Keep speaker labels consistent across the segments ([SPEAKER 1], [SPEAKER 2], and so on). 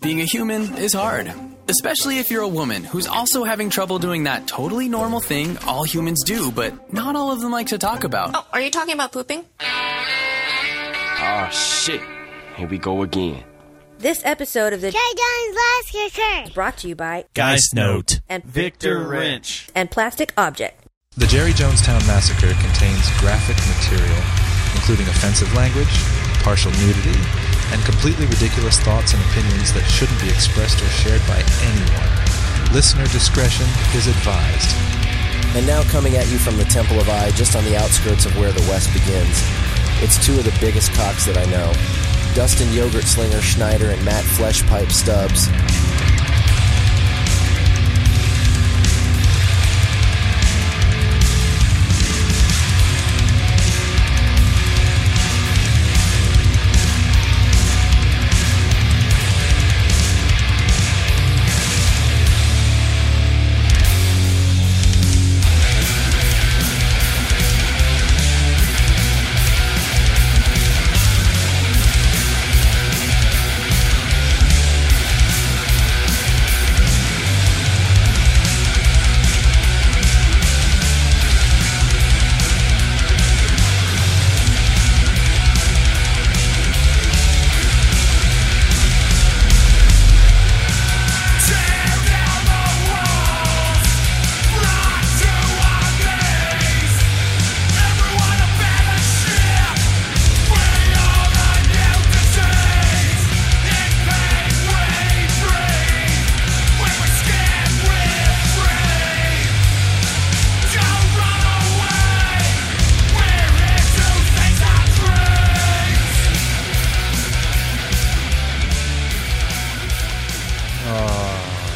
[SPEAKER 1] Being a human is hard, especially if you're a woman who's also having trouble doing that totally normal thing all humans do, but not all of them like to talk about.
[SPEAKER 2] Oh, are you talking about pooping?
[SPEAKER 3] Ah, shit. Here we go again.
[SPEAKER 4] This episode of the
[SPEAKER 5] Jay Jones Last Kicker.
[SPEAKER 4] is brought to you by
[SPEAKER 6] Geist Note.
[SPEAKER 4] and
[SPEAKER 7] Victor Wrench.
[SPEAKER 4] and Plastic Object.
[SPEAKER 8] The Jerry Jonestown Massacre contains graphic material, including offensive language, partial nudity, and completely ridiculous thoughts and opinions that shouldn't be expressed or shared by anyone. Listener discretion is advised.
[SPEAKER 9] And now coming at you from the Temple of I, just on the outskirts of where the West begins, it's two of the biggest cocks that I know. Dustin Yogurt Slinger Schneider and Matt Fleshpipe Stubbs.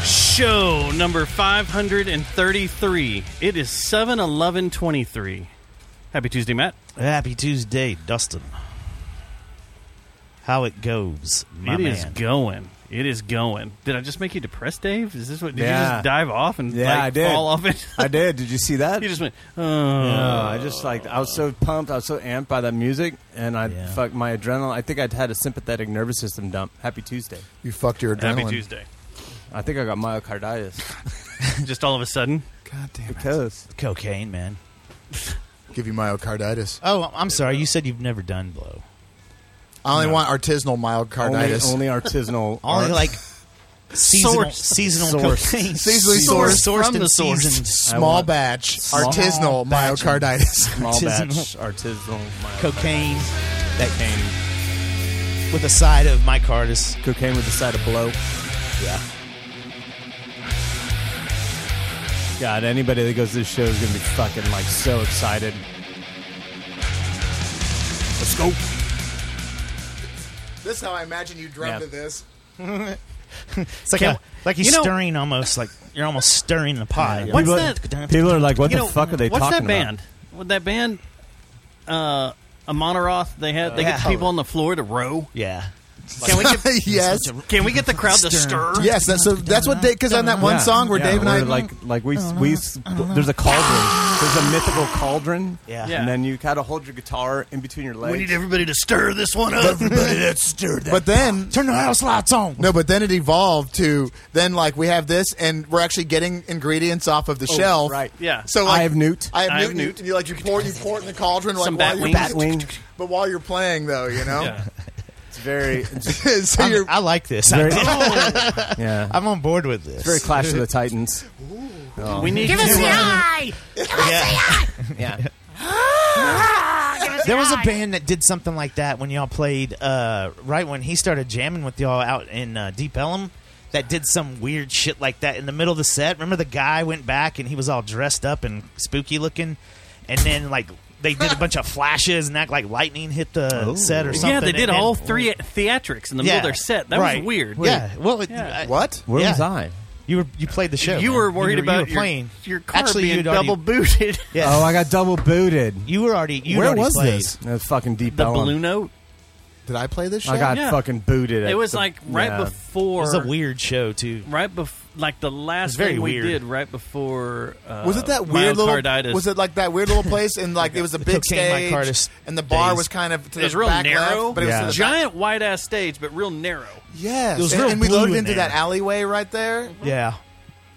[SPEAKER 7] Show number 533. It is 7 11 23. Happy Tuesday, Matt.
[SPEAKER 6] Happy Tuesday, Dustin. How it goes, my
[SPEAKER 7] It
[SPEAKER 6] man.
[SPEAKER 7] is going. It is going. Did I just make you depressed, Dave? Is this what? Did you
[SPEAKER 10] Yeah.
[SPEAKER 7] just dive off and
[SPEAKER 10] Yeah,
[SPEAKER 7] like,
[SPEAKER 10] I did.
[SPEAKER 7] fall off it?
[SPEAKER 10] I did. Did you see that?
[SPEAKER 7] you just went. Oh.
[SPEAKER 10] No, I just like I was so pumped. I was so amped by that music, and I
[SPEAKER 6] Yeah.
[SPEAKER 10] fuck my adrenaline. I think I'd had a sympathetic nervous system dump. Happy Tuesday.
[SPEAKER 11] You fucked your adrenaline.
[SPEAKER 7] Happy Tuesday.
[SPEAKER 10] I think I got myocarditis
[SPEAKER 7] Just all of a sudden.
[SPEAKER 11] God damn it.
[SPEAKER 10] because
[SPEAKER 6] cocaine, man.
[SPEAKER 11] Give you myocarditis.
[SPEAKER 6] Oh, I'm sorry. You said you've never done blow.
[SPEAKER 11] I only want artisanal
[SPEAKER 10] only,
[SPEAKER 11] myocarditis.
[SPEAKER 10] only artisanal.
[SPEAKER 6] Only
[SPEAKER 10] art-
[SPEAKER 6] like seasonal,
[SPEAKER 7] Sourced.
[SPEAKER 6] seasonal
[SPEAKER 10] Sourced.
[SPEAKER 6] cocaine.
[SPEAKER 11] Seasonally
[SPEAKER 6] Sourced,
[SPEAKER 11] sourced.
[SPEAKER 6] sourced
[SPEAKER 7] From
[SPEAKER 6] and
[SPEAKER 7] the source.
[SPEAKER 6] seasoned
[SPEAKER 10] I
[SPEAKER 11] Small
[SPEAKER 10] want-
[SPEAKER 11] batch
[SPEAKER 10] Small
[SPEAKER 11] artisanal
[SPEAKER 6] batch.
[SPEAKER 11] myocarditis.
[SPEAKER 10] small batch
[SPEAKER 6] artisanal.
[SPEAKER 10] artisanal myocarditis.
[SPEAKER 6] cocaine that
[SPEAKER 10] Cocaine.
[SPEAKER 6] with a side of myocarditis.
[SPEAKER 10] Cocaine with the side of blow.
[SPEAKER 6] Yeah.
[SPEAKER 10] God, anybody that goes to this show is gonna be fucking like so excited. Let's go.
[SPEAKER 11] This is how I imagine you dreamt
[SPEAKER 6] Yeah.
[SPEAKER 11] of this.
[SPEAKER 6] It's like
[SPEAKER 7] Yeah.
[SPEAKER 6] a, like he's
[SPEAKER 7] You know-
[SPEAKER 6] stirring almost like you're almost stirring the pot.
[SPEAKER 7] What's
[SPEAKER 10] people,
[SPEAKER 6] that?
[SPEAKER 10] People are like, what
[SPEAKER 7] You
[SPEAKER 10] the
[SPEAKER 7] know,
[SPEAKER 10] fuck are they
[SPEAKER 7] What's
[SPEAKER 10] talking
[SPEAKER 7] that band? What that band? Uh, a Monoroth. They had. They
[SPEAKER 6] Yeah.
[SPEAKER 7] get the people on the floor to row.
[SPEAKER 6] Yeah.
[SPEAKER 7] Can we get?
[SPEAKER 11] yes.
[SPEAKER 7] Can we get the crowd to
[SPEAKER 6] Stir.
[SPEAKER 7] stir?
[SPEAKER 11] Yes, that's so that's what because on that
[SPEAKER 10] about?
[SPEAKER 11] one
[SPEAKER 10] Yeah,
[SPEAKER 11] song where
[SPEAKER 10] yeah,
[SPEAKER 11] Dave and I
[SPEAKER 10] like like we we there's a cauldron. There's a mythical cauldron.
[SPEAKER 6] Yeah.
[SPEAKER 7] Yeah.
[SPEAKER 10] And then you kind of hold your guitar in between your legs.
[SPEAKER 7] We need everybody to stir this one up.
[SPEAKER 11] But then
[SPEAKER 6] Turn the house lights on.
[SPEAKER 11] no, but then it evolved to then like we have this and we're actually getting ingredients off of the shelf.
[SPEAKER 10] right.
[SPEAKER 7] Yeah.
[SPEAKER 11] So like,
[SPEAKER 10] I have newt.
[SPEAKER 11] I have,
[SPEAKER 7] I have
[SPEAKER 11] newt,
[SPEAKER 7] newt.
[SPEAKER 11] And you like you pour you pour it in the cauldron like
[SPEAKER 7] Some
[SPEAKER 11] while
[SPEAKER 7] bat
[SPEAKER 11] you're
[SPEAKER 7] wings. Bat
[SPEAKER 10] wing.
[SPEAKER 11] But while you're playing though, you know.
[SPEAKER 7] Yeah.
[SPEAKER 10] It's very it's
[SPEAKER 11] so
[SPEAKER 6] I'm-
[SPEAKER 11] you're
[SPEAKER 6] I like this.
[SPEAKER 10] very
[SPEAKER 6] I-
[SPEAKER 10] yeah.
[SPEAKER 6] I'm on board with this.
[SPEAKER 10] It's very Clash of the Titans.
[SPEAKER 7] we need
[SPEAKER 2] Give
[SPEAKER 7] to,
[SPEAKER 2] us the
[SPEAKER 7] uh,
[SPEAKER 2] eye.
[SPEAKER 10] Oh. Yeah.
[SPEAKER 6] There was a band that did something like that when y'all played uh, right when he started jamming with y'all out in uh, Deep Ellum. That did some weird shit like that in the middle of the set. Remember the guy went back and he was all dressed up and spooky looking, and then like they did a bunch of flashes and act like lightning hit the set or something.
[SPEAKER 7] Yeah, they did
[SPEAKER 6] and then-
[SPEAKER 7] all three theatrics in the middle of their set. That
[SPEAKER 6] right.
[SPEAKER 7] was weird.
[SPEAKER 6] Yeah, well, it,
[SPEAKER 7] Yeah.
[SPEAKER 6] I-
[SPEAKER 11] what?
[SPEAKER 10] Where
[SPEAKER 6] Yeah.
[SPEAKER 10] was I?
[SPEAKER 6] you were you played the show.
[SPEAKER 7] You
[SPEAKER 6] man.
[SPEAKER 7] were worried
[SPEAKER 6] you
[SPEAKER 7] about
[SPEAKER 6] were
[SPEAKER 7] your-
[SPEAKER 6] playing.
[SPEAKER 7] your car
[SPEAKER 6] Actually,
[SPEAKER 7] being
[SPEAKER 6] you'd already-
[SPEAKER 7] double booted.
[SPEAKER 6] Yeah.
[SPEAKER 10] Oh, I got double booted.
[SPEAKER 6] you were already. You'd
[SPEAKER 10] Where
[SPEAKER 6] already
[SPEAKER 10] was
[SPEAKER 6] played.
[SPEAKER 10] this? That was fucking deep.
[SPEAKER 7] The
[SPEAKER 10] Ellum.
[SPEAKER 7] balloon note.
[SPEAKER 11] Did I play this show?
[SPEAKER 10] I got
[SPEAKER 7] Yeah.
[SPEAKER 10] fucking booted.
[SPEAKER 7] It
[SPEAKER 10] at
[SPEAKER 7] was
[SPEAKER 10] the-
[SPEAKER 7] like right
[SPEAKER 10] yeah.
[SPEAKER 7] before.
[SPEAKER 6] It was a weird show too.
[SPEAKER 7] Right before, like the last
[SPEAKER 6] very
[SPEAKER 7] thing we
[SPEAKER 6] weird.
[SPEAKER 7] did right before. Uh,
[SPEAKER 11] Was it that weird
[SPEAKER 7] myocarditis.
[SPEAKER 11] little? Was it like that weird little place? And like it was a big
[SPEAKER 6] cocaine
[SPEAKER 11] stage,
[SPEAKER 6] myocarditis
[SPEAKER 11] and the bar
[SPEAKER 6] days.
[SPEAKER 11] was kind of to
[SPEAKER 7] It was
[SPEAKER 11] the
[SPEAKER 7] real
[SPEAKER 11] back
[SPEAKER 7] narrow,
[SPEAKER 11] left, but it
[SPEAKER 10] Yeah.
[SPEAKER 11] was to the back-
[SPEAKER 7] giant white ass stage, but real narrow.
[SPEAKER 11] Yes,
[SPEAKER 6] It was
[SPEAKER 11] and,
[SPEAKER 6] real
[SPEAKER 11] and we
[SPEAKER 6] blue
[SPEAKER 11] loaded
[SPEAKER 6] in
[SPEAKER 11] into that
[SPEAKER 6] there.
[SPEAKER 11] alleyway right there.
[SPEAKER 6] Yeah,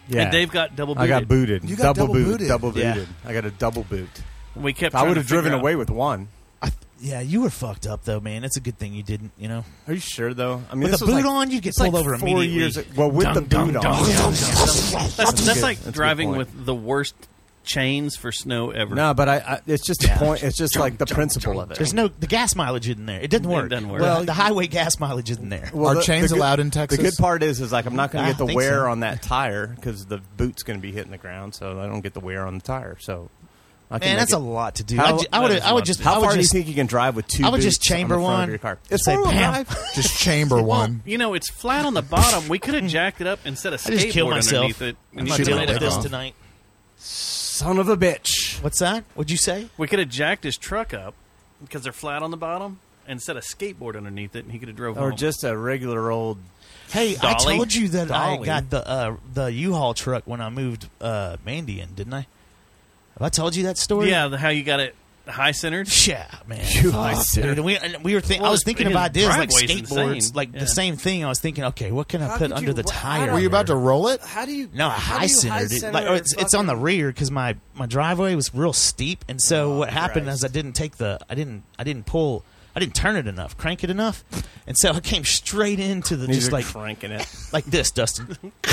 [SPEAKER 10] yeah.
[SPEAKER 7] And Dave got double.
[SPEAKER 10] I
[SPEAKER 7] Booted.
[SPEAKER 10] got booted.
[SPEAKER 11] You got
[SPEAKER 10] double
[SPEAKER 11] double
[SPEAKER 10] boot.
[SPEAKER 11] booted.
[SPEAKER 10] Double
[SPEAKER 6] Yeah.
[SPEAKER 10] booted. I got a double boot.
[SPEAKER 7] We kept.
[SPEAKER 10] I
[SPEAKER 7] trying
[SPEAKER 10] would
[SPEAKER 7] to
[SPEAKER 10] have driven
[SPEAKER 7] figure out-
[SPEAKER 10] away with one.
[SPEAKER 6] yeah. You were fucked up though, man. It's a good thing you didn't. You know,
[SPEAKER 10] Are you sure though? I mean,
[SPEAKER 6] With
[SPEAKER 10] this
[SPEAKER 6] the
[SPEAKER 10] was
[SPEAKER 6] boot
[SPEAKER 10] like-
[SPEAKER 6] on, you get
[SPEAKER 10] it's like
[SPEAKER 6] pulled over
[SPEAKER 10] four
[SPEAKER 6] immediately.
[SPEAKER 10] Years, well, with the boot on,
[SPEAKER 7] That's, that's
[SPEAKER 10] good.
[SPEAKER 7] like
[SPEAKER 10] That's a good
[SPEAKER 7] driving
[SPEAKER 10] point.
[SPEAKER 7] with the worst chains for snow ever.
[SPEAKER 10] No, but I, I it's just the point. It's just like the principle of it.
[SPEAKER 6] there's no the gas mileage isn't there. It doesn't
[SPEAKER 7] It
[SPEAKER 6] work.
[SPEAKER 7] doesn't work.
[SPEAKER 6] Well, the highway gas mileage isn't there.
[SPEAKER 10] Well,
[SPEAKER 11] Are chains allowed in Texas?
[SPEAKER 10] The good part is, is like I'm not going
[SPEAKER 6] I
[SPEAKER 10] to get the
[SPEAKER 6] think
[SPEAKER 10] wear
[SPEAKER 6] so.
[SPEAKER 10] on that tire because the boot's going to be hitting the ground, so I don't get the wear on the tire. So, I can
[SPEAKER 6] Man,
[SPEAKER 10] make
[SPEAKER 6] that's
[SPEAKER 10] it-
[SPEAKER 6] a lot to do.
[SPEAKER 10] How-
[SPEAKER 6] I, ju- I would
[SPEAKER 7] that is a
[SPEAKER 6] I
[SPEAKER 7] lot
[SPEAKER 6] would
[SPEAKER 7] to
[SPEAKER 6] just
[SPEAKER 7] do.
[SPEAKER 10] How
[SPEAKER 6] I
[SPEAKER 10] far
[SPEAKER 6] would
[SPEAKER 10] do you
[SPEAKER 6] just,
[SPEAKER 10] think you can drive with two?
[SPEAKER 6] I would
[SPEAKER 10] boots
[SPEAKER 6] just chamber
[SPEAKER 10] on the front
[SPEAKER 6] one.
[SPEAKER 10] Of your car?
[SPEAKER 6] It's Say four-wheel pam. drive.
[SPEAKER 11] Just chamber one.
[SPEAKER 7] You know, it's flat on the bottom. We could have jacked it up and set a
[SPEAKER 6] I just
[SPEAKER 7] skateboard
[SPEAKER 6] kill myself.
[SPEAKER 7] underneath it.
[SPEAKER 6] I'm
[SPEAKER 7] And
[SPEAKER 6] not
[SPEAKER 7] you could
[SPEAKER 6] dealing
[SPEAKER 7] have
[SPEAKER 6] with
[SPEAKER 7] made
[SPEAKER 6] this
[SPEAKER 7] it.
[SPEAKER 6] tonight.
[SPEAKER 10] Son of a bitch!
[SPEAKER 6] What's that? What'd you say?
[SPEAKER 7] We could have jacked his truck up because they're flat on the bottom and set a skateboard underneath it, and he could have drove
[SPEAKER 10] Or
[SPEAKER 7] home.
[SPEAKER 10] just a regular old.
[SPEAKER 6] Hey, I
[SPEAKER 7] Dolly?
[SPEAKER 6] told you that I
[SPEAKER 10] Dolly.
[SPEAKER 6] got the uh, the U-Haul truck when I moved uh, Mandy in, didn't I? Have I told you that story?
[SPEAKER 7] yeah, the, how you got it high centered.
[SPEAKER 6] Yeah, man.
[SPEAKER 10] are
[SPEAKER 6] Fuck,
[SPEAKER 10] serious.
[SPEAKER 6] dude. We, and we were think,
[SPEAKER 7] Well,
[SPEAKER 6] I was
[SPEAKER 7] his-
[SPEAKER 6] thinking
[SPEAKER 7] his
[SPEAKER 6] of ideas like
[SPEAKER 7] driveway's
[SPEAKER 6] skateboards,
[SPEAKER 7] insane.
[SPEAKER 6] like
[SPEAKER 7] Yeah.
[SPEAKER 6] the same thing. I was thinking, okay, what can I put
[SPEAKER 10] could
[SPEAKER 6] under
[SPEAKER 10] you-
[SPEAKER 6] the
[SPEAKER 10] wha- I
[SPEAKER 6] tire?
[SPEAKER 10] don't-
[SPEAKER 11] Were you about
[SPEAKER 6] here?
[SPEAKER 11] to roll it?
[SPEAKER 10] How do you?
[SPEAKER 6] No, I high centered it. Like, oh, it's, it's on the rear because my my driveway was real steep, and
[SPEAKER 7] Oh,
[SPEAKER 6] so what happened
[SPEAKER 10] Christ.
[SPEAKER 6] is I didn't take the I didn't I didn't pull I didn't turn it enough, crank it enough, and so I came straight into the just like
[SPEAKER 10] cranking it.
[SPEAKER 6] like this, Dustin.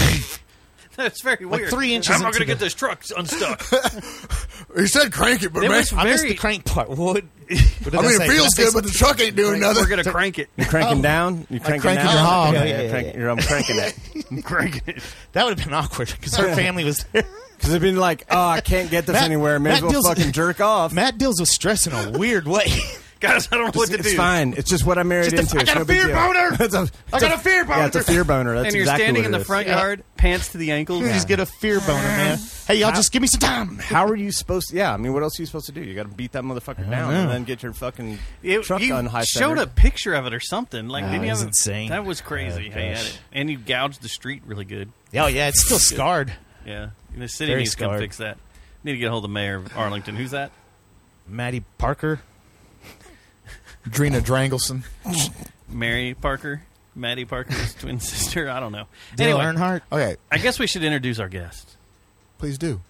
[SPEAKER 7] That's very
[SPEAKER 6] Like
[SPEAKER 7] weird.
[SPEAKER 6] three inches
[SPEAKER 7] How am I
[SPEAKER 6] into
[SPEAKER 7] going to get
[SPEAKER 6] the-
[SPEAKER 7] this truck unstuck?
[SPEAKER 11] He said crank it, but
[SPEAKER 7] It
[SPEAKER 11] man,
[SPEAKER 7] was
[SPEAKER 6] I missed the
[SPEAKER 7] Very-
[SPEAKER 6] crank part. What? what did
[SPEAKER 11] I mean,
[SPEAKER 6] say?
[SPEAKER 11] it feels
[SPEAKER 6] Did I
[SPEAKER 11] good,
[SPEAKER 6] say
[SPEAKER 11] but the truck ain't doing nothing.
[SPEAKER 7] We're going to crank it.
[SPEAKER 10] You're cranking down. You're cranking
[SPEAKER 11] cranking
[SPEAKER 10] down.
[SPEAKER 11] your hog.
[SPEAKER 10] Yeah,
[SPEAKER 6] Yeah,
[SPEAKER 10] Oh. yeah,
[SPEAKER 6] yeah,
[SPEAKER 10] crank-
[SPEAKER 6] yeah.
[SPEAKER 10] you're- I'm cranking it.
[SPEAKER 7] crank it.
[SPEAKER 6] That would have been awkward because her family was there.
[SPEAKER 10] Because they've been like, oh, I can't get this
[SPEAKER 6] Matt-
[SPEAKER 10] anywhere. May as
[SPEAKER 6] Matt
[SPEAKER 10] well
[SPEAKER 6] deals-
[SPEAKER 10] fucking jerk off.
[SPEAKER 6] Matt deals with stress in a weird way.
[SPEAKER 7] Guys, I don't know
[SPEAKER 10] it's,
[SPEAKER 7] what to
[SPEAKER 10] it's
[SPEAKER 7] do.
[SPEAKER 10] fine. It's just what I married
[SPEAKER 6] Just
[SPEAKER 10] into.
[SPEAKER 6] a- I
[SPEAKER 10] It's
[SPEAKER 6] got
[SPEAKER 10] no
[SPEAKER 6] a
[SPEAKER 10] big
[SPEAKER 6] fear
[SPEAKER 10] deal.
[SPEAKER 6] boner!
[SPEAKER 10] It's a-
[SPEAKER 6] I
[SPEAKER 10] it's
[SPEAKER 6] got a fear
[SPEAKER 10] Yeah, it's a
[SPEAKER 6] boner!
[SPEAKER 10] fear boner. That's
[SPEAKER 7] And you're
[SPEAKER 10] exactly
[SPEAKER 7] standing
[SPEAKER 10] what
[SPEAKER 7] in
[SPEAKER 10] it
[SPEAKER 7] the
[SPEAKER 10] is.
[SPEAKER 7] front yard, pants to the ankles.
[SPEAKER 6] You just get a fear boner, man. Hey, y'all, just give me some time.
[SPEAKER 10] How are you supposed? to... Yeah, I mean, what else are you supposed to do? You got to beat that motherfucker down and then get your fucking
[SPEAKER 7] It-
[SPEAKER 10] truck
[SPEAKER 7] you
[SPEAKER 10] on high
[SPEAKER 7] showed a
[SPEAKER 10] centered.
[SPEAKER 7] picture of it or something. Like,
[SPEAKER 6] Nah,
[SPEAKER 7] didn't
[SPEAKER 6] it
[SPEAKER 7] you
[SPEAKER 6] was
[SPEAKER 7] have a-
[SPEAKER 6] insane.
[SPEAKER 7] That was crazy.
[SPEAKER 6] Oh,
[SPEAKER 7] how you had
[SPEAKER 6] gosh.
[SPEAKER 7] it. And you gouged the street really good.
[SPEAKER 6] Oh yeah, it's still scarred.
[SPEAKER 7] Yeah, the city
[SPEAKER 6] Very
[SPEAKER 7] needs to come
[SPEAKER 6] scarred.
[SPEAKER 7] fix that. Need to get a hold of Mayor of Arlington. Who's that?
[SPEAKER 6] Maddie Parker.
[SPEAKER 11] Drina Drangleson.
[SPEAKER 7] Mary Parker, Maddie Parker's twin sister. I don't know.
[SPEAKER 6] Dale
[SPEAKER 7] anyway,
[SPEAKER 6] Earnhardt.
[SPEAKER 11] Okay,
[SPEAKER 7] I guess we should introduce our guest.
[SPEAKER 11] please do.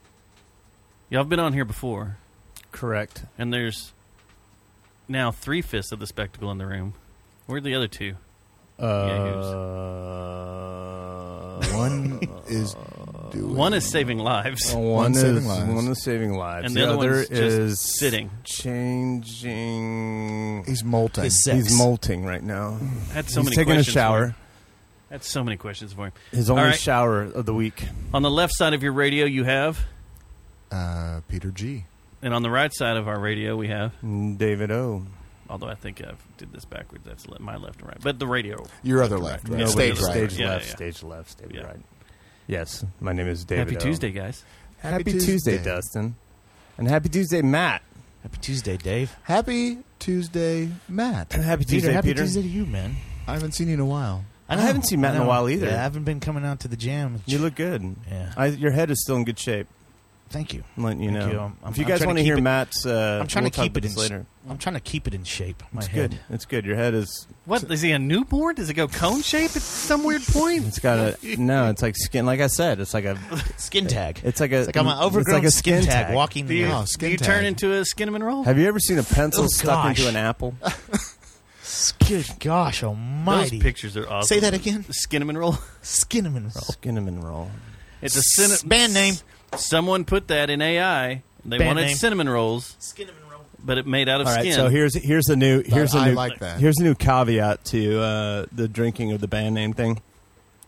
[SPEAKER 7] Y'all have been on here before,
[SPEAKER 10] correct.
[SPEAKER 7] and there's now three fifths of the spectacle in the room. Where are the other two?
[SPEAKER 10] Uh,
[SPEAKER 11] One is doing.
[SPEAKER 7] One is saving lives.
[SPEAKER 10] one
[SPEAKER 11] saving
[SPEAKER 10] is
[SPEAKER 11] lives.
[SPEAKER 10] one is saving lives,
[SPEAKER 7] And the other one's just
[SPEAKER 10] is
[SPEAKER 7] sitting.
[SPEAKER 10] changing.
[SPEAKER 11] He's molting.
[SPEAKER 6] His sex.
[SPEAKER 10] He's molting right now.
[SPEAKER 7] I had so
[SPEAKER 10] He's
[SPEAKER 7] many
[SPEAKER 10] taking a
[SPEAKER 7] questions For
[SPEAKER 10] shower.
[SPEAKER 7] him. I had so many questions for him.
[SPEAKER 10] His only
[SPEAKER 7] All right.
[SPEAKER 10] shower of the week.
[SPEAKER 7] On the left side of your radio, you have,
[SPEAKER 11] Uh, Peter G.
[SPEAKER 7] and on the right side of our radio, we have.
[SPEAKER 10] David O.
[SPEAKER 7] Although I think I've did this backwards. That's le- my left and right, but the radio.
[SPEAKER 11] Your other left,
[SPEAKER 7] Yeah,
[SPEAKER 11] right?
[SPEAKER 10] No,
[SPEAKER 7] Stage
[SPEAKER 11] stage
[SPEAKER 10] wait,
[SPEAKER 7] but-
[SPEAKER 11] right.
[SPEAKER 10] stage
[SPEAKER 7] Yeah,
[SPEAKER 10] left,
[SPEAKER 7] yeah.
[SPEAKER 10] stage left, stage
[SPEAKER 7] Yeah.
[SPEAKER 10] right. Yes, my name is David.
[SPEAKER 7] Happy
[SPEAKER 10] O.
[SPEAKER 7] Tuesday, guys.
[SPEAKER 10] Happy, Tuesday. Dustin, and Happy Tuesday, Matt.
[SPEAKER 6] Happy Tuesday, Dave.
[SPEAKER 11] Happy Tuesday, Matt.
[SPEAKER 10] Happy
[SPEAKER 6] Peter, happy Tuesday to you, man.
[SPEAKER 11] I haven't seen you in a while.
[SPEAKER 10] I haven't seen Matt in a
[SPEAKER 6] know.
[SPEAKER 10] while either.
[SPEAKER 6] Yeah, I haven't been coming out to the jam.
[SPEAKER 10] You look good.
[SPEAKER 6] Yeah.
[SPEAKER 10] I, your head is still in good shape.
[SPEAKER 6] Thank you.
[SPEAKER 10] I'm letting you
[SPEAKER 6] Thank
[SPEAKER 10] know.
[SPEAKER 6] you. I'm- I'm-
[SPEAKER 10] if you
[SPEAKER 6] I'm
[SPEAKER 10] guys
[SPEAKER 6] trying to
[SPEAKER 10] want to
[SPEAKER 6] keep
[SPEAKER 10] hear
[SPEAKER 6] it-
[SPEAKER 10] Matt's, uh,
[SPEAKER 6] I'm trying
[SPEAKER 10] we'll
[SPEAKER 6] to keep
[SPEAKER 10] talk about
[SPEAKER 6] it in
[SPEAKER 10] this later.
[SPEAKER 6] I'm trying to keep it in shape. My
[SPEAKER 10] It's
[SPEAKER 6] head.
[SPEAKER 10] good. It's good. Your head is.
[SPEAKER 7] What is he a newborn? Does it go cone shape at some weird point?
[SPEAKER 10] It's got a no. It's like skin. Like I said, it's like a.
[SPEAKER 6] Skin tag.
[SPEAKER 10] It's like a.
[SPEAKER 6] It's like I'm an overgrown
[SPEAKER 10] like a
[SPEAKER 6] skin,
[SPEAKER 10] skin
[SPEAKER 6] tag,
[SPEAKER 10] tag.
[SPEAKER 6] walking
[SPEAKER 7] Do
[SPEAKER 6] the
[SPEAKER 7] you,
[SPEAKER 11] Oh,
[SPEAKER 6] house.
[SPEAKER 11] skin
[SPEAKER 7] do you turn
[SPEAKER 11] tag.
[SPEAKER 7] into a Skinnaman roll?
[SPEAKER 10] Have you ever seen a pencil
[SPEAKER 6] Oh,
[SPEAKER 10] stuck into
[SPEAKER 6] gosh.
[SPEAKER 10] an apple?
[SPEAKER 6] Good gosh
[SPEAKER 7] Those
[SPEAKER 6] almighty.
[SPEAKER 7] pictures are awesome.
[SPEAKER 6] Say that again.
[SPEAKER 7] Skinnaman roll.
[SPEAKER 6] Skinnaman roll.
[SPEAKER 10] Skinnaman roll.
[SPEAKER 7] It's a cinnamon
[SPEAKER 6] Band name.
[SPEAKER 7] Someone put that in AI. They
[SPEAKER 6] Band
[SPEAKER 7] wanted
[SPEAKER 6] name.
[SPEAKER 7] cinnamon rolls,
[SPEAKER 6] Skinnaman roll.
[SPEAKER 7] but it made out of
[SPEAKER 10] All right,
[SPEAKER 7] skin.
[SPEAKER 10] so here's here's a new here's a
[SPEAKER 11] I
[SPEAKER 10] new
[SPEAKER 11] like that.
[SPEAKER 10] here's a new caveat to uh, the drinking of the band name thing.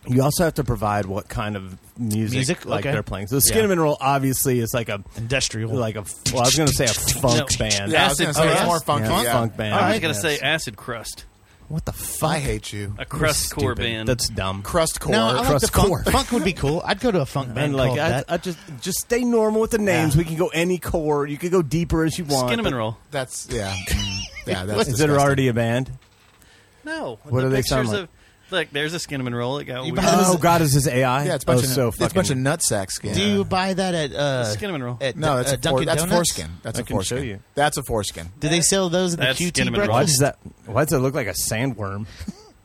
[SPEAKER 10] You also have to provide what kind of music,
[SPEAKER 6] Music?
[SPEAKER 10] like
[SPEAKER 6] Okay.
[SPEAKER 10] they're playing. So
[SPEAKER 6] Yeah.
[SPEAKER 10] Skinnaman Roll obviously is like a
[SPEAKER 6] Industrial.
[SPEAKER 10] like a well, I was going to say a funk band.
[SPEAKER 11] Yeah, I was gonna
[SPEAKER 7] Acid
[SPEAKER 11] say it's
[SPEAKER 7] crust?
[SPEAKER 11] more funky.
[SPEAKER 10] Oh, Yeah,
[SPEAKER 11] yeah.
[SPEAKER 10] funk band.
[SPEAKER 7] I was gonna say acid crust,
[SPEAKER 10] what the
[SPEAKER 11] I
[SPEAKER 10] fuck?
[SPEAKER 11] hate you.
[SPEAKER 7] a crust core
[SPEAKER 10] Stupid.
[SPEAKER 7] band.
[SPEAKER 10] That's dumb.
[SPEAKER 11] Crust core.
[SPEAKER 6] no, I like
[SPEAKER 10] Crust
[SPEAKER 6] the funk.
[SPEAKER 10] core.
[SPEAKER 6] Funk would be cool. I'd go to a funk band
[SPEAKER 10] And like
[SPEAKER 6] called
[SPEAKER 10] I,
[SPEAKER 6] that.
[SPEAKER 10] I just just stay normal with the names.
[SPEAKER 6] Yeah.
[SPEAKER 10] We can go any core. You could go deeper as you want.
[SPEAKER 7] Skinnaman
[SPEAKER 10] but-
[SPEAKER 7] roll.
[SPEAKER 11] That's yeah. Mm, yeah. That's
[SPEAKER 10] Is it
[SPEAKER 11] disgusting.
[SPEAKER 10] already a band?
[SPEAKER 7] No.
[SPEAKER 10] What do they sound
[SPEAKER 7] pictures
[SPEAKER 10] like?
[SPEAKER 7] Of, look, there's a Skinnaman roll. It got weird.
[SPEAKER 10] Oh God, is this AI?
[SPEAKER 11] Yeah, it's a bunch
[SPEAKER 10] oh,
[SPEAKER 11] of
[SPEAKER 10] so
[SPEAKER 11] it's a bunch of nutsack skin.
[SPEAKER 6] Do you buy that at uh,
[SPEAKER 7] Skinnaman roll.
[SPEAKER 6] At,
[SPEAKER 11] no, that's
[SPEAKER 6] uh,
[SPEAKER 11] a
[SPEAKER 6] Dunkin'
[SPEAKER 11] for, that's
[SPEAKER 6] Donuts?
[SPEAKER 11] foreskin. That's
[SPEAKER 10] I
[SPEAKER 11] a
[SPEAKER 10] can
[SPEAKER 11] foreskin.
[SPEAKER 10] show you.
[SPEAKER 11] That's a foreskin.
[SPEAKER 6] Do they sell those at the
[SPEAKER 7] That's
[SPEAKER 6] QT
[SPEAKER 7] Skinnaman
[SPEAKER 6] breakfast?
[SPEAKER 7] Roll.
[SPEAKER 10] Why does that? Why does it look like a sandworm?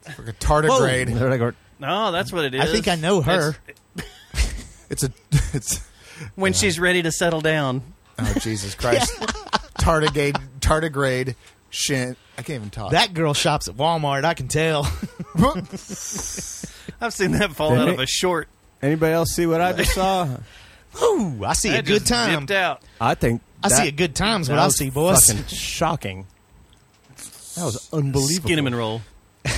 [SPEAKER 11] Like a tardigrade.
[SPEAKER 10] They're like, or-
[SPEAKER 7] No, that's what it is.
[SPEAKER 6] I think I know her.
[SPEAKER 7] It's-
[SPEAKER 11] It's a it's
[SPEAKER 7] when she's ready to settle down.
[SPEAKER 11] oh Jesus Christ. tardigrade tardigrade shin. I can't even talk.
[SPEAKER 6] That girl shops at Walmart. I can tell.
[SPEAKER 7] I've seen that fall
[SPEAKER 10] They
[SPEAKER 7] out of
[SPEAKER 10] make-
[SPEAKER 7] a short.
[SPEAKER 10] anybody else see what I just saw?
[SPEAKER 6] Ooh, I see a
[SPEAKER 7] That
[SPEAKER 6] good
[SPEAKER 7] just
[SPEAKER 6] time.
[SPEAKER 7] Dipped out.
[SPEAKER 10] I think
[SPEAKER 6] I
[SPEAKER 10] that-
[SPEAKER 6] see a good time's
[SPEAKER 10] that
[SPEAKER 6] what I
[SPEAKER 10] was
[SPEAKER 6] see, boys.
[SPEAKER 10] Fucking shocking. That was unbelievable.
[SPEAKER 7] Skinnaman roll.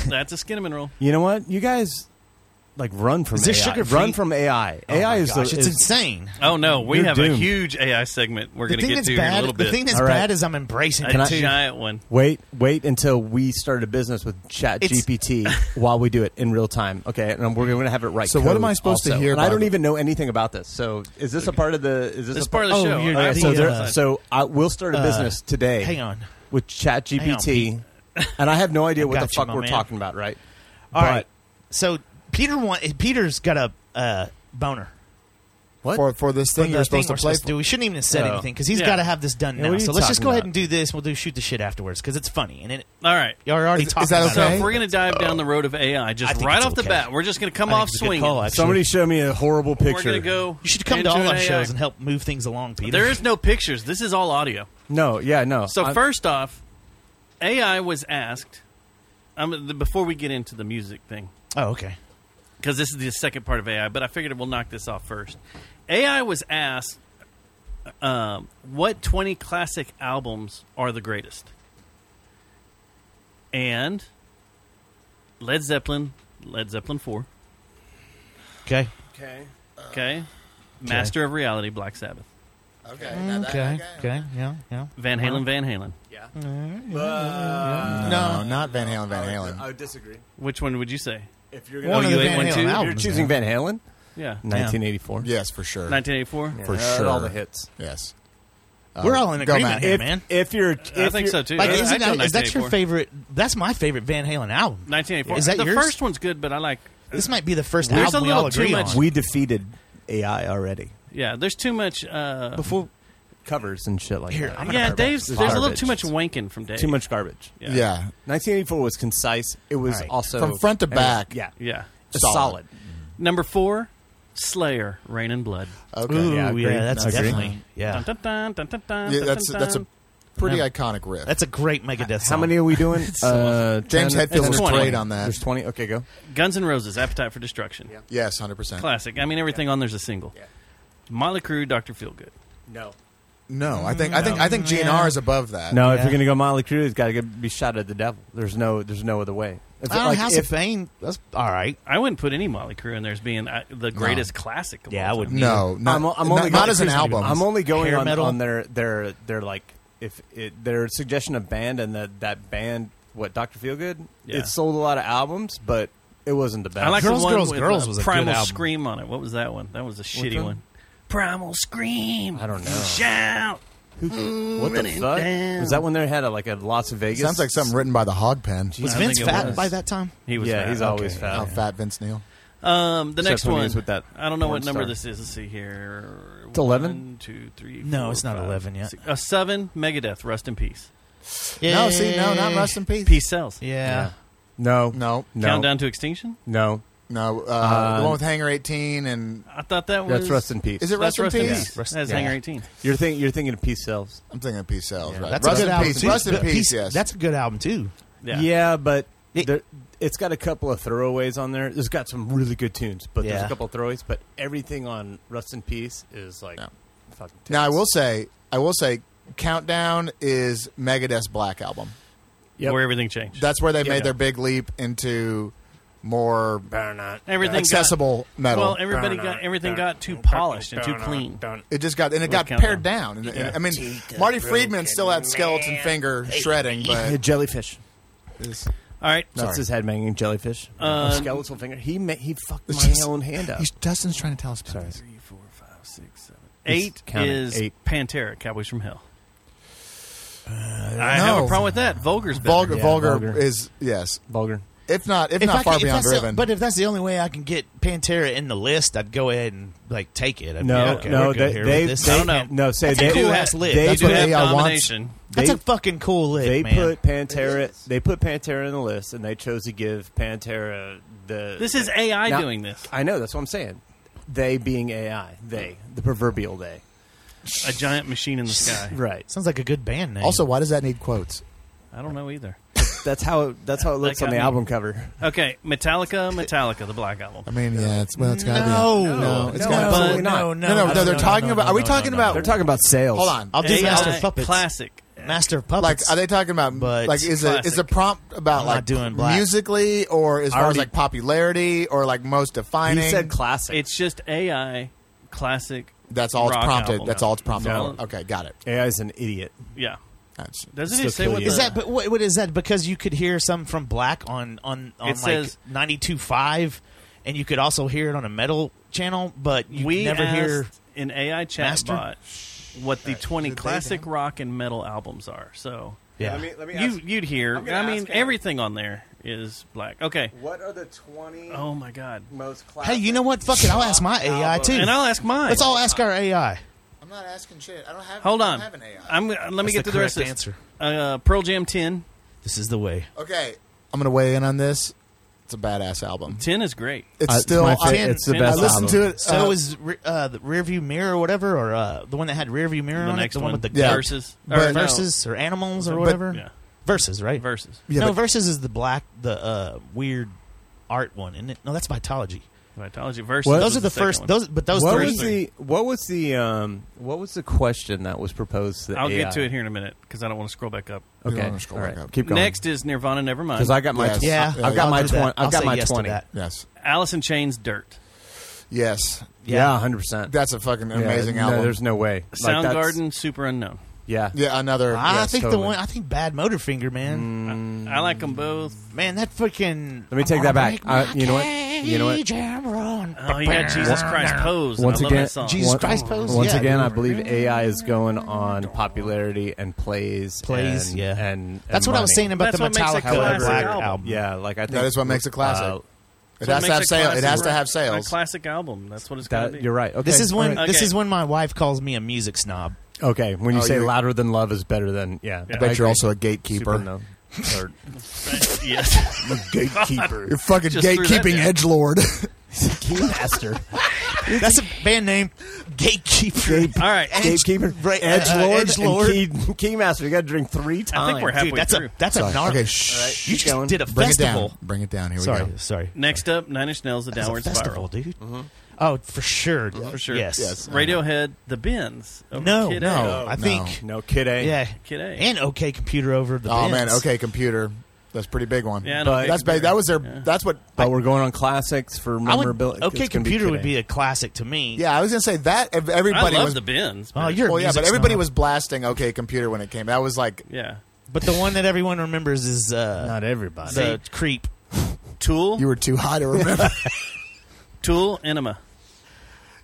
[SPEAKER 7] That's a Skinnaman roll.
[SPEAKER 10] You know what? You guys like run from
[SPEAKER 6] Is there
[SPEAKER 10] AI.
[SPEAKER 6] sugar free?
[SPEAKER 10] run from AI.
[SPEAKER 6] Oh
[SPEAKER 10] AI
[SPEAKER 6] my
[SPEAKER 10] is the,
[SPEAKER 6] gosh, it's
[SPEAKER 10] is-
[SPEAKER 6] insane.
[SPEAKER 7] Oh no, we
[SPEAKER 10] You're
[SPEAKER 7] have a
[SPEAKER 10] doomed.
[SPEAKER 7] huge AI segment we're
[SPEAKER 6] The
[SPEAKER 7] going to
[SPEAKER 6] thing
[SPEAKER 7] get
[SPEAKER 6] that's
[SPEAKER 7] to in a little
[SPEAKER 6] bad.
[SPEAKER 7] bit.
[SPEAKER 6] The thing that's
[SPEAKER 10] All right.
[SPEAKER 6] bad is I'm embracing
[SPEAKER 7] a
[SPEAKER 6] it too.
[SPEAKER 7] giant one.
[SPEAKER 10] Wait, wait until we start a business with Chat
[SPEAKER 6] It's-
[SPEAKER 10] GPT while we do it in real time. Okay, and we're going to have it right.
[SPEAKER 11] So what am I supposed to hear
[SPEAKER 10] And I
[SPEAKER 11] by
[SPEAKER 10] don't
[SPEAKER 11] the-
[SPEAKER 10] even know anything about this. So is this a part of the? Is this
[SPEAKER 7] This
[SPEAKER 10] a
[SPEAKER 7] part of the
[SPEAKER 6] Oh,
[SPEAKER 7] show.
[SPEAKER 6] you're-
[SPEAKER 7] I
[SPEAKER 10] All right, so
[SPEAKER 6] the,
[SPEAKER 10] there,
[SPEAKER 6] uh,
[SPEAKER 10] so I will start a
[SPEAKER 6] uh,
[SPEAKER 10] business today.
[SPEAKER 6] hang on.
[SPEAKER 10] with Chat GPT, and I have no idea what the
[SPEAKER 6] got you,
[SPEAKER 10] fuck
[SPEAKER 6] my
[SPEAKER 10] we're
[SPEAKER 6] man.
[SPEAKER 10] talking about. Right?
[SPEAKER 6] All
[SPEAKER 10] But-
[SPEAKER 6] right. So Peter want, Peter's got a uh, boner.
[SPEAKER 10] What?
[SPEAKER 11] for for this thing
[SPEAKER 6] for the
[SPEAKER 11] you're supposed
[SPEAKER 6] we're
[SPEAKER 11] to play
[SPEAKER 6] supposed to do.
[SPEAKER 11] for.
[SPEAKER 6] We shouldn't even have said
[SPEAKER 10] Oh.
[SPEAKER 6] anything because he's
[SPEAKER 7] Yeah.
[SPEAKER 6] got to have this done
[SPEAKER 10] Yeah,
[SPEAKER 6] now.
[SPEAKER 10] what are you
[SPEAKER 6] So let's just
[SPEAKER 10] talking
[SPEAKER 6] go ahead
[SPEAKER 10] about?
[SPEAKER 6] and do this. We'll do shoot the shit afterwards because it's funny and it,
[SPEAKER 7] All right.
[SPEAKER 6] you're already
[SPEAKER 11] Is- is
[SPEAKER 6] talking
[SPEAKER 11] that
[SPEAKER 6] about
[SPEAKER 7] So
[SPEAKER 11] okay?
[SPEAKER 6] it.
[SPEAKER 7] if we're going to dive down the road of AI,
[SPEAKER 6] I
[SPEAKER 7] just
[SPEAKER 6] think
[SPEAKER 7] right
[SPEAKER 6] it's
[SPEAKER 7] off the
[SPEAKER 6] okay.
[SPEAKER 7] bat, we're just going to come
[SPEAKER 6] I think
[SPEAKER 7] off
[SPEAKER 6] it's a good
[SPEAKER 7] swinging.
[SPEAKER 6] call, actually.
[SPEAKER 10] Somebody show me a horrible
[SPEAKER 7] we're
[SPEAKER 10] picture.
[SPEAKER 7] going to go.
[SPEAKER 6] You should come to
[SPEAKER 7] into
[SPEAKER 6] all
[SPEAKER 7] an
[SPEAKER 6] our
[SPEAKER 7] AI.
[SPEAKER 6] shows and help move things along, Peter.
[SPEAKER 7] There is no pictures. This is all audio.
[SPEAKER 10] No, yeah,
[SPEAKER 6] Oh,
[SPEAKER 10] no.
[SPEAKER 7] So
[SPEAKER 10] I'm-
[SPEAKER 7] first off, AI was asked. Um, the, before we get into the music thing,
[SPEAKER 6] oh, okay.
[SPEAKER 7] because this is the second part of AI, but I figured we'll knock this off first. AI was asked, um, "What twenty classic albums are the greatest?" And Led Zeppelin, Led Zeppelin Four,
[SPEAKER 6] Okay.
[SPEAKER 10] Uh,
[SPEAKER 7] okay, Master of Reality, Black Sabbath,
[SPEAKER 11] Okay.
[SPEAKER 6] Okay. Okay. Yeah. Yeah.
[SPEAKER 7] Van Halen, Van Halen.
[SPEAKER 11] No, not Van Halen. Van Halen.
[SPEAKER 10] Uh, would disagree.
[SPEAKER 7] Which one would you say? Oh,
[SPEAKER 10] If you're
[SPEAKER 6] Oh, One of the Van Halen
[SPEAKER 7] 0812?
[SPEAKER 10] you're
[SPEAKER 6] albums.
[SPEAKER 10] choosing Van Halen,
[SPEAKER 7] Yeah,
[SPEAKER 10] 1984.
[SPEAKER 11] Yes, for sure.
[SPEAKER 7] nineteen eighty four.
[SPEAKER 11] For
[SPEAKER 10] Uh,
[SPEAKER 11] sure.
[SPEAKER 10] all the hits.
[SPEAKER 11] Yes.
[SPEAKER 6] We're all in
[SPEAKER 11] Go,
[SPEAKER 6] agreement
[SPEAKER 11] Matt.
[SPEAKER 6] here,
[SPEAKER 10] Uh, if,
[SPEAKER 6] man.
[SPEAKER 10] If you're,
[SPEAKER 7] I
[SPEAKER 10] if
[SPEAKER 7] think
[SPEAKER 10] you're-
[SPEAKER 7] so too.
[SPEAKER 6] Like,
[SPEAKER 7] I- I
[SPEAKER 6] isn't
[SPEAKER 7] feel
[SPEAKER 6] that, is that your
[SPEAKER 7] 1984.
[SPEAKER 6] favorite? That's my favorite Van Halen album.
[SPEAKER 7] 1984.
[SPEAKER 6] Is that
[SPEAKER 7] the
[SPEAKER 6] yours?
[SPEAKER 7] first one's good, but I like. uh,
[SPEAKER 6] This might be the first
[SPEAKER 7] There's a
[SPEAKER 6] album we
[SPEAKER 7] little
[SPEAKER 6] all
[SPEAKER 7] too
[SPEAKER 6] agree
[SPEAKER 7] much-
[SPEAKER 6] on.
[SPEAKER 10] We defeated AI already.
[SPEAKER 7] Yeah, there's too much. Uh,
[SPEAKER 10] Before covers and shit like uh,
[SPEAKER 6] Here,
[SPEAKER 10] that.
[SPEAKER 6] I'm gonna
[SPEAKER 7] yeah,
[SPEAKER 6] cover
[SPEAKER 7] Dave's.
[SPEAKER 10] this.
[SPEAKER 7] There's a little
[SPEAKER 10] Garbage.
[SPEAKER 7] too much wanking from Dave.
[SPEAKER 10] Too much garbage.
[SPEAKER 7] Yeah.
[SPEAKER 11] Yeah.
[SPEAKER 10] 1984 was concise. It was
[SPEAKER 6] All right.
[SPEAKER 10] also
[SPEAKER 11] From front to
[SPEAKER 10] and it-
[SPEAKER 11] back.
[SPEAKER 10] Yeah,
[SPEAKER 7] Yeah.
[SPEAKER 10] It's
[SPEAKER 11] Solid.
[SPEAKER 10] solid.
[SPEAKER 7] Number four, Slayer, Rain and Blood.
[SPEAKER 11] Okay.
[SPEAKER 6] Ooh,
[SPEAKER 10] Yeah,
[SPEAKER 6] yeah,
[SPEAKER 10] agree.
[SPEAKER 6] that's
[SPEAKER 10] Agree.
[SPEAKER 6] definitely yeah.
[SPEAKER 7] Dun, dun, dun, dun, dun, dun,
[SPEAKER 11] Yeah,
[SPEAKER 7] dun,
[SPEAKER 11] that's
[SPEAKER 7] dun,
[SPEAKER 11] that's a
[SPEAKER 7] dun.
[SPEAKER 11] pretty
[SPEAKER 6] Yeah.
[SPEAKER 11] iconic riff.
[SPEAKER 6] That's a great Megadeth song.
[SPEAKER 10] How many are we doing? uh,
[SPEAKER 11] James
[SPEAKER 10] 10?
[SPEAKER 11] Hetfield was
[SPEAKER 7] 20.
[SPEAKER 11] great on that.
[SPEAKER 10] There's 20. Okay, go.
[SPEAKER 7] Guns N' Roses, Appetite for Destruction.
[SPEAKER 11] Yes, hundred percent.
[SPEAKER 7] Classic. I mean, everything on there's a single. Motley Crue, Doctor Feelgood.
[SPEAKER 10] No.
[SPEAKER 11] No, I think I think I
[SPEAKER 7] Mm,
[SPEAKER 11] think GNR is above that.
[SPEAKER 10] No, if
[SPEAKER 6] Yeah.
[SPEAKER 10] you're gonna go Motley Crue, it's got to be shot at the devil. There's no, there's no other way. If,
[SPEAKER 6] I don't
[SPEAKER 10] like,
[SPEAKER 6] know, House
[SPEAKER 10] if-
[SPEAKER 6] of Fame. That's all right.
[SPEAKER 7] I wouldn't put any Motley Crue in there as being uh, the greatest classic. Of
[SPEAKER 6] Yeah,
[SPEAKER 7] all
[SPEAKER 6] I wouldn't.
[SPEAKER 7] time.
[SPEAKER 11] no, not,
[SPEAKER 10] I'm, I'm
[SPEAKER 11] not-
[SPEAKER 10] only
[SPEAKER 11] not
[SPEAKER 10] going-
[SPEAKER 11] as an
[SPEAKER 10] excuse me,
[SPEAKER 11] album.
[SPEAKER 10] I'm only going
[SPEAKER 6] Hair
[SPEAKER 10] on,
[SPEAKER 6] metal?
[SPEAKER 10] on their their their like if it, their suggestion of band and that that band what Doctor Feelgood.
[SPEAKER 7] Yeah.
[SPEAKER 10] It sold a lot of albums, but it wasn't the best.
[SPEAKER 7] I like
[SPEAKER 6] Girls,
[SPEAKER 7] the one
[SPEAKER 6] Girls,
[SPEAKER 7] with
[SPEAKER 6] Girls
[SPEAKER 7] uh,
[SPEAKER 6] was a good
[SPEAKER 7] Primal
[SPEAKER 6] album.
[SPEAKER 7] Scream on it. What was that one? That was a shitty
[SPEAKER 10] one?
[SPEAKER 7] one. Primal Scream.
[SPEAKER 10] I don't know.
[SPEAKER 7] Shout.
[SPEAKER 11] Mm,
[SPEAKER 10] Who, what the
[SPEAKER 7] Running
[SPEAKER 10] fuck?
[SPEAKER 7] down.
[SPEAKER 10] Is that when they had a, like a Las Vegas?
[SPEAKER 11] Sounds like something written by the Hog Pen.
[SPEAKER 6] Was
[SPEAKER 7] I
[SPEAKER 6] Vince
[SPEAKER 7] think it
[SPEAKER 6] fat
[SPEAKER 7] was.
[SPEAKER 6] by that time?
[SPEAKER 7] He was.
[SPEAKER 10] yeah,
[SPEAKER 7] fat.
[SPEAKER 10] he's always
[SPEAKER 6] Okay.
[SPEAKER 10] fat.
[SPEAKER 11] How fat Vince Neal.
[SPEAKER 7] Um, the
[SPEAKER 10] Except
[SPEAKER 7] next
[SPEAKER 10] when he
[SPEAKER 7] one.
[SPEAKER 10] was with that
[SPEAKER 7] I don't know what
[SPEAKER 10] porn
[SPEAKER 7] number
[SPEAKER 10] star.
[SPEAKER 7] this is. Let's see here.
[SPEAKER 10] It's 11?
[SPEAKER 7] One, two, three,
[SPEAKER 6] No,
[SPEAKER 7] four,
[SPEAKER 6] it's not
[SPEAKER 7] five,
[SPEAKER 6] 11 yet.
[SPEAKER 7] six- uh, seven. Megadeth. Rest in peace.
[SPEAKER 11] No, Oh, see, no, not
[SPEAKER 6] Yay.
[SPEAKER 11] Rust in Peace.
[SPEAKER 7] Peace sells.
[SPEAKER 6] Yeah.
[SPEAKER 10] No,
[SPEAKER 11] No,
[SPEAKER 10] no,
[SPEAKER 7] Countdown to extinction.
[SPEAKER 10] no.
[SPEAKER 11] no, uh,
[SPEAKER 10] Uh,
[SPEAKER 11] the one with Hanger 18 and
[SPEAKER 7] I thought that was.
[SPEAKER 10] That's Rust in Peace.
[SPEAKER 11] is it
[SPEAKER 7] That's
[SPEAKER 11] Rust in
[SPEAKER 7] Rust in
[SPEAKER 11] Peace?
[SPEAKER 7] peace. That's Hanger 18.
[SPEAKER 10] You're thinking you're thinking of Peace Selves.
[SPEAKER 11] I'm thinking of Peace Cells. Right?
[SPEAKER 6] That's
[SPEAKER 11] Rust
[SPEAKER 6] a good
[SPEAKER 11] in
[SPEAKER 6] album.
[SPEAKER 11] Peace.
[SPEAKER 6] too.
[SPEAKER 11] Rust in
[SPEAKER 6] But
[SPEAKER 11] Peace. Yes,
[SPEAKER 6] That's a good album too.
[SPEAKER 7] Yeah.
[SPEAKER 10] but there, it's got a couple of throwaways on there. It's got some really good tunes, but there's
[SPEAKER 6] Yeah.
[SPEAKER 10] a couple of throwaways. But everything on Rust in Peace is like
[SPEAKER 11] Yeah.
[SPEAKER 10] fucking.
[SPEAKER 11] Now I will say, I will say, Countdown is Megadeth's Black album.
[SPEAKER 10] Yep.
[SPEAKER 7] Where everything changed.
[SPEAKER 11] That's where they
[SPEAKER 10] Yeah.
[SPEAKER 11] made their big leap into more
[SPEAKER 10] better not.
[SPEAKER 7] everything
[SPEAKER 11] accessible
[SPEAKER 7] Got,
[SPEAKER 11] metal.
[SPEAKER 7] well, everybody got everything got too polished and too clean.
[SPEAKER 11] it just got and it
[SPEAKER 7] Little
[SPEAKER 11] got
[SPEAKER 7] Countdown.
[SPEAKER 11] pared down. And, and- I mean, Marty Friedman still had skeleton finger shredding, but
[SPEAKER 10] jellyfish.
[SPEAKER 11] it's-
[SPEAKER 7] All right.
[SPEAKER 10] That's his head banging jellyfish.
[SPEAKER 7] Um,
[SPEAKER 10] a skeletal finger. He ma- he fucked
[SPEAKER 11] It's
[SPEAKER 10] my
[SPEAKER 11] just-
[SPEAKER 10] own hand up.
[SPEAKER 11] he's, Dustin's trying to tell us. about this.
[SPEAKER 7] Three, four, five, six, seven, eight
[SPEAKER 10] counting.
[SPEAKER 7] is
[SPEAKER 10] Eight.
[SPEAKER 7] Pantera. Cowboys from Hell. I have
[SPEAKER 11] know.
[SPEAKER 7] a problem with that. Vulgar's better.
[SPEAKER 11] Uh, Vulgar,
[SPEAKER 10] Yeah,
[SPEAKER 11] vulgar,
[SPEAKER 10] vulgar.
[SPEAKER 11] is yes.
[SPEAKER 10] Vulgar.
[SPEAKER 11] If not, if,
[SPEAKER 6] If
[SPEAKER 11] not
[SPEAKER 6] I
[SPEAKER 11] far
[SPEAKER 6] could- if
[SPEAKER 11] beyond
[SPEAKER 6] that's the-
[SPEAKER 11] driven.
[SPEAKER 6] but if that's the only way I can get Pantera in the list, I'd go ahead and like take it. I'd be,
[SPEAKER 10] No,
[SPEAKER 6] okay,
[SPEAKER 10] no,
[SPEAKER 6] we're good
[SPEAKER 10] they,
[SPEAKER 6] here
[SPEAKER 10] they,
[SPEAKER 6] with this.
[SPEAKER 10] they-
[SPEAKER 7] I don't know.
[SPEAKER 10] No, say
[SPEAKER 6] That's a
[SPEAKER 10] they
[SPEAKER 6] cool
[SPEAKER 10] do
[SPEAKER 6] ass
[SPEAKER 10] have-
[SPEAKER 6] list.
[SPEAKER 10] They
[SPEAKER 7] They
[SPEAKER 11] That's
[SPEAKER 7] do
[SPEAKER 11] what
[SPEAKER 7] have
[SPEAKER 11] AI wants.
[SPEAKER 7] domination.
[SPEAKER 6] That's
[SPEAKER 10] they-
[SPEAKER 6] a fucking cool list,
[SPEAKER 10] They
[SPEAKER 6] man.
[SPEAKER 10] put Pantera. They put Pantera in the list, and they chose to give Pantera the.
[SPEAKER 7] This is AI
[SPEAKER 10] Now-
[SPEAKER 7] doing this.
[SPEAKER 10] I know. That's what I'm saying. They being AI, they the proverbial they.
[SPEAKER 7] A giant machine in the sky.
[SPEAKER 10] Right.
[SPEAKER 6] Sounds like a good band name.
[SPEAKER 11] also, why does that need quotes?
[SPEAKER 7] I don't know either.
[SPEAKER 10] That's how. It, that's how
[SPEAKER 11] Oh,
[SPEAKER 10] it looks
[SPEAKER 7] That
[SPEAKER 10] on
[SPEAKER 7] got
[SPEAKER 10] the
[SPEAKER 7] me.
[SPEAKER 10] album cover.
[SPEAKER 7] Okay, Metallica, Metallica, the Black Album.
[SPEAKER 11] I mean, yeah, it's well, it's gotta
[SPEAKER 6] no,
[SPEAKER 11] be.
[SPEAKER 6] no,
[SPEAKER 11] it's gotta
[SPEAKER 10] no,
[SPEAKER 7] but-
[SPEAKER 11] be.
[SPEAKER 10] absolutely not.
[SPEAKER 6] no, no,
[SPEAKER 11] No, no, no, they're talking about- are we talking about-
[SPEAKER 10] They're talking about sales.
[SPEAKER 11] Hold on,
[SPEAKER 6] I'll do
[SPEAKER 7] AI
[SPEAKER 6] Master of Puppets.
[SPEAKER 7] Classic.
[SPEAKER 6] Master of Puppets.
[SPEAKER 11] like are they talking about
[SPEAKER 6] But-
[SPEAKER 11] like is it is the
[SPEAKER 7] Classic.
[SPEAKER 11] prompt about
[SPEAKER 6] I'm not
[SPEAKER 11] like
[SPEAKER 6] doing black.
[SPEAKER 11] musically or as far as
[SPEAKER 10] already-
[SPEAKER 11] like popularity or like most
[SPEAKER 10] He
[SPEAKER 11] defining?
[SPEAKER 10] said classic.
[SPEAKER 7] It's just AI classic.
[SPEAKER 11] That's all it's
[SPEAKER 7] rock
[SPEAKER 11] prompted.
[SPEAKER 7] album.
[SPEAKER 11] That's all it's prompted.
[SPEAKER 7] No.
[SPEAKER 11] for. Okay, got it.
[SPEAKER 10] AI is an idiot.
[SPEAKER 7] Yeah.
[SPEAKER 11] That's-
[SPEAKER 7] Doesn't
[SPEAKER 10] Still
[SPEAKER 7] it say
[SPEAKER 10] kill
[SPEAKER 7] what
[SPEAKER 10] you.
[SPEAKER 7] the-
[SPEAKER 6] Is that but what, what is that because you could hear some from Black on on on
[SPEAKER 7] It
[SPEAKER 6] like
[SPEAKER 7] says-
[SPEAKER 6] ninety two five, and you could also hear it on a metal channel, but you
[SPEAKER 7] we
[SPEAKER 6] never
[SPEAKER 7] asked
[SPEAKER 6] hear.
[SPEAKER 7] an AI
[SPEAKER 6] Master?
[SPEAKER 7] chatbot what the 20 classic rock and metal albums are. So
[SPEAKER 6] Yeah,
[SPEAKER 10] let
[SPEAKER 7] you you'd hear.
[SPEAKER 10] I'm gonna
[SPEAKER 7] I mean,
[SPEAKER 10] ask him.
[SPEAKER 7] everything on there is black. Okay.
[SPEAKER 10] What are the twenty
[SPEAKER 7] Oh my god.
[SPEAKER 10] most classic?
[SPEAKER 6] hey, you know what? Fuck it, I'll ask my AI too.
[SPEAKER 7] And I'll ask mine.
[SPEAKER 6] Let's all ask our AI.
[SPEAKER 11] I'm not asking shit. I don't have.
[SPEAKER 7] Hold
[SPEAKER 11] I don't
[SPEAKER 7] on.
[SPEAKER 11] have an AI.
[SPEAKER 7] I'm let me
[SPEAKER 6] That's
[SPEAKER 7] get
[SPEAKER 6] the
[SPEAKER 7] to the rest of
[SPEAKER 6] correct
[SPEAKER 7] this.
[SPEAKER 6] answer.
[SPEAKER 7] Uh, Pearl Jam 10.
[SPEAKER 6] This is the way.
[SPEAKER 11] Okay, I'm gonna weigh in on this. It's a badass album.
[SPEAKER 7] 10 is great.
[SPEAKER 11] It's
[SPEAKER 10] Uh, it's
[SPEAKER 11] still.
[SPEAKER 10] my fa-
[SPEAKER 11] I,
[SPEAKER 10] it's the
[SPEAKER 7] Ten-
[SPEAKER 11] I
[SPEAKER 10] best
[SPEAKER 11] listened to
[SPEAKER 10] album.
[SPEAKER 11] it.
[SPEAKER 6] So
[SPEAKER 11] uh,
[SPEAKER 6] is re- uh, the rearview mirror or whatever, or uh, the one that had rearview mirror
[SPEAKER 7] The
[SPEAKER 6] on
[SPEAKER 7] next
[SPEAKER 6] it, the one,
[SPEAKER 7] one.
[SPEAKER 6] with the
[SPEAKER 11] Yeah.
[SPEAKER 6] goat?
[SPEAKER 7] Versus.
[SPEAKER 11] But-
[SPEAKER 7] or no,
[SPEAKER 6] verses or animals or whatever.
[SPEAKER 7] Yeah.
[SPEAKER 6] Verses, right?
[SPEAKER 7] Verses.
[SPEAKER 11] Yeah,
[SPEAKER 6] no,
[SPEAKER 11] but-
[SPEAKER 6] verses is the black, the uh, weird art one, isn't it? No, that's Vitology.
[SPEAKER 7] Vitology. Verses.
[SPEAKER 10] What?
[SPEAKER 7] was
[SPEAKER 6] Those are the,
[SPEAKER 7] second
[SPEAKER 6] first.
[SPEAKER 7] one.
[SPEAKER 6] Those, but those
[SPEAKER 10] what
[SPEAKER 6] three.
[SPEAKER 10] was the what was the um what was the question that was proposed? To the
[SPEAKER 7] I'll
[SPEAKER 10] AI?
[SPEAKER 7] get to it here in a minute because I don't want to scroll back up.
[SPEAKER 11] We
[SPEAKER 10] Okay,
[SPEAKER 11] don't wanna scroll
[SPEAKER 10] all
[SPEAKER 11] back
[SPEAKER 10] right.
[SPEAKER 11] up.
[SPEAKER 10] Keep going.
[SPEAKER 7] Next is Nirvana Nevermind.
[SPEAKER 10] because I got my
[SPEAKER 11] Yes.
[SPEAKER 10] tw-
[SPEAKER 6] Yeah,
[SPEAKER 11] I've
[SPEAKER 10] I've got
[SPEAKER 6] I'll
[SPEAKER 10] my
[SPEAKER 6] do that.
[SPEAKER 10] twenty.
[SPEAKER 6] I'll
[SPEAKER 10] I've got
[SPEAKER 6] say
[SPEAKER 10] my
[SPEAKER 6] yes to
[SPEAKER 10] twenty.
[SPEAKER 6] that.
[SPEAKER 11] yes,
[SPEAKER 7] Alice in Chains Dirt.
[SPEAKER 11] yes.
[SPEAKER 10] Yeah, hundred percent.
[SPEAKER 11] That's a fucking
[SPEAKER 10] Yeah,
[SPEAKER 11] amazing
[SPEAKER 10] no,
[SPEAKER 11] album.
[SPEAKER 10] There's no way. Like, that's-
[SPEAKER 7] Soundgarden Super Unknown.
[SPEAKER 10] Yeah.
[SPEAKER 11] yeah, another.
[SPEAKER 6] I
[SPEAKER 11] yes,
[SPEAKER 6] think
[SPEAKER 10] totally.
[SPEAKER 6] the one. I think Bad Motorfinger, man.
[SPEAKER 7] Mm. I like them both.
[SPEAKER 6] Man, that fucking.
[SPEAKER 10] Let me take that back. Uh, you know what? You know what?
[SPEAKER 7] Oh, you got Jesus Christ pose.
[SPEAKER 10] Once
[SPEAKER 7] I love
[SPEAKER 10] again,
[SPEAKER 7] that song.
[SPEAKER 6] Jesus Christ pose?
[SPEAKER 10] Once
[SPEAKER 6] Yeah.
[SPEAKER 10] again, I believe AI is going on popularity and plays.
[SPEAKER 6] Plays,
[SPEAKER 10] and,
[SPEAKER 6] yeah.
[SPEAKER 10] and, and
[SPEAKER 6] That's what I was
[SPEAKER 10] money.
[SPEAKER 6] saying about
[SPEAKER 7] That's
[SPEAKER 6] the
[SPEAKER 7] what makes it
[SPEAKER 6] Metallica
[SPEAKER 7] classic
[SPEAKER 6] Black
[SPEAKER 7] album.
[SPEAKER 6] album.
[SPEAKER 10] Yeah, like I think
[SPEAKER 11] is what makes a classic.
[SPEAKER 10] uh,
[SPEAKER 11] it has
[SPEAKER 7] What
[SPEAKER 11] to
[SPEAKER 7] makes
[SPEAKER 11] have
[SPEAKER 7] a
[SPEAKER 11] sales. It
[SPEAKER 7] classic
[SPEAKER 11] has to
[SPEAKER 7] rock-
[SPEAKER 11] have
[SPEAKER 7] A
[SPEAKER 11] sales.
[SPEAKER 7] classic album. That's what it's going to
[SPEAKER 10] that
[SPEAKER 7] be.
[SPEAKER 10] you're right. Okay,
[SPEAKER 6] This is when.
[SPEAKER 10] all right.
[SPEAKER 6] This
[SPEAKER 7] Okay.
[SPEAKER 6] is when my wife calls me a music snob.
[SPEAKER 10] Okay, when you
[SPEAKER 11] Oh,
[SPEAKER 10] say
[SPEAKER 11] you're-
[SPEAKER 10] louder than love is better than yeah.
[SPEAKER 7] Yeah.
[SPEAKER 10] I
[SPEAKER 11] But you're
[SPEAKER 10] agree.
[SPEAKER 11] also a
[SPEAKER 10] Super
[SPEAKER 11] gatekeeper.
[SPEAKER 10] no. Or-
[SPEAKER 7] yes.
[SPEAKER 10] gatekeeper.
[SPEAKER 11] You're fucking
[SPEAKER 7] Just threw that
[SPEAKER 11] gatekeeping
[SPEAKER 7] there.
[SPEAKER 11] edge lord.
[SPEAKER 10] Keymaster.
[SPEAKER 6] That's a band name. Gatekeeper.
[SPEAKER 10] Gatekeeper.
[SPEAKER 7] All right.
[SPEAKER 10] Gatekeeper.
[SPEAKER 6] Right, uh,
[SPEAKER 10] Edge Lord.
[SPEAKER 6] uh, Edgelord.
[SPEAKER 10] Keymaster. You got to drink three
[SPEAKER 7] I
[SPEAKER 10] times.
[SPEAKER 7] think we're halfway
[SPEAKER 6] Dude, that's
[SPEAKER 7] through.
[SPEAKER 6] a that's a gnarly.
[SPEAKER 11] okay, shh.
[SPEAKER 6] you just
[SPEAKER 10] going.
[SPEAKER 6] did a
[SPEAKER 11] Bring it
[SPEAKER 6] festival.
[SPEAKER 11] down. Bring it down. Here
[SPEAKER 6] Sorry,
[SPEAKER 11] we go.
[SPEAKER 6] sorry.
[SPEAKER 7] Next up, Nine Inch Nails, The
[SPEAKER 6] That's
[SPEAKER 7] Downward
[SPEAKER 6] a festival,
[SPEAKER 7] Spiral.
[SPEAKER 6] dude. Oh, for sure,
[SPEAKER 7] For sure.
[SPEAKER 6] Yes.
[SPEAKER 11] Yes. Oh,
[SPEAKER 7] Radiohead, The Bends. over
[SPEAKER 6] No,
[SPEAKER 7] Kid
[SPEAKER 6] no.
[SPEAKER 7] A.
[SPEAKER 6] I
[SPEAKER 11] No.
[SPEAKER 6] think.
[SPEAKER 10] No kid, eh?
[SPEAKER 6] Yeah.
[SPEAKER 7] Kid A.
[SPEAKER 6] And OK Computer over the.
[SPEAKER 11] Oh
[SPEAKER 6] Bends.
[SPEAKER 11] man, okay, computer. That's a pretty big one.
[SPEAKER 7] Yeah, I don't
[SPEAKER 10] But-
[SPEAKER 7] think
[SPEAKER 11] that's ba-
[SPEAKER 7] they're-
[SPEAKER 11] that was their.
[SPEAKER 7] yeah.
[SPEAKER 11] That's what.
[SPEAKER 10] But we're going on classics for
[SPEAKER 6] I would,
[SPEAKER 10] memorability.
[SPEAKER 6] OK Computer would be a classic to me.
[SPEAKER 11] Yeah, I was gonna say that. If
[SPEAKER 7] I
[SPEAKER 11] everybody
[SPEAKER 7] love
[SPEAKER 11] was.
[SPEAKER 7] The Bends.
[SPEAKER 6] Oh,
[SPEAKER 7] man.
[SPEAKER 6] you're. a
[SPEAKER 11] well, yeah,
[SPEAKER 6] music
[SPEAKER 11] but everybody
[SPEAKER 6] snob.
[SPEAKER 11] was blasting OK Computer when it came. That was like
[SPEAKER 7] Yeah.
[SPEAKER 6] But the one that everyone remembers is uh,
[SPEAKER 10] not everybody.
[SPEAKER 6] the Creep.
[SPEAKER 7] Tool.
[SPEAKER 11] you were too high to remember.
[SPEAKER 7] Tool. Enema.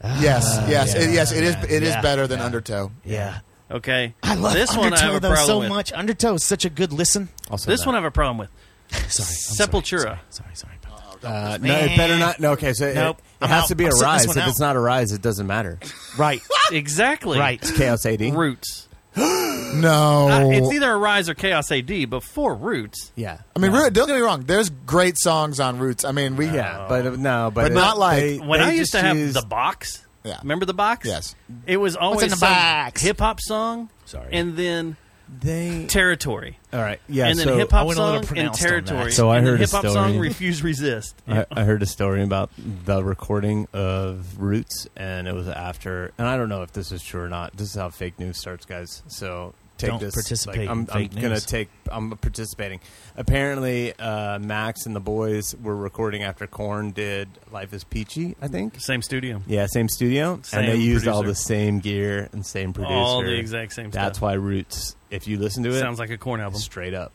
[SPEAKER 11] yes, yes,
[SPEAKER 6] Uh, yeah,
[SPEAKER 11] it, yes. It is.
[SPEAKER 6] yeah,
[SPEAKER 11] It is
[SPEAKER 6] Ah, yeah,
[SPEAKER 11] better than Undertow.
[SPEAKER 6] Yeah.
[SPEAKER 7] Okay.
[SPEAKER 6] I love
[SPEAKER 7] this
[SPEAKER 6] Undertow
[SPEAKER 7] one. I have a
[SPEAKER 6] though
[SPEAKER 7] problem
[SPEAKER 6] so
[SPEAKER 7] with.
[SPEAKER 6] much. Undertow is such a good listen.
[SPEAKER 10] also
[SPEAKER 7] This
[SPEAKER 10] not.
[SPEAKER 7] one I have a problem with.
[SPEAKER 6] Sorry, I'm sorry,
[SPEAKER 7] Sepultura.
[SPEAKER 6] Sorry, sorry, sorry about that.
[SPEAKER 10] Uh, no, it better not. No, okay, so it-
[SPEAKER 6] Nope.
[SPEAKER 10] it,
[SPEAKER 6] I'm
[SPEAKER 10] has
[SPEAKER 6] out.
[SPEAKER 10] to be a
[SPEAKER 6] I'm sitting this
[SPEAKER 10] rise.
[SPEAKER 6] one
[SPEAKER 10] If it's
[SPEAKER 6] out.
[SPEAKER 10] not a rise, it doesn't matter.
[SPEAKER 6] Right,
[SPEAKER 7] Exactly.
[SPEAKER 6] right.
[SPEAKER 10] Chaos AD.
[SPEAKER 7] Roots.
[SPEAKER 11] No,
[SPEAKER 7] Uh, it's either a rise or chaos AD. Before Roots,
[SPEAKER 10] Yeah.
[SPEAKER 11] I mean,
[SPEAKER 10] No.
[SPEAKER 11] Root- don't get me wrong. There's great songs on Roots. I mean, we
[SPEAKER 10] Yeah, but uh, no, but,
[SPEAKER 11] But
[SPEAKER 10] it-
[SPEAKER 11] not like-
[SPEAKER 10] they-
[SPEAKER 7] when
[SPEAKER 10] they
[SPEAKER 7] I
[SPEAKER 10] just
[SPEAKER 7] used to have
[SPEAKER 10] use-
[SPEAKER 7] the box.
[SPEAKER 11] Yeah.
[SPEAKER 7] Remember the box?
[SPEAKER 11] Yes.
[SPEAKER 7] It was always
[SPEAKER 6] in the box?
[SPEAKER 7] hip hop song.
[SPEAKER 6] Sorry.
[SPEAKER 7] And then
[SPEAKER 10] they.
[SPEAKER 7] territory.
[SPEAKER 10] All right. Yeah.
[SPEAKER 7] and then
[SPEAKER 10] so
[SPEAKER 7] hip hop
[SPEAKER 6] went a little
[SPEAKER 7] song and
[SPEAKER 6] pronounced on that.
[SPEAKER 7] territory.
[SPEAKER 10] So I
[SPEAKER 7] and then
[SPEAKER 10] heard a
[SPEAKER 7] hip hop song
[SPEAKER 10] story.
[SPEAKER 7] refuse resist.
[SPEAKER 10] I, I heard a story about the recording of Roots, and it was after, and I don't know if this is true or not. This is how fake news starts, guys. So take
[SPEAKER 6] Don't
[SPEAKER 10] this.
[SPEAKER 6] participate
[SPEAKER 10] Like, I'm,
[SPEAKER 6] in fake
[SPEAKER 10] I'm gonna
[SPEAKER 6] news.
[SPEAKER 10] take. I'm participating. Apparently, uh, Max and the boys were recording after Korn did "Life Is Peachy," I think.
[SPEAKER 7] Same studio.
[SPEAKER 10] Yeah, same studio,
[SPEAKER 7] Same
[SPEAKER 10] and they used
[SPEAKER 7] producer.
[SPEAKER 10] all the same gear and same producer.
[SPEAKER 7] All the exact same
[SPEAKER 10] That's
[SPEAKER 7] stuff.
[SPEAKER 10] why Roots. If you listen to it,
[SPEAKER 7] Sounds like a corn album.
[SPEAKER 10] straight up.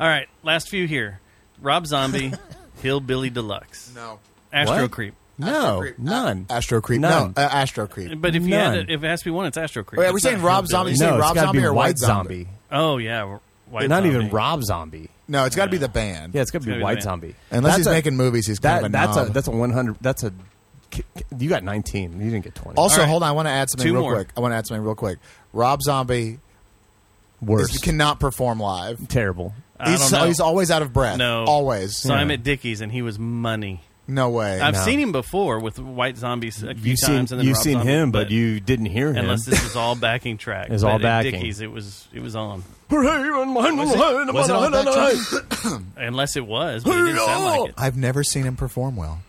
[SPEAKER 7] All right, last few here. Rob Zombie, Hillbilly Deluxe,
[SPEAKER 11] no.
[SPEAKER 7] Astro
[SPEAKER 10] What?
[SPEAKER 7] Creep.
[SPEAKER 10] No,
[SPEAKER 11] Creep. A-
[SPEAKER 10] none.
[SPEAKER 11] Astro Creep.
[SPEAKER 10] None.
[SPEAKER 11] No, uh, Astro Creep.
[SPEAKER 7] But if you had
[SPEAKER 10] None.
[SPEAKER 7] to, if it has to be one, it's Astro Creep.
[SPEAKER 11] Wait, are Oh, we
[SPEAKER 7] It's
[SPEAKER 11] saying
[SPEAKER 7] not
[SPEAKER 11] Rob Zombie?
[SPEAKER 7] Hillbilly.
[SPEAKER 11] You
[SPEAKER 10] no,
[SPEAKER 11] say
[SPEAKER 10] it's
[SPEAKER 11] Rob
[SPEAKER 10] gotta
[SPEAKER 11] Zombie
[SPEAKER 10] be
[SPEAKER 11] or
[SPEAKER 10] White
[SPEAKER 11] White
[SPEAKER 10] Zombie.
[SPEAKER 11] Zombie?
[SPEAKER 7] Oh yeah, White
[SPEAKER 10] Not
[SPEAKER 7] Zombie.
[SPEAKER 10] even Rob Zombie.
[SPEAKER 11] No, it's got to be the band.
[SPEAKER 10] Yeah, it's gotta
[SPEAKER 7] gotta
[SPEAKER 10] be
[SPEAKER 7] be
[SPEAKER 10] White
[SPEAKER 7] the
[SPEAKER 10] Zombie.
[SPEAKER 11] Unless
[SPEAKER 10] That's
[SPEAKER 11] he's
[SPEAKER 10] a-
[SPEAKER 11] making movies, he's kind
[SPEAKER 10] that,
[SPEAKER 11] of a
[SPEAKER 10] that's
[SPEAKER 11] knob.
[SPEAKER 10] a that's a one hundred. That's a k- k- you got nineteen. You didn't get twenty.
[SPEAKER 11] Also,
[SPEAKER 7] All right.
[SPEAKER 11] hold on. I want to add something
[SPEAKER 7] Two
[SPEAKER 11] real
[SPEAKER 7] more.
[SPEAKER 11] quick. I want to add something real quick. Rob Zombie
[SPEAKER 10] worse,
[SPEAKER 11] is, cannot perform live.
[SPEAKER 10] terrible.
[SPEAKER 7] I
[SPEAKER 11] He's,
[SPEAKER 7] don't know.
[SPEAKER 11] he's always out of breath.
[SPEAKER 7] no
[SPEAKER 11] Always.
[SPEAKER 7] So I'm at Dickies, and he was money.
[SPEAKER 11] no way.
[SPEAKER 7] I've
[SPEAKER 10] No.
[SPEAKER 7] seen him before with White Zombies a few
[SPEAKER 10] You've seen
[SPEAKER 7] times. and then
[SPEAKER 10] you've
[SPEAKER 7] Rob
[SPEAKER 10] seen
[SPEAKER 7] Zombie,
[SPEAKER 10] him, but, you didn't hear him.
[SPEAKER 7] unless this is all backing track,
[SPEAKER 10] It's all
[SPEAKER 7] But at
[SPEAKER 10] backing.
[SPEAKER 7] Dickies, it was it was on.
[SPEAKER 11] Was it all that
[SPEAKER 7] Unless it was, but it didn't sound like it.
[SPEAKER 11] I've never seen him perform well.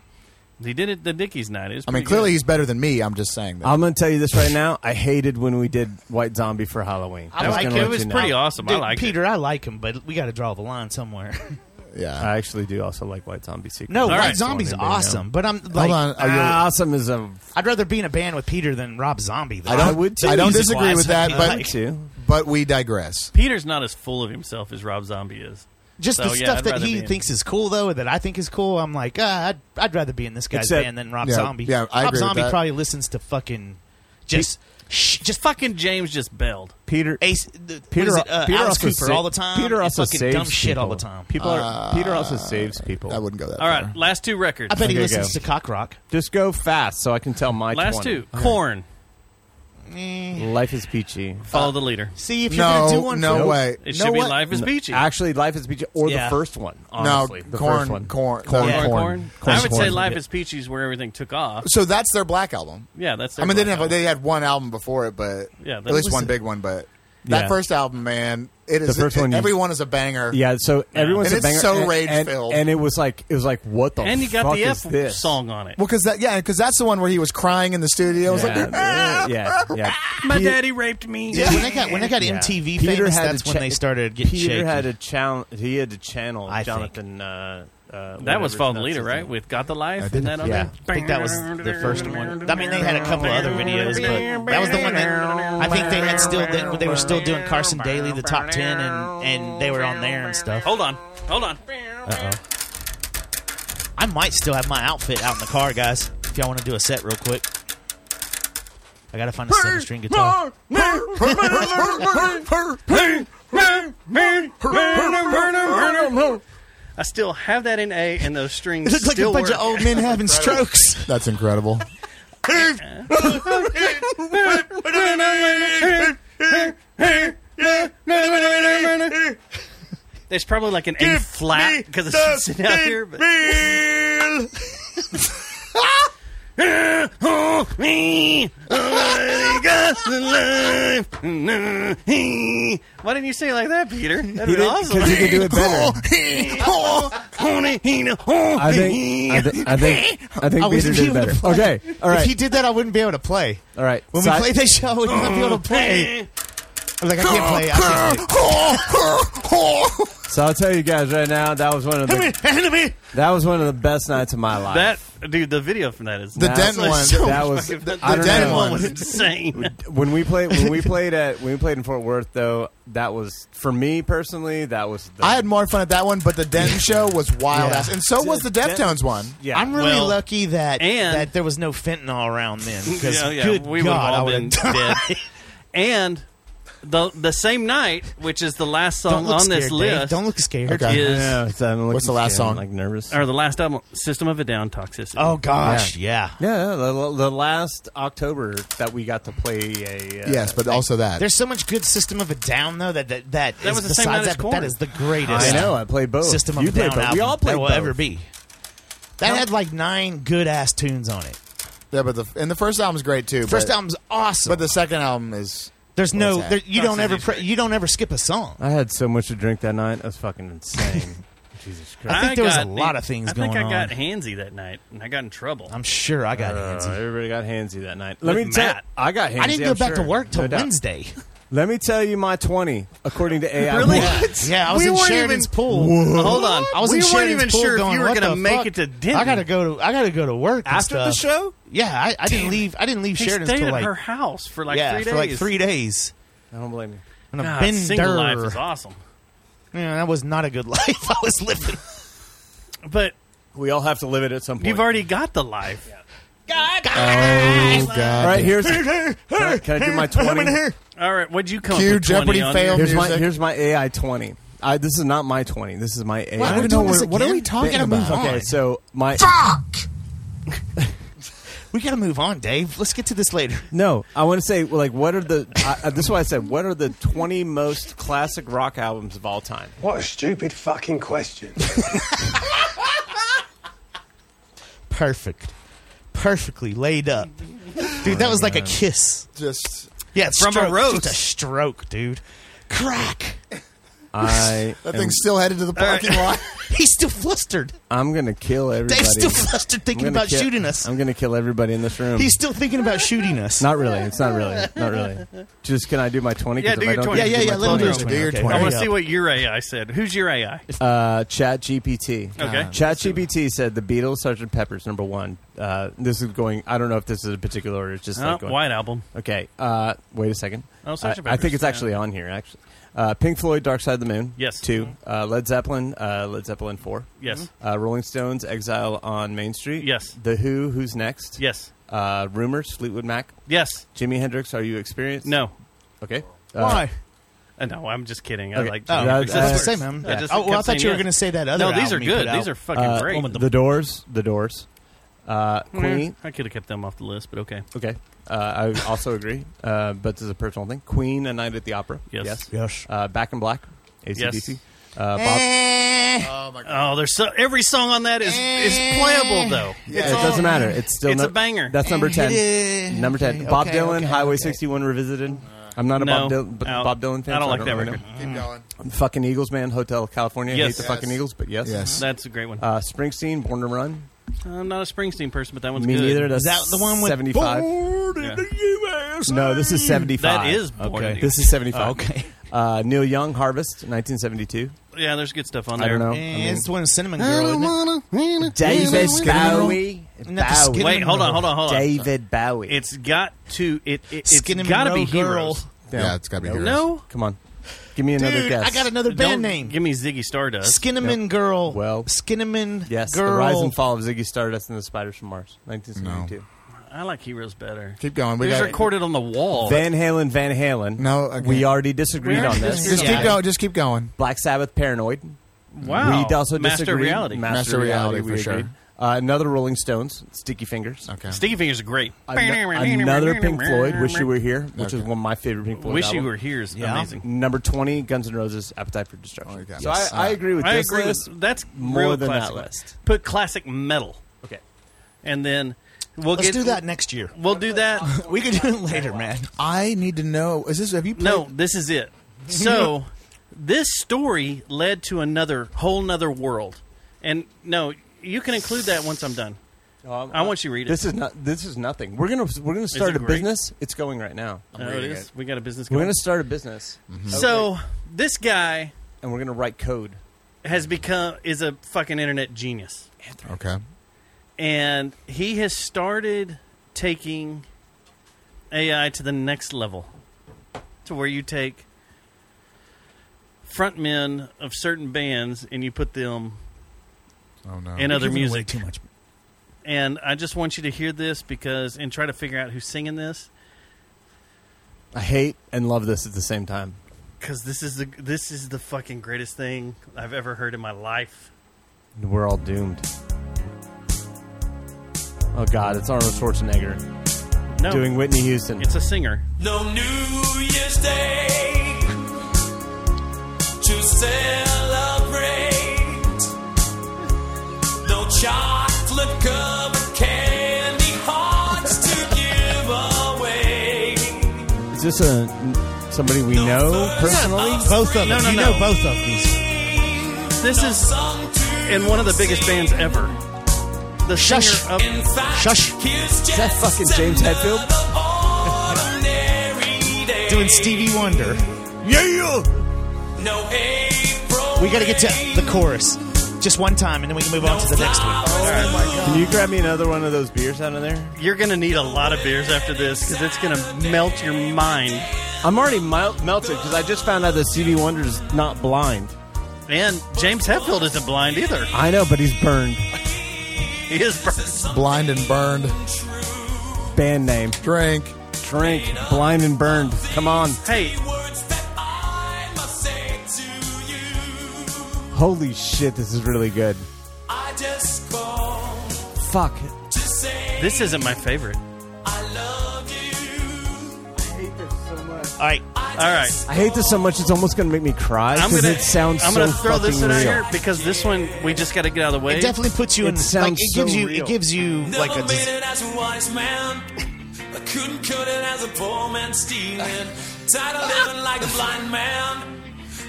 [SPEAKER 7] He did it the Dickies night. It was
[SPEAKER 11] I mean,
[SPEAKER 7] pretty
[SPEAKER 11] clearly
[SPEAKER 7] good.
[SPEAKER 11] he's better than me. I'm just saying that.
[SPEAKER 10] I'm going to tell you this right now. I hated when we did White Zombie for Halloween.
[SPEAKER 7] I
[SPEAKER 10] Just
[SPEAKER 7] like
[SPEAKER 10] gonna
[SPEAKER 7] it.
[SPEAKER 10] let
[SPEAKER 7] It was
[SPEAKER 10] you know.
[SPEAKER 7] pretty awesome. I
[SPEAKER 6] Dude,
[SPEAKER 7] like
[SPEAKER 6] Peter, I like him, but we got to draw the line somewhere.
[SPEAKER 11] yeah.
[SPEAKER 10] I actually do also like White Zombie. Secret.
[SPEAKER 6] no,
[SPEAKER 7] All
[SPEAKER 6] White
[SPEAKER 7] right.
[SPEAKER 6] Zombie's
[SPEAKER 10] Wanted to know.
[SPEAKER 6] awesome, but I'm like,
[SPEAKER 11] on, are you-
[SPEAKER 10] Ah, awesome is a.
[SPEAKER 6] I'd rather be in a band with Peter than Rob Zombie. Though.
[SPEAKER 11] I don't- I would too. I don't disagree
[SPEAKER 6] Music-wise,
[SPEAKER 11] with that,
[SPEAKER 6] I
[SPEAKER 11] but-
[SPEAKER 6] like-
[SPEAKER 10] too.
[SPEAKER 11] but we digress.
[SPEAKER 7] it. Peter's not as full of himself as Rob Zombie is.
[SPEAKER 6] just
[SPEAKER 7] So,
[SPEAKER 6] the
[SPEAKER 7] yeah,
[SPEAKER 6] stuff
[SPEAKER 7] I'd
[SPEAKER 6] that
[SPEAKER 7] rather be
[SPEAKER 6] he
[SPEAKER 7] in-
[SPEAKER 6] thinks is cool though, that I think is cool. I'm like, ah, I'd, I'd rather be in this guy's
[SPEAKER 10] Except-
[SPEAKER 6] band than Rob
[SPEAKER 11] yeah,
[SPEAKER 6] Zombie.
[SPEAKER 11] yeah, I
[SPEAKER 6] Rob
[SPEAKER 11] agree with
[SPEAKER 6] Zombie
[SPEAKER 11] that.
[SPEAKER 6] probably listens to fucking just shh, just
[SPEAKER 7] Just fucking James just bailed.
[SPEAKER 10] Peter.
[SPEAKER 6] Ace, the,
[SPEAKER 10] Peter,
[SPEAKER 6] Peter, uh,
[SPEAKER 10] Peter
[SPEAKER 6] Alice
[SPEAKER 10] also
[SPEAKER 6] Cooper
[SPEAKER 10] sa-
[SPEAKER 6] all the time.
[SPEAKER 10] Peter
[SPEAKER 6] and
[SPEAKER 10] also
[SPEAKER 6] fucking
[SPEAKER 10] saves
[SPEAKER 6] dumb shit all the
[SPEAKER 10] people.
[SPEAKER 6] time. Uh,
[SPEAKER 10] People are. Peter also saves people.
[SPEAKER 11] Uh, I wouldn't go that
[SPEAKER 7] All
[SPEAKER 11] far.
[SPEAKER 7] right, last two records.
[SPEAKER 6] I bet he
[SPEAKER 10] Okay,
[SPEAKER 6] listens
[SPEAKER 10] go.
[SPEAKER 6] to cock rock.
[SPEAKER 10] Just go fast so I can tell my
[SPEAKER 7] last
[SPEAKER 10] 20.
[SPEAKER 7] two. Corn.
[SPEAKER 10] Life is peachy.
[SPEAKER 7] Follow the leader.
[SPEAKER 6] See if you're gonna do
[SPEAKER 11] No,
[SPEAKER 6] one.
[SPEAKER 11] no
[SPEAKER 6] for-
[SPEAKER 11] way.
[SPEAKER 7] It
[SPEAKER 11] no
[SPEAKER 7] should be
[SPEAKER 11] way.
[SPEAKER 7] Life is Peachy.
[SPEAKER 10] Actually, Life is peachy or the
[SPEAKER 6] Yeah.
[SPEAKER 10] first one.
[SPEAKER 11] No,
[SPEAKER 10] Honestly, the
[SPEAKER 11] corn,
[SPEAKER 10] first one.
[SPEAKER 11] corn,
[SPEAKER 10] Corn,
[SPEAKER 11] yeah.
[SPEAKER 7] Corn,
[SPEAKER 10] corn.
[SPEAKER 7] corn. I would say
[SPEAKER 10] Corn.
[SPEAKER 7] Life is Peachy is where everything took off.
[SPEAKER 11] So that's their black album.
[SPEAKER 7] Yeah, that's.
[SPEAKER 11] I mean, they didn't have. They had one album before it, but
[SPEAKER 7] Yeah,
[SPEAKER 11] at
[SPEAKER 7] that
[SPEAKER 11] least
[SPEAKER 7] was
[SPEAKER 11] one
[SPEAKER 7] it.
[SPEAKER 11] big one. But that
[SPEAKER 10] Yeah.
[SPEAKER 11] first album, man, it is.
[SPEAKER 10] The first one you-
[SPEAKER 11] everyone is a banger.
[SPEAKER 10] Yeah, so everyone's
[SPEAKER 11] And
[SPEAKER 10] a
[SPEAKER 11] it's
[SPEAKER 10] banger,
[SPEAKER 11] so
[SPEAKER 10] and- and,
[SPEAKER 11] rage-filled.
[SPEAKER 10] and it was like it was like what the
[SPEAKER 7] and you got
[SPEAKER 10] fuck
[SPEAKER 7] the
[SPEAKER 10] is
[SPEAKER 7] F
[SPEAKER 10] this?
[SPEAKER 7] song on it.
[SPEAKER 11] Well, because that yeah, because that's the one where he was crying in the studio. It was
[SPEAKER 10] Yeah,
[SPEAKER 11] like, "Ah."
[SPEAKER 10] yeah, yeah, yeah.
[SPEAKER 7] My
[SPEAKER 10] Pe-
[SPEAKER 7] daddy raped me.
[SPEAKER 6] Yeah, when they got when they got
[SPEAKER 10] Yeah.
[SPEAKER 6] MTV
[SPEAKER 10] Peter
[SPEAKER 6] famous,
[SPEAKER 10] had to
[SPEAKER 6] that's when
[SPEAKER 10] cha-
[SPEAKER 6] they started getting
[SPEAKER 10] Peter
[SPEAKER 6] shaky.
[SPEAKER 10] had a challenge. He had to channel
[SPEAKER 6] I think.
[SPEAKER 10] Jonathan. Uh, uh,
[SPEAKER 7] That was
[SPEAKER 10] whatever's
[SPEAKER 7] Follow the
[SPEAKER 10] nuts
[SPEAKER 7] Leader,
[SPEAKER 10] is
[SPEAKER 7] right? With Got the Life and that on
[SPEAKER 10] Yeah.
[SPEAKER 7] there?
[SPEAKER 6] I think that was the first one. I mean, they had a couple of other videos, but that was the one that I think they had still they, they were still doing Carson Daly, the top ten, and and they were on there and stuff.
[SPEAKER 7] Hold on. Hold on.
[SPEAKER 6] I might still have my outfit out in the car, guys. If y'all want to do a set real quick, I gotta find a seven string guitar.
[SPEAKER 7] I still have that in A, and those
[SPEAKER 6] It
[SPEAKER 7] strings
[SPEAKER 6] looks like a
[SPEAKER 7] still
[SPEAKER 6] bunch
[SPEAKER 7] work.
[SPEAKER 6] of old men having strokes.
[SPEAKER 11] that's incredible.
[SPEAKER 7] There's probably like an A flat because it's sitting out here. But... Why didn't you say it like that, Peter? That'd be awesome.
[SPEAKER 10] Because he could do it better. I think. I, th- I think. I think
[SPEAKER 6] I
[SPEAKER 10] Peter
[SPEAKER 6] wasn't
[SPEAKER 10] did it
[SPEAKER 6] Oh, able to
[SPEAKER 10] better.
[SPEAKER 6] play.
[SPEAKER 10] Okay. All
[SPEAKER 6] If
[SPEAKER 10] right.
[SPEAKER 6] he did that, I wouldn't be able to play.
[SPEAKER 10] All right.
[SPEAKER 6] When we
[SPEAKER 10] Side-
[SPEAKER 6] play this show, I wouldn't be able to play. I'm like, I can't play. I can't play.
[SPEAKER 10] So I'll tell you guys right now. That was one of the. That was one of the best nights of my life.
[SPEAKER 7] That dude, the video from that is
[SPEAKER 11] The
[SPEAKER 10] That's
[SPEAKER 11] Dent one.
[SPEAKER 7] so
[SPEAKER 10] that was.
[SPEAKER 7] fucking-
[SPEAKER 10] I
[SPEAKER 11] the
[SPEAKER 10] don't
[SPEAKER 11] Dent
[SPEAKER 10] know.
[SPEAKER 11] one
[SPEAKER 7] was insane.
[SPEAKER 10] when we played when we played at when we played in Fort Worth though that was for me personally that was the,
[SPEAKER 11] I had more fun at that one, but the Denton show was wild
[SPEAKER 10] Yeah.
[SPEAKER 11] ass, and so was the Deftones one.
[SPEAKER 10] yeah
[SPEAKER 6] I'm really
[SPEAKER 7] Well,
[SPEAKER 6] lucky that
[SPEAKER 7] and-
[SPEAKER 6] that there was no fentanyl around then. Because
[SPEAKER 7] yeah, yeah,
[SPEAKER 6] good
[SPEAKER 7] we
[SPEAKER 6] God, I
[SPEAKER 7] would
[SPEAKER 6] would
[SPEAKER 7] have all been dead. And the the same night, which is the last
[SPEAKER 6] Don't
[SPEAKER 7] song
[SPEAKER 6] look
[SPEAKER 7] on
[SPEAKER 6] scared,
[SPEAKER 7] this
[SPEAKER 6] Dave.
[SPEAKER 7] list,
[SPEAKER 6] Don't look scared.
[SPEAKER 11] Okay.
[SPEAKER 7] is
[SPEAKER 10] yeah, so I'm looking
[SPEAKER 11] What's the last
[SPEAKER 10] scared,
[SPEAKER 11] song?
[SPEAKER 10] like nervous
[SPEAKER 7] or the last album, System of a Down, Toxicity.
[SPEAKER 6] Oh gosh, yeah.
[SPEAKER 10] yeah yeah, the, the last October that we got to play a uh,
[SPEAKER 11] Yes, but also that.
[SPEAKER 6] There's so much good System of a Down though that that that,
[SPEAKER 7] That
[SPEAKER 6] is
[SPEAKER 7] was the same
[SPEAKER 6] besides
[SPEAKER 7] night
[SPEAKER 6] that,
[SPEAKER 7] as
[SPEAKER 6] but
[SPEAKER 7] Korn.
[SPEAKER 6] that is the greatest.
[SPEAKER 10] I know I played both
[SPEAKER 6] System of
[SPEAKER 10] you
[SPEAKER 6] a
[SPEAKER 10] played
[SPEAKER 6] Down
[SPEAKER 10] both.
[SPEAKER 6] album
[SPEAKER 10] we all played
[SPEAKER 6] that will
[SPEAKER 10] both.
[SPEAKER 6] ever be. That had like nine good ass tunes on it.
[SPEAKER 11] yeah, but the and the first album's great too.
[SPEAKER 6] First
[SPEAKER 11] but,
[SPEAKER 6] album's awesome,
[SPEAKER 11] but the second album is
[SPEAKER 6] there's
[SPEAKER 11] Well,
[SPEAKER 6] no
[SPEAKER 11] it's
[SPEAKER 6] there,
[SPEAKER 11] that.
[SPEAKER 6] you
[SPEAKER 7] That's
[SPEAKER 6] don't
[SPEAKER 7] an
[SPEAKER 6] ever
[SPEAKER 7] easy
[SPEAKER 6] pre- you don't ever skip a song.
[SPEAKER 10] I had so much to drink that night it was fucking insane Jesus Christ
[SPEAKER 6] think there was
[SPEAKER 7] got
[SPEAKER 6] a lot of things
[SPEAKER 7] I think
[SPEAKER 6] going
[SPEAKER 7] I got
[SPEAKER 6] on.
[SPEAKER 7] handsy that night, and I got in trouble.
[SPEAKER 6] I'm sure I got
[SPEAKER 10] Uh,
[SPEAKER 6] handsy.
[SPEAKER 10] everybody got handsy that night. Let
[SPEAKER 7] With
[SPEAKER 10] me tell.
[SPEAKER 7] Matt.
[SPEAKER 10] I got handsy.
[SPEAKER 6] I didn't go
[SPEAKER 10] I'm
[SPEAKER 6] back
[SPEAKER 10] sure.
[SPEAKER 6] to work till
[SPEAKER 10] No doubt.
[SPEAKER 6] Wednesday.
[SPEAKER 10] Let me tell you my twenty according to AI.
[SPEAKER 7] Really?
[SPEAKER 6] Yeah, I was
[SPEAKER 7] We
[SPEAKER 6] in
[SPEAKER 7] weren't
[SPEAKER 6] Sheridan's
[SPEAKER 7] even-
[SPEAKER 6] pool.
[SPEAKER 7] Hold on,
[SPEAKER 6] I was
[SPEAKER 7] we
[SPEAKER 6] in
[SPEAKER 7] weren't
[SPEAKER 6] Sheridan's
[SPEAKER 7] even
[SPEAKER 6] pool
[SPEAKER 7] sure
[SPEAKER 6] going,
[SPEAKER 7] if you were
[SPEAKER 6] "What
[SPEAKER 7] gonna
[SPEAKER 6] the
[SPEAKER 7] make
[SPEAKER 6] fuck?
[SPEAKER 7] it to Denton.
[SPEAKER 6] I gotta go to I gotta go to work and
[SPEAKER 10] After the
[SPEAKER 6] stuff.
[SPEAKER 10] show?
[SPEAKER 6] Yeah, I, I didn't leave. I didn't leave
[SPEAKER 7] He
[SPEAKER 6] Sheridan's
[SPEAKER 7] stayed
[SPEAKER 6] till
[SPEAKER 7] at
[SPEAKER 6] like
[SPEAKER 7] her house for like
[SPEAKER 6] yeah
[SPEAKER 7] three days.
[SPEAKER 6] for like three days.
[SPEAKER 10] I don't blame you.
[SPEAKER 6] And I've
[SPEAKER 7] God,
[SPEAKER 6] been
[SPEAKER 7] single
[SPEAKER 6] there.
[SPEAKER 7] life is awesome,
[SPEAKER 6] Yeah, that was not a good life I was living.
[SPEAKER 7] but
[SPEAKER 10] We all have to live it at some point.
[SPEAKER 7] You've already got the life.
[SPEAKER 11] Oh God!
[SPEAKER 10] all right, here's. can, I, can I do my twenty?
[SPEAKER 7] All right, what'd you come?
[SPEAKER 11] Cue
[SPEAKER 7] up with 20
[SPEAKER 11] Jeopardy
[SPEAKER 7] on
[SPEAKER 11] fail
[SPEAKER 7] there?
[SPEAKER 10] Here's my
[SPEAKER 11] music.
[SPEAKER 10] here's my AI twenty. I, this is not my twenty. This is my AI.
[SPEAKER 11] Why are we
[SPEAKER 10] 20.
[SPEAKER 11] doing this
[SPEAKER 6] what are we
[SPEAKER 11] again?
[SPEAKER 6] talking
[SPEAKER 11] They gotta move
[SPEAKER 6] about?
[SPEAKER 11] on.
[SPEAKER 10] Okay, so my
[SPEAKER 6] We got to move on, Dave. Let's get to this later.
[SPEAKER 10] no, I want to say well, like what are the I, I- this is why I said what are the twenty most classic rock albums of all time?
[SPEAKER 2] What a stupid fucking question.
[SPEAKER 6] Perfect. Perfectly laid up. Dude, that was like a kiss.
[SPEAKER 11] Just
[SPEAKER 6] Yeah,
[SPEAKER 7] From a
[SPEAKER 6] stroke,
[SPEAKER 7] roast.
[SPEAKER 6] Just a stroke, dude. Crack.
[SPEAKER 10] I
[SPEAKER 11] that
[SPEAKER 10] am,
[SPEAKER 11] thing's still headed to the parking lot.
[SPEAKER 6] He's still flustered.
[SPEAKER 10] I'm gonna kill everybody.
[SPEAKER 6] Dave's still flustered
[SPEAKER 10] I'm
[SPEAKER 6] thinking
[SPEAKER 10] gonna
[SPEAKER 6] about
[SPEAKER 10] kill-
[SPEAKER 6] shooting us.
[SPEAKER 10] I'm gonna kill everybody in this room.
[SPEAKER 6] He's still thinking about shooting us.
[SPEAKER 10] not really. It's not really. Not really. Just can I do my twenty? 'Cause
[SPEAKER 7] Yeah,
[SPEAKER 10] if
[SPEAKER 7] do
[SPEAKER 10] I
[SPEAKER 7] your
[SPEAKER 10] don't
[SPEAKER 7] 20.
[SPEAKER 10] get to
[SPEAKER 7] Yeah, yeah,
[SPEAKER 10] my
[SPEAKER 7] yeah, let him do
[SPEAKER 10] 20,
[SPEAKER 7] his
[SPEAKER 11] Do your
[SPEAKER 6] Okay,
[SPEAKER 11] 20.
[SPEAKER 7] I
[SPEAKER 6] hurry
[SPEAKER 7] want to see
[SPEAKER 6] up.
[SPEAKER 7] what your AI said. Who's your AI?
[SPEAKER 10] Uh, Chat GPT.
[SPEAKER 7] Okay.
[SPEAKER 10] Chat GPT said the Beatles, Sergeant Pepper's number one. Uh, this is going. I don't know if this is a particular order. It's just
[SPEAKER 7] Oh,
[SPEAKER 10] like going.
[SPEAKER 7] White album.
[SPEAKER 10] Okay. Uh, wait a second.
[SPEAKER 7] Oh, Sgt.
[SPEAKER 10] I, I think
[SPEAKER 7] Pepper's,
[SPEAKER 10] it's
[SPEAKER 7] yeah.
[SPEAKER 10] actually on here. Actually, uh, Pink Floyd, Dark Side of the Moon.
[SPEAKER 7] Yes. Mm-hmm.
[SPEAKER 10] Two. Uh, Led Zeppelin. Uh, Led Zeppelin four.
[SPEAKER 7] Yes.
[SPEAKER 10] Uh, Rolling Stones, Exile on Main Street.
[SPEAKER 7] Yes.
[SPEAKER 10] The Who, Who's Next.
[SPEAKER 7] Yes.
[SPEAKER 10] Uh, Rumors, Fleetwood Mac.
[SPEAKER 7] Yes.
[SPEAKER 10] Jimi Hendrix, Are You Experienced?
[SPEAKER 7] No.
[SPEAKER 10] Okay. Uh,
[SPEAKER 6] Why?
[SPEAKER 7] Uh, no, I'm just kidding. I
[SPEAKER 10] Okay.
[SPEAKER 7] like.
[SPEAKER 10] Oh,
[SPEAKER 7] Jimi
[SPEAKER 10] that-
[SPEAKER 7] Hendrix.
[SPEAKER 10] that's
[SPEAKER 6] That's
[SPEAKER 10] the
[SPEAKER 6] the
[SPEAKER 10] same,
[SPEAKER 6] same, man.
[SPEAKER 7] I just
[SPEAKER 6] Oh, well, I thought
[SPEAKER 7] kept saying
[SPEAKER 6] you were
[SPEAKER 7] yes.
[SPEAKER 6] going to say that other.
[SPEAKER 7] No, these are
[SPEAKER 6] album you put
[SPEAKER 7] good.
[SPEAKER 6] out.
[SPEAKER 7] These are fucking
[SPEAKER 10] uh,
[SPEAKER 7] great.
[SPEAKER 10] The Doors. The Doors. Uh, Queen.
[SPEAKER 7] I could have kept them off the list, but okay.
[SPEAKER 10] Okay. Uh, I also agree, uh, but this is a personal thing. Queen, A Night at the Opera.
[SPEAKER 7] Yes.
[SPEAKER 6] Yes.
[SPEAKER 10] Uh, Back in Black, ACDC.
[SPEAKER 7] Yes.
[SPEAKER 10] Uh,
[SPEAKER 6] Eh.
[SPEAKER 10] Bob,
[SPEAKER 7] Oh, there's so every song on that is is playable though.
[SPEAKER 10] it doesn't matter. It's still
[SPEAKER 7] it's
[SPEAKER 10] no-
[SPEAKER 7] a banger.
[SPEAKER 10] That's number ten.
[SPEAKER 6] Eh. Yeah.
[SPEAKER 10] Number ten.
[SPEAKER 6] Okay,
[SPEAKER 10] Bob
[SPEAKER 6] okay,
[SPEAKER 10] Dylan,
[SPEAKER 6] okay,
[SPEAKER 10] Highway
[SPEAKER 6] okay.
[SPEAKER 10] 61 revisited. I'm not a
[SPEAKER 7] Uh, No.
[SPEAKER 10] Bob, Dylan, b-
[SPEAKER 7] Out.
[SPEAKER 10] Bob Dylan fan.
[SPEAKER 7] I don't
[SPEAKER 10] so
[SPEAKER 7] like that
[SPEAKER 10] really
[SPEAKER 7] record.
[SPEAKER 11] Keep going.
[SPEAKER 10] know. Fucking Eagles, man. Hotel California. I
[SPEAKER 7] Yes.
[SPEAKER 10] hate the fucking
[SPEAKER 11] Yes.
[SPEAKER 10] Eagles, but yes.
[SPEAKER 11] Yes.
[SPEAKER 7] That's a great one.
[SPEAKER 10] Uh, Springsteen, Born to Run.
[SPEAKER 7] I'm not a Springsteen person, but that one's
[SPEAKER 10] Me
[SPEAKER 7] good.
[SPEAKER 10] neither. That's
[SPEAKER 6] Is that the one with
[SPEAKER 10] 75?
[SPEAKER 6] Born in
[SPEAKER 7] Yeah.
[SPEAKER 6] the USA?
[SPEAKER 10] No, this is 75.
[SPEAKER 7] Hmm. That is Born
[SPEAKER 10] okay.
[SPEAKER 7] to- Oh,
[SPEAKER 10] This is 75.
[SPEAKER 6] okay.
[SPEAKER 10] Uh, Neil Young, Harvest, 1972.
[SPEAKER 7] Yeah, there's good stuff on
[SPEAKER 10] I
[SPEAKER 7] there.
[SPEAKER 10] don't know.
[SPEAKER 6] Eh,
[SPEAKER 10] I mean-
[SPEAKER 6] it's the one with Cinnamon Girl. Isn't it?
[SPEAKER 10] David Bowie.
[SPEAKER 6] Not the skin
[SPEAKER 7] Wait, hold on, hold on, hold on.
[SPEAKER 10] David Bowie.
[SPEAKER 7] It's got to it. it it's
[SPEAKER 6] Skin and
[SPEAKER 7] got to be
[SPEAKER 6] Monroe
[SPEAKER 7] heroes.
[SPEAKER 6] Girl.
[SPEAKER 11] Yeah, it's got to be
[SPEAKER 10] Nope.
[SPEAKER 11] heroes.
[SPEAKER 7] No,
[SPEAKER 10] Come on. Give me another
[SPEAKER 6] Dude,
[SPEAKER 10] guess.
[SPEAKER 6] I got another
[SPEAKER 7] Don't
[SPEAKER 6] band name.
[SPEAKER 7] Give me Ziggy Stardust.
[SPEAKER 6] Skinnaman Girl.
[SPEAKER 10] Well-
[SPEAKER 6] Skinnaman
[SPEAKER 10] Yes,
[SPEAKER 6] Girl.
[SPEAKER 10] The Rise and Fall of Ziggy Stardust and the Spiders from Mars, 1972.
[SPEAKER 7] I like heroes better.
[SPEAKER 11] Keep going. We
[SPEAKER 7] It was
[SPEAKER 11] got
[SPEAKER 7] recorded on the wall.
[SPEAKER 10] Van Halen, Van Halen.
[SPEAKER 11] No, okay.
[SPEAKER 10] we already disagreed
[SPEAKER 7] We already
[SPEAKER 10] on this.
[SPEAKER 7] disagreed.
[SPEAKER 11] Just
[SPEAKER 6] Yeah.
[SPEAKER 11] keep going. Just keep going.
[SPEAKER 10] Black Sabbath, Paranoid.
[SPEAKER 7] wow,
[SPEAKER 10] We also
[SPEAKER 7] Master
[SPEAKER 10] disagreed.
[SPEAKER 7] Reality.
[SPEAKER 10] Master,
[SPEAKER 11] Master
[SPEAKER 10] Reality,
[SPEAKER 11] Reality,
[SPEAKER 10] we
[SPEAKER 11] for
[SPEAKER 10] agreed.
[SPEAKER 11] sure.
[SPEAKER 10] Uh, another Rolling Stones, Sticky Fingers.
[SPEAKER 11] Okay.
[SPEAKER 7] Sticky Fingers are great.
[SPEAKER 10] An- another Pink Floyd, Wish You Were Here, which is one of my favorite Pink Floyd.
[SPEAKER 7] Wish
[SPEAKER 10] albums.
[SPEAKER 7] You Were Here is
[SPEAKER 6] Yeah.
[SPEAKER 7] amazing.
[SPEAKER 10] Number 20, Guns N' Roses, Appetite for Destruction.
[SPEAKER 11] Oh, okay.
[SPEAKER 10] So
[SPEAKER 11] Yes.
[SPEAKER 10] I, I agree with
[SPEAKER 7] I
[SPEAKER 10] this
[SPEAKER 7] agree.
[SPEAKER 10] list.
[SPEAKER 7] With, that's
[SPEAKER 10] more
[SPEAKER 7] real
[SPEAKER 10] than that
[SPEAKER 7] classic.
[SPEAKER 10] list.
[SPEAKER 7] Put classic metal,
[SPEAKER 10] okay.
[SPEAKER 7] and then we'll
[SPEAKER 6] Let's
[SPEAKER 7] get,
[SPEAKER 6] do that next year.
[SPEAKER 7] We'll do that.
[SPEAKER 6] We could do it later, man.
[SPEAKER 11] I need to know. Is this? Have you? Played,
[SPEAKER 7] no, this is it. So this story led to another whole nother world, and no, you can include that once I'm done. I want you to read it.
[SPEAKER 10] This is not. This is nothing. We're gonna we're gonna start
[SPEAKER 7] it
[SPEAKER 10] a
[SPEAKER 7] great?
[SPEAKER 10] business. It's going right now.
[SPEAKER 7] Oh, it is. We got a business.
[SPEAKER 10] We're
[SPEAKER 7] Going.
[SPEAKER 10] gonna start a business,
[SPEAKER 6] Mm-hmm.
[SPEAKER 7] so this guy
[SPEAKER 10] and we're gonna write code.
[SPEAKER 7] has become is a fucking internet genius.
[SPEAKER 11] Okay.
[SPEAKER 7] and he has started taking AI to the next level, to where you take front men of certain bands and you put them
[SPEAKER 11] Oh no.
[SPEAKER 7] in other
[SPEAKER 6] Giving away
[SPEAKER 7] music.
[SPEAKER 6] Too much.
[SPEAKER 7] And I just want you to hear this because and try to figure out who's singing this
[SPEAKER 10] I hate and love this at the same time.
[SPEAKER 7] because this is the this is the fucking greatest thing I've ever heard in my life.
[SPEAKER 10] We're all doomed. Oh God, it's Arnold Schwarzenegger
[SPEAKER 7] No,
[SPEAKER 10] doing Whitney Houston.
[SPEAKER 7] it's a singer.
[SPEAKER 2] no New Year's Day to celebrate. No chocolate covered candy hearts to give away.
[SPEAKER 10] Is this a somebody we know personally?
[SPEAKER 6] Both of them.
[SPEAKER 7] Oh, No, no,
[SPEAKER 6] you
[SPEAKER 7] no.
[SPEAKER 6] know both of these.
[SPEAKER 7] This is in one of the biggest bands ever. The
[SPEAKER 6] Shush.
[SPEAKER 7] singer of
[SPEAKER 6] Shush.
[SPEAKER 10] Is that fucking James Hetfield?
[SPEAKER 6] Doing Stevie Wonder. Yeah.
[SPEAKER 2] No April.
[SPEAKER 6] We got to get to the chorus. Just one time, and then we can move on to the next one.
[SPEAKER 10] Can you grab me another one of those beers out of there?
[SPEAKER 7] You're gonna need a lot of beers after this because it's gonna melt your mind.
[SPEAKER 10] I'm already mel- melted because I just found out that Stevie Wonder's not blind.
[SPEAKER 7] And James Hetfield isn't blind either.
[SPEAKER 10] I know, but he's burned.
[SPEAKER 7] He is burned.
[SPEAKER 11] Blind and burned.
[SPEAKER 10] Band name.
[SPEAKER 11] Drink.
[SPEAKER 10] Drink. Blind and burned. Come on.
[SPEAKER 7] Hey,
[SPEAKER 10] Holy shit, this is really good.
[SPEAKER 2] I just call
[SPEAKER 10] Fuck.
[SPEAKER 2] to say
[SPEAKER 7] this isn't my favorite.
[SPEAKER 2] I love you.
[SPEAKER 6] All right.
[SPEAKER 7] All right.
[SPEAKER 10] I hate this so much it's almost going to make me cry because it sounds
[SPEAKER 7] I'm
[SPEAKER 10] so
[SPEAKER 7] gonna throw
[SPEAKER 10] fucking
[SPEAKER 7] this one
[SPEAKER 10] real.
[SPEAKER 7] out here because this one we just got to get out of the way.
[SPEAKER 6] It definitely puts you
[SPEAKER 10] It
[SPEAKER 6] in. Like,
[SPEAKER 10] sounds
[SPEAKER 6] it
[SPEAKER 10] so
[SPEAKER 6] gives you.
[SPEAKER 10] real.
[SPEAKER 6] It gives you
[SPEAKER 2] Never
[SPEAKER 6] like a.
[SPEAKER 2] made it as a wise man. I couldn't cut it as a poor man stealing. Tired of living like a blind man.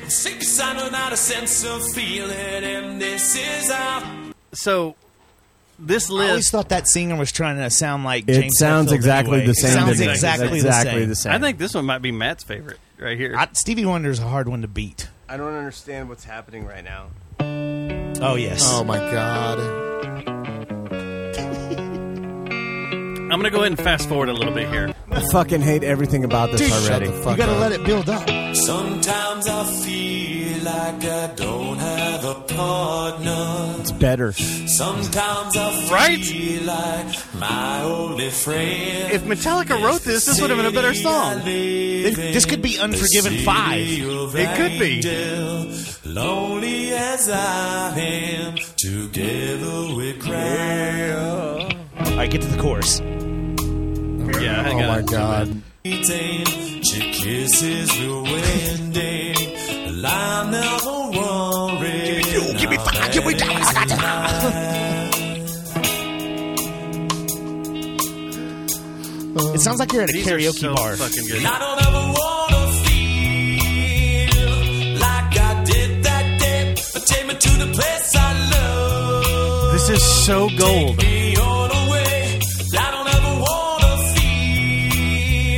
[SPEAKER 2] I'm sick of sounding without a sense of feeling. And this is how.
[SPEAKER 7] so this
[SPEAKER 6] I always
[SPEAKER 7] list.
[SPEAKER 6] thought that singer was trying to sound like.
[SPEAKER 10] It
[SPEAKER 6] James
[SPEAKER 10] sounds
[SPEAKER 6] Hetfield
[SPEAKER 10] exactly
[SPEAKER 6] anyway.
[SPEAKER 10] the
[SPEAKER 6] It
[SPEAKER 10] same.
[SPEAKER 6] sounds
[SPEAKER 10] to me.
[SPEAKER 6] exactly,
[SPEAKER 10] exactly
[SPEAKER 6] the same.
[SPEAKER 7] I think this one might be Matt's favorite right here.
[SPEAKER 6] I, Stevie Wonder is a hard one to beat.
[SPEAKER 10] I don't understand what's happening right now.
[SPEAKER 6] Oh yes.
[SPEAKER 11] Oh my god.
[SPEAKER 7] I'm gonna go ahead and fast forward a little bit here.
[SPEAKER 10] I fucking hate everything about this already.
[SPEAKER 11] Shut the fuck
[SPEAKER 6] you gotta
[SPEAKER 11] up.
[SPEAKER 6] let it build up.
[SPEAKER 2] Sometimes I feel like I don't have a partner.
[SPEAKER 10] It's better.
[SPEAKER 2] Sometimes I feel
[SPEAKER 7] Right?
[SPEAKER 2] like my only friend.
[SPEAKER 7] If Metallica wrote this, this would have been a better song.
[SPEAKER 6] This, this could be Unforgiven Five.
[SPEAKER 7] It could be.
[SPEAKER 2] Lonely as I am, together we cry.
[SPEAKER 6] All right, get to the chorus.
[SPEAKER 7] Yeah.
[SPEAKER 11] Oh
[SPEAKER 7] Hang
[SPEAKER 11] my
[SPEAKER 7] on.
[SPEAKER 11] god.
[SPEAKER 2] Your kisses will wind and I'm never worried. Give me two, give me five, give me down. I got
[SPEAKER 6] It sounds like you're at a
[SPEAKER 7] These are
[SPEAKER 6] karaoke
[SPEAKER 7] so
[SPEAKER 6] bar.
[SPEAKER 7] fucking good.
[SPEAKER 2] And I don't ever wanna feel like I did that day. But take me to the place I love.
[SPEAKER 7] This is so gold.
[SPEAKER 2] Be on the way. I don't ever wanna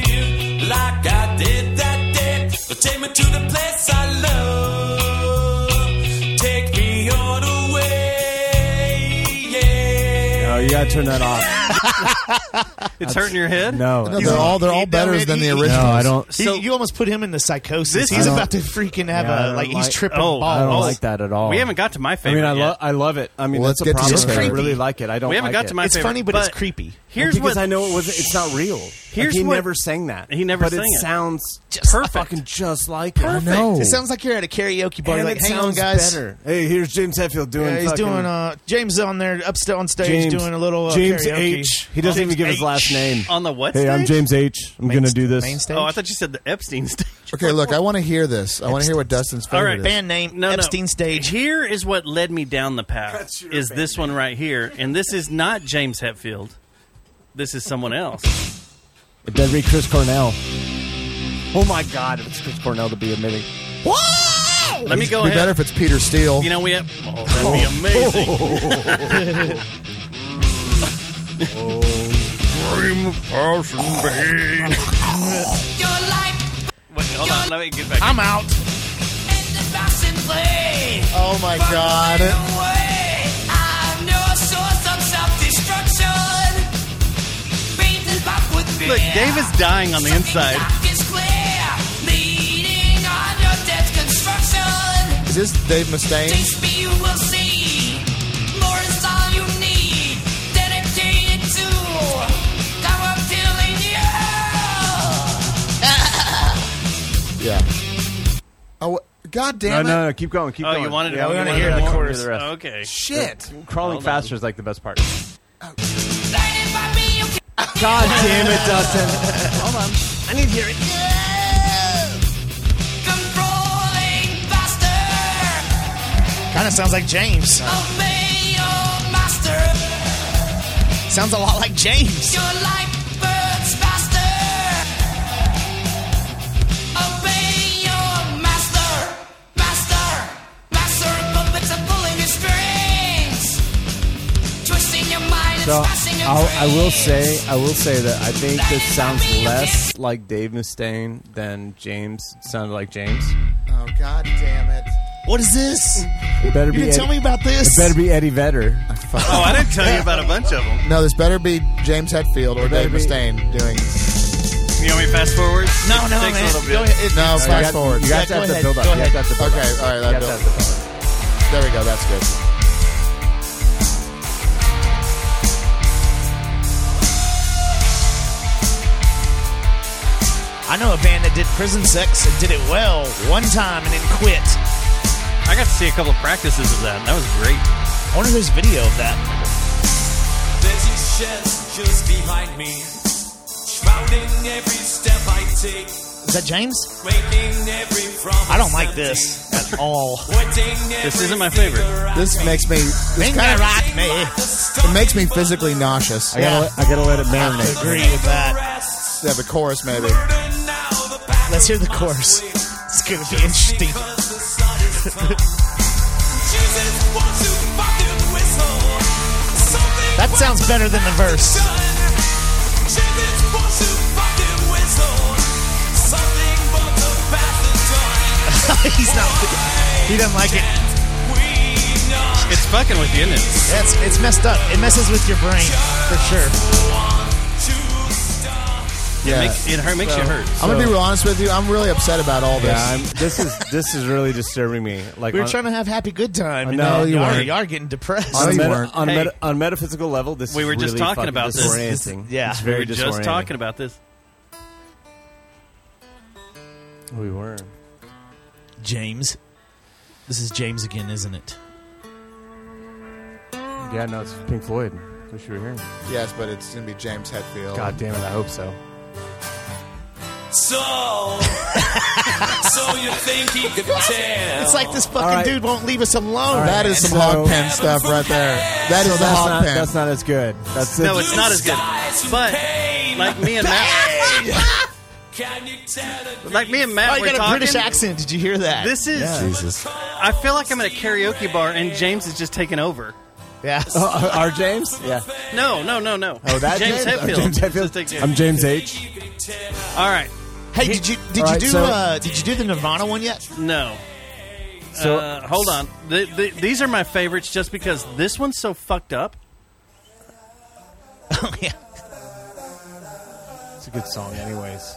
[SPEAKER 2] feel like I did that day. But take me to the place I love. Take me on the way. Yeah.
[SPEAKER 10] No, you gotta turn that off.
[SPEAKER 7] It's hurting your head.
[SPEAKER 10] No.
[SPEAKER 11] No, they're all they're all better than the original.
[SPEAKER 10] no, I don't.
[SPEAKER 6] He-
[SPEAKER 7] So-
[SPEAKER 6] you almost put him in the psychosis.
[SPEAKER 7] This-
[SPEAKER 6] he's
[SPEAKER 7] I
[SPEAKER 6] about to freaking have
[SPEAKER 10] Yeah, I
[SPEAKER 6] a
[SPEAKER 10] don't
[SPEAKER 6] like, he's
[SPEAKER 10] like-
[SPEAKER 6] tripping
[SPEAKER 7] oh,
[SPEAKER 6] balls.
[SPEAKER 10] I don't
[SPEAKER 7] Oh.
[SPEAKER 10] like that at all.
[SPEAKER 7] We haven't got to my
[SPEAKER 10] I
[SPEAKER 7] favorite.
[SPEAKER 10] mean, I,
[SPEAKER 7] yet.
[SPEAKER 10] lo- I love it. I mean,
[SPEAKER 11] Well,
[SPEAKER 10] that's
[SPEAKER 11] let's get
[SPEAKER 10] the
[SPEAKER 11] to
[SPEAKER 10] problem.
[SPEAKER 11] your
[SPEAKER 10] I
[SPEAKER 11] favorite.
[SPEAKER 10] really like it. I don't.
[SPEAKER 7] we haven't
[SPEAKER 10] like
[SPEAKER 7] got
[SPEAKER 10] it.
[SPEAKER 7] to my
[SPEAKER 6] It's
[SPEAKER 7] favorite.
[SPEAKER 6] funny, but it's creepy.
[SPEAKER 7] Here's
[SPEAKER 10] because
[SPEAKER 7] what
[SPEAKER 10] I know it was. It's not real.
[SPEAKER 7] Here's
[SPEAKER 10] like, he
[SPEAKER 7] what-
[SPEAKER 10] never sang that.
[SPEAKER 7] He never
[SPEAKER 10] But
[SPEAKER 7] sang
[SPEAKER 10] it
[SPEAKER 7] it.
[SPEAKER 10] sounds
[SPEAKER 6] Just
[SPEAKER 10] perfect.
[SPEAKER 6] like
[SPEAKER 10] fucking just like it.
[SPEAKER 7] Perfect. I know.
[SPEAKER 6] It sounds like you're at a karaoke bar.
[SPEAKER 10] And
[SPEAKER 6] You're like,
[SPEAKER 10] it
[SPEAKER 6] hang on,
[SPEAKER 10] sounds
[SPEAKER 6] guys.
[SPEAKER 10] better. Hey, here's James Hetfield doing.
[SPEAKER 6] Yeah, he's
[SPEAKER 10] fucking-
[SPEAKER 6] doing. Uh, James on there, upstairs on stage,
[SPEAKER 10] James,
[SPEAKER 6] doing a little uh,
[SPEAKER 10] James
[SPEAKER 6] karaoke.
[SPEAKER 10] H. He doesn't
[SPEAKER 7] James
[SPEAKER 10] even give his
[SPEAKER 7] H.
[SPEAKER 10] last name.
[SPEAKER 7] on the what?
[SPEAKER 10] Hey, I'm
[SPEAKER 7] stage?
[SPEAKER 10] James H. I'm
[SPEAKER 6] Main
[SPEAKER 10] gonna
[SPEAKER 6] st-
[SPEAKER 10] do
[SPEAKER 6] Main
[SPEAKER 10] this.
[SPEAKER 6] stage.
[SPEAKER 7] Oh, I thought you said the Epstein stage.
[SPEAKER 11] Okay, look, I want to hear this. I want to hear what Dustin's favorite
[SPEAKER 7] All right,
[SPEAKER 11] is.
[SPEAKER 6] band name
[SPEAKER 7] No, no.
[SPEAKER 6] Epstein stage.
[SPEAKER 7] Here is what led me down the path. Is this one right here? And this is not James Hetfield. This is someone else.
[SPEAKER 10] That'd be Chris Cornell. Oh my God! If it's Chris Cornell to be admitting.
[SPEAKER 7] Let me go
[SPEAKER 11] Be
[SPEAKER 7] ahead.
[SPEAKER 11] better if it's Peter Steele.
[SPEAKER 7] You know we have. Oh, that'd be amazing.
[SPEAKER 2] Your life
[SPEAKER 7] Wait, hold on. Let me get back.
[SPEAKER 6] I'm out.
[SPEAKER 2] is the box and play.
[SPEAKER 11] oh my god.
[SPEAKER 7] Look, David's dying on the inside.
[SPEAKER 11] Is this Dave Mustaine? Yeah. Oh, god
[SPEAKER 10] No,
[SPEAKER 11] damn it.
[SPEAKER 10] no, no! Keep going, keep
[SPEAKER 7] Oh,
[SPEAKER 10] going.
[SPEAKER 7] you wanted to
[SPEAKER 10] yeah,
[SPEAKER 7] know-
[SPEAKER 10] we
[SPEAKER 7] you
[SPEAKER 10] wanna
[SPEAKER 7] wanted
[SPEAKER 10] hear
[SPEAKER 7] to
[SPEAKER 10] the
[SPEAKER 7] know
[SPEAKER 10] chorus.
[SPEAKER 7] the rest. Okay.
[SPEAKER 11] Shit.
[SPEAKER 10] Crawling
[SPEAKER 7] Hold on.
[SPEAKER 10] faster is like the best part. God damn it, Dustin!
[SPEAKER 6] I need to hear it. Kind of sounds like James.
[SPEAKER 2] oh,
[SPEAKER 6] Sounds a lot like James.
[SPEAKER 10] So I'll, I will say, I will say that I think this sounds less like Dave Mustaine than James. It sounded like James.
[SPEAKER 11] Oh god damn it.
[SPEAKER 6] What is this?
[SPEAKER 10] It better
[SPEAKER 6] You
[SPEAKER 10] be.
[SPEAKER 6] didn't tell me
[SPEAKER 10] Eddie,
[SPEAKER 6] about
[SPEAKER 10] it
[SPEAKER 6] this.
[SPEAKER 10] better be Eddie Vedder.
[SPEAKER 7] Oh, I didn't tell you about a bunch of them.
[SPEAKER 11] No, this better be James Hetfield or
[SPEAKER 10] better
[SPEAKER 11] Dave
[SPEAKER 10] be-
[SPEAKER 11] Mustaine doing.
[SPEAKER 7] You want me to fast forward?
[SPEAKER 6] No, no,
[SPEAKER 7] Takes
[SPEAKER 6] man.
[SPEAKER 7] a little bit.
[SPEAKER 6] Go ahead. It-
[SPEAKER 11] No,
[SPEAKER 6] it's-
[SPEAKER 11] fast
[SPEAKER 10] you got-
[SPEAKER 11] forward.
[SPEAKER 10] You have to
[SPEAKER 6] Yeah,
[SPEAKER 10] have
[SPEAKER 6] go
[SPEAKER 10] the build up.
[SPEAKER 6] ahead,
[SPEAKER 10] You have to
[SPEAKER 6] go
[SPEAKER 10] have the build up.
[SPEAKER 11] Okay, all right, that
[SPEAKER 10] You have to have the build up.
[SPEAKER 11] There we go. That's good.
[SPEAKER 6] I know a band that did prison sex and did it well one time and then quit.
[SPEAKER 7] I got to see a couple of practices of that. and That was great.
[SPEAKER 6] I wonder if there's video of that.
[SPEAKER 2] There's a shed just behind me, shrouding every step I take,
[SPEAKER 6] Is that James?
[SPEAKER 2] making every promise.
[SPEAKER 6] I don't like this at all.
[SPEAKER 2] This isn't my favorite.
[SPEAKER 11] This makes me. This
[SPEAKER 6] Finger
[SPEAKER 11] kind of,
[SPEAKER 6] rock me.
[SPEAKER 11] It makes me physically nauseous.
[SPEAKER 6] I gotta-
[SPEAKER 11] I gotta let it
[SPEAKER 6] I agree with that.
[SPEAKER 11] Yeah, the chorus maybe.
[SPEAKER 6] Let's hear the chorus. It's gonna be interesting. That sounds better than the verse. He's not. He doesn't like it.
[SPEAKER 7] It's fucking with you, isn't it?
[SPEAKER 6] That's it's messed up. It messes with your brain for sure.
[SPEAKER 7] Yeah, it makes, it hurt, makes you hurt.
[SPEAKER 11] I'm gonna be real honest with you. I'm really upset about all this.
[SPEAKER 10] Yeah, I'm, this is this is really disturbing me. Like
[SPEAKER 6] We were
[SPEAKER 10] on-
[SPEAKER 6] trying to have happy good time. and
[SPEAKER 10] No,
[SPEAKER 6] uh,
[SPEAKER 10] you
[SPEAKER 6] y'all, are-
[SPEAKER 10] weren't.
[SPEAKER 6] y'all are getting depressed.
[SPEAKER 10] on, a
[SPEAKER 11] you
[SPEAKER 10] meta-
[SPEAKER 11] weren't.
[SPEAKER 10] on,
[SPEAKER 7] Hey.
[SPEAKER 10] meta- on metaphysical level, this
[SPEAKER 7] We
[SPEAKER 10] is
[SPEAKER 7] were just
[SPEAKER 10] really
[SPEAKER 7] talking
[SPEAKER 10] fucking
[SPEAKER 7] about this.
[SPEAKER 6] This-
[SPEAKER 10] disorienting.
[SPEAKER 6] this- yeah.
[SPEAKER 10] it's
[SPEAKER 6] We
[SPEAKER 10] very
[SPEAKER 7] we were just
[SPEAKER 10] disorienting.
[SPEAKER 7] talking about this.
[SPEAKER 10] We were.
[SPEAKER 6] James, this is James again, isn't it?
[SPEAKER 10] Yeah, no, it's Pink Floyd. Wish you were here.
[SPEAKER 11] Yes, but it's gonna be James Hetfield.
[SPEAKER 10] God damn it, I hope so.
[SPEAKER 2] So, so you think he could tell?
[SPEAKER 6] It's like this fucking
[SPEAKER 10] right.
[SPEAKER 6] dude won't leave us alone.
[SPEAKER 11] Oh, That is
[SPEAKER 6] man.
[SPEAKER 11] some
[SPEAKER 10] So-
[SPEAKER 11] hog pen stuff right there. That is
[SPEAKER 10] So
[SPEAKER 11] the
[SPEAKER 10] that's
[SPEAKER 11] hog
[SPEAKER 10] not,
[SPEAKER 11] pen.
[SPEAKER 10] that's not as good. That's
[SPEAKER 7] No,
[SPEAKER 10] it's-
[SPEAKER 7] it's not as good. But like me and Matt,
[SPEAKER 2] Can you tell the
[SPEAKER 7] like me and Matt
[SPEAKER 6] Oh,
[SPEAKER 7] were
[SPEAKER 6] you got a
[SPEAKER 7] talking.
[SPEAKER 6] British accent. Did you hear that?
[SPEAKER 7] This is.
[SPEAKER 10] Jesus.
[SPEAKER 7] I feel like I'm at a karaoke bar and James is just taking over.
[SPEAKER 6] yeah.
[SPEAKER 10] Oh, our James? Yeah.
[SPEAKER 7] No, no, no, no.
[SPEAKER 10] Oh, that
[SPEAKER 7] James
[SPEAKER 10] James? Oh,
[SPEAKER 7] Hetfield.
[SPEAKER 10] James Hetfield?
[SPEAKER 7] Just taking-
[SPEAKER 10] I'm James H.
[SPEAKER 7] All right.
[SPEAKER 6] hey, did you did you
[SPEAKER 10] Alright,
[SPEAKER 6] do
[SPEAKER 10] so-
[SPEAKER 6] uh, did you do the Nirvana one yet?
[SPEAKER 7] No.
[SPEAKER 10] So-
[SPEAKER 7] uh, hold on. The, the, these are my favorites just because this one's so fucked up.
[SPEAKER 6] Oh yeah.
[SPEAKER 10] It's a good song, anyways.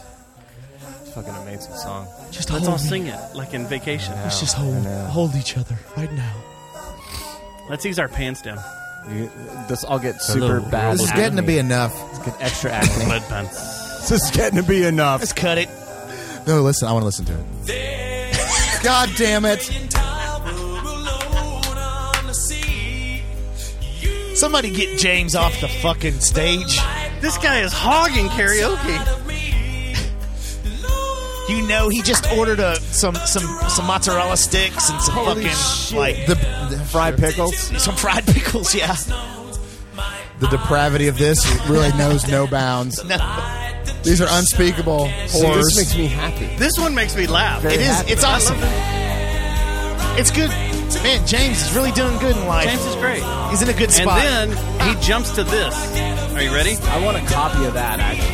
[SPEAKER 10] It's a fucking amazing song.
[SPEAKER 6] Just
[SPEAKER 7] Let's all sing it like in vacation.
[SPEAKER 6] Let's just hold hold each other right now.
[SPEAKER 7] Let's ease our pants down.
[SPEAKER 10] You, this all get super
[SPEAKER 6] Hello.
[SPEAKER 10] bad.
[SPEAKER 11] this is getting to be enough.
[SPEAKER 10] Get extra acne.
[SPEAKER 7] Blood pants.
[SPEAKER 10] this is getting to be enough.
[SPEAKER 6] Let's cut it.
[SPEAKER 11] No, listen. I want to listen to it. God damn it!
[SPEAKER 6] Somebody get James off the fucking stage.
[SPEAKER 7] This guy is hogging karaoke.
[SPEAKER 6] You know he just ordered a some some some mozzarella sticks and some fucking like
[SPEAKER 11] The, the fried pickles.
[SPEAKER 6] some fried pickles. Yeah.
[SPEAKER 11] The depravity of this really knows no bounds.
[SPEAKER 6] No,
[SPEAKER 11] These are unspeakable
[SPEAKER 10] See, this
[SPEAKER 11] horrors.
[SPEAKER 10] makes me happy.
[SPEAKER 7] This one makes me laugh.
[SPEAKER 6] it is. It's
[SPEAKER 7] I love
[SPEAKER 6] awesome. It's good. Man, James is really doing good in life.
[SPEAKER 7] James is great.
[SPEAKER 6] He's in a good
[SPEAKER 7] And
[SPEAKER 6] spot.
[SPEAKER 7] then he jumps to this. Are you ready?
[SPEAKER 10] I want a copy of that, actually.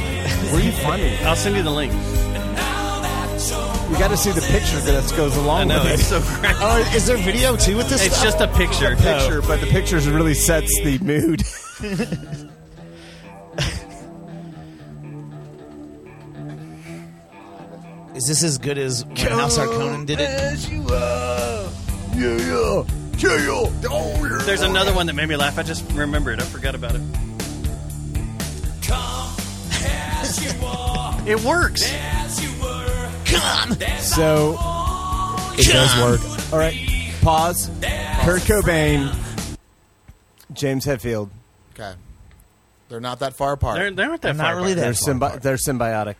[SPEAKER 10] Where are you Oh, finding it?
[SPEAKER 7] I'll send you the link.
[SPEAKER 10] You got to see the picture that goes
[SPEAKER 7] I
[SPEAKER 10] along
[SPEAKER 7] know
[SPEAKER 10] with
[SPEAKER 7] it's
[SPEAKER 10] it.
[SPEAKER 7] so great.
[SPEAKER 6] oh, is there video too with this?
[SPEAKER 7] It's
[SPEAKER 6] stuff?
[SPEAKER 7] just a picture.
[SPEAKER 10] Picture, but the pictures really sets the mood.
[SPEAKER 6] Is this as good as when House Conan did it? Oh,
[SPEAKER 7] There's another one that made me laugh. I just remembered. I forgot about it. it works.
[SPEAKER 10] So it does work. All right, pause. Kurt Cobain, James Hetfield.
[SPEAKER 11] okay, they're not that far apart.
[SPEAKER 7] They're, they aren't that
[SPEAKER 6] I'm not
[SPEAKER 7] far
[SPEAKER 6] really
[SPEAKER 7] apart.
[SPEAKER 10] They're
[SPEAKER 6] that
[SPEAKER 10] symbi- they're symbiotic,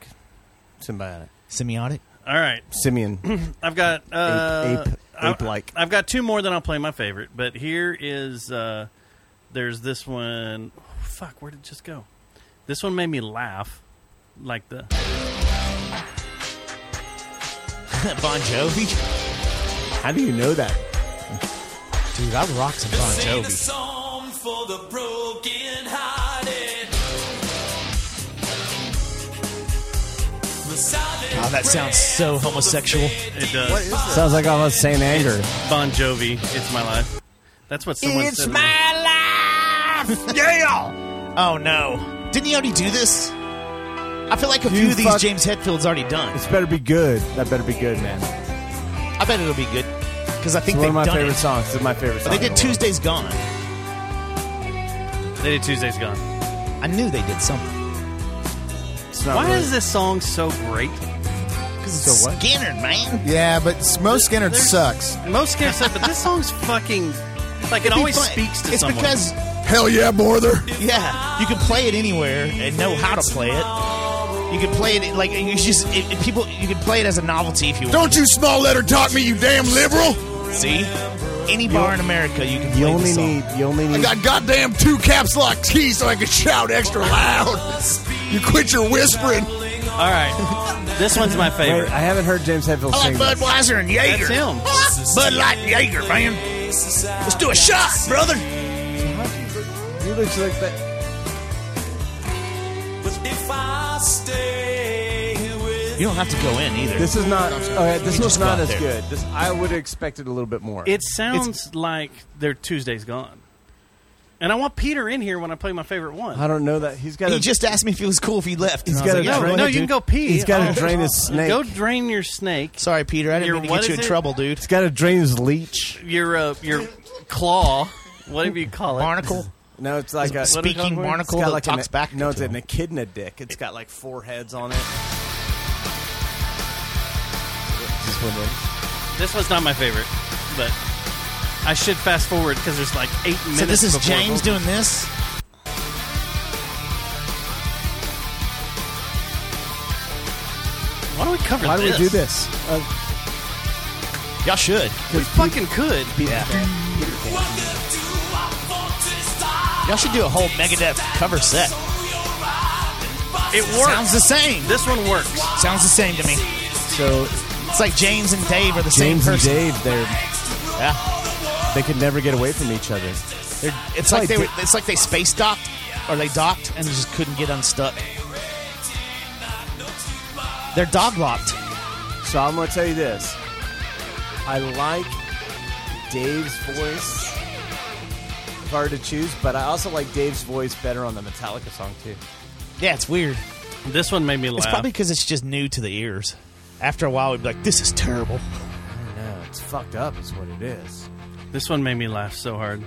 [SPEAKER 10] symbiotic,
[SPEAKER 6] semiotic.
[SPEAKER 7] All right,
[SPEAKER 10] simian,
[SPEAKER 7] I've got uh,
[SPEAKER 10] ape,
[SPEAKER 7] I-
[SPEAKER 10] ape like.
[SPEAKER 7] I've got two more that I'll play my favorite, but here is uh, there's this one. fuck, where did it just go? This one made me laugh, like the
[SPEAKER 6] bon Jovi,
[SPEAKER 10] How do you know that?
[SPEAKER 6] dude, I rocked some Bon Jovi.
[SPEAKER 2] Song for the broken hearted.
[SPEAKER 6] Oh, that sounds so homosexual.
[SPEAKER 7] it does.
[SPEAKER 10] Sounds like almost Saint Anger.
[SPEAKER 7] Bon Jovi, it's my life. That's what someone said.
[SPEAKER 6] Oh no, didn't he already do this? I feel like a few
[SPEAKER 10] You
[SPEAKER 6] of these
[SPEAKER 10] fuck-
[SPEAKER 6] James Hetfield's already done.
[SPEAKER 10] This better be good. That better be good, man. It's
[SPEAKER 6] I bet it'll be good because I think
[SPEAKER 10] one
[SPEAKER 6] they've
[SPEAKER 10] of my
[SPEAKER 6] done
[SPEAKER 10] favorite
[SPEAKER 6] it.
[SPEAKER 10] songs. This is my favorite song.
[SPEAKER 6] They
[SPEAKER 10] in
[SPEAKER 6] did
[SPEAKER 10] the world.
[SPEAKER 6] Tuesday's Gone.
[SPEAKER 7] They did Tuesday's Gone.
[SPEAKER 6] I knew they did something.
[SPEAKER 10] It's not
[SPEAKER 7] Why
[SPEAKER 10] really-
[SPEAKER 7] is this song so great?
[SPEAKER 11] So what?
[SPEAKER 6] Skinner, man.
[SPEAKER 11] Yeah, but Mo Skinner
[SPEAKER 7] There's-
[SPEAKER 11] sucks.
[SPEAKER 7] Most Skinner sucks, but this song's fucking like it always speaks to
[SPEAKER 6] It's
[SPEAKER 7] someone.
[SPEAKER 6] because
[SPEAKER 11] Hell yeah, Morther.
[SPEAKER 6] Yeah, you can play it anywhere and know how to play it. You can play it like you just it, it- people. You can play it as a novelty if you want.
[SPEAKER 11] Don't you small letter talk me, you damn liberal.
[SPEAKER 6] See, any bar in America, you can play
[SPEAKER 10] You
[SPEAKER 6] the
[SPEAKER 10] only
[SPEAKER 6] song.
[SPEAKER 10] need. You only
[SPEAKER 11] I
[SPEAKER 10] need.
[SPEAKER 11] got goddamn two caps lock keys so I can shout extra loud. You quit your whispering.
[SPEAKER 7] All right, this one's my
[SPEAKER 10] Wait,
[SPEAKER 7] favorite.
[SPEAKER 10] I haven't heard James Hetfield
[SPEAKER 6] I
[SPEAKER 10] sing.
[SPEAKER 6] like
[SPEAKER 10] this.
[SPEAKER 6] Budweiser and Jaeger.
[SPEAKER 7] That's him.
[SPEAKER 6] Bud Light and Jaeger, man. Let's do a shot, brother.
[SPEAKER 10] He looks like that.
[SPEAKER 2] But if I stay with
[SPEAKER 6] You don't have to go in either.
[SPEAKER 10] This is not. Okay, this
[SPEAKER 6] He
[SPEAKER 10] was
[SPEAKER 6] just
[SPEAKER 10] not
[SPEAKER 6] got
[SPEAKER 10] as
[SPEAKER 6] there.
[SPEAKER 10] good. This I would have expected a little bit more.
[SPEAKER 7] It sounds like their Tuesday's gone. And I want Peter in here when I play my favorite one.
[SPEAKER 10] I don't know that he's got.
[SPEAKER 6] he
[SPEAKER 10] a,
[SPEAKER 6] just asked me if it was cool if he left.
[SPEAKER 10] He's
[SPEAKER 6] and I was
[SPEAKER 10] got a
[SPEAKER 6] like, yeah,
[SPEAKER 10] drain.
[SPEAKER 7] no, you can go pee.
[SPEAKER 10] He's got
[SPEAKER 7] Oh.
[SPEAKER 10] to drain his snake.
[SPEAKER 7] Go drain your snake,
[SPEAKER 6] Sorry, Peter. I didn't
[SPEAKER 7] Your
[SPEAKER 6] mean to
[SPEAKER 7] what
[SPEAKER 6] get you
[SPEAKER 7] is
[SPEAKER 6] in
[SPEAKER 7] it?
[SPEAKER 6] trouble, dude.
[SPEAKER 10] He's got to drain his leech.
[SPEAKER 7] your uh, your claw, whatever you call it.
[SPEAKER 6] Barnacle.
[SPEAKER 10] No, it's like a
[SPEAKER 7] What do you call
[SPEAKER 6] Speaking
[SPEAKER 7] it?
[SPEAKER 6] barnacle
[SPEAKER 10] It's
[SPEAKER 6] that
[SPEAKER 10] got like
[SPEAKER 6] talks
[SPEAKER 10] an, e-
[SPEAKER 6] back.
[SPEAKER 10] No, it's
[SPEAKER 6] to
[SPEAKER 10] an
[SPEAKER 6] him.
[SPEAKER 10] echidna dick. It's got like four heads on it. Just one of them.
[SPEAKER 7] This one's not my favorite, but I should fast forward because there's like eight minutes.
[SPEAKER 6] So this is
[SPEAKER 7] before
[SPEAKER 6] James
[SPEAKER 7] vocal-
[SPEAKER 6] doing this.
[SPEAKER 7] Why do we cover
[SPEAKER 10] Why do
[SPEAKER 7] this?
[SPEAKER 10] we do this? Uh,
[SPEAKER 6] Y'all should.
[SPEAKER 7] We fucking could.
[SPEAKER 2] What good do I want this time?
[SPEAKER 6] Y'all should do a whole Megadeth cover set.
[SPEAKER 7] It works.
[SPEAKER 6] Sounds the same.
[SPEAKER 7] this one works.
[SPEAKER 6] Sounds the same to me.
[SPEAKER 10] so
[SPEAKER 6] It's like James and Dave are the same
[SPEAKER 10] James and
[SPEAKER 6] person.
[SPEAKER 10] Dave, they're
[SPEAKER 6] Yeah.
[SPEAKER 10] they could never get away from each other.
[SPEAKER 6] They're, it's
[SPEAKER 10] Why
[SPEAKER 6] like they
[SPEAKER 10] Dave-
[SPEAKER 6] were, it's like they space docked or they docked and just couldn't get unstuck. They're dog locked.
[SPEAKER 10] So I'm gonna tell you this. I like Dave's voice. If I were to choose, but I also like Dave's voice better on the Metallica song too.
[SPEAKER 6] Yeah, it's weird.
[SPEAKER 7] This one made me laugh.
[SPEAKER 6] It's probably because it's just new to the ears. After a while, we'd be like, "This is terrible."
[SPEAKER 10] No, it's fucked up. Is what it is.
[SPEAKER 7] This one made me laugh so hard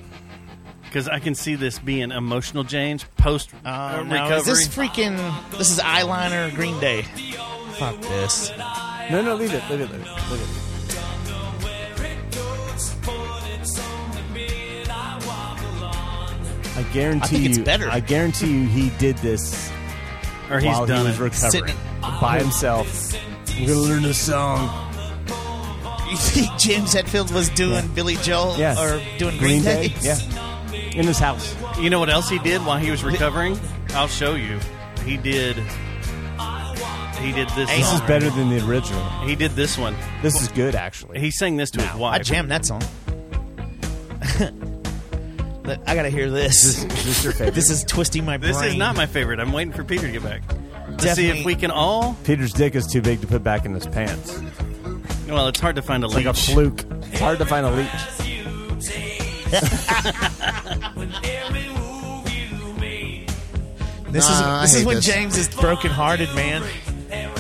[SPEAKER 7] because I can see this being emotional James post
[SPEAKER 6] Uh,
[SPEAKER 7] uh,
[SPEAKER 6] no,
[SPEAKER 7] recovery.
[SPEAKER 6] is this freaking? This is eyeliner Green Day. Fuck this.
[SPEAKER 10] No, no, leave it, leave it, leave it, leave it. I guarantee
[SPEAKER 6] I think it's
[SPEAKER 10] you.
[SPEAKER 6] better.
[SPEAKER 10] I guarantee you, he did this
[SPEAKER 7] or he's
[SPEAKER 10] while
[SPEAKER 7] done
[SPEAKER 10] he
[SPEAKER 7] it.
[SPEAKER 10] was recovering
[SPEAKER 6] Sitting-
[SPEAKER 10] by himself. We're gonna learn this song.
[SPEAKER 6] You think James Hetfield was doing Billy Joel
[SPEAKER 10] Yeah,
[SPEAKER 6] or doing Green, Day?
[SPEAKER 10] Yeah, in his house.
[SPEAKER 7] You know what else he did while he was recovering? I'll show you. He did. He did this.
[SPEAKER 10] This is
[SPEAKER 7] song.
[SPEAKER 10] better than the original.
[SPEAKER 7] He did this one.
[SPEAKER 10] This is good, actually.
[SPEAKER 7] He sang this to his wife.
[SPEAKER 6] I jammed that song. Look, I gotta hear this.
[SPEAKER 10] Is this your favorite?
[SPEAKER 6] This is twisting my brain.
[SPEAKER 7] This is not my favorite. I'm waiting for Peter to get back to see
[SPEAKER 6] Definitely-
[SPEAKER 7] if we can all.
[SPEAKER 10] Peter's dick is too big to put back in his pants.
[SPEAKER 7] Well, it's hard to find a
[SPEAKER 10] Like
[SPEAKER 7] leech.
[SPEAKER 10] a fluke. It's hard to find a leech.
[SPEAKER 6] This is
[SPEAKER 11] Nah, I
[SPEAKER 6] this is
[SPEAKER 11] hate
[SPEAKER 6] when
[SPEAKER 11] this.
[SPEAKER 6] James is brokenhearted, man.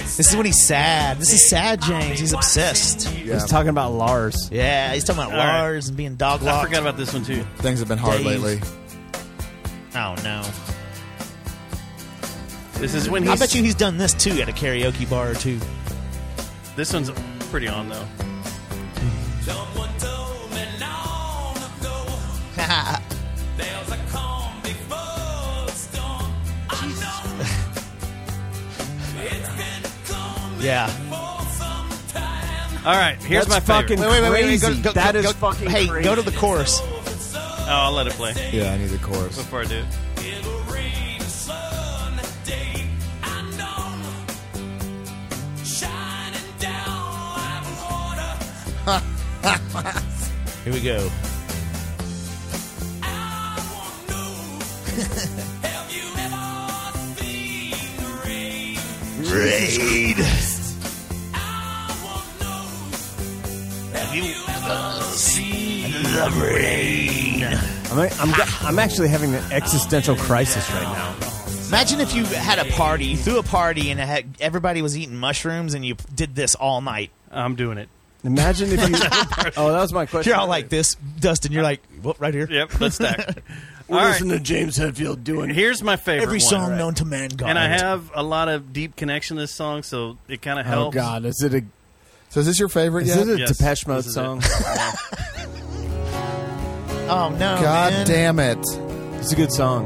[SPEAKER 6] This is when he's sad. This is sad, James. He's obsessed.
[SPEAKER 10] He's talking about Lars.
[SPEAKER 6] Yeah, he's talking about
[SPEAKER 7] All right.
[SPEAKER 6] Lars and being dog
[SPEAKER 7] I
[SPEAKER 6] locked.
[SPEAKER 7] forgot about this one too.
[SPEAKER 11] Things have been hard
[SPEAKER 6] Dave.
[SPEAKER 11] lately.
[SPEAKER 6] Oh no!
[SPEAKER 7] This is when
[SPEAKER 6] I
[SPEAKER 7] he's.
[SPEAKER 6] bet you he's done this too at a karaoke bar or two.
[SPEAKER 7] This one's pretty on though.
[SPEAKER 2] Someone told me long ago there's a calm before the storm. I know it's been calm
[SPEAKER 6] Yeah.
[SPEAKER 2] for some time.
[SPEAKER 7] All right, here's
[SPEAKER 10] That's
[SPEAKER 7] my favorite.
[SPEAKER 10] fucking-
[SPEAKER 6] Wait, wait, wait, wait, wait. Go,
[SPEAKER 10] Crazy.
[SPEAKER 6] go,
[SPEAKER 10] That
[SPEAKER 6] go,
[SPEAKER 10] is
[SPEAKER 6] go-
[SPEAKER 10] fucking
[SPEAKER 6] Hey,
[SPEAKER 10] crazy.
[SPEAKER 6] go to the chorus.
[SPEAKER 7] Oh, I'll let it play
[SPEAKER 11] Yeah, I need the chorus.
[SPEAKER 7] before I do it.
[SPEAKER 2] It'll rain a sun day. I know shining down like water
[SPEAKER 6] Here we go. Raid.
[SPEAKER 10] I'm, I'm, I'm actually having an existential crisis right now.
[SPEAKER 6] Imagine if you had a party, you threw a party, and it had, everybody was eating mushrooms, and you did this all night.
[SPEAKER 7] I'm doing it.
[SPEAKER 10] Imagine if you. oh, that was my question.
[SPEAKER 6] You're all like this, Dustin. You're like, well, right here.
[SPEAKER 7] Yep, let's stack.
[SPEAKER 12] We're
[SPEAKER 7] All right.
[SPEAKER 12] listening to James Hetfield doing.
[SPEAKER 7] Here's my favorite
[SPEAKER 12] Every
[SPEAKER 7] one.
[SPEAKER 12] song
[SPEAKER 7] Right.
[SPEAKER 12] known to mankind.
[SPEAKER 7] And I have a lot of deep connection to this song, so it kind of
[SPEAKER 12] Oh
[SPEAKER 7] helps.
[SPEAKER 12] God, is it a?
[SPEAKER 11] So is this your favorite?
[SPEAKER 12] Is
[SPEAKER 11] yet?
[SPEAKER 12] it a
[SPEAKER 7] Yes,
[SPEAKER 12] Depeche Mode
[SPEAKER 7] this is
[SPEAKER 12] song?
[SPEAKER 6] Oh no!
[SPEAKER 11] God
[SPEAKER 6] man.
[SPEAKER 11] damn it!
[SPEAKER 10] It's a good song.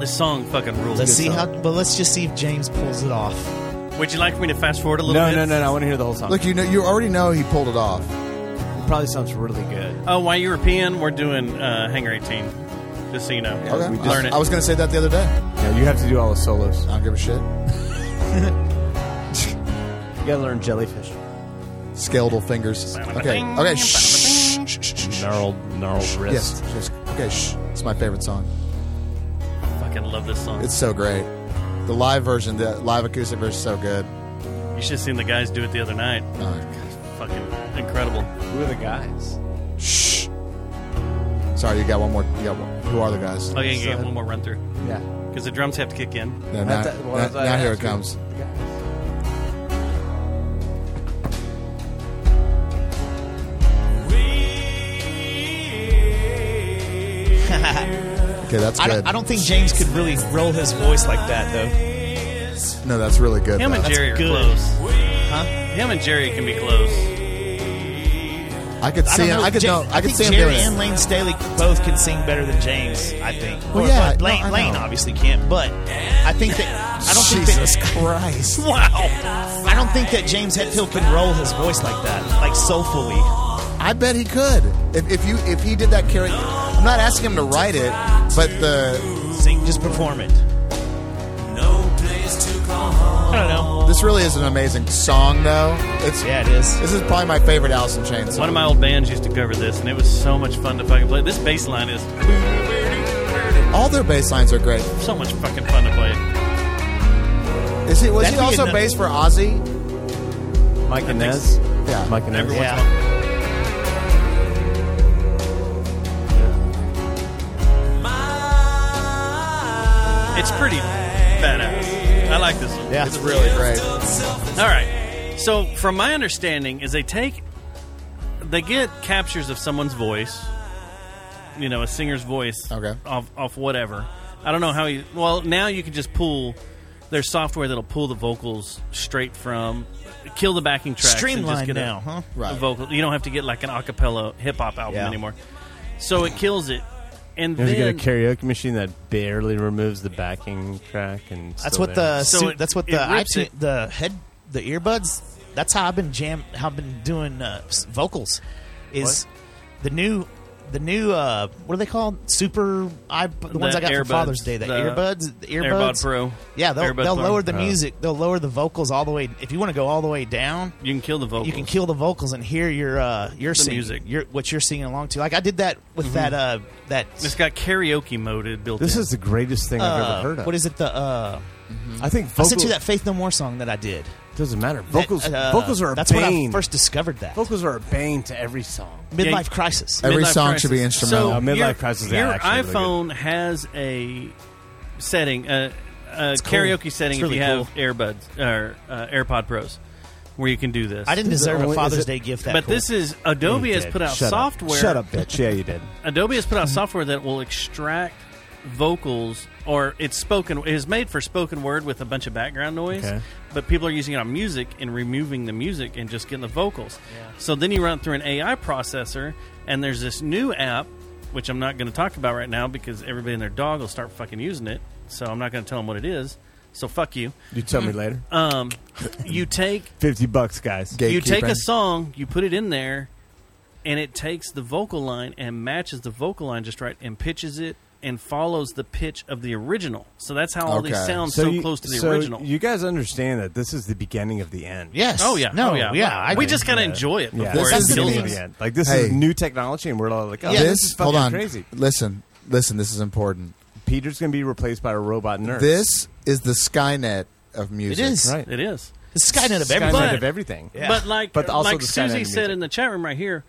[SPEAKER 7] This song fucking rules.
[SPEAKER 6] Let's see how. But let's just see if James pulls it off.
[SPEAKER 7] how. Would you like me to fast forward a little
[SPEAKER 10] No,
[SPEAKER 7] bit?
[SPEAKER 10] no, no, no. I want to hear the whole song.
[SPEAKER 11] Look, you know, you already know he pulled it off.
[SPEAKER 10] it probably sounds really good.
[SPEAKER 7] Oh, why European? We're doing uh, Hangar 18. Just so you know.
[SPEAKER 10] Okay. We just-
[SPEAKER 7] Learn it.
[SPEAKER 11] I was going to say that the other day.
[SPEAKER 10] Yeah, you have to do all the solos.
[SPEAKER 11] I don't give a shit.
[SPEAKER 10] You gotta learn Jellyfish.
[SPEAKER 11] Skeletal fingers. Okay. Okay. Shh. shh, shh, shh, shh.
[SPEAKER 12] Gnarled, gnarled
[SPEAKER 11] Yes. yes. Okay. Shh. It's my favorite song.
[SPEAKER 7] fucking love this song.
[SPEAKER 11] It's so great. The live version, the live acoustic version, is so good.
[SPEAKER 7] You should have seen the guys do it the other night.
[SPEAKER 11] Oh, God.
[SPEAKER 7] Fucking incredible.
[SPEAKER 10] Who are the guys?
[SPEAKER 11] Shh. Sorry, you got one more. You got one. Who are the guys?
[SPEAKER 7] Oh, yeah, you get one more run through.
[SPEAKER 10] Yeah.
[SPEAKER 7] Because the drums have to kick in.
[SPEAKER 11] No, now,
[SPEAKER 10] I thought- well,
[SPEAKER 11] now-
[SPEAKER 10] I thought
[SPEAKER 11] now
[SPEAKER 10] I
[SPEAKER 11] here it
[SPEAKER 10] asked
[SPEAKER 11] comes.
[SPEAKER 10] The guys.
[SPEAKER 11] Okay, that's
[SPEAKER 6] I
[SPEAKER 11] good.
[SPEAKER 6] don't, I don't think James could really roll his voice like that though.
[SPEAKER 11] no, that's really good.
[SPEAKER 7] Him
[SPEAKER 11] though.
[SPEAKER 7] and
[SPEAKER 11] That's-
[SPEAKER 7] Jerry are
[SPEAKER 6] good.
[SPEAKER 7] close. Huh? Him and Jerry can be close.
[SPEAKER 11] I could
[SPEAKER 6] I
[SPEAKER 11] see
[SPEAKER 6] don't
[SPEAKER 11] him.
[SPEAKER 6] know.
[SPEAKER 11] I could
[SPEAKER 6] Ja-
[SPEAKER 11] know. I could
[SPEAKER 6] think
[SPEAKER 11] see him
[SPEAKER 6] Jerry
[SPEAKER 11] doing
[SPEAKER 6] and
[SPEAKER 11] it.
[SPEAKER 6] Lane Staley both can sing better than James. I think.
[SPEAKER 11] Well,
[SPEAKER 6] Or-
[SPEAKER 11] yeah,
[SPEAKER 6] but
[SPEAKER 11] no,
[SPEAKER 6] Lane,
[SPEAKER 11] I
[SPEAKER 6] Lane
[SPEAKER 11] know.
[SPEAKER 6] obviously can't. But I think that I don't
[SPEAKER 11] Jesus
[SPEAKER 6] think that,
[SPEAKER 11] Christ!
[SPEAKER 6] Wow. I don't think that James Hetfield can roll his voice like that, like soulfully.
[SPEAKER 11] I bet he could. If, if you if he did that karaoke, I'm not asking him to write it, but the
[SPEAKER 6] Sing, just perform it. I don't know.
[SPEAKER 11] this really is an amazing song though. It's
[SPEAKER 6] Yeah, it is.
[SPEAKER 11] This is probably my favorite Allison Chain song.
[SPEAKER 7] One of my old bands used to cover this, and it was so much fun to fucking play. This bass line is
[SPEAKER 11] All their bass lines are great.
[SPEAKER 7] so much fucking fun to play.
[SPEAKER 11] Is he was
[SPEAKER 6] That'd
[SPEAKER 11] he
[SPEAKER 6] be
[SPEAKER 11] also
[SPEAKER 6] another-
[SPEAKER 11] bass for Ozzy?
[SPEAKER 10] Mike Inez.
[SPEAKER 11] Yeah.
[SPEAKER 10] Mike Inez.
[SPEAKER 7] Everyone-
[SPEAKER 6] Yeah.
[SPEAKER 7] It's pretty badass. I like this one.
[SPEAKER 6] Yeah.
[SPEAKER 11] It's really great.
[SPEAKER 7] All right. So, from my understanding, is they take, they get captures of someone's voice, you know, a singer's voice,
[SPEAKER 11] Okay.
[SPEAKER 7] off off whatever. I don't know how you. Well, now you can just pull. There's software that'll pull the vocals straight from, kill the backing tracks, and just
[SPEAKER 6] Streamlined
[SPEAKER 7] get a-
[SPEAKER 6] now, huh?
[SPEAKER 11] Right.
[SPEAKER 7] A vocal. You don't have to get like an acapella hip hop album
[SPEAKER 6] Yeah.
[SPEAKER 7] anymore. So it kills it, and
[SPEAKER 12] There's
[SPEAKER 7] then
[SPEAKER 12] got a karaoke machine that barely removes the backing track, and
[SPEAKER 6] That's
[SPEAKER 12] still
[SPEAKER 6] what
[SPEAKER 12] there.
[SPEAKER 6] the
[SPEAKER 7] So
[SPEAKER 6] suit-
[SPEAKER 7] it-
[SPEAKER 6] that's what
[SPEAKER 7] it
[SPEAKER 6] the
[SPEAKER 7] rips
[SPEAKER 6] iTunes,
[SPEAKER 7] it.
[SPEAKER 6] the head the earbuds. That's how I've been jam. How I've been doing uh, s- vocals. Is the new the new uh, what are they called? Super i the, ones
[SPEAKER 7] The
[SPEAKER 6] I got for
[SPEAKER 7] earbuds,
[SPEAKER 6] Father's Day. The,
[SPEAKER 7] the
[SPEAKER 6] earbuds, the
[SPEAKER 7] Airbud
[SPEAKER 6] earbuds.
[SPEAKER 7] Pro.
[SPEAKER 6] Yeah, they'll,
[SPEAKER 7] Airbud
[SPEAKER 6] they'll
[SPEAKER 7] Pro. Uh-huh.
[SPEAKER 6] lower the
[SPEAKER 12] Oh.
[SPEAKER 6] music. They'll lower the vocals all the way. If you want to go all the way down,
[SPEAKER 7] You can kill the vocals.
[SPEAKER 6] you can kill the vocals and hear your uh, your
[SPEAKER 7] The
[SPEAKER 6] singing,
[SPEAKER 7] music. Mm-hmm.
[SPEAKER 6] your, what you're singing along to. Like I did that with that uh, that.
[SPEAKER 7] It's got karaoke mode built
[SPEAKER 12] This
[SPEAKER 7] in.
[SPEAKER 12] is the greatest thing I've
[SPEAKER 6] uh,
[SPEAKER 12] ever heard of.
[SPEAKER 6] what is it? The uh,
[SPEAKER 12] I think
[SPEAKER 6] I
[SPEAKER 12] vocals
[SPEAKER 6] sent you that Faith No More song that I did.
[SPEAKER 12] doesn't matter. Vocals,
[SPEAKER 6] That, uh,
[SPEAKER 12] vocals are a
[SPEAKER 6] that's
[SPEAKER 12] bane.
[SPEAKER 6] when I first discovered that
[SPEAKER 12] vocals are a bane to every song.
[SPEAKER 6] midlife
[SPEAKER 7] Yeah, you-
[SPEAKER 6] crisis.
[SPEAKER 11] Every
[SPEAKER 7] Midlife
[SPEAKER 11] song should be
[SPEAKER 7] crisis.
[SPEAKER 11] instrumental.
[SPEAKER 12] No, Midlife
[SPEAKER 7] your,
[SPEAKER 12] Crisis is
[SPEAKER 7] Your
[SPEAKER 12] actually really
[SPEAKER 7] iPhone has a setting, a, a
[SPEAKER 6] cool.
[SPEAKER 7] karaoke setting.
[SPEAKER 6] It's really
[SPEAKER 7] if you have earbuds or uh, AirPod Pros, where you can do this.
[SPEAKER 6] I didn't
[SPEAKER 12] Is it
[SPEAKER 6] deserve
[SPEAKER 12] only-
[SPEAKER 6] a
[SPEAKER 12] is
[SPEAKER 6] Father's
[SPEAKER 12] it-
[SPEAKER 6] Day gift. That
[SPEAKER 7] But
[SPEAKER 6] cool.
[SPEAKER 7] this is Adobe
[SPEAKER 12] You
[SPEAKER 7] has
[SPEAKER 12] did.
[SPEAKER 7] put out
[SPEAKER 12] Shut
[SPEAKER 7] software.
[SPEAKER 12] Up. Shut up, bitch. Yeah, you did.
[SPEAKER 7] Adobe has put out software that will extract vocals or it's spoken it is made for spoken word with a bunch of background noise
[SPEAKER 12] Okay.
[SPEAKER 7] but people are using it on music and removing the music and just getting the vocals so then you run it through an ai processor and there's this new app which i'm not going to talk about right now because everybody and their dog will start fucking using it so i'm not going to tell them what it is so fuck you
[SPEAKER 12] You tell me later.
[SPEAKER 7] um, you take
[SPEAKER 12] Fifty bucks, guys.
[SPEAKER 11] Gatekeeping.
[SPEAKER 7] you take a song, you put it in there, and it takes the vocal line and matches the vocal line just right and pitches it and follows the pitch of the original. So that's how all these
[SPEAKER 11] Okay.
[SPEAKER 7] sound so, close to the
[SPEAKER 12] so
[SPEAKER 7] original.
[SPEAKER 12] You guys understand that this is the beginning of the end.
[SPEAKER 6] yes.
[SPEAKER 7] oh yeah,
[SPEAKER 6] no,
[SPEAKER 7] oh, yeah,
[SPEAKER 6] I
[SPEAKER 7] we
[SPEAKER 6] agree.
[SPEAKER 7] just gotta enjoy it
[SPEAKER 12] Yeah,
[SPEAKER 7] before
[SPEAKER 12] this
[SPEAKER 7] it
[SPEAKER 12] is
[SPEAKER 11] is
[SPEAKER 12] the
[SPEAKER 11] the
[SPEAKER 7] kills
[SPEAKER 12] beginning of
[SPEAKER 7] us.
[SPEAKER 12] the end. Like this
[SPEAKER 11] Hey.
[SPEAKER 12] is new technology, and we're all like, oh,
[SPEAKER 6] Yeah,
[SPEAKER 12] this,
[SPEAKER 11] this,
[SPEAKER 12] is
[SPEAKER 11] hold
[SPEAKER 12] fucking
[SPEAKER 11] on.
[SPEAKER 12] crazy.
[SPEAKER 11] Listen, listen. This is important.
[SPEAKER 12] Peter's gonna be replaced by a robot nurse.
[SPEAKER 11] This is the Skynet of music.
[SPEAKER 6] It is
[SPEAKER 12] right?
[SPEAKER 7] It is,
[SPEAKER 6] the Skynet of
[SPEAKER 12] Skynet
[SPEAKER 6] everything.
[SPEAKER 12] of everything.
[SPEAKER 6] Yeah.
[SPEAKER 7] but like
[SPEAKER 12] But also
[SPEAKER 7] like
[SPEAKER 12] the Skynet
[SPEAKER 7] Susie
[SPEAKER 12] music.
[SPEAKER 7] said in the chat room right here,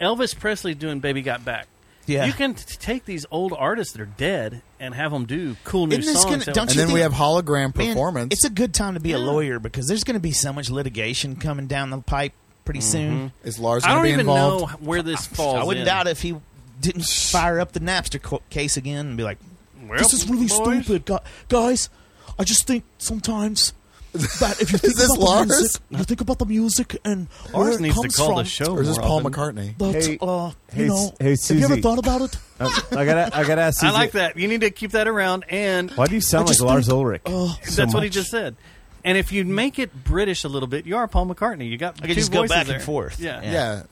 [SPEAKER 7] Elvis Presley doing "Baby Got Back."
[SPEAKER 6] Yeah.
[SPEAKER 7] you can t- take these old artists that are dead and have them do cool new
[SPEAKER 6] Isn't this
[SPEAKER 7] songs.
[SPEAKER 6] gonna- don't
[SPEAKER 11] And
[SPEAKER 6] you
[SPEAKER 11] then we have
[SPEAKER 6] think-
[SPEAKER 11] hologram
[SPEAKER 6] Man,
[SPEAKER 11] performance.
[SPEAKER 6] it's a good time to be a lawyer because there's going to be so much litigation coming down the pipe pretty soon.
[SPEAKER 11] is Lars
[SPEAKER 7] I
[SPEAKER 11] going to
[SPEAKER 7] don't
[SPEAKER 11] be
[SPEAKER 7] even
[SPEAKER 11] involved?
[SPEAKER 7] know where this falls.
[SPEAKER 6] I wouldn't
[SPEAKER 7] in.
[SPEAKER 6] doubt if he didn't fire up the Napster co- case again and be like,
[SPEAKER 2] Well,
[SPEAKER 6] "This is really
[SPEAKER 2] boys."
[SPEAKER 6] stupid, gu- guys." I just think sometimes that if you
[SPEAKER 2] Is
[SPEAKER 6] think
[SPEAKER 2] this
[SPEAKER 6] about
[SPEAKER 2] Lars?
[SPEAKER 6] the music, you think about the music and where
[SPEAKER 2] Lars
[SPEAKER 6] it
[SPEAKER 2] needs to
[SPEAKER 6] comes
[SPEAKER 2] call
[SPEAKER 6] from.
[SPEAKER 2] the show Or is this more Paul often. McCartney?
[SPEAKER 6] That's,
[SPEAKER 2] Hey-
[SPEAKER 6] uh,
[SPEAKER 2] hey,
[SPEAKER 6] you know,
[SPEAKER 2] S- hey,
[SPEAKER 6] have you ever
[SPEAKER 2] Susie.
[SPEAKER 6] thought about it?
[SPEAKER 2] Uh, I gotta, I gotta ask.
[SPEAKER 7] I
[SPEAKER 2] Susie-
[SPEAKER 7] like that. You need to keep that around. And
[SPEAKER 2] Why do you sound
[SPEAKER 7] I
[SPEAKER 2] like
[SPEAKER 7] just
[SPEAKER 2] Lars
[SPEAKER 7] think- Oh,
[SPEAKER 2] Ulrich?
[SPEAKER 7] That's what he just said. And if you make it British a little bit, you are Paul McCartney. You got
[SPEAKER 2] I could
[SPEAKER 7] two
[SPEAKER 2] just go
[SPEAKER 7] voices
[SPEAKER 2] back and
[SPEAKER 7] there.
[SPEAKER 2] forth.
[SPEAKER 7] Yeah,
[SPEAKER 2] Yeah. Yeah.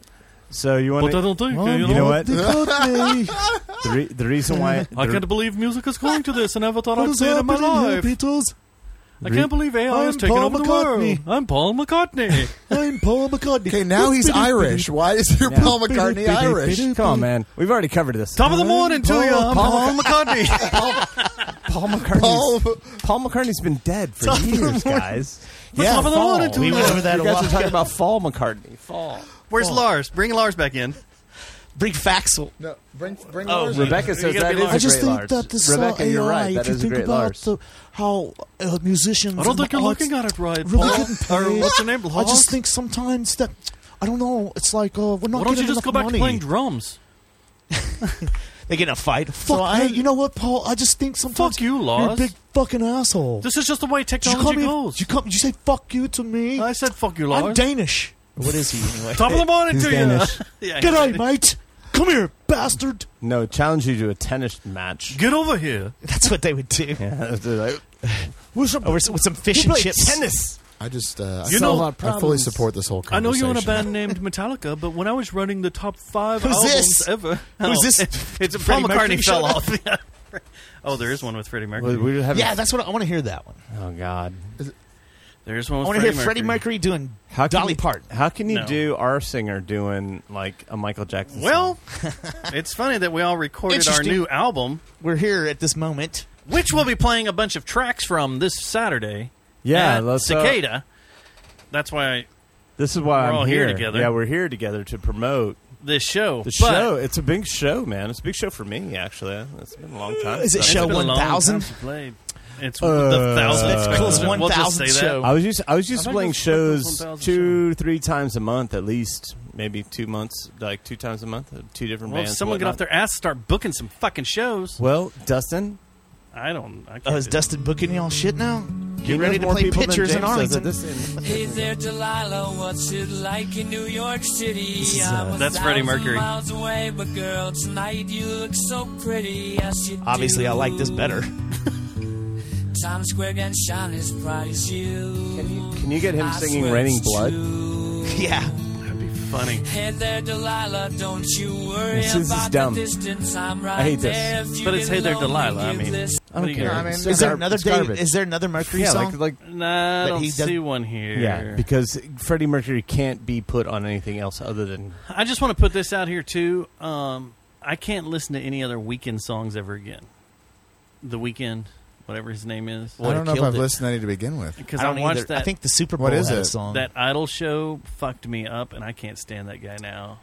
[SPEAKER 2] So you want
[SPEAKER 7] But I don't think, uh,
[SPEAKER 2] you
[SPEAKER 7] you
[SPEAKER 2] know
[SPEAKER 7] know,
[SPEAKER 2] what?
[SPEAKER 7] McCartney.
[SPEAKER 2] the, re- the reason why
[SPEAKER 7] I can't believe music is going to this. I never thought I'd see it in my life.
[SPEAKER 6] Beatles?
[SPEAKER 7] I can't believe AI is taking over the world. I'm Paul McCartney.
[SPEAKER 6] I'm Paul McCartney.
[SPEAKER 11] Okay, now he's Irish. Why is your Paul McCartney Irish?
[SPEAKER 2] Come on, man. We've already covered this.
[SPEAKER 7] Top of the morning to you. I'm Paul McCartney.
[SPEAKER 2] Paul McCartney. Paul, McCartney's been dead for
[SPEAKER 7] Top of the
[SPEAKER 2] years,
[SPEAKER 7] morning.
[SPEAKER 2] guys.
[SPEAKER 7] The top of the
[SPEAKER 2] fall.
[SPEAKER 7] morning to you.
[SPEAKER 2] you guys are talking about Fall McCartney. Fall.
[SPEAKER 7] Where's Lars? Bring Lars back in.
[SPEAKER 6] Bring Faxel.
[SPEAKER 11] No, bring bring
[SPEAKER 7] Oh,
[SPEAKER 11] Lars
[SPEAKER 7] Rebecca
[SPEAKER 11] in.
[SPEAKER 7] says You gotta that be is a
[SPEAKER 6] I just
[SPEAKER 7] great
[SPEAKER 6] think
[SPEAKER 7] Lars.
[SPEAKER 6] that this
[SPEAKER 7] Rebecca,
[SPEAKER 6] uh, AI,
[SPEAKER 7] you're right.
[SPEAKER 6] if
[SPEAKER 7] That
[SPEAKER 6] you
[SPEAKER 7] is a
[SPEAKER 6] think
[SPEAKER 7] great
[SPEAKER 6] about
[SPEAKER 7] Lars.
[SPEAKER 6] The, how uh, musicians
[SPEAKER 7] I don't
[SPEAKER 6] and
[SPEAKER 7] think
[SPEAKER 6] the
[SPEAKER 7] you're
[SPEAKER 6] arts
[SPEAKER 7] looking at it right,
[SPEAKER 6] really
[SPEAKER 7] Paul.
[SPEAKER 6] getting
[SPEAKER 7] Or
[SPEAKER 6] paid.
[SPEAKER 7] what's your name,
[SPEAKER 6] I
[SPEAKER 7] Lars?
[SPEAKER 6] just think sometimes that I don't know. It's like uh, we're not
[SPEAKER 7] Why don't
[SPEAKER 6] getting
[SPEAKER 7] you just
[SPEAKER 6] enough
[SPEAKER 7] go back
[SPEAKER 6] money.
[SPEAKER 7] to playing drums?
[SPEAKER 6] They get in a fight. Fuck.
[SPEAKER 7] So
[SPEAKER 6] hey,
[SPEAKER 7] I-
[SPEAKER 6] you know what, Paul? I just think sometimes
[SPEAKER 7] Fuck you,
[SPEAKER 6] You're a
[SPEAKER 7] Lars.
[SPEAKER 6] big fucking asshole.
[SPEAKER 7] This is just the way
[SPEAKER 6] Did you call
[SPEAKER 7] technology
[SPEAKER 6] me-
[SPEAKER 7] goes.
[SPEAKER 6] Did you, come, did you say fuck you to me? I
[SPEAKER 7] said fuck you,
[SPEAKER 6] I'm
[SPEAKER 7] Lars.
[SPEAKER 6] Danish. What is he anyway?
[SPEAKER 7] Top of the morning He's to you. Danish.
[SPEAKER 6] yeah,
[SPEAKER 7] Yeah,
[SPEAKER 6] Good
[SPEAKER 7] he's
[SPEAKER 6] night,
[SPEAKER 7] Danish.
[SPEAKER 6] mate. Come here, bastard.
[SPEAKER 10] No, challenge you to a tennis match.
[SPEAKER 7] Get over here.
[SPEAKER 6] That's what they would do.
[SPEAKER 10] Yeah, they're like,
[SPEAKER 6] What's up? Oh, with some fish
[SPEAKER 10] You
[SPEAKER 6] and
[SPEAKER 10] play
[SPEAKER 6] chips.
[SPEAKER 10] tennis.
[SPEAKER 11] I just uh,
[SPEAKER 7] You
[SPEAKER 11] I,
[SPEAKER 7] know-
[SPEAKER 11] I fully support this whole
[SPEAKER 7] I know
[SPEAKER 11] conversation.
[SPEAKER 7] you're in a band named Metallica, but when I was running the top five
[SPEAKER 6] Who's
[SPEAKER 7] albums
[SPEAKER 6] this?
[SPEAKER 7] ever, Oh.
[SPEAKER 6] Who's this?
[SPEAKER 7] It's
[SPEAKER 6] Freddie
[SPEAKER 7] Paul
[SPEAKER 6] Mercury
[SPEAKER 7] McCartney fell
[SPEAKER 6] showed up?
[SPEAKER 7] off. Yeah. oh, there is one with Freddie Mercury.
[SPEAKER 10] We- we have-
[SPEAKER 6] yeah, that's what I, want to hear. That one.
[SPEAKER 10] Oh God.
[SPEAKER 7] There's
[SPEAKER 6] I
[SPEAKER 7] one. With
[SPEAKER 6] want to
[SPEAKER 7] Freddie
[SPEAKER 6] hear Freddie Mercury doing
[SPEAKER 10] How can
[SPEAKER 6] Dolly
[SPEAKER 10] you-
[SPEAKER 6] Parton.
[SPEAKER 10] How can you
[SPEAKER 7] No.
[SPEAKER 10] do our singer doing like a Michael Jackson?
[SPEAKER 7] Well, it's funny that we all recorded our
[SPEAKER 10] Interesting.
[SPEAKER 7] new album.
[SPEAKER 6] We're here at this moment,
[SPEAKER 7] which we'll be playing a bunch of tracks from this Saturday.
[SPEAKER 10] Yeah,
[SPEAKER 7] at
[SPEAKER 10] let's, uh,
[SPEAKER 7] Cicada. That's why I,
[SPEAKER 10] This is why
[SPEAKER 7] We're
[SPEAKER 10] I'm
[SPEAKER 7] all here together.
[SPEAKER 10] Yeah, we're here together to promote
[SPEAKER 7] this show.
[SPEAKER 10] the
[SPEAKER 7] But
[SPEAKER 10] show. It's a big show, man. It's a big show for me, actually. It's been a long time.
[SPEAKER 6] Is
[SPEAKER 10] since
[SPEAKER 6] it
[SPEAKER 10] I-
[SPEAKER 6] show
[SPEAKER 7] It's been a long
[SPEAKER 6] 1000?
[SPEAKER 7] time since we played. It's
[SPEAKER 10] Uh,
[SPEAKER 7] the thousandth.
[SPEAKER 10] It's close
[SPEAKER 7] episode.
[SPEAKER 6] one
[SPEAKER 7] We'll just
[SPEAKER 6] thousandth
[SPEAKER 7] say that.
[SPEAKER 6] show.
[SPEAKER 10] I was used I was used to
[SPEAKER 7] I think
[SPEAKER 10] playing
[SPEAKER 7] it's like the
[SPEAKER 10] shows
[SPEAKER 7] 1000
[SPEAKER 10] two, three times a month at least, maybe two months, like two times a month, uh, two different
[SPEAKER 7] Well, if
[SPEAKER 10] bands.
[SPEAKER 7] someone get
[SPEAKER 10] whatnot.
[SPEAKER 7] off their ass, and start booking some fucking shows.
[SPEAKER 10] Well, Dustin,
[SPEAKER 7] I don't. I can't
[SPEAKER 6] Uh, is
[SPEAKER 7] do that.
[SPEAKER 6] Dustin booking y'all shit now?
[SPEAKER 10] he
[SPEAKER 6] Get ready
[SPEAKER 10] knows
[SPEAKER 6] to
[SPEAKER 10] more
[SPEAKER 6] play
[SPEAKER 10] people than
[SPEAKER 6] pitchers in
[SPEAKER 10] James does
[SPEAKER 6] Arlington.
[SPEAKER 10] at this end.
[SPEAKER 13] Hey there, Delilah. What's it like in New York City?
[SPEAKER 7] is, uh,
[SPEAKER 13] I'm a
[SPEAKER 7] That's Freddie
[SPEAKER 13] thousand
[SPEAKER 7] Mercury.
[SPEAKER 13] Miles away, but girl, tonight you look so pretty. Yes, you
[SPEAKER 6] Obviously,
[SPEAKER 13] do.
[SPEAKER 6] I like this better.
[SPEAKER 13] Times Square can shine his price. You. Can you,
[SPEAKER 10] Can you get him singing "Raining Blood"?
[SPEAKER 6] yeah.
[SPEAKER 7] That'd be funny.
[SPEAKER 13] Hey there, Delilah. Don't you worry
[SPEAKER 10] This is
[SPEAKER 13] about
[SPEAKER 10] dumb.
[SPEAKER 13] the distance. I'm right
[SPEAKER 10] I hate
[SPEAKER 13] there.
[SPEAKER 10] this.
[SPEAKER 13] If you
[SPEAKER 7] But it's
[SPEAKER 13] get
[SPEAKER 7] Hey There
[SPEAKER 13] lonely,
[SPEAKER 7] Delilah. I
[SPEAKER 13] give
[SPEAKER 7] mean,
[SPEAKER 13] this-
[SPEAKER 10] I
[SPEAKER 7] what
[SPEAKER 10] don't
[SPEAKER 7] are you
[SPEAKER 10] care.
[SPEAKER 7] gonna do?
[SPEAKER 10] It's
[SPEAKER 6] Is there
[SPEAKER 10] gar-
[SPEAKER 6] another
[SPEAKER 10] it's
[SPEAKER 6] Dave,
[SPEAKER 10] garbage.
[SPEAKER 6] Is there another Mercury
[SPEAKER 10] Yeah,
[SPEAKER 6] song?
[SPEAKER 10] like like
[SPEAKER 7] Nah, I
[SPEAKER 6] That
[SPEAKER 7] don't
[SPEAKER 6] he does-
[SPEAKER 7] see one here.
[SPEAKER 10] yeah, because Freddie Mercury can't be put on anything else other than
[SPEAKER 7] I just want to put this out here too. Um, I can't listen to any other weekend songs ever again. The weekend, whatever his name is.
[SPEAKER 11] I don't know if I've listened to any to begin with.
[SPEAKER 7] because
[SPEAKER 6] I
[SPEAKER 7] I,
[SPEAKER 6] don't
[SPEAKER 7] watched
[SPEAKER 6] either.
[SPEAKER 7] that.
[SPEAKER 6] I think the Super Bowl
[SPEAKER 11] What is
[SPEAKER 6] had a
[SPEAKER 11] it?
[SPEAKER 6] song.
[SPEAKER 7] that Idol show fucked me up, and I can't stand that guy now.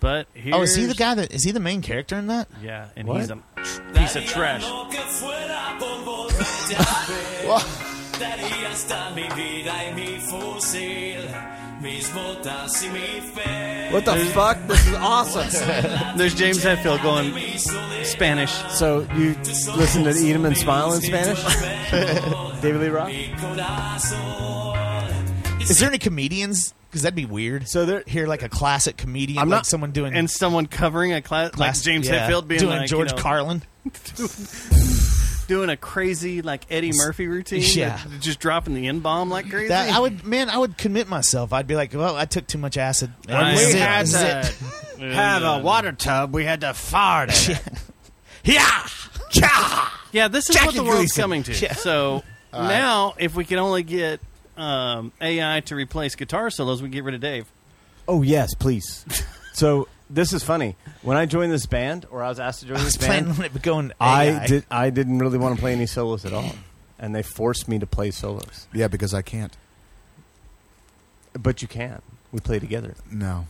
[SPEAKER 7] But here's,
[SPEAKER 6] oh, is he the guy that is he the main character in that?
[SPEAKER 7] Yeah, and
[SPEAKER 6] What?
[SPEAKER 7] he's a tr- piece of trash.
[SPEAKER 2] What the fuck? This is awesome.
[SPEAKER 7] There's James Hetfield going Spanish.
[SPEAKER 10] So you listen to Eat 'em and Smile in Spanish? David Lee Roth?
[SPEAKER 6] Is there any comedians? Because that'd be weird.
[SPEAKER 10] So there,
[SPEAKER 6] hear like a classic comedian,
[SPEAKER 7] I'm
[SPEAKER 6] like
[SPEAKER 7] not-
[SPEAKER 6] someone doing
[SPEAKER 7] and someone covering a class like
[SPEAKER 6] class-
[SPEAKER 7] James
[SPEAKER 6] yeah,
[SPEAKER 7] Hetfield being
[SPEAKER 6] doing
[SPEAKER 7] like,
[SPEAKER 6] George
[SPEAKER 7] you know,
[SPEAKER 6] Carlin.
[SPEAKER 7] doing a crazy like Eddie Murphy routine,
[SPEAKER 6] Yeah.
[SPEAKER 7] that- just dropping the n bomb like crazy.
[SPEAKER 6] That I would, man, I would commit myself. I'd be like, well, I took too much acid.
[SPEAKER 7] When we
[SPEAKER 6] Zip,
[SPEAKER 7] had
[SPEAKER 6] zip.
[SPEAKER 7] that-
[SPEAKER 2] Have a water tub. We had to fart in it.
[SPEAKER 6] yeah, yeah.
[SPEAKER 7] Yeah, this is what
[SPEAKER 6] Jackie
[SPEAKER 7] the world's
[SPEAKER 6] Gleason.
[SPEAKER 7] coming to.
[SPEAKER 6] Yeah.
[SPEAKER 7] So now, if we can only get um, AI to replace guitar solos, we get rid of Dave.
[SPEAKER 10] Oh yes, please. So this is funny. When I joined this band, or I was asked to join
[SPEAKER 6] I was
[SPEAKER 10] this
[SPEAKER 6] planning
[SPEAKER 10] band,
[SPEAKER 6] on it going.
[SPEAKER 10] I
[SPEAKER 6] AI.
[SPEAKER 10] did. I didn't really want to play any solos at all, and they forced me to play solos.
[SPEAKER 11] Yeah, because I can't.
[SPEAKER 10] But you can. We play together.
[SPEAKER 11] No,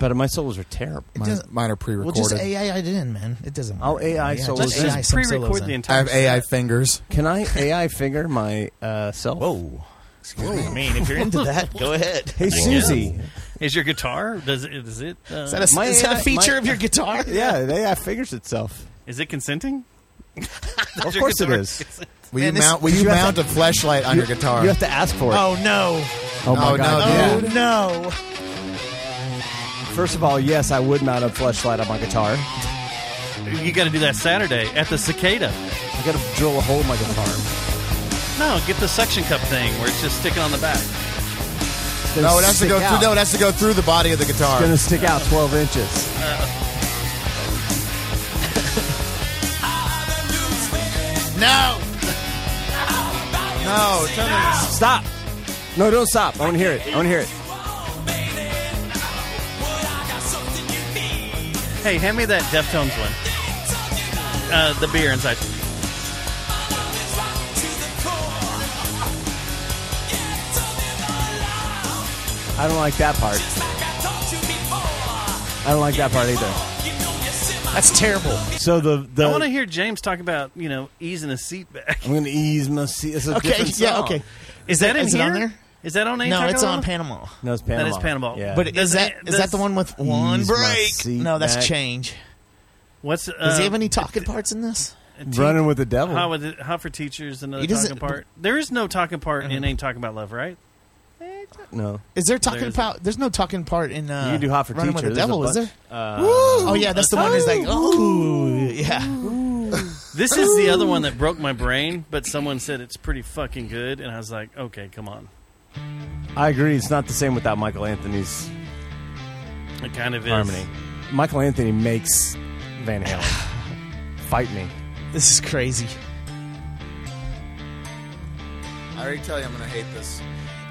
[SPEAKER 10] But my solos are terrible.
[SPEAKER 11] mine,
[SPEAKER 6] doesn't-
[SPEAKER 11] mine are
[SPEAKER 6] Well,
[SPEAKER 11] pre-recorded.
[SPEAKER 6] just AI it in, man. It doesn't.
[SPEAKER 10] I'll
[SPEAKER 6] matter.
[SPEAKER 10] AI
[SPEAKER 6] Yeah,
[SPEAKER 10] solos
[SPEAKER 6] just
[SPEAKER 10] in.
[SPEAKER 6] AI some
[SPEAKER 7] Pre-record
[SPEAKER 6] solos in.
[SPEAKER 7] the
[SPEAKER 11] I
[SPEAKER 7] entire.
[SPEAKER 11] have AI
[SPEAKER 7] set.
[SPEAKER 11] fingers.
[SPEAKER 10] Can I AI finger my uh, self?
[SPEAKER 6] Whoa. Excuse me. I mean, if you're into that, go ahead.
[SPEAKER 10] Hey, Susie.
[SPEAKER 7] Is your guitar? Does it? Is it? Uh,
[SPEAKER 6] Is that a- is that a feature of your guitar?
[SPEAKER 10] yeah, the AI figures itself.
[SPEAKER 7] Is it consenting?
[SPEAKER 10] Of course it is.
[SPEAKER 11] Will you mount? Will you mount a flashlight on
[SPEAKER 10] you-
[SPEAKER 11] your guitar?
[SPEAKER 10] you have to ask for it.
[SPEAKER 6] Oh no!
[SPEAKER 10] Oh, my
[SPEAKER 11] no,
[SPEAKER 10] God.
[SPEAKER 11] No, dude.
[SPEAKER 6] no!
[SPEAKER 10] First of all, yes, I would mount a flashlight on my guitar.
[SPEAKER 7] You got to do that Saturday at the Cicada.
[SPEAKER 10] I got to drill a hole in my guitar.
[SPEAKER 7] No, get the suction cup thing where it's just sticking on the back.
[SPEAKER 11] No, it has to go. Through, no, it has to go through the body of the guitar.
[SPEAKER 10] It's going to stick out 12 inches.
[SPEAKER 7] Uh,
[SPEAKER 11] No. No. Turn it.
[SPEAKER 10] Stop. No, don't stop. I want to hear it. I want to hear it.
[SPEAKER 7] Hey, hand me that Deftones one. Uh, the beer inside.
[SPEAKER 10] I don't like that part. I don't like that part either.
[SPEAKER 6] That's terrible.
[SPEAKER 10] So the the
[SPEAKER 7] I want to hear James talk about you know easing a seat back.
[SPEAKER 10] I'm going to ease my seat. It's a
[SPEAKER 6] Okay,
[SPEAKER 10] different
[SPEAKER 6] yeah,
[SPEAKER 10] song.
[SPEAKER 6] okay.
[SPEAKER 7] Is that in
[SPEAKER 6] is it
[SPEAKER 7] here?
[SPEAKER 6] on there?
[SPEAKER 7] Is that on?
[SPEAKER 6] No,
[SPEAKER 7] Ain't
[SPEAKER 6] it's
[SPEAKER 7] Talking
[SPEAKER 6] on
[SPEAKER 7] About?
[SPEAKER 6] Panama.
[SPEAKER 10] No, it's Panama.
[SPEAKER 7] That is Panama.
[SPEAKER 10] Yeah.
[SPEAKER 6] But is
[SPEAKER 7] Does
[SPEAKER 6] that
[SPEAKER 7] it-
[SPEAKER 6] is that the one with one
[SPEAKER 10] Ease my
[SPEAKER 6] break?
[SPEAKER 10] seat
[SPEAKER 6] No, that's
[SPEAKER 10] back.
[SPEAKER 6] change.
[SPEAKER 7] What's uh,
[SPEAKER 6] Does he have any talking parts in this?
[SPEAKER 7] te-
[SPEAKER 10] Running with the devil.
[SPEAKER 7] How, with it, how for teachers another
[SPEAKER 6] He doesn't- Mm-hmm.
[SPEAKER 7] talking part? There is no talking part in ain't talking about love, right?
[SPEAKER 10] No.
[SPEAKER 6] Is there talking
[SPEAKER 7] There's-
[SPEAKER 6] about? There's no talking part in. Uh,
[SPEAKER 10] You can do hot for
[SPEAKER 6] Running
[SPEAKER 10] teacher.
[SPEAKER 6] with the
[SPEAKER 10] There's a
[SPEAKER 6] devil. Is there?
[SPEAKER 10] bunch. Uh,
[SPEAKER 7] Uh,
[SPEAKER 6] oh yeah, that's the one. Is like oh yeah.
[SPEAKER 7] This is the other one that broke my brain, but someone said it's pretty fucking good, and I was like, okay, come on.
[SPEAKER 10] I agree. It's not the same without Michael Anthony's
[SPEAKER 7] It kind of is.
[SPEAKER 10] harmony. Michael Anthony makes Van Halen. Fight me.
[SPEAKER 6] This is crazy.
[SPEAKER 11] I already tell you, I'm gonna hate this.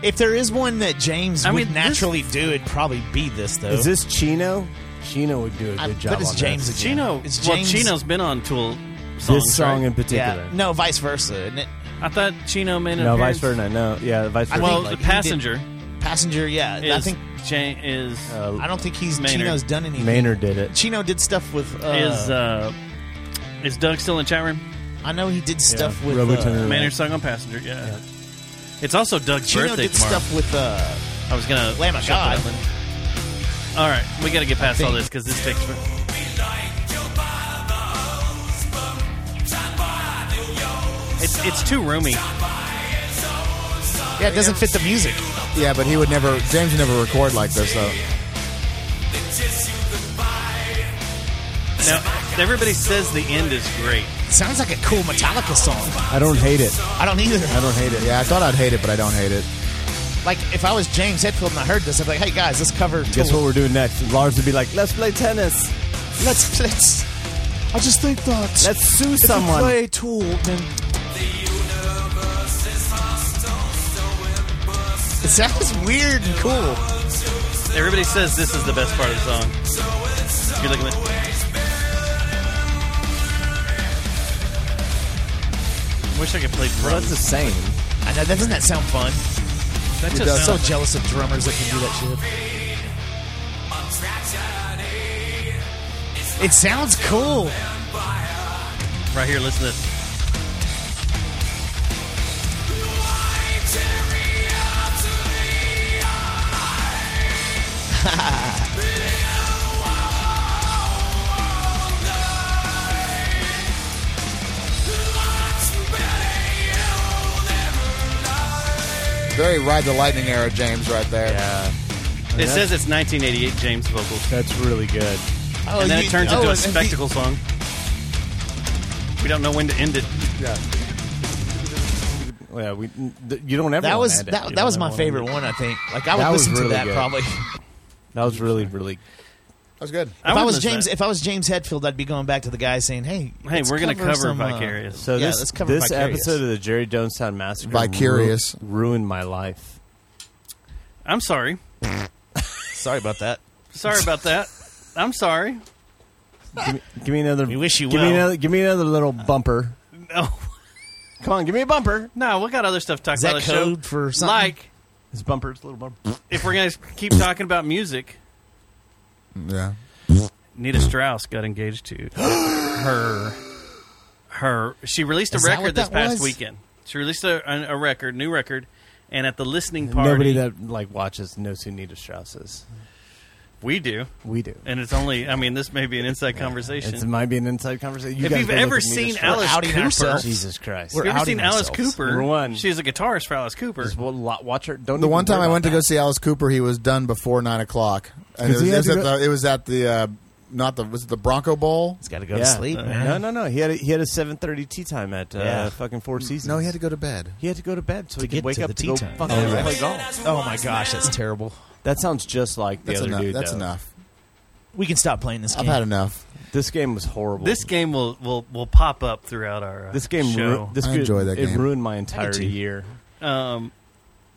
[SPEAKER 6] If there is one that James
[SPEAKER 7] I
[SPEAKER 6] would
[SPEAKER 7] mean, this-
[SPEAKER 6] naturally do, it'd probably be this though.
[SPEAKER 10] Is this Chino? Chino would do a good
[SPEAKER 6] I-
[SPEAKER 10] job.
[SPEAKER 6] but it's
[SPEAKER 10] on
[SPEAKER 6] James
[SPEAKER 10] This,
[SPEAKER 6] again.
[SPEAKER 7] Chino,
[SPEAKER 6] It's
[SPEAKER 7] well,
[SPEAKER 6] James-
[SPEAKER 7] Chino's been on Tool songs.
[SPEAKER 10] this song
[SPEAKER 7] right?
[SPEAKER 10] in particular.
[SPEAKER 6] Yeah. No, vice versa. isn't it?
[SPEAKER 7] I thought Chino made an
[SPEAKER 10] No,
[SPEAKER 7] appearance.
[SPEAKER 10] vice versa. No, yeah, vice versa.
[SPEAKER 7] Well,
[SPEAKER 6] think, like,
[SPEAKER 7] the
[SPEAKER 6] he did-
[SPEAKER 7] passenger
[SPEAKER 6] Passenger. Yeah, I
[SPEAKER 7] is
[SPEAKER 6] think.
[SPEAKER 7] Jan- is
[SPEAKER 10] Uh,
[SPEAKER 6] I don't think he's
[SPEAKER 7] Maynard.
[SPEAKER 6] Chino's done anything.
[SPEAKER 10] Maynard did it.
[SPEAKER 6] Chino did stuff with. Uh,
[SPEAKER 7] is uh, is Doug still in chat room?
[SPEAKER 6] I know he did stuff with.
[SPEAKER 10] Robotuner.
[SPEAKER 6] Uh,
[SPEAKER 7] Maynard's song on passenger. Yeah. It's also Doug's
[SPEAKER 6] Chino
[SPEAKER 7] birthday
[SPEAKER 6] did
[SPEAKER 7] tomorrow.
[SPEAKER 6] stuff with. Uh,
[SPEAKER 7] I was gonna
[SPEAKER 6] Lamb of
[SPEAKER 7] shut
[SPEAKER 6] God.
[SPEAKER 7] that one. All right, we got to get past all
[SPEAKER 6] think-
[SPEAKER 7] this because this takes. For- it's it's too roomy.
[SPEAKER 6] yeah, it doesn't fit the music.
[SPEAKER 11] Yeah, but he would never. James would never record like this though.
[SPEAKER 7] Now everybody says the end is great.
[SPEAKER 6] It sounds like a cool Metallica song.
[SPEAKER 10] I don't hate it.
[SPEAKER 6] I don't either.
[SPEAKER 11] I don't hate it. Yeah, I thought I'd hate it, but I don't hate it.
[SPEAKER 6] Like if I was James Hetfield and I heard this, I'd be like, "Hey guys, let's cover."
[SPEAKER 10] Guess
[SPEAKER 6] Tool.
[SPEAKER 10] what we're doing next? Lars would be like, "Let's play tennis.
[SPEAKER 6] Let's let's. I just think that
[SPEAKER 10] Let's sue someone."
[SPEAKER 6] Tool, then. It sounds weird and cool.
[SPEAKER 7] Everybody says this is the best part of the song. You're looking at. Wish I could play
[SPEAKER 10] Well, that's
[SPEAKER 7] drums.
[SPEAKER 10] the same.
[SPEAKER 6] I know, doesn't that sound fun?
[SPEAKER 7] That
[SPEAKER 6] I'm
[SPEAKER 7] just
[SPEAKER 6] so
[SPEAKER 7] sounds-
[SPEAKER 6] jealous of drummers that can do that shit. It sounds cool.
[SPEAKER 7] right here. Listen to this.
[SPEAKER 11] Very ride the lightning arrow, James, right there.
[SPEAKER 10] Yeah,
[SPEAKER 7] It says it's 1988 James vocals,
[SPEAKER 10] that's really good.
[SPEAKER 6] Oh,
[SPEAKER 7] and then
[SPEAKER 6] you-
[SPEAKER 7] it turns
[SPEAKER 6] oh,
[SPEAKER 7] into a
[SPEAKER 6] and he-
[SPEAKER 7] spectacle song. We don't know when to end it.
[SPEAKER 10] Yeah, we. th- You don't ever.
[SPEAKER 6] That
[SPEAKER 10] wanna
[SPEAKER 6] was
[SPEAKER 10] end it. You
[SPEAKER 6] that, that
[SPEAKER 10] don't
[SPEAKER 6] was
[SPEAKER 10] ever
[SPEAKER 6] my
[SPEAKER 10] wanna end
[SPEAKER 6] favorite
[SPEAKER 10] it.
[SPEAKER 6] one. I think. Like I would
[SPEAKER 10] That was
[SPEAKER 6] listen to
[SPEAKER 10] really
[SPEAKER 6] that
[SPEAKER 10] good.
[SPEAKER 6] probably. If
[SPEAKER 10] That was really, really.
[SPEAKER 11] That was good.
[SPEAKER 7] would
[SPEAKER 6] I was
[SPEAKER 7] listen to
[SPEAKER 6] James,
[SPEAKER 7] that.
[SPEAKER 6] if I was James Hetfield, I'd be going back to the guy saying, "Hey,
[SPEAKER 7] hey,
[SPEAKER 6] let's
[SPEAKER 7] we're gonna cover
[SPEAKER 6] some, uh,
[SPEAKER 7] Vicarious.
[SPEAKER 10] So
[SPEAKER 6] Yeah,
[SPEAKER 10] this
[SPEAKER 6] let's cover
[SPEAKER 10] this
[SPEAKER 6] Vicarious.
[SPEAKER 10] episode of the Jerry Jonestown massacre
[SPEAKER 11] Vicarious.
[SPEAKER 10] ru- ruined my life.
[SPEAKER 7] I'm sorry.
[SPEAKER 6] Sorry about that.
[SPEAKER 7] Sorry about that. I'm sorry.
[SPEAKER 10] Give me, give me another.
[SPEAKER 6] We wish you
[SPEAKER 10] give
[SPEAKER 6] well.
[SPEAKER 10] Me another, give me another little bumper.
[SPEAKER 7] No,
[SPEAKER 10] Come on, give me a bumper.
[SPEAKER 7] no, we got other stuff to talk
[SPEAKER 6] Is
[SPEAKER 7] about.
[SPEAKER 6] that
[SPEAKER 7] the show.
[SPEAKER 6] code for something?
[SPEAKER 7] Like,
[SPEAKER 10] This bumper, it's a little bumper.
[SPEAKER 7] if we're gonna keep talking about music,
[SPEAKER 11] Yeah.
[SPEAKER 7] Nita Strauss got engaged to her. Her she released a
[SPEAKER 6] Is that
[SPEAKER 7] record
[SPEAKER 6] what
[SPEAKER 7] this
[SPEAKER 6] that
[SPEAKER 7] past
[SPEAKER 6] was?
[SPEAKER 7] weekend. She released a, a, a record, new record, And at the listening party,
[SPEAKER 10] Nobody that like watches knows who Nita Strauss is.
[SPEAKER 7] we do,
[SPEAKER 10] We do.
[SPEAKER 7] and it's only. I mean, this may be an inside conversation.
[SPEAKER 10] It's- It might be an inside conversation. You
[SPEAKER 7] if
[SPEAKER 10] guys
[SPEAKER 7] you've
[SPEAKER 10] go look
[SPEAKER 7] ever
[SPEAKER 10] at Nita
[SPEAKER 7] seen
[SPEAKER 10] Strauss.
[SPEAKER 7] Alice Cooper,
[SPEAKER 10] Jesus Christ!
[SPEAKER 7] If you've ever seen Alice Cooper,
[SPEAKER 10] Number one,
[SPEAKER 7] she's a guitarist for Alice Cooper.
[SPEAKER 10] watch her. Don't
[SPEAKER 11] The one time I went to go see Alice Cooper, he was done before nine o'clock. And it, was,
[SPEAKER 10] Because he
[SPEAKER 11] it,
[SPEAKER 10] had
[SPEAKER 11] was
[SPEAKER 10] to
[SPEAKER 11] at
[SPEAKER 10] go-
[SPEAKER 11] the, it was at the uh, not the was it the Bronco Bowl? He's
[SPEAKER 6] got to
[SPEAKER 11] go to sleep, man.
[SPEAKER 10] Uh-huh. No, no, no. He had a, he had a seven thirty tea time at uh,
[SPEAKER 11] Yeah.
[SPEAKER 10] fucking Four Seasons.
[SPEAKER 11] No, he had to go to bed.
[SPEAKER 10] He had to go to bed so
[SPEAKER 11] To
[SPEAKER 10] he could
[SPEAKER 11] get
[SPEAKER 10] wake
[SPEAKER 11] to
[SPEAKER 10] up
[SPEAKER 11] the
[SPEAKER 10] to
[SPEAKER 11] tea
[SPEAKER 10] go
[SPEAKER 11] time.
[SPEAKER 10] fucking
[SPEAKER 11] Oh, yeah.
[SPEAKER 10] play golf.
[SPEAKER 6] Oh my gosh, that's terrible.
[SPEAKER 10] That sounds just like the
[SPEAKER 6] That's
[SPEAKER 10] other
[SPEAKER 6] enough-
[SPEAKER 10] dude.
[SPEAKER 6] that's
[SPEAKER 10] though.
[SPEAKER 6] enough. We can stop playing this.
[SPEAKER 10] I've
[SPEAKER 6] game.
[SPEAKER 10] had enough. This game was horrible.
[SPEAKER 7] This game will, will, will pop up throughout our uh,
[SPEAKER 10] This game
[SPEAKER 7] Show.
[SPEAKER 10] ru- this could- it ruined my entire
[SPEAKER 7] too.
[SPEAKER 10] year.
[SPEAKER 7] Um,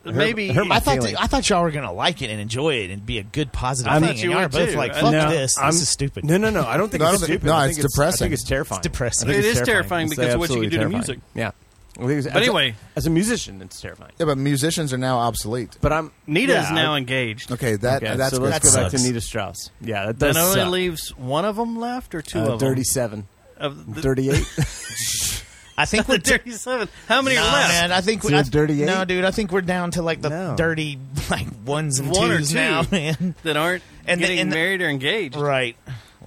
[SPEAKER 10] Hurt-
[SPEAKER 7] maybe
[SPEAKER 10] hurt my
[SPEAKER 6] I thought
[SPEAKER 10] feelings.
[SPEAKER 6] I thought y'all were gonna like it and enjoy it and be a good positive
[SPEAKER 10] I'm-
[SPEAKER 6] thing.
[SPEAKER 10] I thought
[SPEAKER 6] And
[SPEAKER 10] you
[SPEAKER 6] y'all are
[SPEAKER 10] would
[SPEAKER 6] both
[SPEAKER 10] too.
[SPEAKER 6] like,
[SPEAKER 10] I
[SPEAKER 6] "Fuck
[SPEAKER 10] know.
[SPEAKER 6] this!
[SPEAKER 10] I'm-
[SPEAKER 6] this is stupid."
[SPEAKER 10] No, no, no, I don't think No, I it's don't think- stupid. no, I think it's it's- I depressing. think it's terrifying.
[SPEAKER 6] It's depressing.
[SPEAKER 10] I think
[SPEAKER 7] It
[SPEAKER 10] it's
[SPEAKER 7] is terrifying
[SPEAKER 10] It's
[SPEAKER 7] because of what you
[SPEAKER 10] absolutely
[SPEAKER 7] can do to
[SPEAKER 10] terrifying.
[SPEAKER 7] music.
[SPEAKER 10] Yeah. I think it's-
[SPEAKER 7] But
[SPEAKER 10] as a-
[SPEAKER 7] anyway.
[SPEAKER 10] as a musician, it's terrifying.
[SPEAKER 11] Yeah, but musicians are now obsolete.
[SPEAKER 10] But I'm
[SPEAKER 7] Nita
[SPEAKER 10] yeah,
[SPEAKER 7] is now
[SPEAKER 10] I-
[SPEAKER 7] engaged.
[SPEAKER 11] Okay, that
[SPEAKER 10] Okay,
[SPEAKER 11] that's
[SPEAKER 10] so
[SPEAKER 11] good.
[SPEAKER 10] let's go back to Nita Strauss. Yeah, that does
[SPEAKER 7] That only
[SPEAKER 10] suck.
[SPEAKER 7] leaves one of them left or two
[SPEAKER 10] Uh,
[SPEAKER 7] of them?
[SPEAKER 10] 37.
[SPEAKER 7] Of the-
[SPEAKER 10] 38.
[SPEAKER 6] I think we're
[SPEAKER 7] The 37. How many
[SPEAKER 6] nah,
[SPEAKER 7] are left?
[SPEAKER 6] Man, I think
[SPEAKER 10] So
[SPEAKER 6] we- I
[SPEAKER 10] you're
[SPEAKER 6] th-
[SPEAKER 10] 38?
[SPEAKER 6] No, dude, I think we're down to like the dirty like ones and
[SPEAKER 7] One or
[SPEAKER 6] twos
[SPEAKER 7] two
[SPEAKER 6] now, man.
[SPEAKER 7] that aren't
[SPEAKER 6] And the-
[SPEAKER 7] getting
[SPEAKER 6] and the-
[SPEAKER 7] married or engaged.
[SPEAKER 6] Right.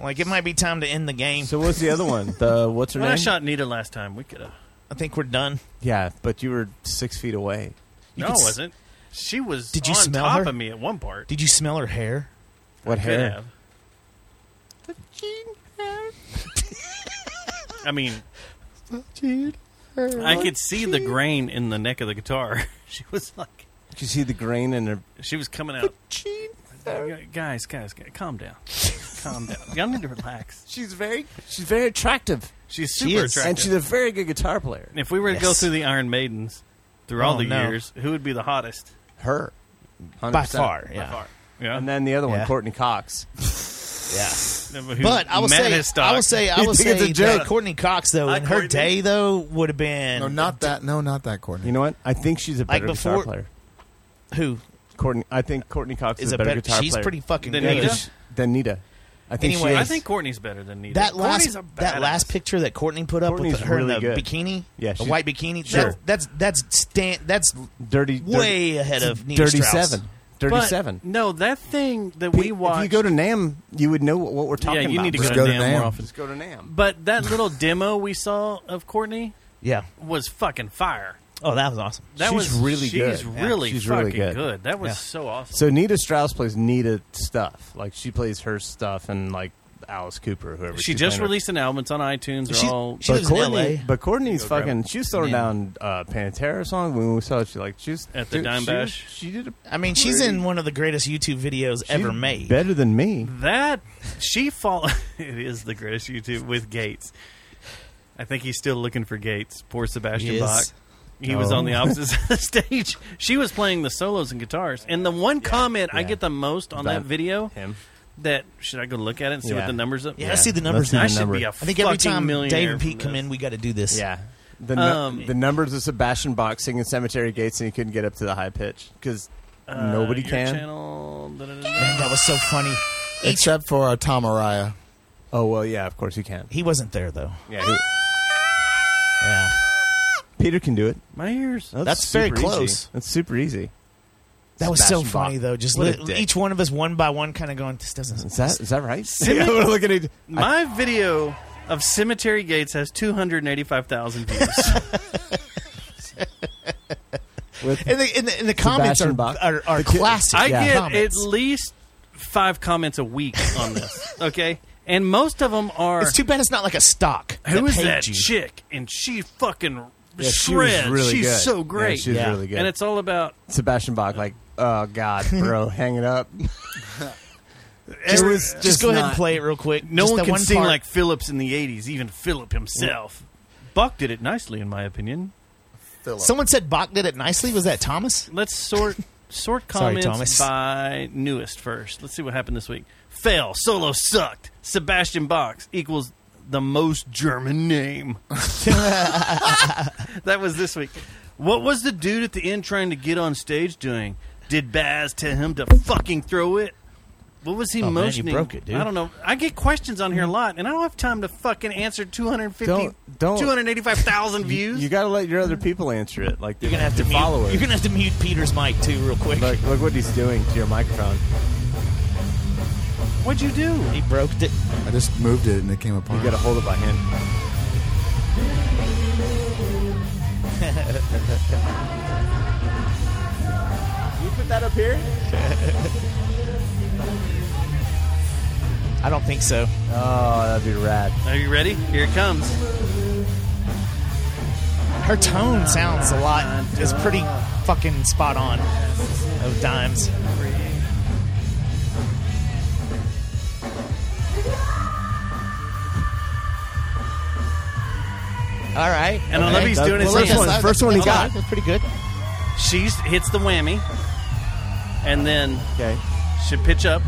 [SPEAKER 6] Like it might be time to end the game.
[SPEAKER 10] So what's the other one? The what's her
[SPEAKER 7] When I
[SPEAKER 10] name?
[SPEAKER 7] shot Nita last time, we could have.
[SPEAKER 6] I think we're done.
[SPEAKER 10] Yeah, but you were six feet away.
[SPEAKER 7] No, I wasn't. She was
[SPEAKER 6] Did you
[SPEAKER 7] on
[SPEAKER 6] smell
[SPEAKER 7] top
[SPEAKER 6] her?
[SPEAKER 7] of me at one part.
[SPEAKER 6] Did you smell her hair?
[SPEAKER 10] What
[SPEAKER 7] I could
[SPEAKER 10] hair?
[SPEAKER 7] have. I mean, I could see the grain in the neck of the guitar. she was like,
[SPEAKER 10] Did you see the grain in her?
[SPEAKER 7] she was coming out. Guys, guys, guys, calm down. calm down. Y'all need to relax.
[SPEAKER 10] She's very, she's very attractive.
[SPEAKER 7] She's super attractive.
[SPEAKER 10] and she's a very good guitar player.
[SPEAKER 7] If we were to go
[SPEAKER 10] Yes.
[SPEAKER 7] through the Iron Maidens through all
[SPEAKER 10] Oh,
[SPEAKER 7] the
[SPEAKER 10] no.
[SPEAKER 7] years, who would be the hottest?
[SPEAKER 10] Her, 100%.
[SPEAKER 6] By far, yeah.
[SPEAKER 7] far. Yeah.
[SPEAKER 10] And then the other one,
[SPEAKER 6] Yeah.
[SPEAKER 10] Courtney Cox.
[SPEAKER 6] Yeah.
[SPEAKER 7] But,
[SPEAKER 6] But I will say, I will say, I will say that Courtney Cox though,
[SPEAKER 10] Hi,
[SPEAKER 6] in her
[SPEAKER 10] Courtney.
[SPEAKER 6] day though, would have been
[SPEAKER 11] No, not that. No, not that Courtney.
[SPEAKER 10] You know what? I think she's a
[SPEAKER 6] Like
[SPEAKER 10] better guitar
[SPEAKER 6] before-
[SPEAKER 10] player.
[SPEAKER 6] Who?
[SPEAKER 10] Courtney. I think Courtney Cox is, a better, guitar
[SPEAKER 6] she's
[SPEAKER 10] player.
[SPEAKER 6] pretty fucking
[SPEAKER 7] Than
[SPEAKER 6] good.
[SPEAKER 7] Nita?
[SPEAKER 10] than Nita. I think
[SPEAKER 6] Anyway,
[SPEAKER 10] she is.
[SPEAKER 7] I think Courtney's better than Nita.
[SPEAKER 6] That last
[SPEAKER 7] Courtney's a
[SPEAKER 6] that
[SPEAKER 7] badass.
[SPEAKER 6] last picture that Courtney put up
[SPEAKER 10] Courtney's
[SPEAKER 6] with her
[SPEAKER 10] really
[SPEAKER 6] in the
[SPEAKER 10] good.
[SPEAKER 6] bikini,
[SPEAKER 10] Yeah,
[SPEAKER 6] the
[SPEAKER 10] she's-
[SPEAKER 6] white bikini.
[SPEAKER 10] Sure.
[SPEAKER 6] That's that's that's stan- that's
[SPEAKER 10] dirty,
[SPEAKER 6] way
[SPEAKER 10] dirty-
[SPEAKER 6] ahead of Nita
[SPEAKER 10] dirty
[SPEAKER 6] Strauss.
[SPEAKER 10] seven. Dirty
[SPEAKER 7] But,
[SPEAKER 10] seven.
[SPEAKER 7] No, that thing that
[SPEAKER 10] If
[SPEAKER 7] we
[SPEAKER 10] you
[SPEAKER 7] watched.
[SPEAKER 10] go to Nam, you would know what, what we're talking
[SPEAKER 7] yeah, you
[SPEAKER 10] about.
[SPEAKER 7] need to
[SPEAKER 10] Just
[SPEAKER 7] go, to NAM more often.
[SPEAKER 10] Just go to Nam.
[SPEAKER 7] But that little demo we saw of Courtney
[SPEAKER 6] Yeah.
[SPEAKER 7] was fucking fire.
[SPEAKER 6] Oh, that was awesome.
[SPEAKER 7] That
[SPEAKER 10] She's
[SPEAKER 7] was
[SPEAKER 10] really good.
[SPEAKER 7] she's
[SPEAKER 10] Yeah,
[SPEAKER 7] Really
[SPEAKER 10] she's
[SPEAKER 7] fucking
[SPEAKER 10] really good.
[SPEAKER 7] That was
[SPEAKER 10] Yeah.
[SPEAKER 7] so awesome.
[SPEAKER 10] So Nita Strauss plays Nita stuff. Like she plays her stuff and like Alice Cooper, or whoever.
[SPEAKER 7] she
[SPEAKER 10] she's
[SPEAKER 7] just
[SPEAKER 10] playing her-
[SPEAKER 7] released an album. It's on iTunes. They're
[SPEAKER 6] She-
[SPEAKER 7] all
[SPEAKER 6] she lives in
[SPEAKER 10] Courtney,
[SPEAKER 6] LA.
[SPEAKER 10] but Courtney's
[SPEAKER 7] Go grab
[SPEAKER 10] fucking.
[SPEAKER 7] it.
[SPEAKER 10] She was throwing
[SPEAKER 7] Yeah.
[SPEAKER 10] down uh, Pantera song when we saw it. She like she was
[SPEAKER 7] At the
[SPEAKER 10] dude,
[SPEAKER 7] Dime
[SPEAKER 10] she was-
[SPEAKER 7] Bash.
[SPEAKER 10] She did.
[SPEAKER 6] I mean, she's in one of the greatest YouTube videos ever made.
[SPEAKER 10] better than me.
[SPEAKER 7] That she fall. it is the greatest YouTube with Gates. I think he's still looking for Gates. Poor Sebastian
[SPEAKER 6] He is.
[SPEAKER 7] Bach. He was
[SPEAKER 10] Oh.
[SPEAKER 7] on the opposite side of the stage. She was playing the solos and guitars. And the one comment I
[SPEAKER 10] yeah.
[SPEAKER 7] get the most on
[SPEAKER 10] About
[SPEAKER 7] that video
[SPEAKER 10] him.
[SPEAKER 7] that should I go look at it and see
[SPEAKER 10] Yeah.
[SPEAKER 7] what the numbers are?
[SPEAKER 6] Yeah, let's see the
[SPEAKER 10] Let's
[SPEAKER 6] numbers.
[SPEAKER 10] see the
[SPEAKER 6] I
[SPEAKER 7] I should be
[SPEAKER 10] number.
[SPEAKER 7] a
[SPEAKER 10] I
[SPEAKER 6] think every
[SPEAKER 7] fucking
[SPEAKER 6] time
[SPEAKER 7] millionaire
[SPEAKER 6] Dave and
[SPEAKER 7] from
[SPEAKER 6] Pete come
[SPEAKER 7] this.
[SPEAKER 6] in, we got to do this.
[SPEAKER 10] Yeah. The, nu-
[SPEAKER 7] Um,
[SPEAKER 10] the numbers of Sebastian Bach singing Cemetery Gates and he couldn't get up to the high pitch because
[SPEAKER 7] Uh,
[SPEAKER 10] nobody
[SPEAKER 7] your
[SPEAKER 10] can.
[SPEAKER 7] Channel, da, da, da, da.
[SPEAKER 6] Man, that was so funny. Each,
[SPEAKER 11] Except for uh, Tom Araya.
[SPEAKER 10] Oh well, yeah, of course he can.
[SPEAKER 6] he wasn't there though.
[SPEAKER 10] Yeah, he-
[SPEAKER 6] Yeah.
[SPEAKER 10] Peter can do it.
[SPEAKER 7] My ears.
[SPEAKER 6] That's very
[SPEAKER 10] super easy.
[SPEAKER 6] close.
[SPEAKER 10] That's super easy.
[SPEAKER 6] That was so
[SPEAKER 10] Sebastian
[SPEAKER 6] funny
[SPEAKER 10] Bach.
[SPEAKER 6] though. Just
[SPEAKER 10] What a
[SPEAKER 6] li-
[SPEAKER 10] dick.
[SPEAKER 6] each one of us one by one, kind of going, "This doesn't."
[SPEAKER 10] Is that is that right?
[SPEAKER 7] Simi-
[SPEAKER 10] Yeah, I'm looking at I-
[SPEAKER 7] My video of Cemetery Gates has 285,000 views.
[SPEAKER 10] with-
[SPEAKER 6] And the, and the, and the comments
[SPEAKER 10] Sebastian
[SPEAKER 6] are,
[SPEAKER 10] Bach.
[SPEAKER 6] are are
[SPEAKER 10] The kid-
[SPEAKER 6] classic.
[SPEAKER 7] I
[SPEAKER 10] Yeah.
[SPEAKER 7] get
[SPEAKER 6] comments.
[SPEAKER 7] at least five comments a week on this, okay? And most of them are,
[SPEAKER 6] It's too bad it's not like a stock.
[SPEAKER 7] who is
[SPEAKER 6] paid
[SPEAKER 7] that
[SPEAKER 6] you.
[SPEAKER 7] chick? And she fucking
[SPEAKER 10] Yeah, she was
[SPEAKER 7] shreds.
[SPEAKER 10] really
[SPEAKER 7] she's
[SPEAKER 10] good.
[SPEAKER 7] so
[SPEAKER 10] Yeah,
[SPEAKER 7] great.
[SPEAKER 10] she was Yeah. really good.
[SPEAKER 7] And it's all about
[SPEAKER 10] Sebastian Bach, like, oh god, bro, hang it up.
[SPEAKER 6] Just,
[SPEAKER 10] It was
[SPEAKER 6] just
[SPEAKER 10] just
[SPEAKER 6] go ahead and
[SPEAKER 10] not-
[SPEAKER 6] play it real quick.
[SPEAKER 7] no
[SPEAKER 6] Just
[SPEAKER 7] one
[SPEAKER 6] that
[SPEAKER 7] can
[SPEAKER 6] one
[SPEAKER 7] sing
[SPEAKER 6] part.
[SPEAKER 7] like Phillips in the 80s, even Philip himself. Buck did it nicely, in my opinion.
[SPEAKER 6] Someone said Bach did it nicely. Was that Thomas?
[SPEAKER 7] Let's sort sort
[SPEAKER 6] Sorry,
[SPEAKER 7] comments
[SPEAKER 6] Thomas.
[SPEAKER 7] by newest first. Let's see what happened this week. Fail solo sucked. Sebastian Bach equals the most German name. that was this week. What was the dude at the end trying to get on stage doing? Did Baz tell him to fucking throw it? What was he
[SPEAKER 6] Oh, man, you
[SPEAKER 7] motioning?
[SPEAKER 6] broke it, dude. Mm-hmm.
[SPEAKER 7] I don't know. I get questions on here a lot, and I don't have time to fucking answer 250,
[SPEAKER 10] Don't- don't-
[SPEAKER 7] 285,000 views.
[SPEAKER 10] You got to let your other people answer it. Like
[SPEAKER 6] You're gonna have to mute-
[SPEAKER 10] follow
[SPEAKER 6] you're gonna have to mute Peter's mic too, real quick.
[SPEAKER 10] Look, look what he's doing to your microphone.
[SPEAKER 7] What'd you do? He
[SPEAKER 6] broke it.
[SPEAKER 11] I just moved it and it came apart. You got
[SPEAKER 10] to hold it by hand. You put that up here?
[SPEAKER 6] I don't think so.
[SPEAKER 10] Oh, that'd be rad.
[SPEAKER 7] Are you ready? Here it comes.
[SPEAKER 6] Her tone sounds a lot. It's pretty fucking spot on. Oh, dimes. All right.
[SPEAKER 7] And I love he's doing his
[SPEAKER 6] first
[SPEAKER 7] hand.
[SPEAKER 6] one. First one he got. That's pretty good.
[SPEAKER 7] She hits the whammy, and then okay, she pitch up.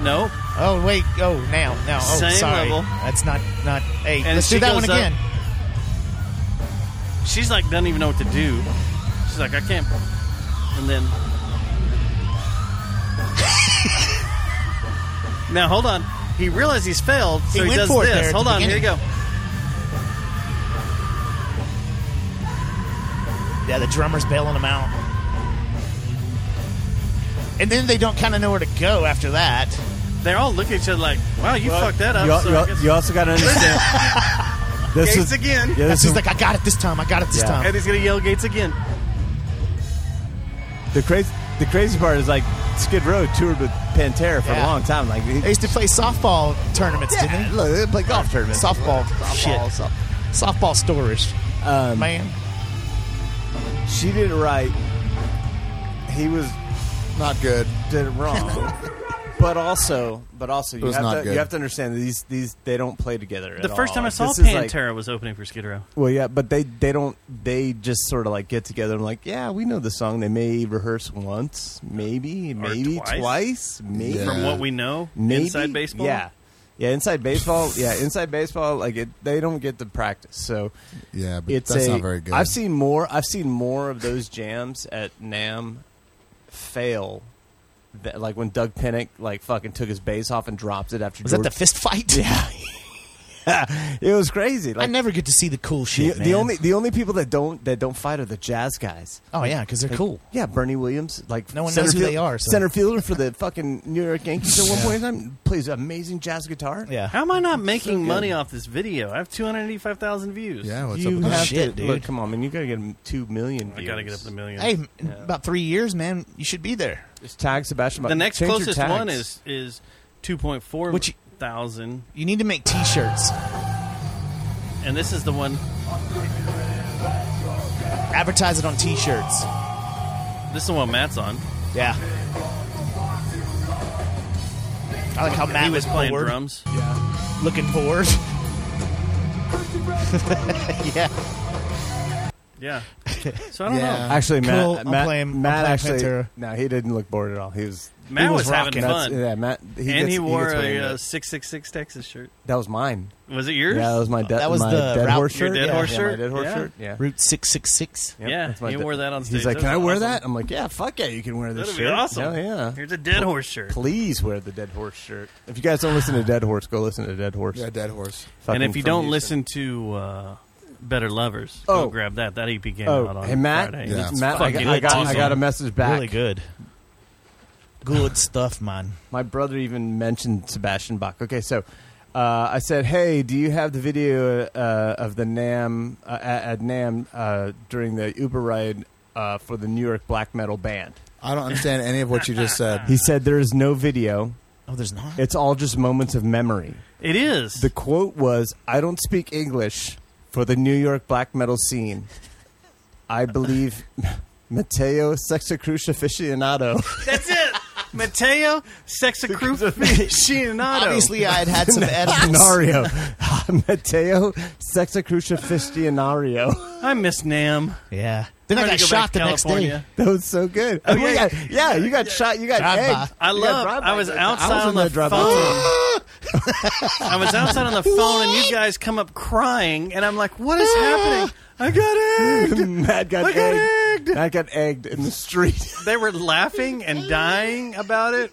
[SPEAKER 7] No.
[SPEAKER 6] Oh wait. Oh now now. Oh,
[SPEAKER 7] Same
[SPEAKER 6] sorry.
[SPEAKER 7] level.
[SPEAKER 6] That's not not. Hey,
[SPEAKER 7] And
[SPEAKER 6] let's do
[SPEAKER 7] she
[SPEAKER 6] that one
[SPEAKER 7] goes up.
[SPEAKER 6] again.
[SPEAKER 7] She's like doesn't even know what to do. She's like I can't. And then. now hold on. He realizes he's failed,
[SPEAKER 6] He
[SPEAKER 7] so he,
[SPEAKER 6] went
[SPEAKER 7] does
[SPEAKER 6] for it
[SPEAKER 7] this.
[SPEAKER 6] there at the
[SPEAKER 7] hold on. Here you go.
[SPEAKER 6] beginning. Yeah, the drummer's bailing them out. And then they don't kind of know where to go after that.
[SPEAKER 7] They all look at each other like, "Wow, you
[SPEAKER 6] Well,
[SPEAKER 7] fucked that up."
[SPEAKER 6] you
[SPEAKER 10] al-
[SPEAKER 7] so
[SPEAKER 10] you
[SPEAKER 7] I
[SPEAKER 10] al-
[SPEAKER 7] guess-
[SPEAKER 10] you also gotta understand- This is-
[SPEAKER 7] Gates again.
[SPEAKER 10] Yeah, this
[SPEAKER 6] She's
[SPEAKER 10] is
[SPEAKER 6] like, I got it this time. I got it this
[SPEAKER 10] Yeah.
[SPEAKER 6] time.
[SPEAKER 7] and he's gonna yell Gates again.
[SPEAKER 10] the crazy. The crazy part is like Skid Row toured with Pantera for
[SPEAKER 6] Yeah.
[SPEAKER 10] a long time. Like
[SPEAKER 6] They used to play softball tournaments, didn't they?
[SPEAKER 11] Look, they play golf tournaments.
[SPEAKER 6] Softball,
[SPEAKER 10] Softball,
[SPEAKER 6] shit. softball storage.
[SPEAKER 10] Um,
[SPEAKER 6] Man.
[SPEAKER 10] She did it right. He was
[SPEAKER 11] not good.
[SPEAKER 10] Did it wrong. but also, but also,
[SPEAKER 7] It
[SPEAKER 10] you
[SPEAKER 7] was
[SPEAKER 10] have,
[SPEAKER 7] not
[SPEAKER 10] to,
[SPEAKER 7] good.
[SPEAKER 10] you have to understand that these these they don't play together.
[SPEAKER 7] The
[SPEAKER 10] at
[SPEAKER 7] first
[SPEAKER 10] all.
[SPEAKER 7] time I
[SPEAKER 10] Like,
[SPEAKER 7] saw
[SPEAKER 10] this is like-
[SPEAKER 7] Pantera was opening for Skid Row.
[SPEAKER 10] well, yeah, but they they don't they just sort of like get together and like, yeah, we know the song. They may rehearse once, maybe, maybe
[SPEAKER 7] twice.
[SPEAKER 10] twice, maybe
[SPEAKER 7] From what we know,
[SPEAKER 10] Maybe?
[SPEAKER 7] inside baseball?
[SPEAKER 10] Yeah. Yeah, inside baseball. Yeah, inside baseball. Like it, they don't get to practice. So
[SPEAKER 11] yeah, but
[SPEAKER 10] it's
[SPEAKER 11] that's
[SPEAKER 10] a-
[SPEAKER 11] not very good.
[SPEAKER 10] I've seen more. I've seen more of those jams at Nam fail. That, like when Doug Pinnock like fucking took his bass off and dropped it after.
[SPEAKER 6] Was that
[SPEAKER 10] George,
[SPEAKER 6] the fist fight?
[SPEAKER 10] Yeah. it was crazy. Like,
[SPEAKER 6] I never get to see the cool
[SPEAKER 10] the,
[SPEAKER 6] shit.
[SPEAKER 10] the
[SPEAKER 6] man.
[SPEAKER 10] only the only people that don't that don't fight are the jazz guys.
[SPEAKER 6] Oh, yeah, 'cause they're
[SPEAKER 10] Like,
[SPEAKER 6] cool.
[SPEAKER 10] Yeah, Bernie Williams, like
[SPEAKER 6] No one
[SPEAKER 10] center
[SPEAKER 6] knows who
[SPEAKER 10] field-
[SPEAKER 6] they are, so-
[SPEAKER 10] Center fielder for the fucking New York Yankees at one
[SPEAKER 6] Yeah.
[SPEAKER 10] point in time plays amazing jazz guitar.
[SPEAKER 6] Yeah.
[SPEAKER 7] How am I not making
[SPEAKER 10] good.
[SPEAKER 7] money off this video? I have 285,000 views.
[SPEAKER 10] you have
[SPEAKER 6] Shit,
[SPEAKER 10] to,
[SPEAKER 6] dude.
[SPEAKER 10] Look, come on, man. You gotta get him two million.
[SPEAKER 7] I
[SPEAKER 10] Views.
[SPEAKER 7] gotta get up to a million.
[SPEAKER 6] Hey, m- about three years, man. You should be there.
[SPEAKER 10] Just tag Sebastian.
[SPEAKER 7] the next
[SPEAKER 10] Change your
[SPEAKER 7] closest
[SPEAKER 10] tags.
[SPEAKER 7] one is is 2.4
[SPEAKER 6] Which-
[SPEAKER 7] thousand.
[SPEAKER 6] You need to make T-shirts
[SPEAKER 7] And this is the one.
[SPEAKER 6] advertise it on t-shirts
[SPEAKER 7] This is the one Matt's on.
[SPEAKER 6] yeah i like how matt
[SPEAKER 7] he was playing
[SPEAKER 6] bored,
[SPEAKER 7] drums.
[SPEAKER 6] looking bored yeah
[SPEAKER 7] Yeah. So I don't know.
[SPEAKER 10] Actually, Matt,
[SPEAKER 6] Cool, I'm
[SPEAKER 10] Matt,
[SPEAKER 6] playing- I'm
[SPEAKER 10] Matt
[SPEAKER 6] playing
[SPEAKER 10] actually,
[SPEAKER 6] Pantera.
[SPEAKER 10] no, he didn't look bored at all. He was,
[SPEAKER 7] Matt
[SPEAKER 10] he
[SPEAKER 7] was,
[SPEAKER 10] was,
[SPEAKER 7] having
[SPEAKER 10] rocking. That's-
[SPEAKER 7] fun.
[SPEAKER 10] Yeah, Matt. He
[SPEAKER 7] and
[SPEAKER 10] gets,
[SPEAKER 7] he wore
[SPEAKER 10] gets way into
[SPEAKER 7] a uh,
[SPEAKER 10] it.
[SPEAKER 7] 666 Texas shirt.
[SPEAKER 10] that was mine.
[SPEAKER 7] Was it yours?
[SPEAKER 10] Yeah, that was my. De-
[SPEAKER 7] That was
[SPEAKER 10] my
[SPEAKER 7] the
[SPEAKER 10] dead
[SPEAKER 7] route-
[SPEAKER 10] horse
[SPEAKER 7] your
[SPEAKER 10] shirt.
[SPEAKER 7] dead
[SPEAKER 10] yeah,
[SPEAKER 7] horse
[SPEAKER 10] yeah,
[SPEAKER 7] shirt?
[SPEAKER 10] My dead horse
[SPEAKER 7] Yeah.
[SPEAKER 10] shirt. Yeah.
[SPEAKER 6] route 666
[SPEAKER 10] Yep,
[SPEAKER 7] Yeah,
[SPEAKER 10] that's my
[SPEAKER 7] he
[SPEAKER 10] dead-
[SPEAKER 7] wore that on stage.
[SPEAKER 10] He's like,
[SPEAKER 7] That
[SPEAKER 10] "Can
[SPEAKER 7] was
[SPEAKER 10] I wear
[SPEAKER 7] awesome.
[SPEAKER 10] that?" I'm like, "Yeah, fuck yeah, you can wear this
[SPEAKER 7] That'd be
[SPEAKER 10] shirt.
[SPEAKER 7] awesome.
[SPEAKER 10] Hell yeah,
[SPEAKER 7] Here's a dead horse shirt.
[SPEAKER 10] Please wear the dead horse shirt. If you guys don't listen to Dead Horse, go listen to Dead Horse.
[SPEAKER 11] Yeah, Dead Horse.
[SPEAKER 7] and
[SPEAKER 10] Fucking
[SPEAKER 7] if you
[SPEAKER 10] from
[SPEAKER 7] don't
[SPEAKER 10] Houston.
[SPEAKER 7] listen to uh, Better Lovers, go
[SPEAKER 10] Oh.
[SPEAKER 7] grab that. That EP came
[SPEAKER 10] Oh,
[SPEAKER 7] out on
[SPEAKER 10] hey, Matt?
[SPEAKER 7] Friday.
[SPEAKER 10] Yeah.
[SPEAKER 7] It's
[SPEAKER 10] Matt, I
[SPEAKER 7] fucking
[SPEAKER 10] got- I got- I
[SPEAKER 7] awesome.
[SPEAKER 10] got a message back.
[SPEAKER 6] really good good stuff man
[SPEAKER 10] My brother even mentioned Sebastian Bach. Okay, so uh, I said, "Hey, do you have the video uh, of the Nam uh, at, at Nam uh, during the Uber ride uh, for the New York black metal band?"
[SPEAKER 11] I don't understand any of what you just said.
[SPEAKER 10] He said, "There is no video.
[SPEAKER 6] oh there's not
[SPEAKER 10] It's all just moments of memory."
[SPEAKER 7] It is.
[SPEAKER 10] The quote was, "I don't speak English for the New York black metal scene. I believe." Mateo Sexacruz aficionado.
[SPEAKER 7] That's it. Mateo Sexacrucifixianato.
[SPEAKER 6] obviously i had had some edits
[SPEAKER 10] Scenario. Mateo Sexacruz aficionado.
[SPEAKER 7] I miss Nam.
[SPEAKER 6] yeah then
[SPEAKER 7] I'm
[SPEAKER 6] i got
[SPEAKER 7] ready to go
[SPEAKER 6] shot
[SPEAKER 7] back
[SPEAKER 6] the
[SPEAKER 7] to
[SPEAKER 6] next day
[SPEAKER 7] California.
[SPEAKER 10] That was so good.
[SPEAKER 7] Oh,
[SPEAKER 10] Oh, yeah,
[SPEAKER 7] yeah.
[SPEAKER 10] yeah, you got shot. You got
[SPEAKER 6] Drive-by.
[SPEAKER 10] egged.
[SPEAKER 7] I
[SPEAKER 10] You got
[SPEAKER 7] love.
[SPEAKER 10] drive-by
[SPEAKER 7] I was
[SPEAKER 10] egged.
[SPEAKER 7] outside
[SPEAKER 10] in
[SPEAKER 7] on the
[SPEAKER 10] that
[SPEAKER 7] phone.
[SPEAKER 10] drive-by too.
[SPEAKER 7] I was outside on the phone, and you guys come up crying, and I'm like, "What is happening? I got egged."
[SPEAKER 10] Matt got
[SPEAKER 7] I got
[SPEAKER 10] egged. Matt got egged in the street.
[SPEAKER 7] They were laughing and dying about it.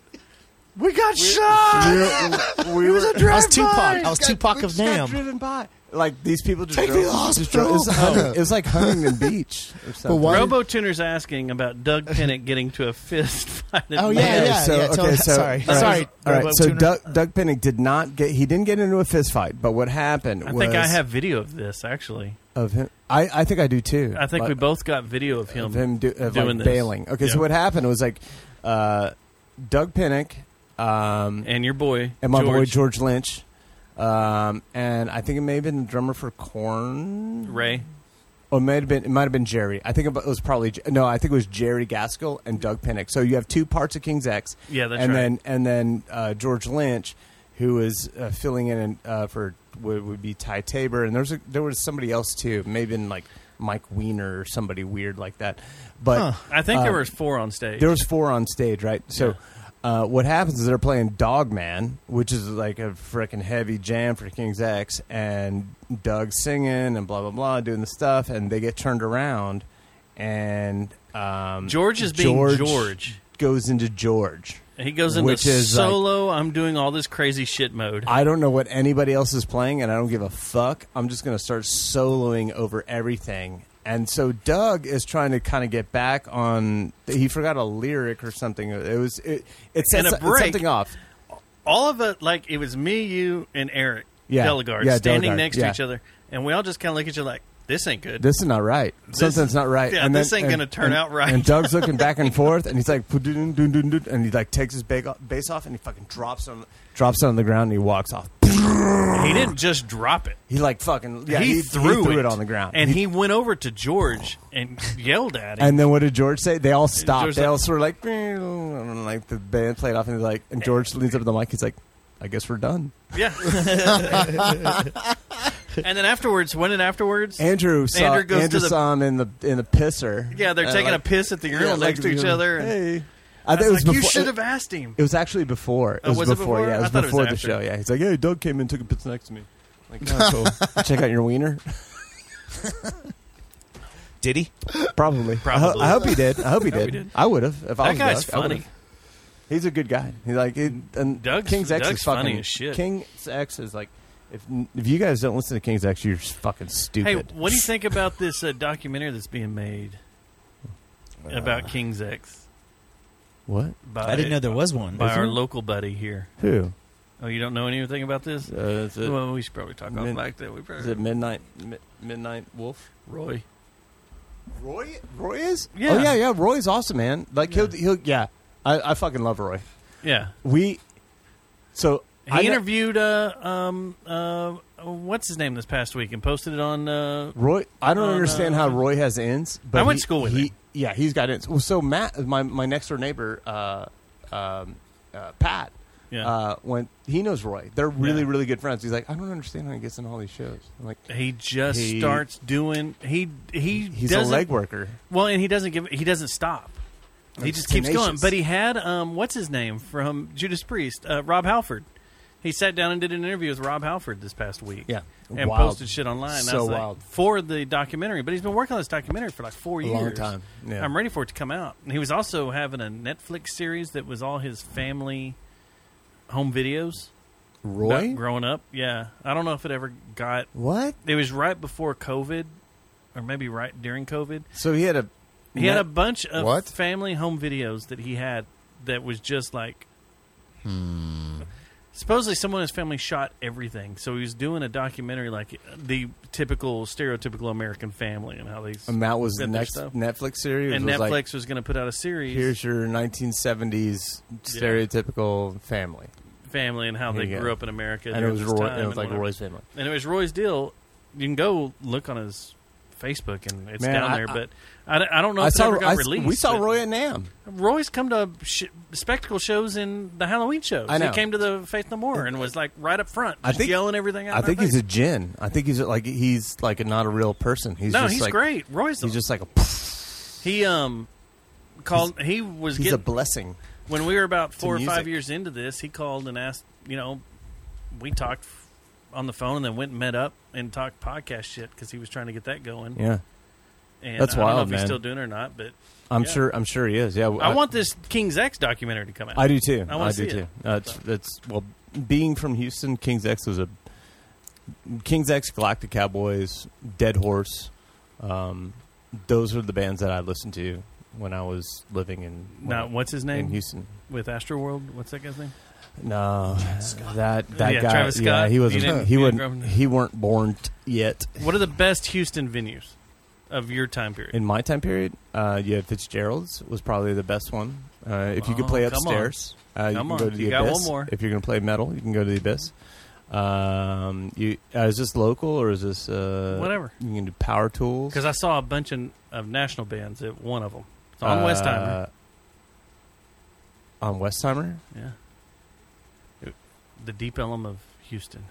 [SPEAKER 10] We got shot.
[SPEAKER 12] We- we
[SPEAKER 10] it was
[SPEAKER 12] were-
[SPEAKER 10] a drive
[SPEAKER 12] I was Tupac.
[SPEAKER 6] I was Tupac of
[SPEAKER 10] Nam.
[SPEAKER 6] Nam.
[SPEAKER 10] Driven by. Like these people just
[SPEAKER 12] Take me
[SPEAKER 10] drove,
[SPEAKER 12] to the
[SPEAKER 10] just
[SPEAKER 12] hospital.
[SPEAKER 10] drove- It was,
[SPEAKER 12] Oh.
[SPEAKER 10] it was like Huntington Beach. Or something.
[SPEAKER 7] Robo Tuner's asking about Doug Pinnock getting to a fist fight. at the-
[SPEAKER 10] Okay, so, okay, so, all right, all right. So
[SPEAKER 7] Tuner.
[SPEAKER 10] Doug, Doug Pinnick did not get. He didn't get into a fist fight, but what happened?
[SPEAKER 7] I
[SPEAKER 10] was
[SPEAKER 7] think I have video of this actually.
[SPEAKER 10] of him. I, I think I do too.
[SPEAKER 7] I think
[SPEAKER 10] Like-
[SPEAKER 7] we both got video of him,
[SPEAKER 10] of him do, of
[SPEAKER 7] doing
[SPEAKER 10] like
[SPEAKER 7] this.
[SPEAKER 10] bailing. Okay, so
[SPEAKER 7] Yeah.
[SPEAKER 10] what happened was like uh, Doug Pinnick um,
[SPEAKER 7] and your boy
[SPEAKER 10] and my boy
[SPEAKER 7] George.
[SPEAKER 10] George Lynch, um, and I think it may have been the drummer for Corn.
[SPEAKER 7] Ray?
[SPEAKER 10] Or it may have been it might have been Jerry. I think it was probably J- no. I think it was Jerry Gaskell and Doug Pinnick. So you have two parts of King's X.
[SPEAKER 7] Yeah, that's
[SPEAKER 10] and
[SPEAKER 7] right.
[SPEAKER 10] then and then uh, George Lynch, who was uh, filling in uh, for would, would be Ty Tabor, and there's a, there was somebody else too, maybe in like Mike Weiner or somebody weird like that. But
[SPEAKER 7] I think there
[SPEAKER 10] um,
[SPEAKER 7] was four on stage.
[SPEAKER 10] there was four on stage, right? So, uh, what happens is they're playing Dogman, which is like a freaking heavy jam for King's X, and Doug's singing and blah blah blah, doing the stuff, and they get turned around, and um,
[SPEAKER 7] George is being George.
[SPEAKER 10] goes into George.
[SPEAKER 7] he goes into
[SPEAKER 10] which is like,
[SPEAKER 7] solo. I'm doing all this crazy shit mode.
[SPEAKER 10] I don't know what anybody else is playing, and I don't give a fuck. I'm just going to start soloing over everything. And so Doug is trying to kind of get back on. He forgot a lyric or something. It was it. It
[SPEAKER 7] And
[SPEAKER 10] sets
[SPEAKER 7] a break.
[SPEAKER 10] something off.
[SPEAKER 7] all of it, like it was me, you, and Eric
[SPEAKER 10] Yeah.
[SPEAKER 7] Delegard
[SPEAKER 10] Yeah,
[SPEAKER 7] standing
[SPEAKER 10] Delegard,
[SPEAKER 7] next
[SPEAKER 10] yeah.
[SPEAKER 7] to each other, and we all just kind of look at each other like, "This ain't good."
[SPEAKER 10] This is not right. Something's not right.
[SPEAKER 7] yeah,
[SPEAKER 10] and
[SPEAKER 7] this ain't
[SPEAKER 10] and-
[SPEAKER 7] gonna turn
[SPEAKER 10] and-
[SPEAKER 7] out right.
[SPEAKER 10] And Doug's looking back and forth, and he's like, "Dun, dun, dun, dun," and he like takes his ba- bass off, and he fucking drops on drops it on the ground, and he walks off.
[SPEAKER 7] he didn't just drop it.
[SPEAKER 10] He like fucking yeah,
[SPEAKER 7] he,
[SPEAKER 10] he- he
[SPEAKER 7] threw,
[SPEAKER 10] threw
[SPEAKER 7] it.
[SPEAKER 10] it on the ground.
[SPEAKER 7] and he, went over to George and yelled at him.
[SPEAKER 10] And then what did George say? They all stopped.
[SPEAKER 7] George
[SPEAKER 10] they
[SPEAKER 7] like-
[SPEAKER 10] all sort of like, and like the band played off, and they're like, and George leans up to the mic. He's like, "I guess we're done."
[SPEAKER 7] Yeah. and then afterwards, when and afterwards,
[SPEAKER 10] Andrew saw
[SPEAKER 7] Andrew goes
[SPEAKER 10] Andrew
[SPEAKER 7] to the.
[SPEAKER 10] saw him in the in the pisser.
[SPEAKER 7] yeah, they're
[SPEAKER 10] And,
[SPEAKER 7] taking
[SPEAKER 10] like,
[SPEAKER 7] a piss at the urinal
[SPEAKER 10] yeah, like,
[SPEAKER 7] next to each other. And
[SPEAKER 10] Hey.
[SPEAKER 7] I
[SPEAKER 10] think it was
[SPEAKER 7] like, you
[SPEAKER 10] before-
[SPEAKER 7] should have asked him.
[SPEAKER 10] It was actually before. It
[SPEAKER 7] Oh,
[SPEAKER 10] was,
[SPEAKER 7] was it
[SPEAKER 10] before,
[SPEAKER 7] before?
[SPEAKER 10] Yeah, it
[SPEAKER 7] I
[SPEAKER 10] was
[SPEAKER 7] thought it was
[SPEAKER 10] before the
[SPEAKER 7] after.
[SPEAKER 10] show. Yeah, he's like, "Hey, Doug came and took a piss next to me." Like, oh, cool. Check out your wiener.
[SPEAKER 6] Did he?
[SPEAKER 10] Probably. I, ho-
[SPEAKER 6] Probably.
[SPEAKER 10] I hope he did. I hope he
[SPEAKER 6] I hope
[SPEAKER 10] did.
[SPEAKER 6] he did.
[SPEAKER 10] I would have. If I
[SPEAKER 7] That
[SPEAKER 10] was
[SPEAKER 7] guy's
[SPEAKER 10] Doug, I would've.
[SPEAKER 7] funny.
[SPEAKER 10] He's a good guy. He's like it, and
[SPEAKER 7] Doug's-
[SPEAKER 10] King's X
[SPEAKER 7] Doug's
[SPEAKER 10] is fucking
[SPEAKER 7] funny as shit.
[SPEAKER 10] King's X is like if if you guys don't listen to King's X, you're just fucking
[SPEAKER 7] Hey,
[SPEAKER 10] stupid.
[SPEAKER 7] what do you think about this uh, documentary that's being made
[SPEAKER 10] Uh.
[SPEAKER 7] about King's X?
[SPEAKER 10] what?
[SPEAKER 7] By,
[SPEAKER 6] I didn't know there was one.
[SPEAKER 7] By
[SPEAKER 6] Is
[SPEAKER 7] our
[SPEAKER 6] there?
[SPEAKER 7] local buddy here.
[SPEAKER 10] Who?
[SPEAKER 7] Oh, you don't know anything about this?
[SPEAKER 10] Uh, is it-
[SPEAKER 7] well, we should probably talk off
[SPEAKER 10] Min-
[SPEAKER 7] like that. We probably
[SPEAKER 10] Is it Midnight Mi- Midnight Wolf?
[SPEAKER 7] Roy.
[SPEAKER 10] Roy? Roy is?
[SPEAKER 7] Yeah.
[SPEAKER 10] Oh yeah, yeah. Roy's awesome, man. Like he'll he'll yeah. I, I fucking love Roy.
[SPEAKER 7] Yeah.
[SPEAKER 10] We so
[SPEAKER 7] He
[SPEAKER 10] I know-
[SPEAKER 7] interviewed uh, um uh what's his name this past week and posted it on uh,
[SPEAKER 10] Roy, I don't
[SPEAKER 7] on,
[SPEAKER 10] understand
[SPEAKER 7] uh,
[SPEAKER 10] how Roy has ends. But
[SPEAKER 7] I went
[SPEAKER 10] he-
[SPEAKER 7] to school with
[SPEAKER 10] he,
[SPEAKER 7] him.
[SPEAKER 10] Yeah, he's got ends. Well, so Matt, my my next door neighbor, uh, um, uh, Pat,
[SPEAKER 7] Yeah.
[SPEAKER 10] uh, went. He knows Roy. They're really really good friends. He's like, I don't understand how he gets in all these shows. I'm like,
[SPEAKER 7] He just
[SPEAKER 10] He-
[SPEAKER 7] starts doing. He he.
[SPEAKER 10] He's a
[SPEAKER 7] doesn't-
[SPEAKER 10] leg worker.
[SPEAKER 7] Well, and he doesn't give. He doesn't stop. He
[SPEAKER 10] He's
[SPEAKER 7] just keeps going.
[SPEAKER 10] tenacious.
[SPEAKER 7] But he had um, what's his name from Judas Priest, uh, Rob Halford. He sat down and did an interview with Rob Halford this past week.
[SPEAKER 10] Yeah.
[SPEAKER 7] and
[SPEAKER 10] Wild.
[SPEAKER 7] posted shit online. And I
[SPEAKER 10] So
[SPEAKER 7] was like,
[SPEAKER 10] wild.
[SPEAKER 7] for the documentary. But he's been working on this documentary for like four
[SPEAKER 10] A
[SPEAKER 7] years.
[SPEAKER 10] long time. Yeah.
[SPEAKER 7] I'm ready for it to come out. And he was also having a Netflix series that was all his family home videos.
[SPEAKER 10] Roy?
[SPEAKER 7] About growing up, yeah. I don't know if it ever got
[SPEAKER 10] What?
[SPEAKER 7] It was right before COVID, or maybe right during COVID.
[SPEAKER 10] so he had a
[SPEAKER 7] He had a bunch of
[SPEAKER 10] What?
[SPEAKER 7] family home videos that he had that was just like.
[SPEAKER 10] Hmm.
[SPEAKER 7] Supposedly, someone in his family shot everything, so he was doing a documentary like the typical, stereotypical American family and how they.
[SPEAKER 10] And that was the
[SPEAKER 7] did their
[SPEAKER 10] next
[SPEAKER 7] stuff.
[SPEAKER 10] Netflix series.
[SPEAKER 7] and
[SPEAKER 10] was
[SPEAKER 7] Netflix
[SPEAKER 10] like,
[SPEAKER 7] was going to put out a series
[SPEAKER 10] Here's your 1970s stereotypical family.
[SPEAKER 7] family and how
[SPEAKER 10] Here
[SPEAKER 7] they
[SPEAKER 10] you go.
[SPEAKER 7] grew up in America.
[SPEAKER 10] And it
[SPEAKER 7] during
[SPEAKER 10] was
[SPEAKER 7] this
[SPEAKER 10] Roy-
[SPEAKER 7] time
[SPEAKER 10] it was
[SPEAKER 7] and
[SPEAKER 10] like
[SPEAKER 7] whatever.
[SPEAKER 10] Roy's family.
[SPEAKER 7] And it was Roy's deal. You can go look on his Facebook, and it's
[SPEAKER 10] Man,
[SPEAKER 7] down
[SPEAKER 10] I-
[SPEAKER 7] there.
[SPEAKER 10] I-
[SPEAKER 7] But I, don't- I don't know
[SPEAKER 10] I
[SPEAKER 7] if
[SPEAKER 10] saw-
[SPEAKER 7] it ever got
[SPEAKER 10] I-
[SPEAKER 7] released.
[SPEAKER 10] we saw
[SPEAKER 7] but-
[SPEAKER 10] Roy at NAMM.
[SPEAKER 7] Roy's come to sh- spectacle shows in the Halloween shows.
[SPEAKER 10] I know.
[SPEAKER 7] He came to the Faith No More and was like right up front,
[SPEAKER 10] I
[SPEAKER 7] just
[SPEAKER 10] think-
[SPEAKER 7] yelling everything. Out
[SPEAKER 10] I
[SPEAKER 7] in our
[SPEAKER 10] think he's
[SPEAKER 7] face.
[SPEAKER 10] a gin. I think he's like he's like not a real person. He's
[SPEAKER 7] no,
[SPEAKER 10] just
[SPEAKER 7] he's
[SPEAKER 10] like,
[SPEAKER 7] great. Roy's the
[SPEAKER 10] He's just like a
[SPEAKER 7] He um called. he was
[SPEAKER 10] he's
[SPEAKER 7] getting,
[SPEAKER 10] a blessing.
[SPEAKER 7] When we were about
[SPEAKER 10] to
[SPEAKER 7] four or five
[SPEAKER 10] music.
[SPEAKER 7] years into this, he called and asked. You know, we talked f- on the phone and then went and met up and talked podcast shit because he was trying to get that going.
[SPEAKER 10] Yeah.
[SPEAKER 7] And
[SPEAKER 10] That's
[SPEAKER 7] I don't know
[SPEAKER 10] wild,
[SPEAKER 7] if
[SPEAKER 10] man.
[SPEAKER 7] he's still doing it or not, but
[SPEAKER 10] I'm
[SPEAKER 7] yeah.
[SPEAKER 10] sure. I'm sure he is. Yeah.
[SPEAKER 7] I, want this King's X documentary to come out.
[SPEAKER 10] I do too.
[SPEAKER 7] I
[SPEAKER 10] I,
[SPEAKER 7] want to
[SPEAKER 10] do
[SPEAKER 7] see
[SPEAKER 10] too.
[SPEAKER 7] it.
[SPEAKER 10] Uh, it's, it's well, being from Houston, King's X was a King's X, Galactic Cowboys, Dead Horse. Um, those were the bands that I listened to when I was living in.
[SPEAKER 7] Not what's his name
[SPEAKER 10] in Houston.
[SPEAKER 7] with Astroworld. What's that guy's name?
[SPEAKER 10] No, that that
[SPEAKER 7] Yeah,
[SPEAKER 10] guy.
[SPEAKER 7] Travis
[SPEAKER 10] Yeah,
[SPEAKER 7] Scott.
[SPEAKER 10] he
[SPEAKER 7] You
[SPEAKER 10] wasn't.
[SPEAKER 7] didn't-
[SPEAKER 10] He
[SPEAKER 7] you didn't
[SPEAKER 10] wouldn't.
[SPEAKER 7] grow-
[SPEAKER 10] He weren't born t- yet.
[SPEAKER 7] What are the best Houston venues of your time period?
[SPEAKER 10] In my time period, uh, yeah, Fitzgerald's was probably the best one. Uh, if you could
[SPEAKER 7] Oh,
[SPEAKER 10] play
[SPEAKER 7] come on.
[SPEAKER 10] upstairs, uh, you
[SPEAKER 7] Come
[SPEAKER 10] can go
[SPEAKER 7] on.
[SPEAKER 10] to the
[SPEAKER 7] You got one
[SPEAKER 10] abyss.
[SPEAKER 7] more.
[SPEAKER 10] If you're going to play metal, you can go to the abyss. Um, you uh, is this local or is this uh,
[SPEAKER 7] Whatever.
[SPEAKER 10] You can do power tools.
[SPEAKER 7] Because I saw a bunch of, of national bands at one of them. It's on Westheimer.
[SPEAKER 10] Uh, on Westheimer,
[SPEAKER 7] Yeah. The Deep Elm of Houston.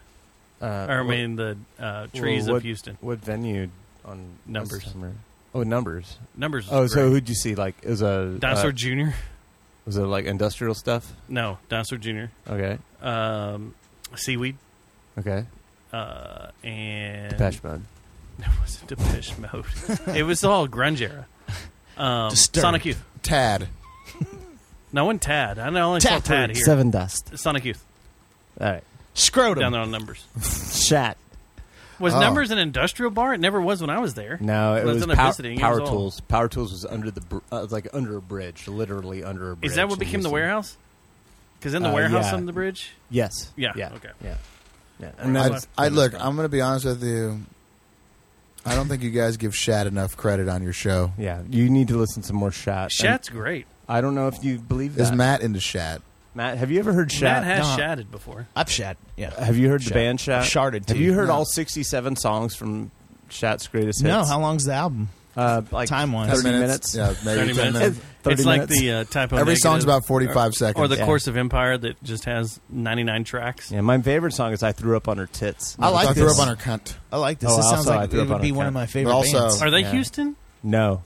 [SPEAKER 10] uh,
[SPEAKER 7] or, I
[SPEAKER 10] what-
[SPEAKER 7] mean, the uh,
[SPEAKER 10] well,
[SPEAKER 7] Trees
[SPEAKER 10] what,
[SPEAKER 7] of Houston.
[SPEAKER 10] What venue on
[SPEAKER 7] Numbers.
[SPEAKER 10] Westheimer? Oh, numbers.
[SPEAKER 7] Numbers is
[SPEAKER 10] Oh, so
[SPEAKER 7] great.
[SPEAKER 10] who'd you see? Like, is a
[SPEAKER 7] Dinosaur
[SPEAKER 10] uh,
[SPEAKER 7] Jr.?
[SPEAKER 10] Was it like industrial stuff?
[SPEAKER 7] No, Dinosaur Jr.
[SPEAKER 10] Okay.
[SPEAKER 7] Um, Seaweed.
[SPEAKER 10] Okay.
[SPEAKER 7] Uh, and.
[SPEAKER 10] Depeche Mode.
[SPEAKER 7] It wasn't Depeche Mode. it was all grunge era. Um,
[SPEAKER 11] Disturbed.
[SPEAKER 7] Sonic Youth.
[SPEAKER 11] Tad.
[SPEAKER 7] No one Tad. I know I only saw
[SPEAKER 10] Tad.
[SPEAKER 7] Tad here.
[SPEAKER 10] Seven Dust.
[SPEAKER 7] Sonic Youth.
[SPEAKER 10] All right.
[SPEAKER 7] Scrotum. Down there on Numbers.
[SPEAKER 10] Shat.
[SPEAKER 7] Was
[SPEAKER 10] Oh.
[SPEAKER 7] Numbers an industrial bar? It never was when I was there.
[SPEAKER 10] No, it
[SPEAKER 7] When I
[SPEAKER 10] was
[SPEAKER 7] in
[SPEAKER 10] pow-
[SPEAKER 7] visiting, it
[SPEAKER 10] Power
[SPEAKER 7] was all-
[SPEAKER 10] Tools. Power Tools was under the br- uh, like under a bridge, literally under a bridge.
[SPEAKER 7] Is that what
[SPEAKER 10] in
[SPEAKER 7] became the
[SPEAKER 10] Houston.
[SPEAKER 7] warehouse? Because in the
[SPEAKER 10] Uh,
[SPEAKER 7] warehouse
[SPEAKER 10] yeah.
[SPEAKER 7] on the bridge.
[SPEAKER 10] Yes.
[SPEAKER 7] Yeah.
[SPEAKER 10] Yeah.
[SPEAKER 7] Okay.
[SPEAKER 10] Yeah. Yeah.
[SPEAKER 7] And
[SPEAKER 11] I,
[SPEAKER 7] that's-
[SPEAKER 11] I look. I'm going to be honest with you. I don't think you guys give Shad enough credit on your show.
[SPEAKER 10] Yeah, you need to listen to more Shat.
[SPEAKER 7] Shat's great.
[SPEAKER 10] I don't know if you believe that.
[SPEAKER 11] Is Matt into Shad?
[SPEAKER 10] Matt, have you ever heard Shat?
[SPEAKER 7] Matt has shatted before.
[SPEAKER 6] I've shat. Yeah.
[SPEAKER 10] Have you heard the
[SPEAKER 6] Shat.
[SPEAKER 10] band Shat?
[SPEAKER 6] I've sharded,
[SPEAKER 10] Have
[SPEAKER 6] too.
[SPEAKER 10] you heard
[SPEAKER 6] No.
[SPEAKER 10] all 67 songs from Shat's greatest hits?
[SPEAKER 6] No, how long's the album?
[SPEAKER 10] Uh, like
[SPEAKER 6] Time wise.
[SPEAKER 10] 30 minutes.
[SPEAKER 11] Yeah, maybe
[SPEAKER 7] 30
[SPEAKER 11] 10
[SPEAKER 7] minutes.
[SPEAKER 11] minutes.
[SPEAKER 7] it's like the uh, typo.
[SPEAKER 11] Every
[SPEAKER 7] negative,
[SPEAKER 11] song's about 45
[SPEAKER 7] or,
[SPEAKER 11] seconds.
[SPEAKER 7] Or the
[SPEAKER 11] Yeah.
[SPEAKER 7] Course of Empire that just has 99 tracks.
[SPEAKER 10] Yeah, my favorite song is "I Threw Up on Her Tits."
[SPEAKER 11] I like I threw this. up on her cunt.
[SPEAKER 6] I like this.
[SPEAKER 10] Oh,
[SPEAKER 6] this
[SPEAKER 10] also,
[SPEAKER 6] sounds
[SPEAKER 10] I
[SPEAKER 6] like
[SPEAKER 10] threw
[SPEAKER 6] it
[SPEAKER 10] up
[SPEAKER 6] would
[SPEAKER 10] on
[SPEAKER 6] be
[SPEAKER 10] her
[SPEAKER 6] one of
[SPEAKER 10] cunt.
[SPEAKER 6] my favorite
[SPEAKER 11] But also-
[SPEAKER 6] bands.
[SPEAKER 7] Are they
[SPEAKER 10] Yeah.
[SPEAKER 7] Houston?
[SPEAKER 10] No,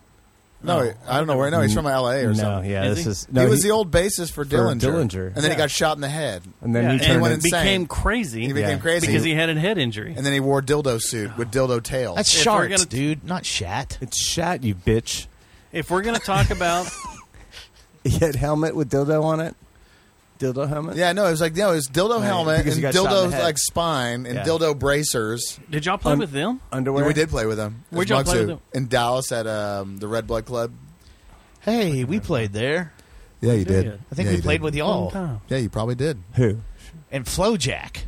[SPEAKER 11] No, I don't know where. No, he's from L.A. or
[SPEAKER 10] no,
[SPEAKER 11] something.
[SPEAKER 10] yeah,
[SPEAKER 7] Is
[SPEAKER 10] this
[SPEAKER 7] he?
[SPEAKER 10] is no.
[SPEAKER 11] he was the old bassist for Dillinger.
[SPEAKER 10] Dillinger.
[SPEAKER 11] and then he got shot in the head,
[SPEAKER 10] and then
[SPEAKER 7] Yeah,
[SPEAKER 10] he
[SPEAKER 7] and
[SPEAKER 10] turned
[SPEAKER 11] went
[SPEAKER 10] it-
[SPEAKER 11] insane.
[SPEAKER 7] Became crazy
[SPEAKER 11] He became
[SPEAKER 10] Yeah.
[SPEAKER 11] crazy
[SPEAKER 7] because he had a head injury.
[SPEAKER 11] and then he wore dildo suit with dildo tail.
[SPEAKER 6] That's
[SPEAKER 7] If we're
[SPEAKER 6] shards,
[SPEAKER 7] gonna-
[SPEAKER 6] dude, not shat.
[SPEAKER 10] It's Shat, you bitch.
[SPEAKER 7] if we're gonna talk about
[SPEAKER 10] He had helmet with dildo on it. Dildo helmet.
[SPEAKER 11] yeah, no, it was like no, it was dildo
[SPEAKER 10] Right,
[SPEAKER 11] helmet
[SPEAKER 10] because
[SPEAKER 11] Oh, and
[SPEAKER 10] he got shot in the
[SPEAKER 11] dildo
[SPEAKER 10] head.
[SPEAKER 11] like spine and
[SPEAKER 10] Yeah.
[SPEAKER 11] dildo bracers.
[SPEAKER 7] Did y'all play with them?
[SPEAKER 10] Underwear.
[SPEAKER 11] We did play with them. It was
[SPEAKER 7] Where'd y'all play
[SPEAKER 11] Mugsu
[SPEAKER 7] with them?
[SPEAKER 11] in Dallas at um, the Red Blood Club?
[SPEAKER 6] Hey, we played there.
[SPEAKER 11] Yeah, you
[SPEAKER 7] did. did.
[SPEAKER 6] I think
[SPEAKER 11] Yeah,
[SPEAKER 6] we
[SPEAKER 11] you
[SPEAKER 6] played
[SPEAKER 11] did.
[SPEAKER 6] with
[SPEAKER 7] Long
[SPEAKER 6] y'all
[SPEAKER 7] time.
[SPEAKER 11] Yeah, you probably did.
[SPEAKER 10] Who?
[SPEAKER 6] and Flowjack.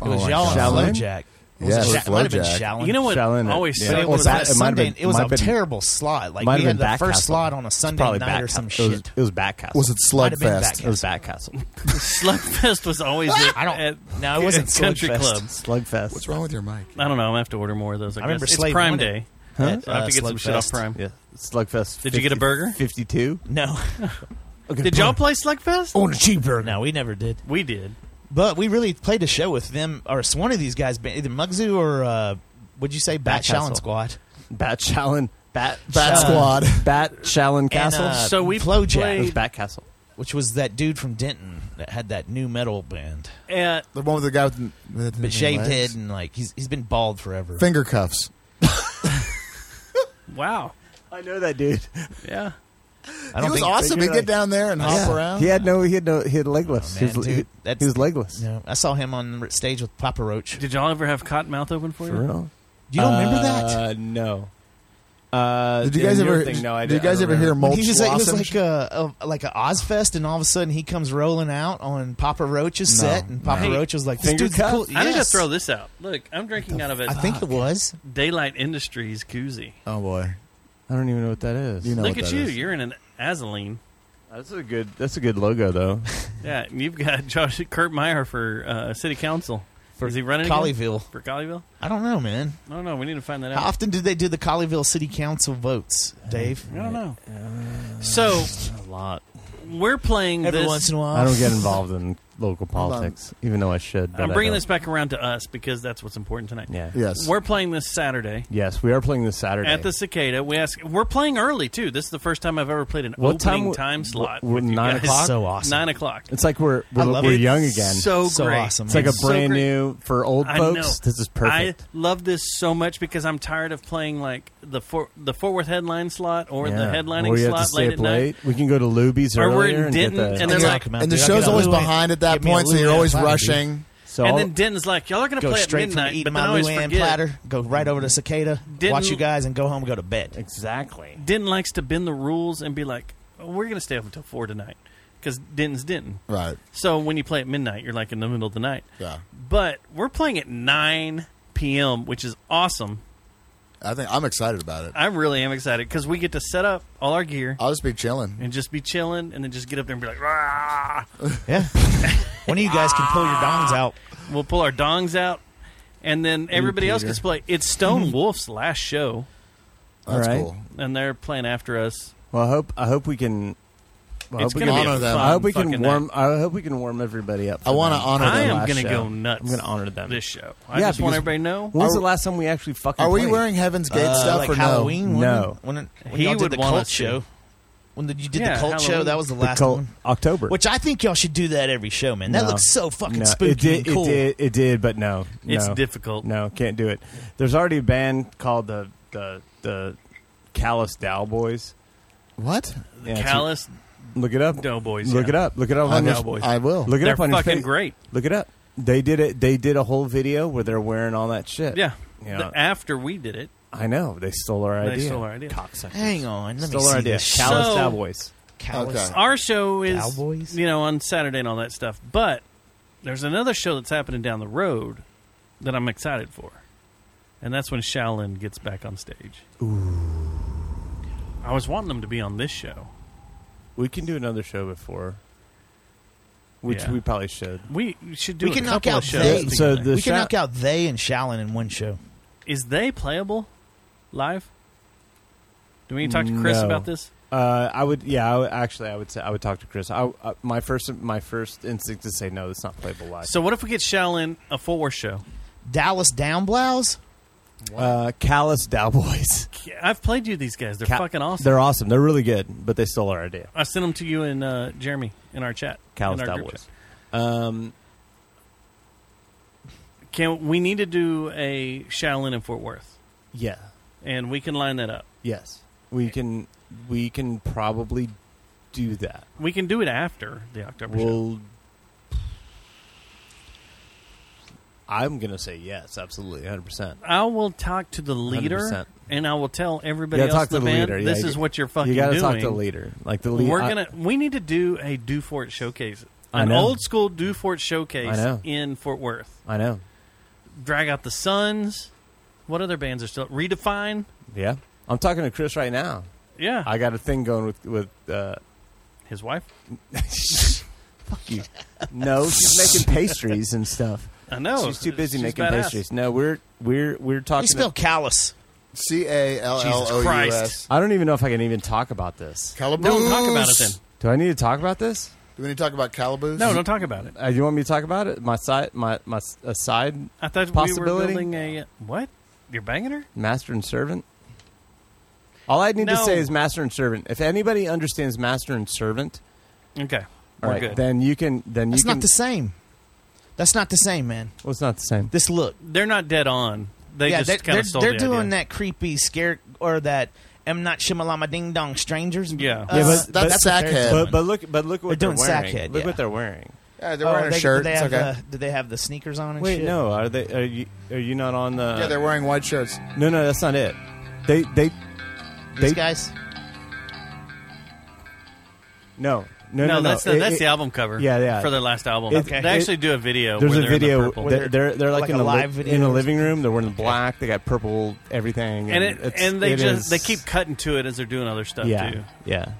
[SPEAKER 10] Oh,
[SPEAKER 6] It was
[SPEAKER 11] my
[SPEAKER 6] y'all and
[SPEAKER 11] God.
[SPEAKER 6] Flowjack. It was
[SPEAKER 11] Yeah, it was
[SPEAKER 6] Sha- it might have been
[SPEAKER 11] Flowjack.
[SPEAKER 6] Shallon.
[SPEAKER 7] You know what?
[SPEAKER 10] Shallon.
[SPEAKER 7] Always
[SPEAKER 10] Yeah.
[SPEAKER 7] sucked
[SPEAKER 6] But it
[SPEAKER 10] Well,
[SPEAKER 6] was
[SPEAKER 10] that-
[SPEAKER 6] on a
[SPEAKER 10] it might have
[SPEAKER 6] Sunday.
[SPEAKER 10] been-
[SPEAKER 6] it was
[SPEAKER 10] might
[SPEAKER 6] a
[SPEAKER 10] have been-
[SPEAKER 6] terrible slot. Like
[SPEAKER 10] Might
[SPEAKER 6] we
[SPEAKER 10] have
[SPEAKER 6] had
[SPEAKER 10] been
[SPEAKER 6] the
[SPEAKER 10] Back
[SPEAKER 6] first
[SPEAKER 10] Castle.
[SPEAKER 6] slot on a
[SPEAKER 10] It's
[SPEAKER 6] Sunday
[SPEAKER 10] probably
[SPEAKER 6] night
[SPEAKER 10] Back
[SPEAKER 6] or some
[SPEAKER 10] Castle. It was-
[SPEAKER 6] shit.
[SPEAKER 10] It was Back Castle.
[SPEAKER 11] Was it
[SPEAKER 6] Might have been
[SPEAKER 11] Slugfest?
[SPEAKER 10] It was Back Castle.
[SPEAKER 7] Slugfest was always at, at
[SPEAKER 6] Ah, No, it wasn't
[SPEAKER 7] at country
[SPEAKER 6] Slugfest.
[SPEAKER 7] clubs.
[SPEAKER 10] Slugfest.
[SPEAKER 11] What's wrong with your mic?
[SPEAKER 7] I don't know. I'm gonna have to order more of those. I,
[SPEAKER 6] I
[SPEAKER 7] guess.
[SPEAKER 6] remember
[SPEAKER 7] it's
[SPEAKER 6] Slade
[SPEAKER 7] Prime
[SPEAKER 6] won it.
[SPEAKER 7] Day.
[SPEAKER 6] Huh?
[SPEAKER 7] Yeah, so I have
[SPEAKER 6] Uh,
[SPEAKER 7] to get some shit off
[SPEAKER 6] Slugfest.
[SPEAKER 7] Prime.
[SPEAKER 10] Yeah, Slugfest.
[SPEAKER 7] Did you get a burger?
[SPEAKER 10] Fifty-two.
[SPEAKER 6] No,
[SPEAKER 7] Did y'all play Slugfest?
[SPEAKER 6] on a cheaper. No, we never did.
[SPEAKER 7] We did.
[SPEAKER 6] But we really played a show with them, or s- one of these guys, ba- either Mugzu or uh, would you say Bat
[SPEAKER 10] Castle.
[SPEAKER 6] Shallon Squad?
[SPEAKER 10] Bat Shallon. Bat
[SPEAKER 11] Bat
[SPEAKER 10] Shallon-
[SPEAKER 11] Squad.
[SPEAKER 10] Bat Shallon Castle.
[SPEAKER 6] uh,
[SPEAKER 7] So we
[SPEAKER 6] Flowjack.
[SPEAKER 10] it was
[SPEAKER 7] played
[SPEAKER 10] Bat Castle.
[SPEAKER 6] which was that dude from Denton that had that new metal band,
[SPEAKER 7] at
[SPEAKER 11] The one with the guy with the, with the
[SPEAKER 6] but shaved
[SPEAKER 11] legs?
[SPEAKER 6] head and like he's he's been bald forever.
[SPEAKER 11] finger cuffs.
[SPEAKER 7] wow.
[SPEAKER 10] I know that dude.
[SPEAKER 7] Yeah.
[SPEAKER 6] I
[SPEAKER 11] He
[SPEAKER 6] don't
[SPEAKER 11] was
[SPEAKER 6] think-
[SPEAKER 11] awesome. He'd get down there and hop around.
[SPEAKER 10] He had no. He had no. He had legless.
[SPEAKER 6] Oh,
[SPEAKER 10] he,
[SPEAKER 6] man,
[SPEAKER 10] was, le-
[SPEAKER 6] dude,
[SPEAKER 10] he-
[SPEAKER 6] that's-
[SPEAKER 10] he was legless.
[SPEAKER 6] No, I saw him on r- stage with Papa Roach.
[SPEAKER 7] Did y'all ever have cotton mouth open for you?
[SPEAKER 10] For real.
[SPEAKER 6] You don't remember that?
[SPEAKER 10] Uh, no. Uh,
[SPEAKER 11] Did you guys
[SPEAKER 10] in your
[SPEAKER 11] ever?
[SPEAKER 10] Thing, no, I
[SPEAKER 11] did you
[SPEAKER 10] don't- I
[SPEAKER 11] guys
[SPEAKER 10] don't
[SPEAKER 11] ever hear
[SPEAKER 10] remember.
[SPEAKER 11] Mulch
[SPEAKER 6] he was like, it was
[SPEAKER 11] Blossom?
[SPEAKER 6] like a, a like a Ozfest, and all of a sudden he comes rolling out on Papa Roach's
[SPEAKER 11] No,
[SPEAKER 6] set, and Papa
[SPEAKER 7] no.
[SPEAKER 6] Roach was like, "This
[SPEAKER 10] Finger
[SPEAKER 6] dude's
[SPEAKER 10] cuff?
[SPEAKER 6] cool."
[SPEAKER 7] I need to
[SPEAKER 6] Yes.
[SPEAKER 7] throw this out. Look, I'm drinking out of a
[SPEAKER 6] I think it was.
[SPEAKER 7] Daylight Industries koozie.
[SPEAKER 11] oh boy,
[SPEAKER 10] I don't even know what that is.
[SPEAKER 11] you know.
[SPEAKER 7] Look
[SPEAKER 11] what
[SPEAKER 7] at
[SPEAKER 11] that
[SPEAKER 7] you.
[SPEAKER 11] is.
[SPEAKER 7] You're in an Azaline.
[SPEAKER 10] That's a good. That's a good logo, though.
[SPEAKER 7] Yeah, and you've got Josh Kurt Meyer for uh, city council. Is he running again?
[SPEAKER 6] Colleyville.
[SPEAKER 7] for Colleyville?
[SPEAKER 6] I don't know, man.
[SPEAKER 7] I don't know. We need to find that
[SPEAKER 6] How
[SPEAKER 7] out.
[SPEAKER 6] often do they do the Colleyville City Council votes, Dave?
[SPEAKER 7] I don't know. So
[SPEAKER 10] a lot.
[SPEAKER 7] we're playing
[SPEAKER 6] Every
[SPEAKER 7] this.
[SPEAKER 6] once in a while.
[SPEAKER 10] I don't get involved in local politics, even though I should. But
[SPEAKER 7] I'm
[SPEAKER 10] I
[SPEAKER 7] bringing
[SPEAKER 10] don't.
[SPEAKER 7] this back around to us because that's what's important tonight.
[SPEAKER 10] Yeah. Yes.
[SPEAKER 7] We're playing this Saturday
[SPEAKER 10] Yes, we are playing this Saturday.
[SPEAKER 7] at the Cicada. We ask. We're playing early too. This is the first time I've ever played an
[SPEAKER 10] What time
[SPEAKER 7] opening
[SPEAKER 10] w-
[SPEAKER 7] time,
[SPEAKER 10] w-
[SPEAKER 7] slot.
[SPEAKER 10] w-
[SPEAKER 7] with you
[SPEAKER 10] nine
[SPEAKER 7] guys.
[SPEAKER 10] o'clock? So awesome.
[SPEAKER 7] Nine o'clock.
[SPEAKER 10] It's like we're we're,
[SPEAKER 7] love
[SPEAKER 10] we're
[SPEAKER 7] it.
[SPEAKER 10] young again.
[SPEAKER 7] So So great. awesome,
[SPEAKER 10] It's like
[SPEAKER 7] man.
[SPEAKER 10] a
[SPEAKER 7] So
[SPEAKER 10] brand
[SPEAKER 7] great.
[SPEAKER 10] new for old
[SPEAKER 7] I
[SPEAKER 10] folks.
[SPEAKER 7] know.
[SPEAKER 10] This is perfect.
[SPEAKER 7] I love this so much because I'm tired of playing like the for, the Fort Worth headline slot or the
[SPEAKER 10] Yeah.
[SPEAKER 7] headlining
[SPEAKER 10] Where you have
[SPEAKER 7] slot
[SPEAKER 10] to stay
[SPEAKER 7] late
[SPEAKER 10] up
[SPEAKER 7] at night.
[SPEAKER 10] We can go to Luby's
[SPEAKER 7] Or
[SPEAKER 10] earlier
[SPEAKER 7] we're in
[SPEAKER 10] and
[SPEAKER 7] Denton,
[SPEAKER 10] get the,
[SPEAKER 7] and they're Yeah, like-
[SPEAKER 11] and the show's always behind at that point, so you're always rushing.
[SPEAKER 10] So
[SPEAKER 7] and
[SPEAKER 10] I'll-
[SPEAKER 7] then Denton's like, y'all are going to
[SPEAKER 6] Go
[SPEAKER 7] play at
[SPEAKER 6] straight
[SPEAKER 7] midnight,
[SPEAKER 6] from eating
[SPEAKER 7] but
[SPEAKER 6] my
[SPEAKER 7] then I always
[SPEAKER 6] Luann
[SPEAKER 7] forget.
[SPEAKER 6] platter, go right over to Cicada, watch
[SPEAKER 7] Didn't-
[SPEAKER 6] you guys, and go home and go to bed.
[SPEAKER 10] Exactly.
[SPEAKER 7] Denton likes to bend the rules and be like, oh, we're going to stay up until four tonight because Denton's Denton.
[SPEAKER 11] Right.
[SPEAKER 7] So when you play at midnight, you're like in the middle of the night.
[SPEAKER 11] Yeah.
[SPEAKER 7] But we're playing at 9 p.m., which is awesome.
[SPEAKER 11] I think I'm excited about it.
[SPEAKER 7] I really am excited because we get to set up all our gear
[SPEAKER 11] I'll just be chilling.
[SPEAKER 7] and just be chilling and then just get up there and be like, Rah!
[SPEAKER 6] Yeah. One of you guys can pull your dongs out.
[SPEAKER 7] We'll pull our dongs out and then everybody else
[SPEAKER 6] Peter.
[SPEAKER 7] gets to play. It's Stone Wolf's last show.
[SPEAKER 11] That's
[SPEAKER 10] Mm-hmm. All right.
[SPEAKER 11] cool.
[SPEAKER 7] And they're playing after us.
[SPEAKER 10] Well, I hope I hope we can. well, I
[SPEAKER 7] It's
[SPEAKER 10] hope we
[SPEAKER 7] gonna
[SPEAKER 10] can-
[SPEAKER 11] be a Honor them.
[SPEAKER 10] I hope we
[SPEAKER 7] fun
[SPEAKER 10] can
[SPEAKER 7] fucking
[SPEAKER 10] warm. I hope we can warm everybody up.
[SPEAKER 11] I wanna honor
[SPEAKER 7] I
[SPEAKER 11] them.
[SPEAKER 7] am
[SPEAKER 11] Last
[SPEAKER 7] going to
[SPEAKER 11] show.
[SPEAKER 7] go nuts.
[SPEAKER 10] I'm gonna honor them.
[SPEAKER 7] This show. I
[SPEAKER 10] Yeah,
[SPEAKER 7] just want
[SPEAKER 10] because
[SPEAKER 7] everybody to know.
[SPEAKER 10] When's the last time we actually fucking?
[SPEAKER 11] Are we
[SPEAKER 10] played? Uh,
[SPEAKER 11] wearing Heaven's Gate stuff
[SPEAKER 6] like
[SPEAKER 11] or
[SPEAKER 10] no?
[SPEAKER 6] Halloween? When,
[SPEAKER 10] No.
[SPEAKER 6] When, when,
[SPEAKER 7] He
[SPEAKER 6] y'all did
[SPEAKER 7] would
[SPEAKER 6] the
[SPEAKER 7] want
[SPEAKER 6] cult
[SPEAKER 7] us to.
[SPEAKER 6] show. When the, you did
[SPEAKER 7] Yeah,
[SPEAKER 6] the cult show,
[SPEAKER 7] Halloween.
[SPEAKER 6] that was the
[SPEAKER 10] The
[SPEAKER 6] last
[SPEAKER 10] cult-
[SPEAKER 6] one.
[SPEAKER 10] October?
[SPEAKER 6] Which I think y'all should do that every show, man. That
[SPEAKER 10] No.
[SPEAKER 6] looks so fucking
[SPEAKER 10] No,
[SPEAKER 6] spooky
[SPEAKER 10] It did,
[SPEAKER 6] and cool.
[SPEAKER 10] it did. It did, but no,
[SPEAKER 7] It's
[SPEAKER 10] no.
[SPEAKER 7] difficult.
[SPEAKER 10] No, can't do it. There's already a band called the the the Callous Dowboys.
[SPEAKER 11] no? What?
[SPEAKER 10] Yeah, it's-
[SPEAKER 7] Callous
[SPEAKER 10] Look it up.
[SPEAKER 7] Doughboys.
[SPEAKER 10] Look
[SPEAKER 7] yeah.
[SPEAKER 10] it up. Look it up
[SPEAKER 11] I
[SPEAKER 10] on
[SPEAKER 11] will-
[SPEAKER 10] Cowboys.
[SPEAKER 11] I will.
[SPEAKER 10] Look it
[SPEAKER 7] They're
[SPEAKER 10] up on his
[SPEAKER 7] fucking
[SPEAKER 10] face.
[SPEAKER 7] great.
[SPEAKER 10] Look it up. They did it. They did a whole video where they're wearing all that shit.
[SPEAKER 7] Yeah.
[SPEAKER 10] Yeah.
[SPEAKER 7] The- after we did it,
[SPEAKER 10] I know. They stole our
[SPEAKER 7] they
[SPEAKER 10] idea.
[SPEAKER 7] stole our idea.
[SPEAKER 6] Hang on. Let
[SPEAKER 10] Stole
[SPEAKER 6] me
[SPEAKER 10] our
[SPEAKER 6] see
[SPEAKER 10] idea.
[SPEAKER 6] this.
[SPEAKER 10] Callous
[SPEAKER 7] So-
[SPEAKER 10] Cowboys.
[SPEAKER 6] Callous.
[SPEAKER 11] Okay.
[SPEAKER 7] Our show is
[SPEAKER 6] Cowboys?
[SPEAKER 7] you know on Saturday and all that stuff, but there's another show that's happening down the road that I'm excited for, and that's when Shaolin gets back on stage. Ooh. I was wanting them to be on this show.
[SPEAKER 10] We can do another show before, which
[SPEAKER 7] Yeah.
[SPEAKER 10] we probably should.
[SPEAKER 7] We should do.
[SPEAKER 6] We
[SPEAKER 7] a
[SPEAKER 6] can knock
[SPEAKER 7] couple
[SPEAKER 6] out
[SPEAKER 7] of shows.
[SPEAKER 6] they-
[SPEAKER 10] So
[SPEAKER 7] together.
[SPEAKER 10] the
[SPEAKER 6] we can
[SPEAKER 10] Shao-
[SPEAKER 6] knock out they and Shaolin in one show.
[SPEAKER 7] is they playable live? Do we need to talk to Chris
[SPEAKER 10] No.
[SPEAKER 7] about this?
[SPEAKER 10] Uh, I would, yeah. I would, actually, I would say I would talk to Chris. I, uh, my first, my first instinct is say no. That's not playable live.
[SPEAKER 7] So what if we get Shaolin a four war show?
[SPEAKER 6] Dallas Downblows?
[SPEAKER 10] uh, Callous Dowboys.
[SPEAKER 7] I've played you these guys. They're
[SPEAKER 10] Ca-
[SPEAKER 7] fucking awesome.
[SPEAKER 10] They're awesome. They're really good, but they stole our idea.
[SPEAKER 7] I sent them to you and uh, Jeremy in our chat.
[SPEAKER 10] Callous
[SPEAKER 7] in our group
[SPEAKER 10] Cowboys.
[SPEAKER 7] chat.
[SPEAKER 10] Um,
[SPEAKER 7] Can we need to do a Shaolin in Fort Worth,
[SPEAKER 10] yeah.
[SPEAKER 7] and we can line that up.
[SPEAKER 10] Yes. We can. We can probably do that.
[SPEAKER 7] We can do it after the October show.
[SPEAKER 10] We'll. I'm gonna say yes. Absolutely, hundred percent.
[SPEAKER 7] I will talk to the leader,
[SPEAKER 10] 100%.
[SPEAKER 7] and I will tell everybody else
[SPEAKER 10] talk
[SPEAKER 7] in
[SPEAKER 10] to
[SPEAKER 7] the
[SPEAKER 10] the
[SPEAKER 7] band.
[SPEAKER 10] leader. Yeah,
[SPEAKER 7] This
[SPEAKER 10] you-
[SPEAKER 7] is what you're fucking
[SPEAKER 10] you gotta
[SPEAKER 7] doing.
[SPEAKER 10] talk to the leader, like the leader.
[SPEAKER 7] We're gonna. we need to do a Do Fort showcase,
[SPEAKER 10] I
[SPEAKER 7] an
[SPEAKER 10] know.
[SPEAKER 7] old school Do Fort
[SPEAKER 10] I
[SPEAKER 7] showcase
[SPEAKER 10] know.
[SPEAKER 7] in Fort Worth.
[SPEAKER 10] I know.
[SPEAKER 7] Drag out the Suns. What other bands are still redefine?
[SPEAKER 10] Yeah, I'm talking to Chris right now.
[SPEAKER 7] Yeah,
[SPEAKER 10] I got a thing going with with. Uh,
[SPEAKER 7] his wife.
[SPEAKER 10] fuck you. No, she's making pastries and stuff.
[SPEAKER 7] I know
[SPEAKER 10] she's too busy
[SPEAKER 7] She's
[SPEAKER 10] making
[SPEAKER 7] badass.
[SPEAKER 10] pastries. No, we're we're we're
[SPEAKER 6] You
[SPEAKER 10] talking.
[SPEAKER 6] spell callous.
[SPEAKER 11] C A L L O
[SPEAKER 7] Jesus
[SPEAKER 11] U
[SPEAKER 7] Christ.
[SPEAKER 11] S.
[SPEAKER 10] I don't even know if I can even talk about this.
[SPEAKER 11] Calaboose.
[SPEAKER 7] Don't talk about it then.
[SPEAKER 10] Do I need to talk about this?
[SPEAKER 11] Do we need to talk about Calaboose?
[SPEAKER 7] No, don't talk about it.
[SPEAKER 10] Uh, you want me to talk about it? My side, my my s- a side
[SPEAKER 7] I thought we were
[SPEAKER 10] Possibility?
[SPEAKER 7] building a what? You're banging her?
[SPEAKER 10] master and servant. All I need to
[SPEAKER 7] No.
[SPEAKER 10] say is master and servant. If anybody understands master and servant,
[SPEAKER 7] Okay,
[SPEAKER 10] all
[SPEAKER 7] we're
[SPEAKER 10] right,
[SPEAKER 7] good.
[SPEAKER 10] then you can then you
[SPEAKER 6] That's
[SPEAKER 10] can.
[SPEAKER 6] not the same. That's not the same, man.
[SPEAKER 10] well, it's not the same.
[SPEAKER 6] This look.
[SPEAKER 7] They're not dead on. They
[SPEAKER 6] yeah,
[SPEAKER 7] just
[SPEAKER 6] they're,
[SPEAKER 7] kind
[SPEAKER 6] they're,
[SPEAKER 7] of stole
[SPEAKER 6] they're
[SPEAKER 7] the
[SPEAKER 6] doing
[SPEAKER 7] idea.
[SPEAKER 6] that creepy scare or that M not Shimalama Ding Dong Strangers. uh,
[SPEAKER 7] Yeah.
[SPEAKER 11] Yeah, but- but-
[SPEAKER 6] what they're
[SPEAKER 11] Sackhead.
[SPEAKER 6] doing.
[SPEAKER 10] But but look but look what
[SPEAKER 6] They're
[SPEAKER 10] they're,
[SPEAKER 6] doing
[SPEAKER 10] wearing.
[SPEAKER 6] Sackhead,
[SPEAKER 10] look
[SPEAKER 6] yeah.
[SPEAKER 10] what they're wearing.
[SPEAKER 11] Yeah, they're
[SPEAKER 6] Oh,
[SPEAKER 11] wearing
[SPEAKER 6] they-
[SPEAKER 11] a shirt.
[SPEAKER 6] They
[SPEAKER 11] It's
[SPEAKER 6] have,
[SPEAKER 11] okay.
[SPEAKER 6] uh, do they have the sneakers on and
[SPEAKER 10] Wait,
[SPEAKER 6] shit?
[SPEAKER 10] no, are they are you are you not on the?
[SPEAKER 11] yeah, they're wearing white shirts.
[SPEAKER 10] No, no, that's not it. They they
[SPEAKER 6] These
[SPEAKER 10] they-
[SPEAKER 6] guys.
[SPEAKER 10] no no no
[SPEAKER 7] No,
[SPEAKER 10] no.
[SPEAKER 7] that's the,
[SPEAKER 10] It-
[SPEAKER 7] that's
[SPEAKER 10] it-
[SPEAKER 7] the album cover.
[SPEAKER 10] Yeah, yeah.
[SPEAKER 7] For their last album,
[SPEAKER 10] It-
[SPEAKER 7] okay.
[SPEAKER 10] it-
[SPEAKER 7] they actually do a video.
[SPEAKER 10] There's
[SPEAKER 7] where
[SPEAKER 10] a
[SPEAKER 7] they're in the
[SPEAKER 10] video.
[SPEAKER 7] purple.
[SPEAKER 10] they're, they're they're like,
[SPEAKER 6] like
[SPEAKER 10] in
[SPEAKER 6] a
[SPEAKER 10] the
[SPEAKER 6] live video
[SPEAKER 10] in a
[SPEAKER 6] or
[SPEAKER 10] living room. They're wearing the black. They got purple everything,
[SPEAKER 7] and it,
[SPEAKER 10] it's-
[SPEAKER 7] and they
[SPEAKER 10] it
[SPEAKER 7] just
[SPEAKER 10] is-
[SPEAKER 7] they keep cutting to it as they're doing other stuff
[SPEAKER 10] yeah
[SPEAKER 7] too.
[SPEAKER 10] yeah.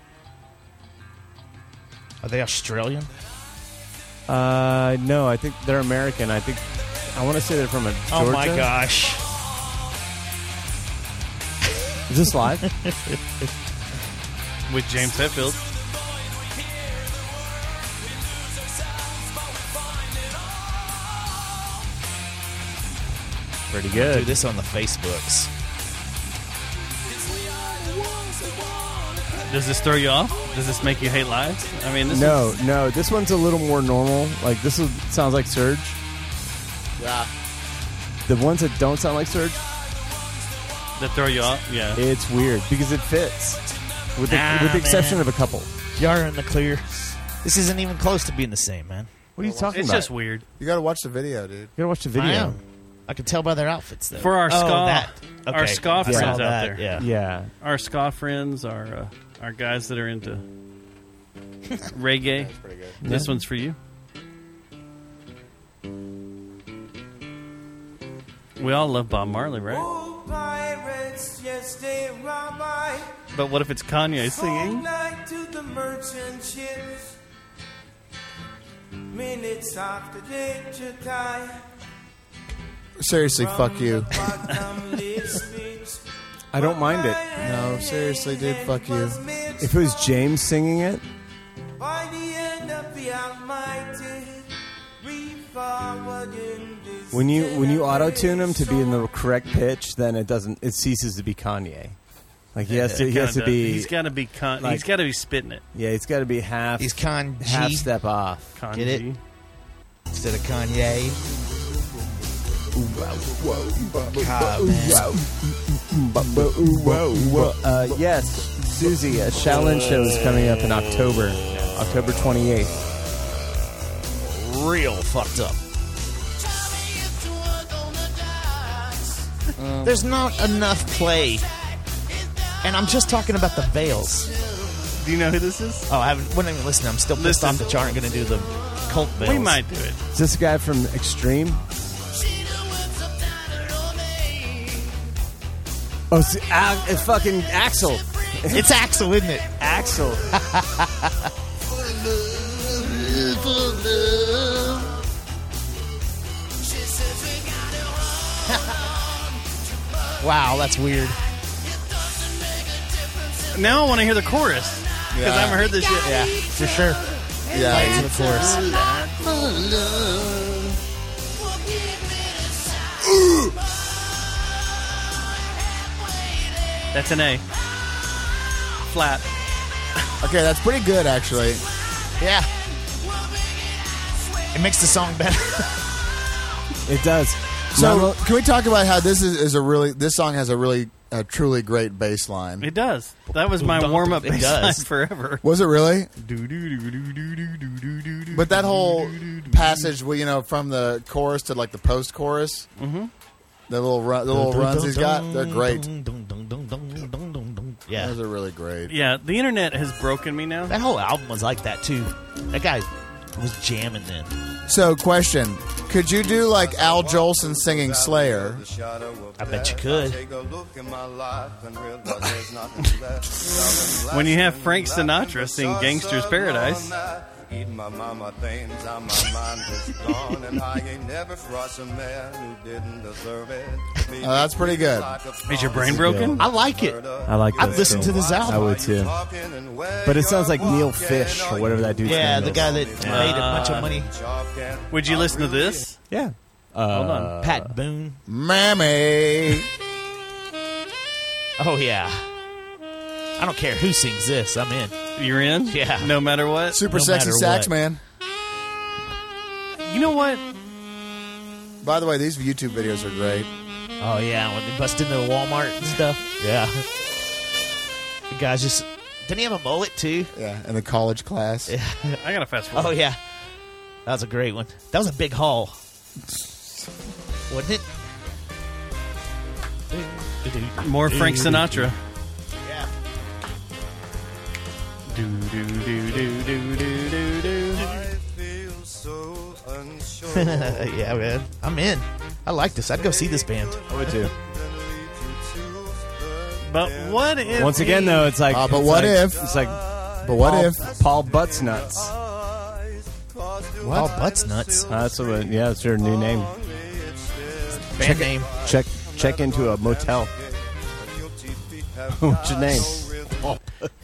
[SPEAKER 6] Are they Australian?
[SPEAKER 10] Uh, no, I think they're American. I think I want to say they're from a Georgia.
[SPEAKER 6] Oh my gosh.
[SPEAKER 10] Is this live?
[SPEAKER 7] With James Hetfield, Pretty good.
[SPEAKER 6] do this on the Facebooks.
[SPEAKER 7] Does this throw you off? Does this make you hate lives? I mean, this
[SPEAKER 10] no,
[SPEAKER 7] is,
[SPEAKER 10] no. This one's a little more normal. Like this is, sounds like Surge.
[SPEAKER 11] Yeah.
[SPEAKER 10] The ones that don't sound like Surge,
[SPEAKER 7] that throw you off. Yeah,
[SPEAKER 10] it's weird because it fits, with the,
[SPEAKER 6] Nah,
[SPEAKER 7] Ah,
[SPEAKER 10] with the exception
[SPEAKER 6] man.
[SPEAKER 10] of a couple.
[SPEAKER 6] You're in the clear. This isn't even close to being the same, man.
[SPEAKER 10] What are you talking
[SPEAKER 7] it's
[SPEAKER 10] about?
[SPEAKER 7] just weird.
[SPEAKER 11] You got to watch the video, dude.
[SPEAKER 10] You gotta watch the
[SPEAKER 6] I
[SPEAKER 10] video.
[SPEAKER 6] am. I can tell by their outfits, though.
[SPEAKER 7] For our
[SPEAKER 6] oh,
[SPEAKER 7] ska,
[SPEAKER 6] that. Okay.
[SPEAKER 7] our ska
[SPEAKER 6] I
[SPEAKER 7] friends
[SPEAKER 6] saw
[SPEAKER 7] out
[SPEAKER 6] that,
[SPEAKER 7] there,
[SPEAKER 6] Yeah.
[SPEAKER 10] Yeah.
[SPEAKER 7] our ska friends, our uh, our guys that are into reggae.
[SPEAKER 11] pretty good.
[SPEAKER 7] This one's for you. We all love Bob Marley, right?
[SPEAKER 2] Pirates, yes, they robbed my
[SPEAKER 7] But what if it's Kanye singing?
[SPEAKER 2] night to the merchant ships. Minutes after they to die.
[SPEAKER 11] Seriously, fuck you.
[SPEAKER 10] I don't mind it.
[SPEAKER 11] No, seriously, dude, fuck you.
[SPEAKER 10] If it was James singing it,
[SPEAKER 2] By the end of the Almighty, we forward in this.
[SPEAKER 10] when you when you auto tune him to be in the correct pitch, then it doesn't. It ceases to be Kanye. Like he has to. He has to
[SPEAKER 7] Kinda.
[SPEAKER 10] be.
[SPEAKER 7] He's got to be. Con-
[SPEAKER 10] like-
[SPEAKER 7] he's got to be spitting it.
[SPEAKER 10] yeah, he's got to be half.
[SPEAKER 6] He's Con G
[SPEAKER 10] half step off.
[SPEAKER 7] Kanji.
[SPEAKER 6] Get it? instead of Kanye. God, man.
[SPEAKER 10] Uh, yes, Susie, a Shaolin show is coming up in October, October twenty eighth.
[SPEAKER 6] Real fucked up. There's not enough play. And I'm just talking about the veils.
[SPEAKER 7] Do you know who this is?
[SPEAKER 6] Oh, I haven't. Wouldn't even listen. I'm still pissed
[SPEAKER 7] Listen.
[SPEAKER 6] off that you aren't going to do the cult veils.
[SPEAKER 7] We might do it.
[SPEAKER 10] Is this guy from Extreme? Oh, see, ah, it's fucking Axel.
[SPEAKER 6] It's Axel, isn't it?
[SPEAKER 10] Axel.
[SPEAKER 6] Wow, that's weird.
[SPEAKER 7] Now I want to hear the chorus because I haven't heard this yet.
[SPEAKER 6] Yeah, for sure.
[SPEAKER 11] Yeah.
[SPEAKER 6] Of course.
[SPEAKER 7] That's an A. Flat.
[SPEAKER 11] Okay, that's pretty good, actually.
[SPEAKER 6] Yeah. It makes the song better.
[SPEAKER 10] It does.
[SPEAKER 11] So, can we talk about how this is, is a really this song has a really a truly great bass line?
[SPEAKER 7] It does. That was my warm up
[SPEAKER 6] It does.
[SPEAKER 7] baseline forever.
[SPEAKER 11] Was it really? But that whole passage, well, you know, from the chorus to like the post chorus, mm-hmm. the little run, the little runs he's got, they're great.
[SPEAKER 6] Yeah.
[SPEAKER 11] Those are really great.
[SPEAKER 7] Yeah, the internet has broken me now.
[SPEAKER 6] That whole album was like that too. That guy was jamming then.
[SPEAKER 11] So, question: Could you do like Al Jolson singing Slayer?
[SPEAKER 6] I bet you could.
[SPEAKER 7] When you have Frank Sinatra sing Gangster's Paradise.
[SPEAKER 2] Eat my mama things, I'm my mind is gone, and I ain't never crossed a man who didn't deserve it.
[SPEAKER 11] Uh, that's pretty good.
[SPEAKER 7] Is your brain broken?
[SPEAKER 6] I like it.
[SPEAKER 10] I like.
[SPEAKER 6] I've
[SPEAKER 10] this
[SPEAKER 6] listened to
[SPEAKER 10] song.
[SPEAKER 6] this
[SPEAKER 10] I
[SPEAKER 6] album.
[SPEAKER 10] would too. But it sounds like Neil Fish or whatever that dude's
[SPEAKER 6] Yeah,
[SPEAKER 10] name
[SPEAKER 6] the
[SPEAKER 10] is.
[SPEAKER 6] guy that made a bunch of money.
[SPEAKER 7] Would you listen to this?
[SPEAKER 10] Yeah. Uh,
[SPEAKER 7] Hold on.
[SPEAKER 6] Uh, Pat Boone.
[SPEAKER 11] Mammy.
[SPEAKER 6] Oh yeah. I don't care who sings this. I'm in.
[SPEAKER 7] You're in?
[SPEAKER 6] Yeah.
[SPEAKER 7] No matter what?
[SPEAKER 11] Super
[SPEAKER 6] No
[SPEAKER 11] sexy
[SPEAKER 6] matter
[SPEAKER 11] sax
[SPEAKER 6] what.
[SPEAKER 11] man.
[SPEAKER 7] You know what?
[SPEAKER 11] By the way, these YouTube videos are great.
[SPEAKER 6] Oh yeah, when they bust into the Walmart and stuff. Yeah. The guy's just. Didn't he have a mullet too?
[SPEAKER 11] Yeah, in the college class.
[SPEAKER 7] I got to fast forward.
[SPEAKER 6] Oh yeah, that was a great one. That was a big haul, wasn't it?
[SPEAKER 7] More Frank Sinatra.
[SPEAKER 6] Yeah.
[SPEAKER 7] Do, do, do, do, do, do, do, do.
[SPEAKER 6] yeah, man. I'm in. I like this. I'd go see this band.
[SPEAKER 10] I would too.
[SPEAKER 7] But what if.
[SPEAKER 10] Once again, though, it's like.
[SPEAKER 11] Uh, but
[SPEAKER 10] it's
[SPEAKER 11] what
[SPEAKER 10] like-
[SPEAKER 11] if-
[SPEAKER 10] It's like.
[SPEAKER 11] But what
[SPEAKER 10] Paul,
[SPEAKER 11] if?
[SPEAKER 10] Paul Butts Nuts?
[SPEAKER 6] All butts nuts.
[SPEAKER 10] Uh, that's what. Yeah, that's their new name.
[SPEAKER 6] Band name.
[SPEAKER 10] Check check into a motel. What's your name?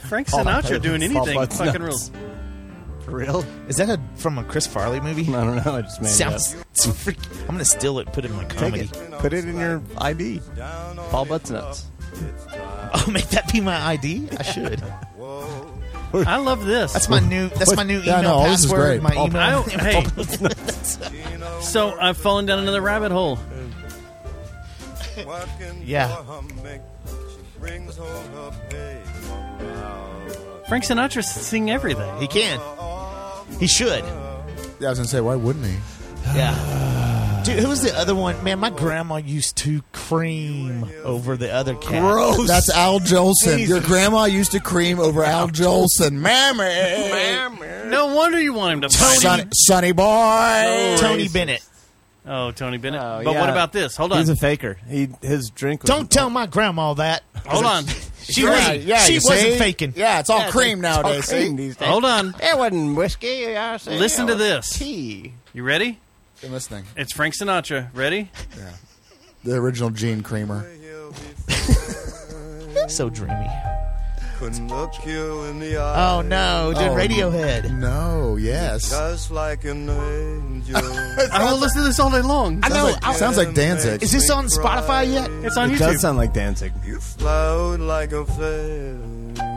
[SPEAKER 7] Frank
[SPEAKER 10] Paul-
[SPEAKER 7] Sinatra doing
[SPEAKER 10] Paul
[SPEAKER 7] anything
[SPEAKER 10] Butts
[SPEAKER 7] fucking
[SPEAKER 10] Nuts.
[SPEAKER 7] rules.
[SPEAKER 10] For real?
[SPEAKER 6] Is that a from a Chris Farley movie?
[SPEAKER 10] I don't know. I just made
[SPEAKER 6] Sounds,
[SPEAKER 10] it up.
[SPEAKER 6] it's freak- I'm gonna steal it. Put it in my comedy.
[SPEAKER 10] Put it in your ID. Paul Buttsnuts.
[SPEAKER 6] Oh, make that be my ID. I should.
[SPEAKER 7] I love this.
[SPEAKER 6] That's my new. That's
[SPEAKER 7] What?
[SPEAKER 6] my new email
[SPEAKER 7] Yeah, no, this is
[SPEAKER 6] password.
[SPEAKER 7] great. Oh,
[SPEAKER 6] My
[SPEAKER 7] Paul-
[SPEAKER 6] email.
[SPEAKER 7] I don't- hey. so I've fallen down another rabbit hole.
[SPEAKER 6] yeah.
[SPEAKER 7] Frank Sinatra sing everything.
[SPEAKER 6] He can. He should.
[SPEAKER 11] Yeah, I was gonna say, why wouldn't he?
[SPEAKER 6] Yeah. Dude, who was the other one? Man, my grandma used to cream over the other cat.
[SPEAKER 11] That's Al Jolson. Your
[SPEAKER 6] Jesus.
[SPEAKER 11] grandma used to cream over Al Jolson. Mammy.
[SPEAKER 7] No wonder you want him to fight
[SPEAKER 11] Sonny,
[SPEAKER 7] him.
[SPEAKER 11] Sonny boy.
[SPEAKER 6] Tony Bennett.
[SPEAKER 7] Oh, Tony Bennett. but what about this? Hold on.
[SPEAKER 10] He's a faker. He his drink. Was
[SPEAKER 6] Don't tell my grandma that.
[SPEAKER 7] Hold on.
[SPEAKER 6] She wasn't. she
[SPEAKER 11] you
[SPEAKER 6] wasn't
[SPEAKER 11] see?
[SPEAKER 6] faking.
[SPEAKER 11] Yeah, it's all
[SPEAKER 10] Yeah,
[SPEAKER 11] cream
[SPEAKER 10] it's all
[SPEAKER 11] nowadays. see?
[SPEAKER 10] cream these days.
[SPEAKER 7] Hold on.
[SPEAKER 10] It wasn't whiskey. I say
[SPEAKER 7] Listen
[SPEAKER 10] it
[SPEAKER 7] to
[SPEAKER 10] was
[SPEAKER 7] this.
[SPEAKER 10] Tea.
[SPEAKER 7] You ready?
[SPEAKER 11] I'm listening.
[SPEAKER 7] It's Frank Sinatra. Ready?
[SPEAKER 11] The original Gene Creamer.
[SPEAKER 6] So dreamy.
[SPEAKER 14] Couldn't look you in the
[SPEAKER 6] Oh no, dude,
[SPEAKER 11] Oh,
[SPEAKER 6] Radiohead.
[SPEAKER 11] No,
[SPEAKER 10] Oh,
[SPEAKER 11] yes.
[SPEAKER 14] Just like an angel.
[SPEAKER 7] I will listen to this all day long.
[SPEAKER 6] I know.
[SPEAKER 11] Sounds like, sounds like Danzig.
[SPEAKER 6] Is this on Spotify yet?
[SPEAKER 7] It's on
[SPEAKER 10] It
[SPEAKER 7] YouTube.
[SPEAKER 10] does sound like Danzig.
[SPEAKER 14] You flowed like a feather.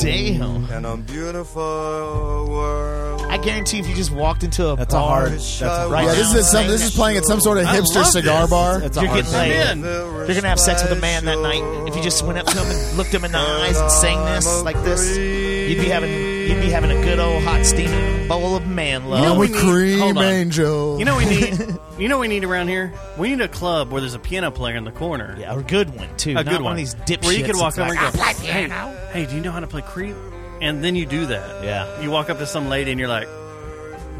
[SPEAKER 6] Damn.
[SPEAKER 14] And a beautiful world.
[SPEAKER 6] I guarantee if you just walked into a
[SPEAKER 10] That's a
[SPEAKER 6] bar,
[SPEAKER 10] hard. That's a
[SPEAKER 6] right
[SPEAKER 11] yeah,
[SPEAKER 6] now,
[SPEAKER 11] this is some, this is playing at some sort of
[SPEAKER 7] I
[SPEAKER 11] hipster
[SPEAKER 7] love
[SPEAKER 11] cigar
[SPEAKER 7] this.
[SPEAKER 11] bar.
[SPEAKER 10] That's a
[SPEAKER 6] you're
[SPEAKER 10] hard
[SPEAKER 6] getting
[SPEAKER 10] thing.
[SPEAKER 6] laid.
[SPEAKER 7] Man.
[SPEAKER 6] You're gonna have sex with a man that night. If you just went up to him and looked him in the eyes and sang this like this, you'd be having you'd be having a good old hot steaming bowl of man love.
[SPEAKER 11] You know,
[SPEAKER 7] Oh, we need-
[SPEAKER 11] cream
[SPEAKER 7] hold on.
[SPEAKER 11] angel.
[SPEAKER 7] You know what we need. you know what we need around here. We need a club where there's a piano player in the corner.
[SPEAKER 6] yeah, a good one too.
[SPEAKER 7] a
[SPEAKER 6] Not
[SPEAKER 7] good one.
[SPEAKER 6] one. of these dipshits.
[SPEAKER 7] where you could walk
[SPEAKER 6] that's
[SPEAKER 7] over
[SPEAKER 6] like,
[SPEAKER 7] and go, hey, hey, do you know how to play Creep? And then you do that.
[SPEAKER 6] Yeah.
[SPEAKER 7] You walk up to some lady and you're like,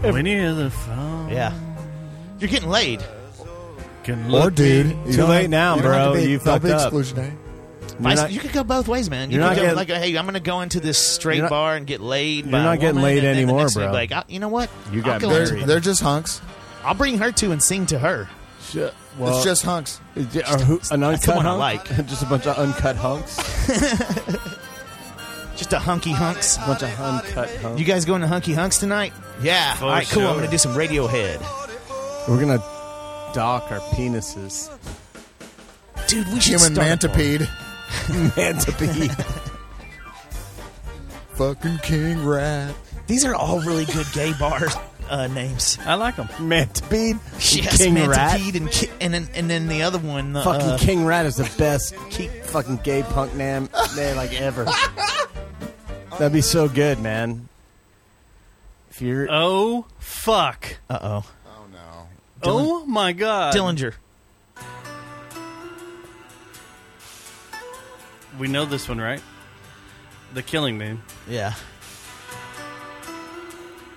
[SPEAKER 7] when you hear the phone,
[SPEAKER 6] Yeah, you're getting laid.
[SPEAKER 7] can
[SPEAKER 11] or
[SPEAKER 7] look
[SPEAKER 11] dude.
[SPEAKER 7] me-
[SPEAKER 11] you
[SPEAKER 10] Too
[SPEAKER 11] don't
[SPEAKER 10] late
[SPEAKER 11] have-
[SPEAKER 10] now,
[SPEAKER 11] don't have
[SPEAKER 10] bro.
[SPEAKER 11] to be-
[SPEAKER 10] You
[SPEAKER 11] don't be
[SPEAKER 10] fucked up.
[SPEAKER 11] exclusionary.
[SPEAKER 10] You're
[SPEAKER 6] Vice-
[SPEAKER 10] not-
[SPEAKER 6] you could go both ways, man. You
[SPEAKER 10] you're
[SPEAKER 6] could
[SPEAKER 10] not
[SPEAKER 6] go
[SPEAKER 10] getting-
[SPEAKER 6] like, hey, I'm gonna go into this straight
[SPEAKER 10] You're not-
[SPEAKER 6] bar and get laid.
[SPEAKER 10] You're
[SPEAKER 6] by a
[SPEAKER 10] not getting
[SPEAKER 6] woman,
[SPEAKER 10] laid
[SPEAKER 6] and then the
[SPEAKER 10] anymore,
[SPEAKER 6] next day,
[SPEAKER 10] bro.
[SPEAKER 6] Like, I- you know what?
[SPEAKER 10] You
[SPEAKER 6] I'll
[SPEAKER 10] got
[SPEAKER 6] go
[SPEAKER 10] married.
[SPEAKER 6] into it.
[SPEAKER 11] They're, they're just hunks.
[SPEAKER 6] I'll bring her to and sing to her.
[SPEAKER 10] Shit. Well,
[SPEAKER 11] it's just hunks.
[SPEAKER 10] is it- are who- an uncut
[SPEAKER 6] that's the one I
[SPEAKER 10] hunk?
[SPEAKER 6] like.
[SPEAKER 10] just a bunch of uncut hunks.
[SPEAKER 6] Just a hunky hunks.
[SPEAKER 10] A bunch of uncut hunks.
[SPEAKER 6] You guys going to hunky hunks tonight? Yeah. Ah, All right, cool.
[SPEAKER 7] sure.
[SPEAKER 6] I'm gonna do some Radiohead.
[SPEAKER 10] We're gonna dock our penises.
[SPEAKER 6] Dude, we should
[SPEAKER 11] Human
[SPEAKER 6] start a
[SPEAKER 11] mantipede.
[SPEAKER 10] Mantipede.
[SPEAKER 11] Fucking king rat.
[SPEAKER 6] bar. These are all really good gay bar uh, names.
[SPEAKER 7] I like them.
[SPEAKER 10] Mantipede.
[SPEAKER 6] Yes,
[SPEAKER 10] King rat.
[SPEAKER 6] mantipede and ki- and then and then the other one. The,
[SPEAKER 10] Fucking
[SPEAKER 7] Uh-uh.
[SPEAKER 6] uh,
[SPEAKER 10] King Rat is the best keep fucking gay punk name, name like ever. That'd be so good, man. If you're
[SPEAKER 7] Oh fuck.
[SPEAKER 6] Uh oh.
[SPEAKER 11] Oh no.
[SPEAKER 7] oh my god.
[SPEAKER 6] Dillinger.
[SPEAKER 7] We know this one, right? The Killing Moon
[SPEAKER 6] Yeah.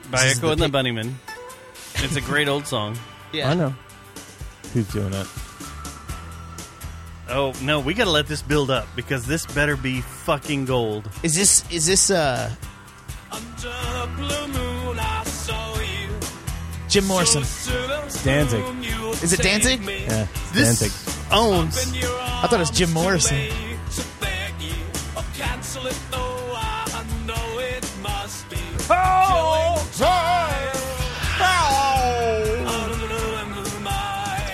[SPEAKER 7] by
[SPEAKER 6] This is
[SPEAKER 7] Echo
[SPEAKER 6] the
[SPEAKER 7] and the
[SPEAKER 6] pic-
[SPEAKER 7] Bunnymen. It's a great old song.
[SPEAKER 6] Yeah.
[SPEAKER 10] I know. Who's doing it?
[SPEAKER 7] Oh no, we gotta let this build up because this better be fucking gold.
[SPEAKER 6] Is this is this uh
[SPEAKER 2] Under the blue moon, I saw you.
[SPEAKER 6] Jim Morrison?
[SPEAKER 10] Danzig.
[SPEAKER 6] Is it Danzig?
[SPEAKER 10] Yeah.
[SPEAKER 7] This
[SPEAKER 10] Danzig.
[SPEAKER 7] owns.
[SPEAKER 6] I thought it was Jim Morrison.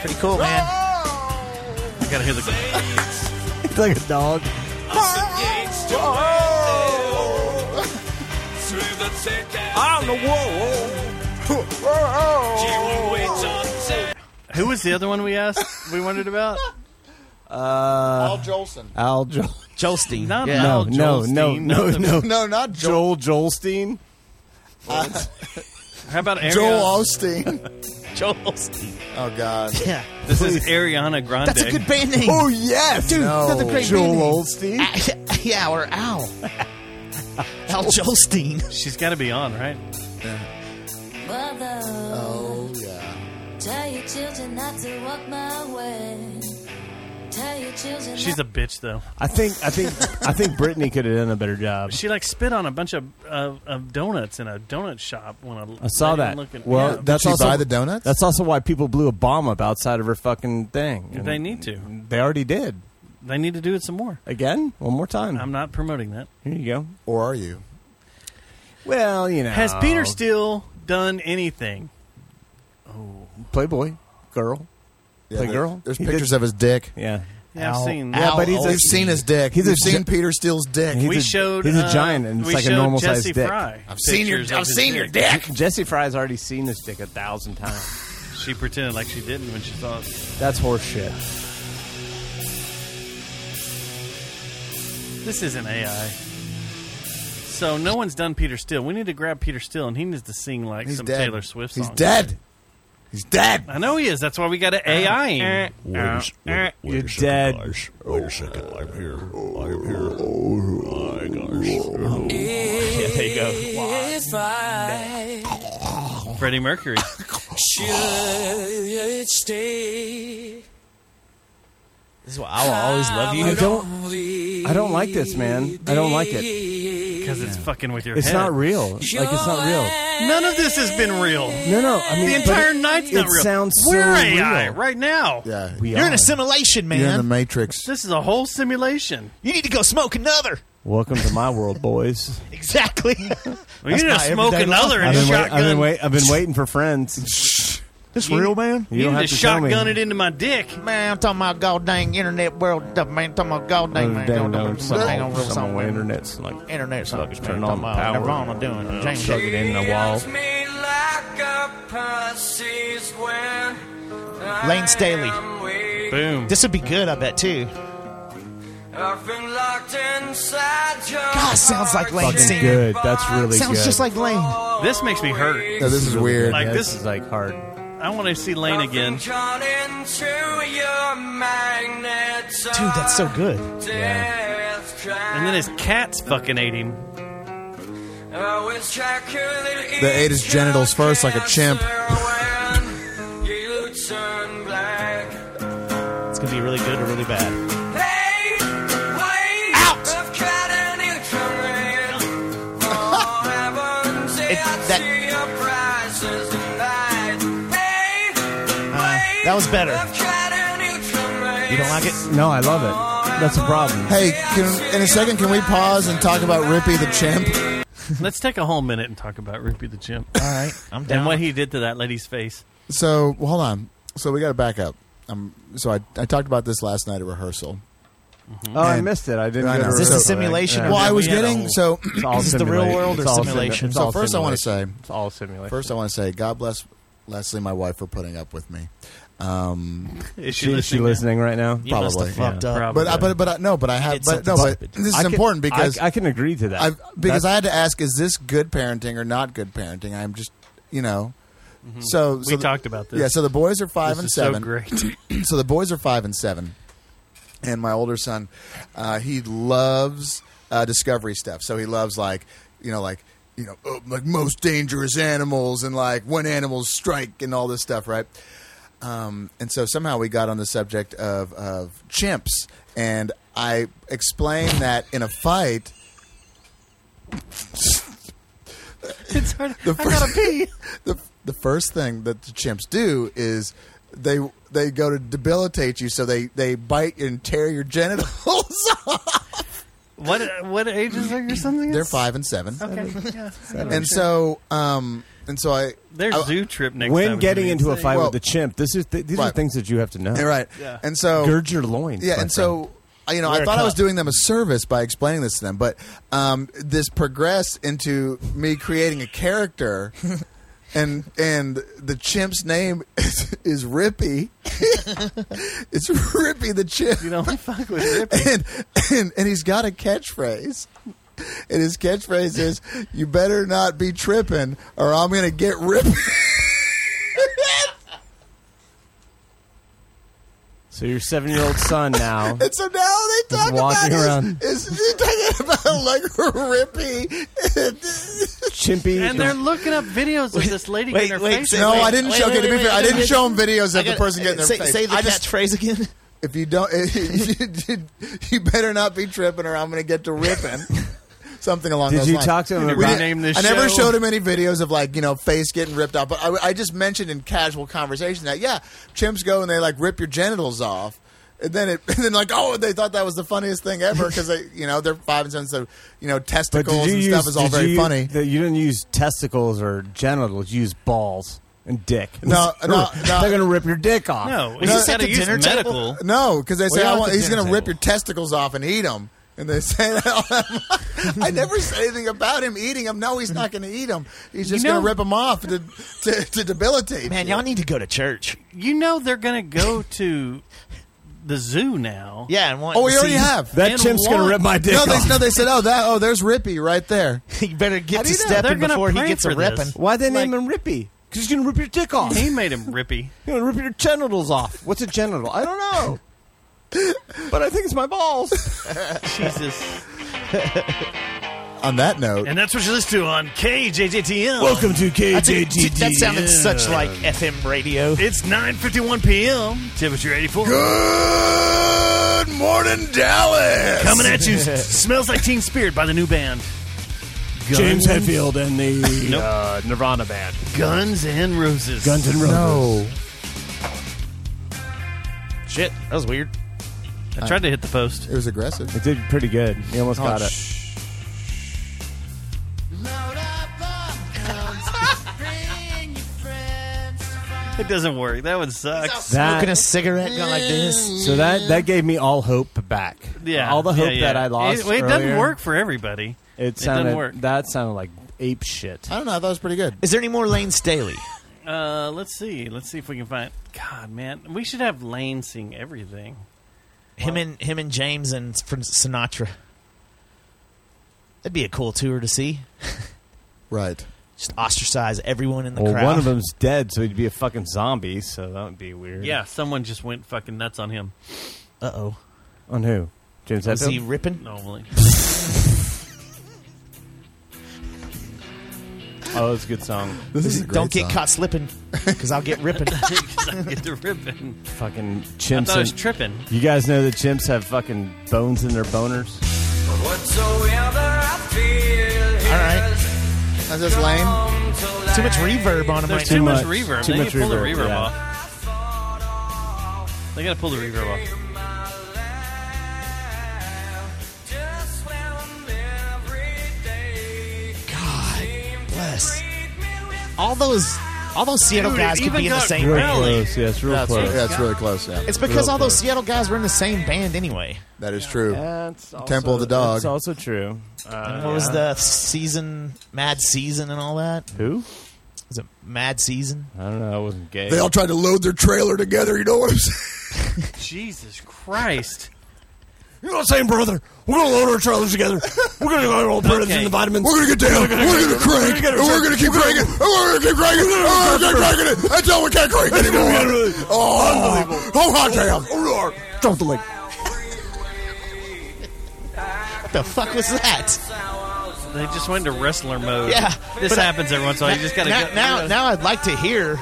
[SPEAKER 6] Pretty cool, man.
[SPEAKER 7] Ah! I gotta hear the.
[SPEAKER 10] It's like a dog.
[SPEAKER 2] I'm the whoa.
[SPEAKER 7] Who was the other one we asked? We wondered about.
[SPEAKER 6] Uh,
[SPEAKER 11] Al Jolson.
[SPEAKER 10] Al Joel.
[SPEAKER 6] Jolstein.
[SPEAKER 7] Not
[SPEAKER 6] yeah.
[SPEAKER 7] Al
[SPEAKER 10] No, no,
[SPEAKER 7] Jolstein,
[SPEAKER 10] no,
[SPEAKER 7] not the-
[SPEAKER 10] no,
[SPEAKER 11] No, not Joel.
[SPEAKER 10] Joel Joelstein.
[SPEAKER 7] How about Ariana?
[SPEAKER 11] Joel Osteen.
[SPEAKER 6] Jolstein.
[SPEAKER 11] Oh God.
[SPEAKER 6] Yeah.
[SPEAKER 7] This is Ariana Grande.
[SPEAKER 6] That's a good band name.
[SPEAKER 11] Oh yes,
[SPEAKER 6] Dude,
[SPEAKER 11] No.
[SPEAKER 6] that's a great
[SPEAKER 10] Joel
[SPEAKER 6] band name.
[SPEAKER 10] Olstein.
[SPEAKER 6] Ah, yeah, or Al. Al Jolstein.
[SPEAKER 7] She's got to be on, right?
[SPEAKER 15] Mother,
[SPEAKER 11] Oh yeah.
[SPEAKER 15] tell your children not to walk my way. Tell your children
[SPEAKER 7] She's a bitch, though.
[SPEAKER 10] I think, I think, I think Brittany could have done a better job.
[SPEAKER 7] She like spit on a bunch of of, of donuts in a donut shop when I,
[SPEAKER 10] I saw
[SPEAKER 7] didn't
[SPEAKER 10] that.
[SPEAKER 7] look at-
[SPEAKER 10] well,
[SPEAKER 7] yeah.
[SPEAKER 10] that's
[SPEAKER 11] Did she
[SPEAKER 10] also
[SPEAKER 11] buy the donuts?
[SPEAKER 10] That's also why people blew a bomb up outside of her fucking thing.
[SPEAKER 7] they need to.
[SPEAKER 10] They already did.
[SPEAKER 7] They need to do it some more.
[SPEAKER 10] Again, one more time.
[SPEAKER 7] I'm not promoting that.
[SPEAKER 10] Here you go.
[SPEAKER 11] Or are you?
[SPEAKER 10] Well, you know,
[SPEAKER 7] has Peter Steele done anything?
[SPEAKER 10] Oh, Playboy, girl,
[SPEAKER 11] Yeah, there-
[SPEAKER 10] Playgirl.
[SPEAKER 11] There's
[SPEAKER 10] He
[SPEAKER 11] pictures
[SPEAKER 10] did-
[SPEAKER 11] of his dick.
[SPEAKER 10] Yeah.
[SPEAKER 7] Yeah, I've
[SPEAKER 10] Al-
[SPEAKER 7] seen.
[SPEAKER 11] Yeah,
[SPEAKER 7] Al
[SPEAKER 11] but he's
[SPEAKER 7] Olding.
[SPEAKER 11] we've seen his dick.
[SPEAKER 10] He's a
[SPEAKER 11] we've seen
[SPEAKER 10] gi-
[SPEAKER 11] Peter Steele's dick.
[SPEAKER 10] He's
[SPEAKER 7] we
[SPEAKER 10] a-
[SPEAKER 7] showed.
[SPEAKER 10] he's a
[SPEAKER 7] uh,
[SPEAKER 10] giant and it's
[SPEAKER 7] we
[SPEAKER 10] like a
[SPEAKER 7] showed
[SPEAKER 10] normal-sized
[SPEAKER 7] Jesse
[SPEAKER 10] dick.
[SPEAKER 7] Fry
[SPEAKER 11] I've seen your-
[SPEAKER 7] pictures
[SPEAKER 11] I've
[SPEAKER 7] of his
[SPEAKER 11] seen your dick.
[SPEAKER 10] Jesse Fry's already seen this dick a thousand times.
[SPEAKER 7] She pretended like she didn't when she saw it.
[SPEAKER 10] That's horseshit.
[SPEAKER 7] This isn't AI. So no one's done Peter Steele. We need to grab Peter Steele, and he needs to sing like
[SPEAKER 11] He's
[SPEAKER 7] some
[SPEAKER 11] dead.
[SPEAKER 7] Taylor Swift
[SPEAKER 11] He's
[SPEAKER 7] song.
[SPEAKER 11] dead. He's dead.
[SPEAKER 7] I know he is. That's why we got to AI him.
[SPEAKER 10] Eh, You're dead.
[SPEAKER 16] Wait a second, I'm here. I'm here. Oh my gosh.
[SPEAKER 13] Yeah,
[SPEAKER 7] there you go.
[SPEAKER 13] If I
[SPEAKER 7] Freddie Mercury.
[SPEAKER 13] should stay,
[SPEAKER 6] This is what I will always love you.
[SPEAKER 10] I don't. I don't like this, man. I don't like it.
[SPEAKER 7] Because it's fucking with your
[SPEAKER 10] It's
[SPEAKER 7] head.
[SPEAKER 10] not real. Like it's not real.
[SPEAKER 7] None of this has been real.
[SPEAKER 10] No, no. I mean,
[SPEAKER 7] the
[SPEAKER 10] but
[SPEAKER 7] entire
[SPEAKER 10] it,
[SPEAKER 7] night's
[SPEAKER 10] it
[SPEAKER 7] not real.
[SPEAKER 10] sounds so
[SPEAKER 7] We're AI
[SPEAKER 10] real.
[SPEAKER 7] right now.
[SPEAKER 11] Yeah,
[SPEAKER 10] We
[SPEAKER 6] You're in
[SPEAKER 10] are.
[SPEAKER 6] a simulation, man.
[SPEAKER 11] you're in the Matrix.
[SPEAKER 7] This is a whole simulation.
[SPEAKER 6] you need to go smoke another.
[SPEAKER 10] Welcome to my world, boys.
[SPEAKER 6] Exactly.
[SPEAKER 7] We need to
[SPEAKER 6] my
[SPEAKER 7] smoke
[SPEAKER 6] everyday life.
[SPEAKER 7] another
[SPEAKER 10] I've
[SPEAKER 7] and
[SPEAKER 10] been, wait,
[SPEAKER 7] shotgun.
[SPEAKER 10] I've been wait. I've been waiting for friends.
[SPEAKER 6] This
[SPEAKER 7] You-
[SPEAKER 6] real man.
[SPEAKER 10] You,
[SPEAKER 7] You,
[SPEAKER 10] don't
[SPEAKER 7] need
[SPEAKER 10] have
[SPEAKER 7] to
[SPEAKER 10] to tell me.
[SPEAKER 7] shotgun it into my dick.
[SPEAKER 6] Man, I'm talking about god dang internet world stuff, man. I'm talking about god dang, man.
[SPEAKER 10] Damn,
[SPEAKER 6] God dang,
[SPEAKER 10] no,
[SPEAKER 6] man.
[SPEAKER 10] some
[SPEAKER 6] God dang,
[SPEAKER 10] old-
[SPEAKER 6] real
[SPEAKER 10] some
[SPEAKER 6] something,
[SPEAKER 10] old
[SPEAKER 6] man.
[SPEAKER 10] internet's like
[SPEAKER 6] internet suckers, man.
[SPEAKER 10] turn
[SPEAKER 6] Talking
[SPEAKER 10] on the
[SPEAKER 6] about
[SPEAKER 10] power.
[SPEAKER 6] Nirvana doing it. James
[SPEAKER 10] Plug it in the wall.
[SPEAKER 13] me like a Pisces when
[SPEAKER 6] Lane Staley.
[SPEAKER 7] Boom.
[SPEAKER 6] This would be good, I bet too.
[SPEAKER 13] I've been locked inside your
[SPEAKER 6] God, sounds like Lane
[SPEAKER 10] Fucking
[SPEAKER 6] singing.
[SPEAKER 10] good. That's really
[SPEAKER 6] Sounds
[SPEAKER 10] good.
[SPEAKER 6] just like Lane.
[SPEAKER 7] This makes me hurt.
[SPEAKER 11] No, this is weird.
[SPEAKER 7] Like
[SPEAKER 10] Yeah,
[SPEAKER 7] this-
[SPEAKER 10] is like hard.
[SPEAKER 7] I want to see Lane again.
[SPEAKER 13] Drawn into your magnet.
[SPEAKER 6] Dude, that's so good.
[SPEAKER 13] Death cry.
[SPEAKER 7] And then his cat's fucking ate him.
[SPEAKER 13] Always try killing
[SPEAKER 11] They ate his
[SPEAKER 13] each
[SPEAKER 11] genitals first like a chimp.
[SPEAKER 13] other when you turn black.
[SPEAKER 6] It's gonna be really good or really bad.
[SPEAKER 13] Hey, wait, I've got a new coming. Oh, heavens,
[SPEAKER 6] It-
[SPEAKER 13] I
[SPEAKER 6] that-
[SPEAKER 13] see your prizes tonight. Hey,
[SPEAKER 7] Uh,
[SPEAKER 13] wait,
[SPEAKER 6] that was better.
[SPEAKER 13] I've got a new coming.
[SPEAKER 6] You don't like it?
[SPEAKER 10] No, I love it. That's a problem.
[SPEAKER 11] Hey, can, in a second, can we pause and talk about Rippy the chimp?
[SPEAKER 7] Let's take a whole minute and talk about Rippy the Chimp
[SPEAKER 6] All right, I'm down.
[SPEAKER 7] and what he did to that lady's face.
[SPEAKER 11] So well, hold on. So we got to back up. Um, so I, I talked about this last night at rehearsal.
[SPEAKER 10] Oh, I
[SPEAKER 11] And-
[SPEAKER 10] missed it. I didn't.
[SPEAKER 11] I
[SPEAKER 10] go
[SPEAKER 11] know.
[SPEAKER 10] to
[SPEAKER 11] Is this a
[SPEAKER 10] rehearsal.
[SPEAKER 6] simulation
[SPEAKER 10] Yeah.
[SPEAKER 6] or
[SPEAKER 11] Well, I was
[SPEAKER 6] we had a
[SPEAKER 11] getting
[SPEAKER 6] whole-
[SPEAKER 11] so.
[SPEAKER 10] It's all
[SPEAKER 6] Is this the real
[SPEAKER 10] simulation.
[SPEAKER 6] world or
[SPEAKER 10] It's all
[SPEAKER 6] simulation?
[SPEAKER 10] simu- it's
[SPEAKER 11] So
[SPEAKER 10] all
[SPEAKER 11] first I wanna
[SPEAKER 10] simulation.
[SPEAKER 11] say-
[SPEAKER 10] it's all simulation.
[SPEAKER 11] First, I want to say God bless Leslie, my wife, for putting up with me. Um,
[SPEAKER 7] Is
[SPEAKER 10] she,
[SPEAKER 7] she, listening?
[SPEAKER 10] is she listening right now?
[SPEAKER 6] you must
[SPEAKER 11] probably,
[SPEAKER 6] have fucked
[SPEAKER 7] yeah.
[SPEAKER 6] up.
[SPEAKER 7] Probably.
[SPEAKER 11] but I, but but I, no, but I have
[SPEAKER 6] did
[SPEAKER 11] but no,
[SPEAKER 6] something
[SPEAKER 11] but
[SPEAKER 6] stupid.
[SPEAKER 11] this
[SPEAKER 10] I
[SPEAKER 11] is
[SPEAKER 10] can-
[SPEAKER 11] important because
[SPEAKER 10] I, I can agree to that.
[SPEAKER 11] I've, because I had
[SPEAKER 10] That's-
[SPEAKER 11] to ask: Is this good parenting or not good parenting? I'm just, you know. So, so
[SPEAKER 7] Mm-hmm. we
[SPEAKER 11] the-
[SPEAKER 7] talked about this.
[SPEAKER 11] Yeah, so the boys are five
[SPEAKER 7] This
[SPEAKER 11] and
[SPEAKER 7] is
[SPEAKER 11] seven.
[SPEAKER 7] So great.
[SPEAKER 11] so the boys are five and seven, and my older son, uh, he loves uh, discovery stuff. So he loves like you know like you know uh, like most dangerous animals and like when animals strike and all this stuff, right? Um, and so somehow we got on the subject of of chimps, and I explained that in a fight.
[SPEAKER 7] it's hard.
[SPEAKER 11] The
[SPEAKER 7] I
[SPEAKER 11] first-
[SPEAKER 7] gotta pee.
[SPEAKER 11] the the first thing that the chimps do is they they go to debilitate you, so they they bite and tear your genitals.
[SPEAKER 7] What what ages are your sons? again?
[SPEAKER 11] They're five and seven,
[SPEAKER 7] Okay. yeah.
[SPEAKER 11] and so um and so I
[SPEAKER 7] Their
[SPEAKER 11] I-
[SPEAKER 7] zoo trip next time.
[SPEAKER 10] when
[SPEAKER 7] is
[SPEAKER 10] getting
[SPEAKER 7] gonna be
[SPEAKER 10] into a
[SPEAKER 7] insane.
[SPEAKER 10] fight
[SPEAKER 11] Well-
[SPEAKER 10] with the chimp, this is th- these are
[SPEAKER 11] Right.
[SPEAKER 10] things that you have to know.
[SPEAKER 11] You're right,
[SPEAKER 7] Yeah.
[SPEAKER 11] and so
[SPEAKER 10] Gird your loins.
[SPEAKER 11] Yeah,
[SPEAKER 10] my
[SPEAKER 11] and
[SPEAKER 10] friend.
[SPEAKER 11] so uh, you know,
[SPEAKER 6] Wear
[SPEAKER 11] I
[SPEAKER 6] a
[SPEAKER 11] thought I was
[SPEAKER 6] cup.
[SPEAKER 11] doing them a service by explaining this to them, but um, this progressed into me creating a character, and and the chimp's name is, is Rippy. it's Rippy the chimp.
[SPEAKER 7] You don't fuck with Rippy.
[SPEAKER 11] and, and and he's got a catchphrase. And his catchphrase is, "You better not be tripping, or I'm gonna get ripped."
[SPEAKER 10] So your seven year old son now.
[SPEAKER 11] And so now they talk about
[SPEAKER 10] walking
[SPEAKER 11] his-
[SPEAKER 10] around.
[SPEAKER 11] Is, they talking about like Rippy.
[SPEAKER 10] Chimpy.
[SPEAKER 7] And they're looking up videos of this lady
[SPEAKER 6] wait,
[SPEAKER 7] getting her
[SPEAKER 6] wait,
[SPEAKER 7] face.
[SPEAKER 6] say-
[SPEAKER 11] no,
[SPEAKER 6] wait,
[SPEAKER 11] I didn't
[SPEAKER 6] wait,
[SPEAKER 11] show.
[SPEAKER 6] wait,
[SPEAKER 11] okay, to be
[SPEAKER 6] wait,
[SPEAKER 11] fair, I
[SPEAKER 6] wait,
[SPEAKER 11] didn't
[SPEAKER 6] wait.
[SPEAKER 11] show him videos
[SPEAKER 6] I
[SPEAKER 11] of the
[SPEAKER 6] gotta-
[SPEAKER 11] person getting their
[SPEAKER 6] say,
[SPEAKER 11] face.
[SPEAKER 6] say the
[SPEAKER 11] I just,
[SPEAKER 6] catchphrase again.
[SPEAKER 11] if you don't, you, better not be tripping, or I'm going to get to ripping. Something along
[SPEAKER 10] Did
[SPEAKER 11] those
[SPEAKER 10] you
[SPEAKER 11] lines.
[SPEAKER 10] talk to him
[SPEAKER 11] We
[SPEAKER 10] about-
[SPEAKER 11] didn't-
[SPEAKER 7] Rename this
[SPEAKER 11] I never
[SPEAKER 7] show.
[SPEAKER 11] showed him any videos of like you know face getting ripped off, but I, I just mentioned in casual conversation that yeah, chimps go and they like rip your genitals off, And then it, and then like, oh, they thought that was the funniest thing ever because they, you know, they're five and seven, so you know, testicles
[SPEAKER 10] But did
[SPEAKER 11] and
[SPEAKER 10] you use,
[SPEAKER 11] stuff is all
[SPEAKER 10] did
[SPEAKER 11] very
[SPEAKER 10] you,
[SPEAKER 11] funny.
[SPEAKER 10] that you didn't use testicles or genitals. You used balls and dick.
[SPEAKER 11] No, no, no.
[SPEAKER 10] They're gonna rip your dick off.
[SPEAKER 7] No,
[SPEAKER 10] Is this at the dinner table?
[SPEAKER 11] No, because they
[SPEAKER 10] Well,
[SPEAKER 11] say
[SPEAKER 10] yeah,
[SPEAKER 11] I
[SPEAKER 10] at
[SPEAKER 11] want,
[SPEAKER 10] the
[SPEAKER 11] he's
[SPEAKER 10] dinner
[SPEAKER 11] going to rip
[SPEAKER 10] table.
[SPEAKER 11] your testicles off and eat them. And they say that all that. I never said anything about him eating them. No, he's not going to eat them. He's
[SPEAKER 7] You
[SPEAKER 11] just
[SPEAKER 7] know-
[SPEAKER 11] going to rip them off to, to, to debilitate.
[SPEAKER 6] Man,
[SPEAKER 11] you.
[SPEAKER 6] y'all need to go to church.
[SPEAKER 7] You know they're gonna go to the zoo now.
[SPEAKER 6] Yeah, and want
[SPEAKER 11] Oh, we already have.
[SPEAKER 7] And want-
[SPEAKER 11] No, they, no, they said, oh, that, oh, there's Rippy right there.
[SPEAKER 6] you better
[SPEAKER 11] How
[SPEAKER 6] get
[SPEAKER 11] do
[SPEAKER 6] to
[SPEAKER 11] you know?
[SPEAKER 7] They're
[SPEAKER 6] stepping
[SPEAKER 7] gonna
[SPEAKER 6] before he
[SPEAKER 7] pray
[SPEAKER 6] gets a
[SPEAKER 7] for this.
[SPEAKER 6] ripping.
[SPEAKER 10] Why they name him Rippy? Because he's gonna rip your dick off.
[SPEAKER 7] He made him rippy.
[SPEAKER 10] You're gonna rip your genitals off. What's a genital? I don't know. but I think it's my balls.
[SPEAKER 7] Jesus.
[SPEAKER 11] On that note,
[SPEAKER 7] And that's what you listen to on KJJTL.
[SPEAKER 10] Welcome to
[SPEAKER 6] That's a-
[SPEAKER 10] KJGG.
[SPEAKER 6] that sounded such like FM radio.
[SPEAKER 7] It's 9.51 p.m. Temperature 84.
[SPEAKER 11] Good morning, Dallas.
[SPEAKER 7] Coming at you. s- smells like Teen Spirit by the new band.
[SPEAKER 10] James
[SPEAKER 7] Guns-
[SPEAKER 10] Hetfield and the
[SPEAKER 7] Nope.
[SPEAKER 10] uh, Nirvana band.
[SPEAKER 7] Guns and Roses.
[SPEAKER 10] Guns and Roses.
[SPEAKER 11] No.
[SPEAKER 6] Shit, that was weird.
[SPEAKER 7] I tried to hit the post.
[SPEAKER 11] It was aggressive.
[SPEAKER 10] It did pretty good. You
[SPEAKER 6] Oh,
[SPEAKER 10] almost got it.
[SPEAKER 7] It doesn't work. That one sucks.
[SPEAKER 10] That- Mm.
[SPEAKER 6] Smoking a cigarette, going like this.
[SPEAKER 10] So that that gave me all hope back.
[SPEAKER 7] Yeah.
[SPEAKER 10] all the hope
[SPEAKER 7] yeah, yeah.
[SPEAKER 10] that I lost.
[SPEAKER 7] It, well, it doesn't
[SPEAKER 10] earlier,
[SPEAKER 7] work for everybody.
[SPEAKER 10] It
[SPEAKER 7] it
[SPEAKER 10] sounded
[SPEAKER 7] doesn't work.
[SPEAKER 10] that sounded like ape shit.
[SPEAKER 11] I don't know. I thought it was pretty good.
[SPEAKER 6] Is there any more Lane Staley?
[SPEAKER 7] Uh, let's see. Let's see if we can find. God, man, we should have Lane sing everything.
[SPEAKER 6] Him and him and James and from Sinatra. That'd be a cool tour to see.
[SPEAKER 11] Right.
[SPEAKER 6] Just ostracize everyone in the
[SPEAKER 10] Well,
[SPEAKER 6] crowd.
[SPEAKER 10] one of them's dead, so he'd be a fucking zombie. So that would be weird.
[SPEAKER 7] Yeah, someone just went fucking nuts on him.
[SPEAKER 6] Uh oh.
[SPEAKER 10] On who? James
[SPEAKER 6] Was he
[SPEAKER 10] Hetfield.
[SPEAKER 6] ripping?
[SPEAKER 7] Normally,
[SPEAKER 10] Oh, it's a good song.
[SPEAKER 11] This is a great
[SPEAKER 6] Don't get
[SPEAKER 11] song.
[SPEAKER 6] caught slipping, because I'll get ripping.
[SPEAKER 7] I get the ribbon.
[SPEAKER 10] fucking
[SPEAKER 7] I
[SPEAKER 10] chimps.
[SPEAKER 7] thought it was
[SPEAKER 10] and-
[SPEAKER 7] tripping.
[SPEAKER 10] you guys know that chimps have fucking bones in their boners.
[SPEAKER 14] Whatsoever I feel
[SPEAKER 6] All right.
[SPEAKER 11] That's just lame.
[SPEAKER 6] Too much reverb on him
[SPEAKER 7] There's
[SPEAKER 6] right
[SPEAKER 7] too,
[SPEAKER 6] now.
[SPEAKER 7] much,
[SPEAKER 10] much-
[SPEAKER 7] reverb.
[SPEAKER 10] too
[SPEAKER 7] they
[SPEAKER 10] much
[SPEAKER 7] gotta pull
[SPEAKER 10] reverb,
[SPEAKER 7] the reverb
[SPEAKER 10] yeah.
[SPEAKER 7] off. They gotta pull the reverb off.
[SPEAKER 6] God bless. All those, all those Seattle
[SPEAKER 7] Dude, it
[SPEAKER 6] guys could
[SPEAKER 7] even
[SPEAKER 6] be in the
[SPEAKER 7] got
[SPEAKER 6] same
[SPEAKER 7] really-
[SPEAKER 6] band.
[SPEAKER 10] Close, yes, real
[SPEAKER 11] That's,
[SPEAKER 10] close.
[SPEAKER 11] yeah, it's really close. Yeah,
[SPEAKER 6] It's because
[SPEAKER 10] Real
[SPEAKER 6] all those
[SPEAKER 10] close.
[SPEAKER 6] Seattle guys were in the same band anyway.
[SPEAKER 11] that is true.
[SPEAKER 10] That's also,
[SPEAKER 11] Temple of the Dog.
[SPEAKER 10] That's also true. Uh,
[SPEAKER 6] And what was the season, Mad Season, and all that?
[SPEAKER 10] who?
[SPEAKER 6] Was it Mad Season?
[SPEAKER 10] I don't know. I wasn't gay.
[SPEAKER 11] They all tried to load their trailer together. You know what I'm saying?
[SPEAKER 7] Jesus Christ!
[SPEAKER 10] You're not saying, brother. We're gonna load our trailers together. We're gonna go all
[SPEAKER 7] put it in Okay. the
[SPEAKER 10] vitamins.
[SPEAKER 11] We're gonna get down. We're gonna crank. And we're gonna keep cranking. And we're gonna keep cranking. And we're gonna keep cranking it until we can't crank anymore. Oh, oh, hot damn! Drop the link.
[SPEAKER 6] What the fuck was that?
[SPEAKER 7] They just went into wrestler mode.
[SPEAKER 6] Yeah,
[SPEAKER 7] this
[SPEAKER 6] but I-
[SPEAKER 7] happens every once in a while. You just gotta
[SPEAKER 6] now,
[SPEAKER 7] go,
[SPEAKER 6] now, now I'd like to hear.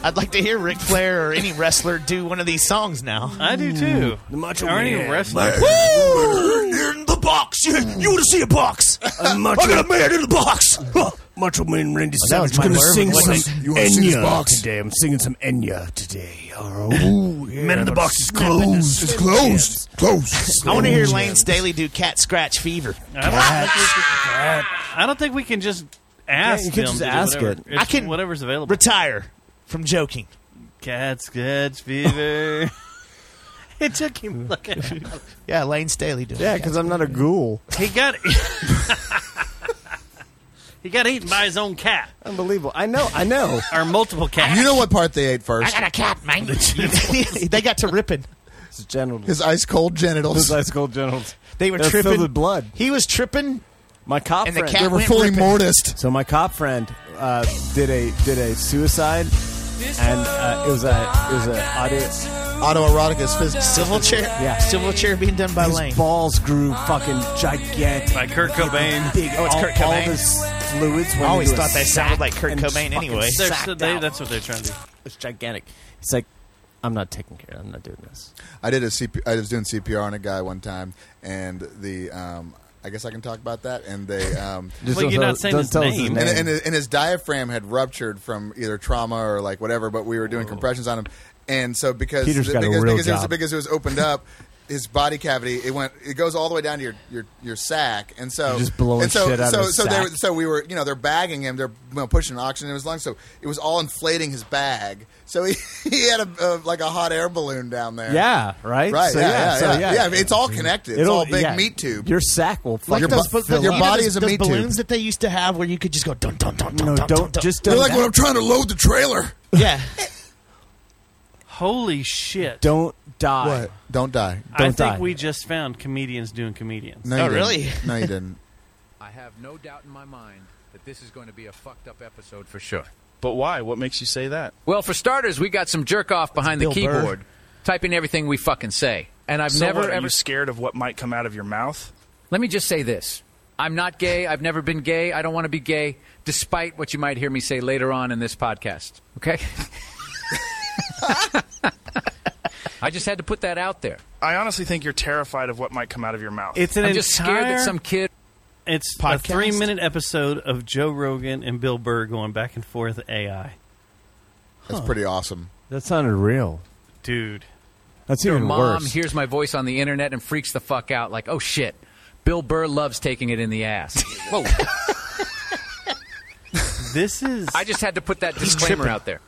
[SPEAKER 6] I'd like to hear Ric Flair or any wrestler do one of these songs now.
[SPEAKER 7] I do too. The
[SPEAKER 10] Macho
[SPEAKER 7] Are any
[SPEAKER 10] Man.
[SPEAKER 7] wrestlers?
[SPEAKER 10] You're in the box. You, you want to see a box? I'm got a man in the box. Huh. Macho Man Randy
[SPEAKER 6] that was
[SPEAKER 10] Savage
[SPEAKER 6] my
[SPEAKER 10] going to
[SPEAKER 6] Mervyn
[SPEAKER 10] sing
[SPEAKER 6] voice.
[SPEAKER 10] some
[SPEAKER 11] You wanna see this
[SPEAKER 10] Enya
[SPEAKER 11] box?
[SPEAKER 10] today. I'm singing some Enya today. Oh, ooh, yeah, man in the box is closed.
[SPEAKER 11] It's closed. Closed.
[SPEAKER 6] I want to hear Lane Staley do Cat Scratch Fever.
[SPEAKER 7] I don't, think we can, I don't think we can just ask
[SPEAKER 10] you can
[SPEAKER 7] them
[SPEAKER 10] just
[SPEAKER 7] to do
[SPEAKER 10] ask
[SPEAKER 7] whatever.
[SPEAKER 10] it.
[SPEAKER 7] It's
[SPEAKER 6] I can-
[SPEAKER 7] whatever's available.
[SPEAKER 6] Retire from joking.
[SPEAKER 7] Cat scratch fever. it took him like a-
[SPEAKER 6] Yeah, Lane Staley doing.
[SPEAKER 10] Yeah,
[SPEAKER 6] Cat-
[SPEAKER 10] because I'm not a ghoul.
[SPEAKER 7] he got he got eaten by his own cat
[SPEAKER 10] Unbelievable. I know. I know.
[SPEAKER 7] or multiple cats.
[SPEAKER 11] You know what part they ate
[SPEAKER 6] I
[SPEAKER 11] first?
[SPEAKER 6] got a cat, man. they got to ripping.
[SPEAKER 10] It's genitals.
[SPEAKER 11] His ice cold genitals.
[SPEAKER 10] Those ice cold genitals.
[SPEAKER 6] They were
[SPEAKER 10] They're
[SPEAKER 6] tripping.
[SPEAKER 10] filled with blood.
[SPEAKER 6] He was tripping.
[SPEAKER 10] My cop
[SPEAKER 6] And the
[SPEAKER 10] friend.
[SPEAKER 6] cat
[SPEAKER 11] They were
[SPEAKER 6] went
[SPEAKER 11] fully
[SPEAKER 6] ripping.
[SPEAKER 11] mortised.
[SPEAKER 10] So my cop friend uh, did a did a suicide, and uh, it was a it was a audio.
[SPEAKER 11] Autoerotic as physics.
[SPEAKER 6] Civil chair.
[SPEAKER 10] Yeah.
[SPEAKER 6] Civil chair being done by
[SPEAKER 10] His
[SPEAKER 6] Lane.
[SPEAKER 10] balls grew fucking gigantic.
[SPEAKER 7] By Kurt Cobain.
[SPEAKER 10] Big.
[SPEAKER 6] Oh, it's
[SPEAKER 10] all,
[SPEAKER 6] Kurt
[SPEAKER 10] All
[SPEAKER 6] Cobain.
[SPEAKER 10] his fluids.
[SPEAKER 6] I
[SPEAKER 10] Went
[SPEAKER 6] always
[SPEAKER 10] into a
[SPEAKER 6] thought they
[SPEAKER 10] sack
[SPEAKER 6] sounded like Kurt
[SPEAKER 10] and
[SPEAKER 6] Cobain
[SPEAKER 10] fucking
[SPEAKER 6] anyway.
[SPEAKER 7] They're-
[SPEAKER 10] sacked
[SPEAKER 7] they-
[SPEAKER 10] out.
[SPEAKER 7] that's what they're trying to do.
[SPEAKER 10] It's gigantic. It's like, I'm not taking care. I'm not doing this.
[SPEAKER 11] I did a CP- I was doing CPR on a guy one time, and the um, I I guess I can talk about that. And they um,
[SPEAKER 7] Just Well, don't you're tell- not saying don't his tell us his name. name.
[SPEAKER 11] And, and, his- and his diaphragm had ruptured from either trauma or like whatever. But we were doing compressions on him, and so because
[SPEAKER 10] Peter's
[SPEAKER 11] the-
[SPEAKER 10] got a
[SPEAKER 11] because,
[SPEAKER 10] real
[SPEAKER 11] because it was
[SPEAKER 10] job.
[SPEAKER 11] because it was opened up. His body cavity, it went, it goes all the way down to your your, your sack, and so
[SPEAKER 10] You're just blowing
[SPEAKER 11] Oh. and so,
[SPEAKER 10] shit out of
[SPEAKER 11] so,
[SPEAKER 10] his
[SPEAKER 11] so they
[SPEAKER 10] sack.
[SPEAKER 11] were- so we were, you know, they're bagging him, they're you know, pushing oxygen in his lungs, so it was all inflating his bag. So he, he had a, a like a hot air balloon down there.
[SPEAKER 10] Yeah, right?
[SPEAKER 11] Right.
[SPEAKER 10] So,
[SPEAKER 11] yeah,
[SPEAKER 10] yeah,
[SPEAKER 11] yeah,
[SPEAKER 10] so,
[SPEAKER 11] yeah.
[SPEAKER 10] yeah.
[SPEAKER 11] Yeah, I mean, it's all connected. It's
[SPEAKER 10] It'll-
[SPEAKER 11] all a big
[SPEAKER 10] yeah.
[SPEAKER 11] meat tube.
[SPEAKER 10] Your sack will fuck
[SPEAKER 11] Like
[SPEAKER 10] up.
[SPEAKER 11] those bu-
[SPEAKER 10] fill
[SPEAKER 11] your
[SPEAKER 10] up.
[SPEAKER 11] body
[SPEAKER 6] those,
[SPEAKER 11] is a
[SPEAKER 6] those
[SPEAKER 11] meat tube.
[SPEAKER 6] balloons that they used to have where you could just go dun dun dun dun
[SPEAKER 10] No,
[SPEAKER 6] dun dun
[SPEAKER 10] don't-
[SPEAKER 6] dun.
[SPEAKER 10] just They're don't like that. when I'm
[SPEAKER 11] trying to load the trailer.
[SPEAKER 6] Yeah.
[SPEAKER 7] Holy shit!
[SPEAKER 10] Don't die.
[SPEAKER 11] What? Don't die.
[SPEAKER 7] I
[SPEAKER 11] Don't
[SPEAKER 7] think
[SPEAKER 11] die.
[SPEAKER 7] we just found comedians doing comedians.
[SPEAKER 17] Oh,
[SPEAKER 11] No, you didn't. No, you didn't.
[SPEAKER 18] I have no doubt in my mind that this is going to be a fucked up episode for sure.
[SPEAKER 17] But why? What makes you say that?
[SPEAKER 18] Well, for starters, we got some jerk off behind the
[SPEAKER 17] Bill Burr.
[SPEAKER 18] keyboard, typing everything we fucking say. And I've
[SPEAKER 17] So
[SPEAKER 18] never
[SPEAKER 17] what, are
[SPEAKER 18] ever
[SPEAKER 17] you scared of what might come out of your mouth?
[SPEAKER 18] Let me just say this. I'm not gay. I've never been gay. I don't want to be gay, despite what you might hear me say later on in this podcast. Okay? I just had to put that out there.
[SPEAKER 17] I honestly think you're terrified of what might come out of your mouth.
[SPEAKER 7] It's an
[SPEAKER 18] I'm just scared that
[SPEAKER 7] entire-
[SPEAKER 18] some kid.
[SPEAKER 7] It's a
[SPEAKER 18] Podcast?
[SPEAKER 7] three-minute episode of Joe Rogan and Bill Burr going back and forth AI.
[SPEAKER 11] That's pretty awesome.
[SPEAKER 10] That sounded real.
[SPEAKER 7] Dude.
[SPEAKER 10] That's
[SPEAKER 18] Your
[SPEAKER 10] even
[SPEAKER 18] mom
[SPEAKER 10] worse.
[SPEAKER 18] hears my voice on the internet and freaks the fuck out like, oh shit, Bill Burr loves taking it in the ass. Whoa.
[SPEAKER 7] this is.
[SPEAKER 18] I just had to put that disclaimer
[SPEAKER 17] tripping.
[SPEAKER 18] out there.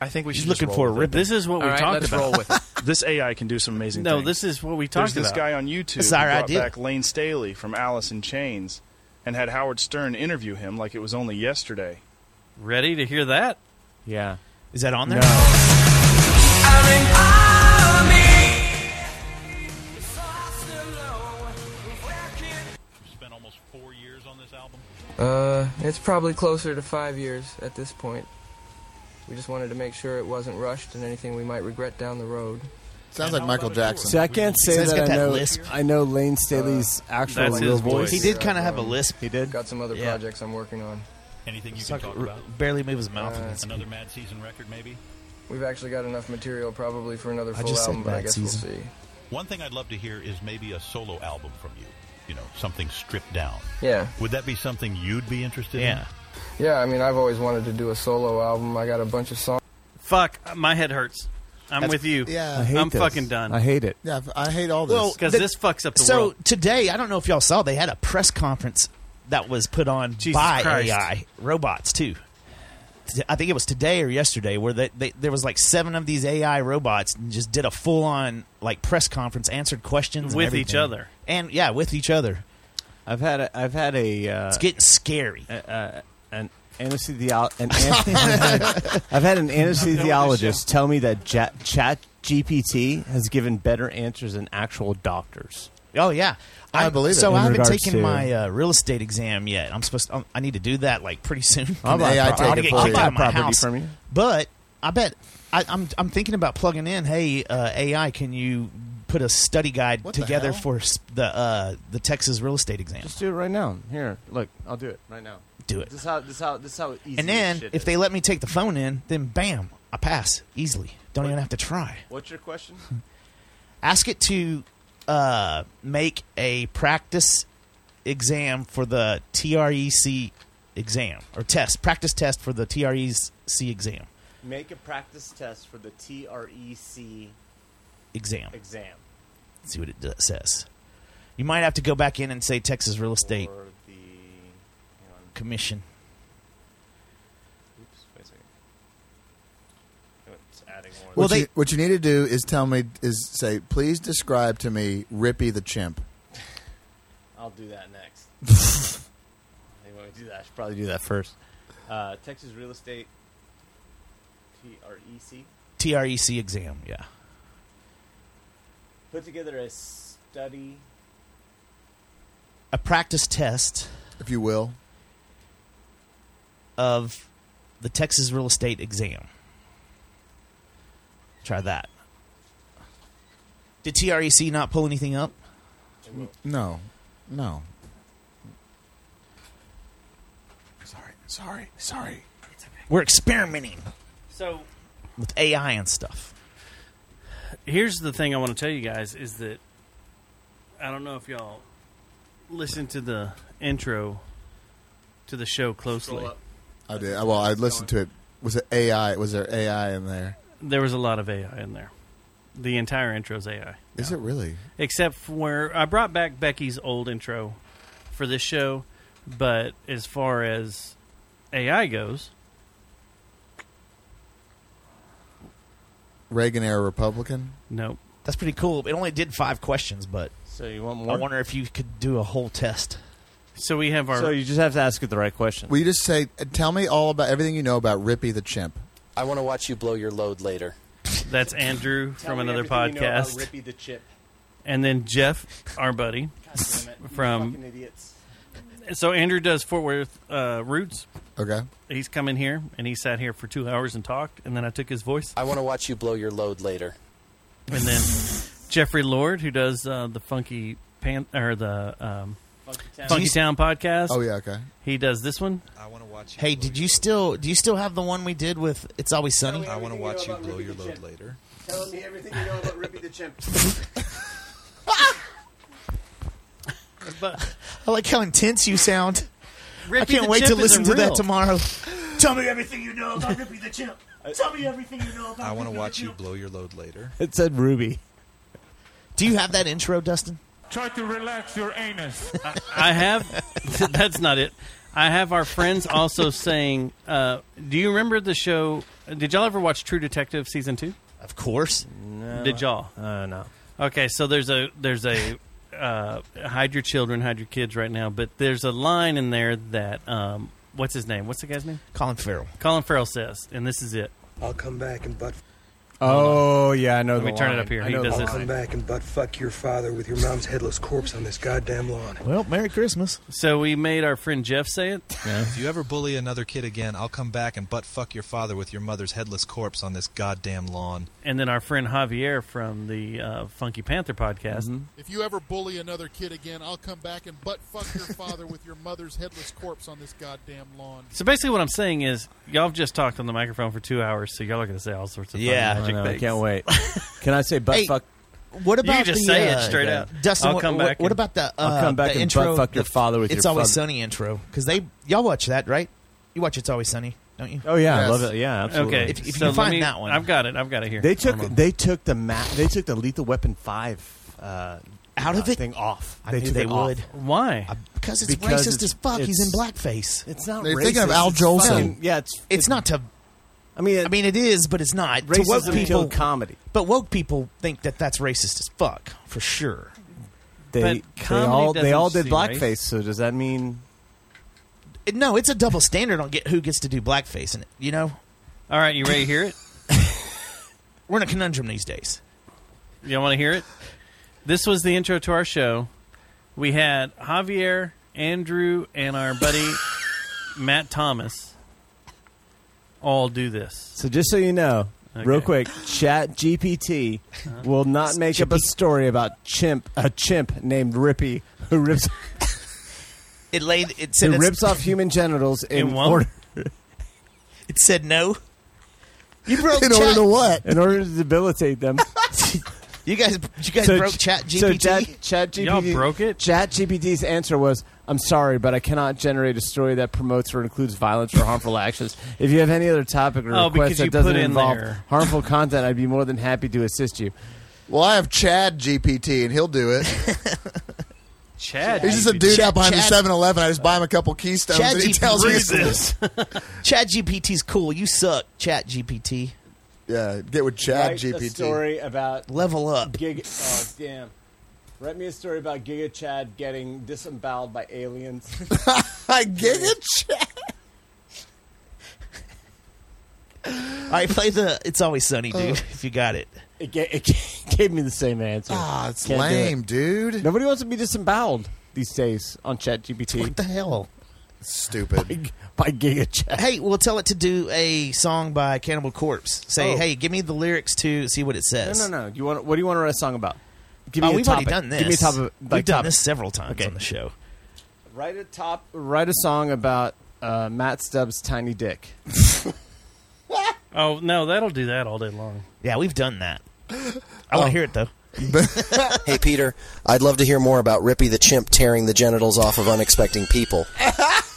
[SPEAKER 17] I think we
[SPEAKER 18] He's
[SPEAKER 17] should
[SPEAKER 18] looking
[SPEAKER 17] just
[SPEAKER 18] for
[SPEAKER 17] roll with
[SPEAKER 18] a
[SPEAKER 17] it.
[SPEAKER 18] rip. This is what
[SPEAKER 17] All
[SPEAKER 18] we
[SPEAKER 17] right,
[SPEAKER 18] talked
[SPEAKER 17] let's
[SPEAKER 18] about.
[SPEAKER 17] roll with it. this AI can do some amazing
[SPEAKER 7] No,
[SPEAKER 17] things.
[SPEAKER 7] Oh, this is what we
[SPEAKER 17] There's
[SPEAKER 7] talked
[SPEAKER 17] this
[SPEAKER 7] about.
[SPEAKER 17] guy on YouTube
[SPEAKER 7] That's
[SPEAKER 17] who
[SPEAKER 7] our
[SPEAKER 17] brought
[SPEAKER 7] idea.
[SPEAKER 17] back Lane Staley from Alice in Chains and had Howard Stern interview him like it was only yesterday.
[SPEAKER 7] Ready to hear that?
[SPEAKER 10] Yeah.
[SPEAKER 6] Is that on there?
[SPEAKER 19] Uh, it's probably closer to five years at this point. We just wanted to make sure it wasn't rushed and anything we might regret down the road.
[SPEAKER 11] Sounds like Michael Jackson.
[SPEAKER 10] See, I can't say
[SPEAKER 19] He's
[SPEAKER 10] that,
[SPEAKER 19] got
[SPEAKER 10] I
[SPEAKER 19] that
[SPEAKER 10] know.
[SPEAKER 19] lisp.
[SPEAKER 10] I know Lane Staley's actual
[SPEAKER 19] That's his
[SPEAKER 10] real
[SPEAKER 19] voice.
[SPEAKER 10] voice.
[SPEAKER 19] He did kinda have a
[SPEAKER 6] lisp. He
[SPEAKER 10] did.
[SPEAKER 19] Got some other
[SPEAKER 6] Yeah.
[SPEAKER 19] projects I'm working on. Anything you
[SPEAKER 6] Suck- r- barely move his mouth.
[SPEAKER 19] Uh,
[SPEAKER 6] Another
[SPEAKER 19] mad season record, maybe? We've actually got enough material probably for another
[SPEAKER 6] I
[SPEAKER 19] full
[SPEAKER 6] just said
[SPEAKER 19] album, but I
[SPEAKER 6] mad
[SPEAKER 19] guess
[SPEAKER 6] season.
[SPEAKER 19] we'll see.
[SPEAKER 20] One thing I'd love to hear is maybe a solo album from you. You know, something stripped down.
[SPEAKER 19] Yeah.
[SPEAKER 20] Would that be something you'd be interested in?
[SPEAKER 19] Yeah, I mean, I've always wanted to do a solo album. I got a bunch of songs.
[SPEAKER 7] Fuck, my head hurts. I'm
[SPEAKER 19] That's-
[SPEAKER 7] with you.
[SPEAKER 19] yeah.
[SPEAKER 10] I hate
[SPEAKER 7] I'm
[SPEAKER 10] this.
[SPEAKER 7] fucking done.
[SPEAKER 10] I hate it.
[SPEAKER 11] Yeah, I hate all
[SPEAKER 7] this. 'Cause
[SPEAKER 6] the-
[SPEAKER 7] this fucks up the
[SPEAKER 6] so
[SPEAKER 7] world.
[SPEAKER 6] today, I don't know if y'all saw, they had a press conference that was put on by
[SPEAKER 7] Christ.
[SPEAKER 6] AI robots too. T- I think it was today or yesterday where they, they, there was like seven of these AI robots and just did a full on like press conference, answered questions and
[SPEAKER 7] With each
[SPEAKER 6] everything.
[SPEAKER 7] other.
[SPEAKER 6] and yeah, with each other.
[SPEAKER 10] I've had a, I've had a. Uh,
[SPEAKER 6] It's getting scary.
[SPEAKER 10] Uh, an anesthesiologist. An an- I've had an anesthesiologist tell me that ja- Chat GPT has given better answers than actual doctors.
[SPEAKER 6] Oh yeah,
[SPEAKER 10] I
[SPEAKER 6] I'm-
[SPEAKER 10] believe it.
[SPEAKER 6] So
[SPEAKER 10] In
[SPEAKER 6] I haven't
[SPEAKER 10] regards
[SPEAKER 6] taken
[SPEAKER 10] to-
[SPEAKER 6] my uh, real estate exam yet. I'm supposed. To, I need to do that like pretty soon.
[SPEAKER 10] I'll buy a
[SPEAKER 6] I
[SPEAKER 10] pro- I'll
[SPEAKER 6] want to
[SPEAKER 10] take it
[SPEAKER 6] get
[SPEAKER 10] for
[SPEAKER 6] kicked
[SPEAKER 10] you.
[SPEAKER 6] out of my
[SPEAKER 10] Property
[SPEAKER 6] house.
[SPEAKER 10] from you.
[SPEAKER 6] But I bet I, I'm. I'm thinking about plugging in. Hey, uh, AI, can you put a study guide
[SPEAKER 10] What the
[SPEAKER 6] together
[SPEAKER 10] hell?
[SPEAKER 6] for s- the uh, the Texas real estate exam?
[SPEAKER 10] Just do it right now. Here, look, I'll do it right now.
[SPEAKER 6] Do it.
[SPEAKER 10] This is how this is how this is how easy.
[SPEAKER 6] and then
[SPEAKER 10] this shit
[SPEAKER 6] if
[SPEAKER 10] is.
[SPEAKER 6] they let me take the phone in, then bam, I pass easily. Don't even have to try.
[SPEAKER 10] What's your question?
[SPEAKER 6] ask it to uh, make a practice exam for the TREC exam or test practice test for the TREC exam
[SPEAKER 10] Make a practice test for the TREC
[SPEAKER 6] exam.
[SPEAKER 10] exam.
[SPEAKER 6] Let's see what it d- says. You might have to go back in and say Texas Real Estate Commission.
[SPEAKER 10] Oops, wait a second. It's adding one.
[SPEAKER 11] What, you, what you need to do is tell me is say, please describe to me Rippy the chimp.
[SPEAKER 10] I'll do that next. I think when we do that, I should probably do that first. Uh, Texas real estate E TREC
[SPEAKER 6] TREC E exam, yeah.
[SPEAKER 10] put together a study.
[SPEAKER 6] A practice test,
[SPEAKER 11] if you will,
[SPEAKER 6] of the Texas Real Estate exam. Try that. Did TREC not pull anything up?
[SPEAKER 11] No, no. Sorry, sorry, sorry.
[SPEAKER 6] We're experimenting
[SPEAKER 7] So
[SPEAKER 6] with AI and stuff.
[SPEAKER 7] here's the thing I want to tell you guys is that I don't know if y'all listen to the intro to the show closely.
[SPEAKER 11] I did. Well, I listened to it. Was it AI? Was there AI in there?
[SPEAKER 7] There was a lot of AI in there. The entire intro's AI.
[SPEAKER 11] Is it really?
[SPEAKER 7] Except for where I brought back Becky's old intro for this show, but as far as AI goes,
[SPEAKER 11] Reagan era Republican?
[SPEAKER 7] Nope.
[SPEAKER 6] That's pretty cool. It only did five questions, but
[SPEAKER 10] so you want more?
[SPEAKER 6] I wonder if you could do a whole test.
[SPEAKER 7] So we have our.
[SPEAKER 10] So you just have to ask it the right question.
[SPEAKER 11] Will you just say, tell me all about everything you know about Rippy the chimp?
[SPEAKER 9] I want to watch you blow your load later.
[SPEAKER 7] That's Andrew
[SPEAKER 21] Tell
[SPEAKER 7] from
[SPEAKER 21] me
[SPEAKER 7] another
[SPEAKER 21] everything you know about
[SPEAKER 7] podcast,
[SPEAKER 21] Rippy the Chip.
[SPEAKER 7] and then Jeff, our buddy, from
[SPEAKER 21] Fucking idiots.
[SPEAKER 7] So Andrew does Fort Worth uh, Roots.
[SPEAKER 11] Okay.
[SPEAKER 7] He's come in here and he sat here for two hours and talked, and then I took his voice.
[SPEAKER 9] I want to watch you blow your load later.
[SPEAKER 7] And then Jeffrey Lord, who does uh, the Funky Pan or the um, Funky, Town. podcast.
[SPEAKER 11] Oh, yeah, okay.
[SPEAKER 7] He does this one.
[SPEAKER 6] I want to watch. Hey, did you still? Do you still have the one we did with "It's Always
[SPEAKER 7] Oh,
[SPEAKER 6] Sunny"?
[SPEAKER 21] I wanna
[SPEAKER 6] watch
[SPEAKER 21] you blow your
[SPEAKER 6] load
[SPEAKER 21] later. Tell me everything you know about Rippy the Chimp.
[SPEAKER 7] But
[SPEAKER 6] I like how intense you sound. I
[SPEAKER 21] Rippy
[SPEAKER 6] can't
[SPEAKER 21] the
[SPEAKER 6] wait to
[SPEAKER 21] Chimp
[SPEAKER 6] listen to
[SPEAKER 21] isn't
[SPEAKER 6] that
[SPEAKER 21] real.
[SPEAKER 6] tomorrow.
[SPEAKER 21] Tell me everything you know about Rippy the Chimp. Tell me everything you know about
[SPEAKER 3] I want
[SPEAKER 21] Rippy
[SPEAKER 3] to
[SPEAKER 21] the
[SPEAKER 3] watch you
[SPEAKER 21] Chimp.
[SPEAKER 3] blow your load later.
[SPEAKER 10] It said Ruby.
[SPEAKER 6] Do you have that intro, Dustin?
[SPEAKER 22] Try to relax your anus.
[SPEAKER 7] I have. that's not it. I have our friends also saying, uh, "Do you remember the show? Did y'all ever watch True Detective season two?
[SPEAKER 6] Of course.
[SPEAKER 7] Did y'all? Uh, no. Okay, so there's a there's a uh, hide your children, hide your kids right now. But there's a line in there that um, what's his name? What's the guy's name?
[SPEAKER 6] Colin Farrell.
[SPEAKER 7] Colin Farrell says, and this is it.
[SPEAKER 2] I'll come back and butt.
[SPEAKER 23] Oh yeah, I know.
[SPEAKER 7] Let
[SPEAKER 23] the
[SPEAKER 7] me turn it
[SPEAKER 23] line.
[SPEAKER 7] up here.
[SPEAKER 23] I
[SPEAKER 7] He
[SPEAKER 23] know the
[SPEAKER 7] does
[SPEAKER 23] line.
[SPEAKER 7] this.
[SPEAKER 2] Come back and butt fuck your father with your mom's headless corpse on this goddamn lawn.
[SPEAKER 6] Well, Merry Christmas.
[SPEAKER 7] So we made our friend Jeff say it.
[SPEAKER 3] If you ever bully another kid again, I'll come back and butt fuck your father with your mother's headless corpse on this goddamn lawn.
[SPEAKER 7] And then our friend Javier from the uh, Funky Panther podcast.
[SPEAKER 3] Mm-hmm.
[SPEAKER 24] If you ever bully another kid again, I'll come back and butt fuck your father with your mother's headless corpse on this goddamn lawn.
[SPEAKER 7] So basically, what I'm saying is, y'all have just talked on the microphone for two hours, so y'all are going to say all sorts of funny
[SPEAKER 10] Yeah.
[SPEAKER 7] magic
[SPEAKER 10] I know, I
[SPEAKER 7] things.
[SPEAKER 10] can't wait. Can I say butt
[SPEAKER 6] Hey,
[SPEAKER 10] fuck?
[SPEAKER 6] What about
[SPEAKER 7] you can just
[SPEAKER 6] the,
[SPEAKER 7] say
[SPEAKER 6] uh,
[SPEAKER 7] it straight out?
[SPEAKER 6] Dustin,
[SPEAKER 7] I'll
[SPEAKER 6] what,
[SPEAKER 7] come
[SPEAKER 6] what-
[SPEAKER 7] back.
[SPEAKER 6] what
[SPEAKER 7] and-
[SPEAKER 6] about the?
[SPEAKER 10] I'll
[SPEAKER 6] uh,
[SPEAKER 10] come back
[SPEAKER 6] the
[SPEAKER 10] and
[SPEAKER 6] intro,
[SPEAKER 10] butt-fuck your
[SPEAKER 6] the-
[SPEAKER 10] father with
[SPEAKER 6] It's
[SPEAKER 10] your
[SPEAKER 6] always
[SPEAKER 10] father.
[SPEAKER 6] sunny intro because they y'all watch that right? You watch It's Always Sunny, don't you?
[SPEAKER 10] Oh, yeah, I Yes. love it. Yeah, absolutely.
[SPEAKER 7] Okay,
[SPEAKER 10] If- if you
[SPEAKER 7] so
[SPEAKER 10] can
[SPEAKER 7] let
[SPEAKER 10] find
[SPEAKER 7] me-
[SPEAKER 10] that one.
[SPEAKER 7] I've got it. I've got it here.
[SPEAKER 10] They took
[SPEAKER 7] Hold on.
[SPEAKER 10] they took the map. They took the Lethal Weapon five uh,
[SPEAKER 6] Out of
[SPEAKER 10] uh,
[SPEAKER 6] it?
[SPEAKER 10] thing off.
[SPEAKER 6] I
[SPEAKER 10] they
[SPEAKER 6] knew
[SPEAKER 10] took
[SPEAKER 6] they
[SPEAKER 10] it off. Uh,
[SPEAKER 6] would.
[SPEAKER 7] Why?
[SPEAKER 6] Because it's
[SPEAKER 10] Because
[SPEAKER 6] racist
[SPEAKER 10] it's-
[SPEAKER 6] as fuck. He's in
[SPEAKER 10] it's-
[SPEAKER 6] blackface.
[SPEAKER 10] It's not.
[SPEAKER 11] They're
[SPEAKER 10] racist.
[SPEAKER 11] thinking of Al
[SPEAKER 10] It's
[SPEAKER 11] Jolson.
[SPEAKER 10] fucking- Yeah, it's
[SPEAKER 6] It's not to.
[SPEAKER 10] I mean,
[SPEAKER 6] I mean, it is, but it's not. To woke
[SPEAKER 10] racism
[SPEAKER 6] people,
[SPEAKER 10] killed comedy.
[SPEAKER 6] but woke people think that that's racist as fuck for sure.
[SPEAKER 10] They,
[SPEAKER 6] But
[SPEAKER 10] they
[SPEAKER 6] comedy
[SPEAKER 10] all they
[SPEAKER 6] doesn't
[SPEAKER 10] all did
[SPEAKER 6] seem
[SPEAKER 10] blackface.
[SPEAKER 6] racist.
[SPEAKER 10] So does that mean
[SPEAKER 6] It- no, it's a double standard on get who gets to do blackface, and you know
[SPEAKER 7] All right, you ready to hear it?
[SPEAKER 6] we're in a conundrum these days.
[SPEAKER 7] Y'all want to hear it? This was the intro to our show. We had Javier, Andrew, and our buddy Matt Thomas all do this.
[SPEAKER 10] So just so you know, real
[SPEAKER 7] Okay.
[SPEAKER 10] quick, Chat GPT will not make up a story about chimp a chimp named Rippy who rips
[SPEAKER 6] It laid. It said
[SPEAKER 10] who
[SPEAKER 6] it's-
[SPEAKER 10] rips off human genitals in,
[SPEAKER 6] It won't.
[SPEAKER 10] order
[SPEAKER 6] It said no. You broke
[SPEAKER 11] In order
[SPEAKER 6] chat.
[SPEAKER 11] to what?
[SPEAKER 10] in order to debilitate them.
[SPEAKER 6] You guys, you guys
[SPEAKER 10] So
[SPEAKER 6] broke
[SPEAKER 10] ch-
[SPEAKER 6] Chat
[SPEAKER 10] So
[SPEAKER 6] GPT.
[SPEAKER 10] chat, chat GPT.
[SPEAKER 7] Y'all broke it?
[SPEAKER 10] Chat GPT's answer was, "I'm sorry, but I cannot generate a story that promotes or includes violence or harmful actions. If you have any other topic or
[SPEAKER 7] Oh, because
[SPEAKER 10] request
[SPEAKER 7] you
[SPEAKER 10] that doesn't
[SPEAKER 7] put in
[SPEAKER 10] involve
[SPEAKER 7] there.
[SPEAKER 10] harmful content, I'd be more than happy to assist you."
[SPEAKER 11] Well, I have Chad GPT, and he'll do it.
[SPEAKER 7] Chad.
[SPEAKER 11] He's just a dude
[SPEAKER 6] Chad-
[SPEAKER 11] out behind
[SPEAKER 6] Chad-
[SPEAKER 11] the 7 Eleven. I just buy him a couple Keystones,
[SPEAKER 6] Chad
[SPEAKER 11] and he
[SPEAKER 6] GPT
[SPEAKER 11] tells me
[SPEAKER 6] reads
[SPEAKER 11] this.
[SPEAKER 6] Chat GPT's cool. You suck, Chat GPT.
[SPEAKER 11] yeah, get with Chad
[SPEAKER 10] Write
[SPEAKER 11] GPT.
[SPEAKER 10] a story about
[SPEAKER 6] Level up.
[SPEAKER 10] Giga. Oh damn! Write me a story about Giga Chad getting disemboweled by aliens.
[SPEAKER 11] I get it, Chad.
[SPEAKER 6] All right, play the "It's Always Sunny" dude. if you got it,
[SPEAKER 10] It, ga- it ga- gave me the same answer.
[SPEAKER 11] Ah, it's
[SPEAKER 10] Can't do it.
[SPEAKER 11] lame, dude.
[SPEAKER 10] Nobody wants to be disemboweled these days on ChatGPT
[SPEAKER 6] what the hell?
[SPEAKER 11] Stupid.
[SPEAKER 10] by Giga Chat.
[SPEAKER 6] Hey, we'll tell it to do a song by Cannibal Corpse. Say,
[SPEAKER 10] Oh.
[SPEAKER 6] hey, give me the lyrics to see what it says.
[SPEAKER 10] No, no, no. You want? What do you want to write a song about? Give
[SPEAKER 6] Oh,
[SPEAKER 10] me a
[SPEAKER 6] we've
[SPEAKER 10] topic.
[SPEAKER 6] already done this.
[SPEAKER 10] Give me a topic. Like,
[SPEAKER 6] we've done
[SPEAKER 10] topic.
[SPEAKER 6] this several times
[SPEAKER 10] Okay.
[SPEAKER 6] on the show.
[SPEAKER 10] Write a top. Write a song about uh, Matt Stubbs' tiny dick.
[SPEAKER 7] Oh no, that'll do that all day long.
[SPEAKER 10] Oh,
[SPEAKER 6] Yeah, we've done that. I want to hear it though.
[SPEAKER 9] hey, Peter, I'd love to hear more about Rippy the chimp tearing the genitals off of unexpecting people.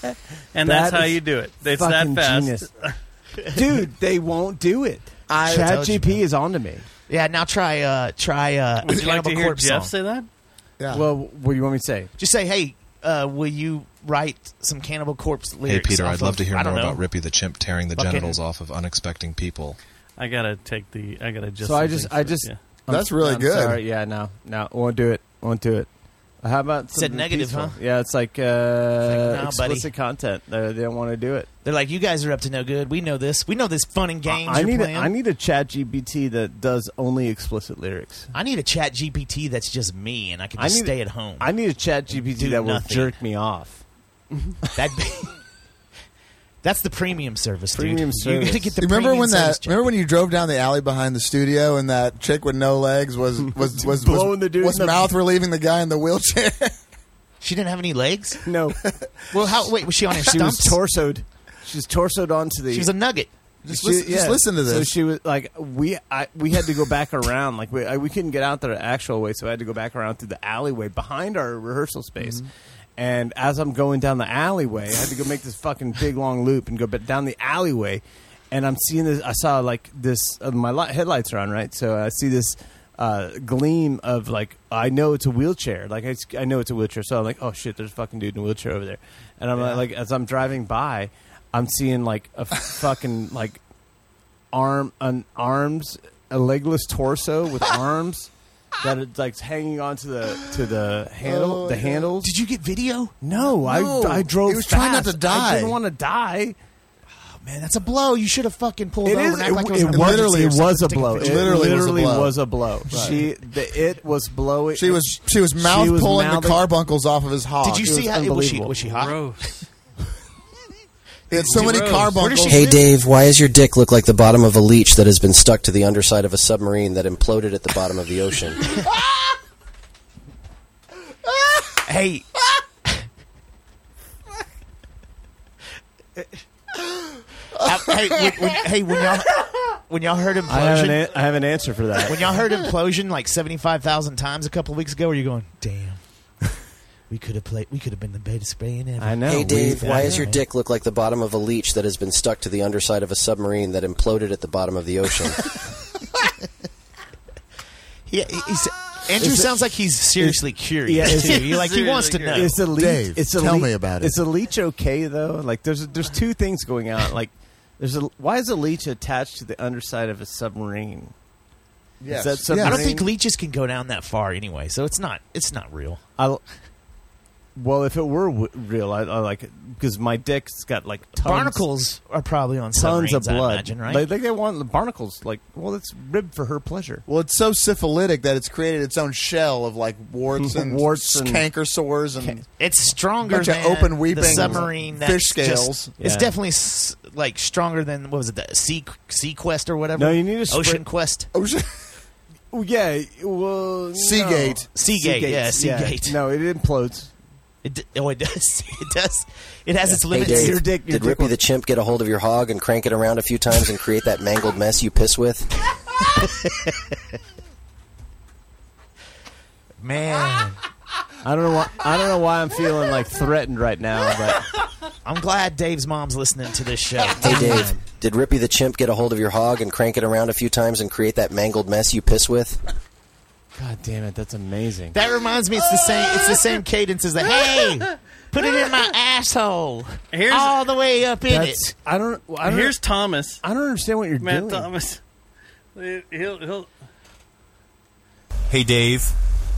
[SPEAKER 7] and
[SPEAKER 10] That
[SPEAKER 7] that's how
[SPEAKER 10] is
[SPEAKER 7] you do it. It's that
[SPEAKER 10] fucking
[SPEAKER 7] fast.
[SPEAKER 10] genius. dude. They won't do it.
[SPEAKER 6] I
[SPEAKER 10] Chat
[SPEAKER 6] told you,
[SPEAKER 10] GP is onto me.
[SPEAKER 6] Yeah, now try uh try uh
[SPEAKER 7] Would you like
[SPEAKER 6] Cannibal
[SPEAKER 7] to hear
[SPEAKER 6] Corpse
[SPEAKER 7] Jeff
[SPEAKER 6] song.
[SPEAKER 7] say that?
[SPEAKER 11] Yeah.
[SPEAKER 10] Well, what do you want me to say?
[SPEAKER 6] Just say, "Hey, uh will you write some Cannibal Corpse
[SPEAKER 8] Hey,
[SPEAKER 6] lyrics?"
[SPEAKER 8] Peter,
[SPEAKER 6] off
[SPEAKER 8] I'd love
[SPEAKER 6] of-
[SPEAKER 8] to hear
[SPEAKER 6] I
[SPEAKER 8] more
[SPEAKER 6] don't know.
[SPEAKER 8] about Rippy the Chimp tearing the
[SPEAKER 6] Fucking-
[SPEAKER 8] genitals off of unexpecting people.
[SPEAKER 7] I gotta take the. I gotta just.
[SPEAKER 10] so I just, I just. I'm-
[SPEAKER 11] That's really
[SPEAKER 10] I'm
[SPEAKER 11] good.
[SPEAKER 10] Sorry. Yeah, no, no, won't do it. Won't do it. How about
[SPEAKER 6] Said
[SPEAKER 10] something
[SPEAKER 6] negative,
[SPEAKER 10] peaceful?
[SPEAKER 6] huh?
[SPEAKER 10] Yeah, it's like, uh,
[SPEAKER 6] like, nah, buddy.
[SPEAKER 10] explicit content. They, they don't want to do it.
[SPEAKER 6] They're like, "You guys are up to no good. We know this. We know this fun and games
[SPEAKER 10] I
[SPEAKER 6] you're
[SPEAKER 10] need, a,
[SPEAKER 6] playing."
[SPEAKER 10] I need a Chat GBT that does only explicit lyrics.
[SPEAKER 6] I need a Chat GPT that's just me, and I can
[SPEAKER 10] I
[SPEAKER 6] just
[SPEAKER 10] need
[SPEAKER 6] stay at home.
[SPEAKER 10] I need a Chat
[SPEAKER 6] Do
[SPEAKER 10] GPT that will
[SPEAKER 6] nothing.
[SPEAKER 10] jerk me off.
[SPEAKER 6] That be- that's the premium service, dude.
[SPEAKER 10] Premium
[SPEAKER 6] You gotta
[SPEAKER 10] service.
[SPEAKER 6] get the
[SPEAKER 11] You remember
[SPEAKER 6] premium
[SPEAKER 11] when
[SPEAKER 6] service
[SPEAKER 11] that?
[SPEAKER 6] check.
[SPEAKER 11] Remember when you drove down the alley behind the studio and that chick with no legs was was was, was
[SPEAKER 10] Blowing the dude
[SPEAKER 11] was
[SPEAKER 10] in the-
[SPEAKER 11] mouth relieving the guy in the wheelchair.
[SPEAKER 6] she didn't have any legs?
[SPEAKER 10] No,
[SPEAKER 6] Well, how? Wait, was she on her
[SPEAKER 10] she was
[SPEAKER 6] stumps?
[SPEAKER 10] torsoed. She's torsoed onto the.
[SPEAKER 6] she was a nugget.
[SPEAKER 11] Just,
[SPEAKER 10] She-
[SPEAKER 11] listen, just
[SPEAKER 10] yeah.
[SPEAKER 11] listen to
[SPEAKER 10] So
[SPEAKER 11] this.
[SPEAKER 10] she was like, we I, we had to go back around. Like we I, we couldn't get out the actual way, so I had to go back around through the alleyway behind our rehearsal space. And as I'm going down the alleyway, I had to go make this fucking big long loop and go ba- down the alleyway. And I'm seeing this. I saw like this. Uh, my li- headlights are on, right? So I see this uh, gleam of like I know it's a wheelchair. Like I, s- I know it's a wheelchair. So I'm like, oh shit, there's a fucking dude in a wheelchair over there. And I'm like, as I'm driving by, I'm seeing like a fucking like arm an arms a legless torso with arms that it's like hanging onto the to the handle the handles.
[SPEAKER 6] Did you get video?
[SPEAKER 10] no,
[SPEAKER 11] No.
[SPEAKER 10] I I drove.
[SPEAKER 11] He was trying not
[SPEAKER 10] fast.
[SPEAKER 11] to die.
[SPEAKER 10] I didn't want to die.
[SPEAKER 6] Oh, Man, that's a blow. You should have fucking pulled
[SPEAKER 10] It
[SPEAKER 6] over
[SPEAKER 10] is.
[SPEAKER 6] and
[SPEAKER 10] It,
[SPEAKER 6] act like it was
[SPEAKER 10] it
[SPEAKER 6] an
[SPEAKER 10] was
[SPEAKER 6] emergency
[SPEAKER 10] literally
[SPEAKER 6] or
[SPEAKER 10] was a
[SPEAKER 6] something.
[SPEAKER 10] blow.
[SPEAKER 11] picture.
[SPEAKER 10] It
[SPEAKER 11] Literally was a
[SPEAKER 10] literally
[SPEAKER 11] blow.
[SPEAKER 10] was a blow. She the it was blowing.
[SPEAKER 11] She was she was mouth
[SPEAKER 10] was
[SPEAKER 11] pulling the
[SPEAKER 10] mouthing-
[SPEAKER 11] carbunkles off of his hog.
[SPEAKER 6] Did you
[SPEAKER 10] It
[SPEAKER 6] see
[SPEAKER 10] was
[SPEAKER 6] how was she
[SPEAKER 10] unbelievable.
[SPEAKER 6] was Oh, she hot?
[SPEAKER 11] He had so many
[SPEAKER 7] Rose. Where
[SPEAKER 6] Oh,
[SPEAKER 11] carbunkles.
[SPEAKER 7] does she
[SPEAKER 9] Hey, Dave, why does your dick look like the bottom of a leech that has been stuck to the underside of a submarine that imploded at the bottom of the ocean?
[SPEAKER 6] Hey, Uh, hey, when, when, hey, when y'all when y'all heard
[SPEAKER 10] I have, an,
[SPEAKER 6] implosion,
[SPEAKER 10] an- I have an answer for that.
[SPEAKER 6] when y'all heard implosion like seventy five thousand times a couple weeks ago, were you going, damn? We could have played. We could have been the beta Spain ever.
[SPEAKER 10] I know.
[SPEAKER 9] hey,
[SPEAKER 10] we-
[SPEAKER 9] Dave, why does your
[SPEAKER 6] man.
[SPEAKER 9] dick look like the bottom of a leech that has been stuck to the underside of a submarine that imploded at the bottom of the ocean?
[SPEAKER 6] Yeah, he- he's, Andrew sounds like he's seriously
[SPEAKER 10] yeah,
[SPEAKER 6] curious.
[SPEAKER 10] is it-
[SPEAKER 6] too. He, like he wants to know.
[SPEAKER 10] Is the leech?
[SPEAKER 11] Dave,
[SPEAKER 10] is the
[SPEAKER 11] tell
[SPEAKER 10] leech-
[SPEAKER 11] me about it.
[SPEAKER 10] Is the leech okay though? Like, there's there's two things going on. Like, there's a why is a leech attached to the underside of a submarine?
[SPEAKER 11] Yes.
[SPEAKER 10] Is that something-
[SPEAKER 6] I
[SPEAKER 11] Yes.
[SPEAKER 6] don't think leeches can go down that far anyway, so it's not. It's not real.
[SPEAKER 10] I, well, if it were w- real, I, I like because my dick's got like tons,
[SPEAKER 6] Barnacles are probably on
[SPEAKER 10] tons of
[SPEAKER 6] submarines, I
[SPEAKER 10] blood.
[SPEAKER 6] imagine, right?
[SPEAKER 10] Like, like they want the barnacles. Like, well, it's ribbed for her pleasure.
[SPEAKER 11] Well, it's so syphilitic that it's created its own shell of like warts and
[SPEAKER 10] Warts and-
[SPEAKER 11] canker sores and
[SPEAKER 6] It's stronger
[SPEAKER 11] Bunch of
[SPEAKER 6] than
[SPEAKER 11] open
[SPEAKER 6] the
[SPEAKER 11] weeping
[SPEAKER 6] submarine that's
[SPEAKER 11] fish
[SPEAKER 6] just-
[SPEAKER 11] scales.
[SPEAKER 6] It's
[SPEAKER 10] Yeah.
[SPEAKER 6] definitely s- like stronger than what was it the sea sea quest or whatever.
[SPEAKER 10] No, you need a spray-
[SPEAKER 6] ocean quest.
[SPEAKER 11] ocean.
[SPEAKER 10] Oh, yeah, well, no.
[SPEAKER 11] Seagate.
[SPEAKER 6] Seagate, yeah, Seagate.
[SPEAKER 10] No, it implodes.
[SPEAKER 6] It, d- oh, it does. It does. It has its
[SPEAKER 9] hey,
[SPEAKER 6] limits.
[SPEAKER 9] Dave,
[SPEAKER 10] your dick- your
[SPEAKER 9] did
[SPEAKER 10] dick
[SPEAKER 9] Rippy
[SPEAKER 10] will-
[SPEAKER 9] the chimp get a hold of your hog and crank it around a few times and create that mangled mess you piss with?
[SPEAKER 6] Man,
[SPEAKER 10] I don't know why. I don't know why I'm feeling like threatened right now, but.
[SPEAKER 6] I'm glad Dave's mom's listening to this show.
[SPEAKER 9] Hey, Dave, did Rippy the chimp get a hold of your hog and crank it around a few times and create that mangled mess you piss with?
[SPEAKER 10] God damn it, that's amazing.
[SPEAKER 6] That reminds me, it's the same. It's the same cadence as the hey, put it in my asshole,
[SPEAKER 7] Here's-
[SPEAKER 6] all the way up in
[SPEAKER 10] That's
[SPEAKER 6] it.
[SPEAKER 10] I don't I don't
[SPEAKER 7] Here's Thomas.
[SPEAKER 10] I don't understand what you're
[SPEAKER 7] Matt
[SPEAKER 10] doing.
[SPEAKER 7] Thomas. He'll, he'll,
[SPEAKER 3] Hey Dave,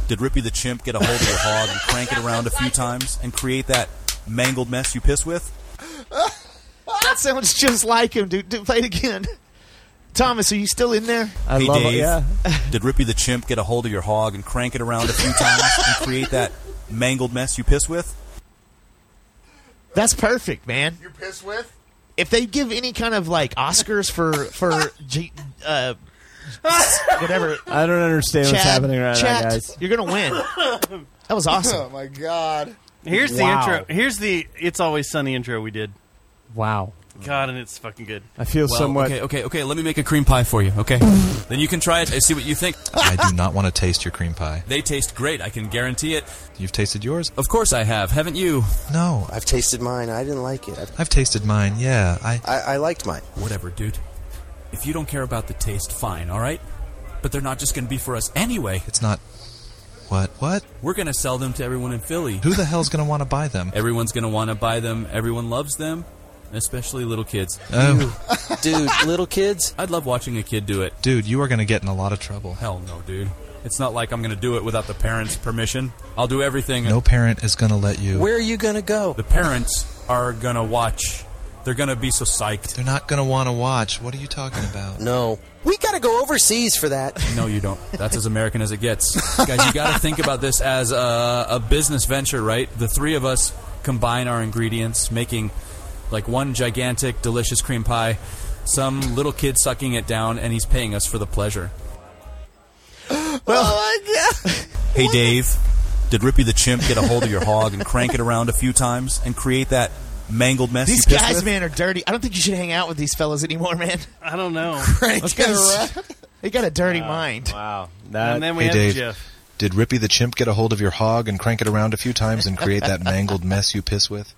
[SPEAKER 3] did Rippy the Chimp get a hold of your hog and crank it around a few times and create that mangled mess you piss with?
[SPEAKER 6] That sounds just like him, dude. dude play it again. Thomas, are you still in there?
[SPEAKER 10] I
[SPEAKER 3] hey
[SPEAKER 10] love
[SPEAKER 3] Dave,
[SPEAKER 10] it. Yeah.
[SPEAKER 3] did Rippy the Chimp get a hold of your hog and crank it around a few times and create that mangled mess you piss with?
[SPEAKER 6] That's perfect, man.
[SPEAKER 11] You piss with?
[SPEAKER 6] If they give any kind of like Oscars for for G, uh, whatever
[SPEAKER 10] I don't understand what's
[SPEAKER 6] Chad-
[SPEAKER 10] happening right
[SPEAKER 6] chat,
[SPEAKER 10] now, guys.
[SPEAKER 6] you're gonna win. That was
[SPEAKER 11] Oh
[SPEAKER 6] awesome.
[SPEAKER 11] my god!
[SPEAKER 7] here's the
[SPEAKER 10] Wow.
[SPEAKER 7] intro. Here's the It's Always Sunny intro we did.
[SPEAKER 10] Wow.
[SPEAKER 7] God, and it's fucking good.
[SPEAKER 10] I feel
[SPEAKER 3] Well,
[SPEAKER 10] somewhat.
[SPEAKER 3] Okay, okay, okay. Let me make a cream pie for you. Okay, then you can try it and see what you think.
[SPEAKER 8] I do not want to taste your cream pie.
[SPEAKER 3] They taste great. I can guarantee it.
[SPEAKER 8] You've tasted yours?
[SPEAKER 3] Of course I have. Haven't you?
[SPEAKER 8] No, I've,
[SPEAKER 9] I've tasted mine. I didn't like it. I've,
[SPEAKER 8] I've tasted mine. Yeah, I
[SPEAKER 9] I, I liked mine.
[SPEAKER 3] Whatever, dude. If you don't care about the taste, fine. All right. But they're not just going to be for us anyway.
[SPEAKER 8] it's not What? What?
[SPEAKER 3] We're going to sell them to everyone in Philly.
[SPEAKER 8] Who the hell's going to want to buy them?
[SPEAKER 3] Everyone's going to want to buy them. Everyone loves them, especially little kids.
[SPEAKER 8] Oh,
[SPEAKER 9] Dude, little kids?
[SPEAKER 3] I'd love watching a kid do it.
[SPEAKER 8] dude, you are going to get in a lot of trouble.
[SPEAKER 3] Hell no, dude. It's not like I'm going to do it without the parents' permission. I'll do everything.
[SPEAKER 8] No parent is going to let you.
[SPEAKER 9] Where are you going to go?
[SPEAKER 3] The parents are going to watch. They're going to be so psyched.
[SPEAKER 8] They're not going to want to watch. What are you talking about?
[SPEAKER 9] No. We got to go overseas for that.
[SPEAKER 3] No, you don't. That's as American as it gets. Guys, you got to think about this as a, a business venture, right? The three of us combine our ingredients, making like one gigantic, delicious cream pie. Some little kid sucking it down, and he's paying us for the pleasure.
[SPEAKER 9] Oh,
[SPEAKER 3] Hey, Dave, did Rippy the Chimp get a hold of your hog and crank it around a few times and create that mangled mess
[SPEAKER 6] These
[SPEAKER 3] you pissed
[SPEAKER 6] guys,
[SPEAKER 3] with?
[SPEAKER 6] man, are dirty. I don't think you should hang out with these fellas anymore, man.
[SPEAKER 7] I don't know.
[SPEAKER 6] Those guys, they got a dirty mind.
[SPEAKER 10] Wow.
[SPEAKER 7] and then we
[SPEAKER 8] Hey,
[SPEAKER 7] have
[SPEAKER 8] Dave.
[SPEAKER 7] Jeff.
[SPEAKER 8] Did Rippy the chimp get a hold of your hog and crank it around a few times and create that mangled mess you piss with?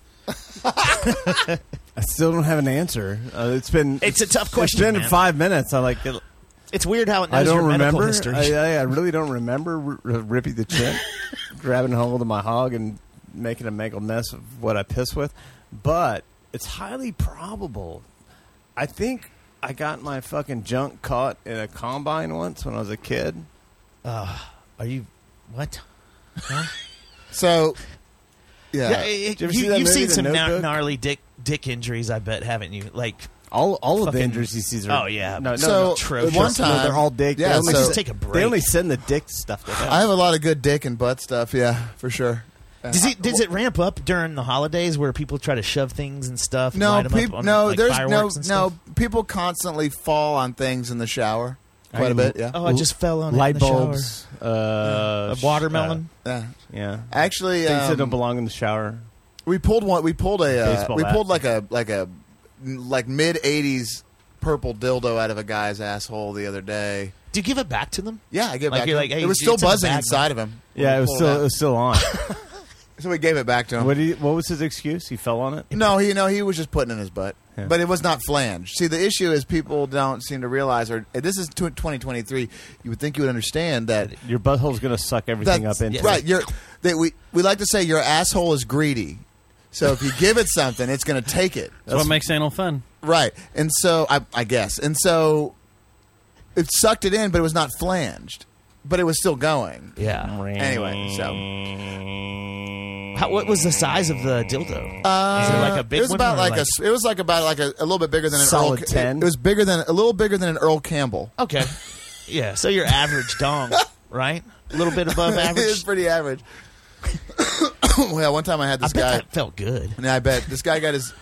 [SPEAKER 10] I still don't have an answer. Uh, it's been
[SPEAKER 6] It's a tough question,
[SPEAKER 10] It's been
[SPEAKER 6] man.
[SPEAKER 10] five minutes. I like. It,
[SPEAKER 6] It's weird how it knows
[SPEAKER 10] I don't
[SPEAKER 6] your medical
[SPEAKER 10] remember.
[SPEAKER 6] history.
[SPEAKER 10] I, I, I really don't remember R- R- Rippy the Chimp grabbing hold of my hog and making a mangled mess of what I piss with, but it's highly probable. I think I got my fucking junk caught in a combine once when I was a kid.
[SPEAKER 6] are you what?
[SPEAKER 11] So, yeah.
[SPEAKER 6] Yeah, it-
[SPEAKER 10] you ever
[SPEAKER 6] you,
[SPEAKER 10] see that
[SPEAKER 6] have
[SPEAKER 10] movie,
[SPEAKER 6] seen
[SPEAKER 10] The
[SPEAKER 6] some gna-
[SPEAKER 10] Notebook?
[SPEAKER 6] gnarly dick dick injuries, I bet, haven't you? Like,
[SPEAKER 10] All all of the
[SPEAKER 6] Fucking-
[SPEAKER 10] injuries he sees are
[SPEAKER 6] oh, yeah.
[SPEAKER 10] no no,
[SPEAKER 11] So,
[SPEAKER 10] no
[SPEAKER 11] at
[SPEAKER 10] atrocious.
[SPEAKER 11] one
[SPEAKER 10] No,
[SPEAKER 11] time-
[SPEAKER 10] they're all dick.
[SPEAKER 11] Yeah,
[SPEAKER 10] they only,
[SPEAKER 11] so-
[SPEAKER 6] just take a break.
[SPEAKER 10] They only send the dick stuff. To
[SPEAKER 11] I
[SPEAKER 10] them.
[SPEAKER 11] have a lot of good dick and butt stuff. Yeah, for sure.
[SPEAKER 6] does it does it ramp up during the holidays where people try to shove things and stuff? and
[SPEAKER 11] No,
[SPEAKER 6] light 'em up
[SPEAKER 11] peop-
[SPEAKER 6] on,
[SPEAKER 11] no.
[SPEAKER 6] like,
[SPEAKER 11] there's no,
[SPEAKER 6] fireworks and
[SPEAKER 11] no.
[SPEAKER 6] stuff?
[SPEAKER 11] People constantly fall on things in the shower. Quite a bit. Yeah.
[SPEAKER 6] Oh, I just fell on it
[SPEAKER 10] light
[SPEAKER 6] in the shower.
[SPEAKER 10] bulbs, uh,
[SPEAKER 6] A watermelon.
[SPEAKER 11] Uh, yeah.
[SPEAKER 10] yeah,
[SPEAKER 11] Actually,
[SPEAKER 10] things that
[SPEAKER 11] um,
[SPEAKER 10] don't belong in the shower.
[SPEAKER 11] We pulled one. We pulled a. Uh,
[SPEAKER 10] Baseball
[SPEAKER 11] we
[SPEAKER 10] bat.
[SPEAKER 11] pulled like a like a like mid '80s purple dildo out of a guy's asshole the other day.
[SPEAKER 6] Do you give it back to them?
[SPEAKER 11] Yeah, I give it
[SPEAKER 6] Like
[SPEAKER 11] back.
[SPEAKER 6] you're
[SPEAKER 11] to
[SPEAKER 6] like,
[SPEAKER 11] him.
[SPEAKER 6] hey,
[SPEAKER 11] it was
[SPEAKER 6] it's
[SPEAKER 11] still
[SPEAKER 6] in the
[SPEAKER 11] buzzing
[SPEAKER 6] bag,
[SPEAKER 11] inside of him. when
[SPEAKER 10] Yeah,
[SPEAKER 11] we
[SPEAKER 10] it was
[SPEAKER 11] pulled
[SPEAKER 10] still
[SPEAKER 11] out.
[SPEAKER 10] it was still on.
[SPEAKER 11] so we gave it back to him.
[SPEAKER 10] what, did he, what was his excuse? He fell on it.
[SPEAKER 11] No, he no, he was just putting it in his butt.
[SPEAKER 10] Yeah.
[SPEAKER 11] But it was not flanged. See, the issue is people don't seem to realize, or this is tw- 2023. You would think you would understand that.
[SPEAKER 10] Your butthole's gonna suck everything
[SPEAKER 11] That's
[SPEAKER 10] up into
[SPEAKER 11] right.
[SPEAKER 10] it.
[SPEAKER 11] You're, that we we like to say your asshole is greedy. So if you give it something, it's going to take it.
[SPEAKER 7] That's what makes anal fun.
[SPEAKER 11] Right. And so I, I guess. And so it sucked it in, but it was not flanged. But it was still going.
[SPEAKER 6] Yeah.
[SPEAKER 11] Anyway, so
[SPEAKER 6] How, what was the size of the dildo? Uh, Is it like a big
[SPEAKER 11] it was
[SPEAKER 6] one
[SPEAKER 11] about
[SPEAKER 6] or
[SPEAKER 11] like,
[SPEAKER 6] like-
[SPEAKER 11] a s- it was like about like a, a little bit bigger than an
[SPEAKER 10] Solid
[SPEAKER 11] Earl,
[SPEAKER 10] 10?
[SPEAKER 11] It, it was bigger than a little bigger than an Earl Campbell.
[SPEAKER 6] Okay. Yeah. So your average dong, right? A little bit above
[SPEAKER 11] it was
[SPEAKER 6] average.
[SPEAKER 11] pretty average. well, one time I had
[SPEAKER 6] I
[SPEAKER 11] this
[SPEAKER 6] bet
[SPEAKER 11] guy.
[SPEAKER 6] that felt good.
[SPEAKER 11] And I bet this guy got his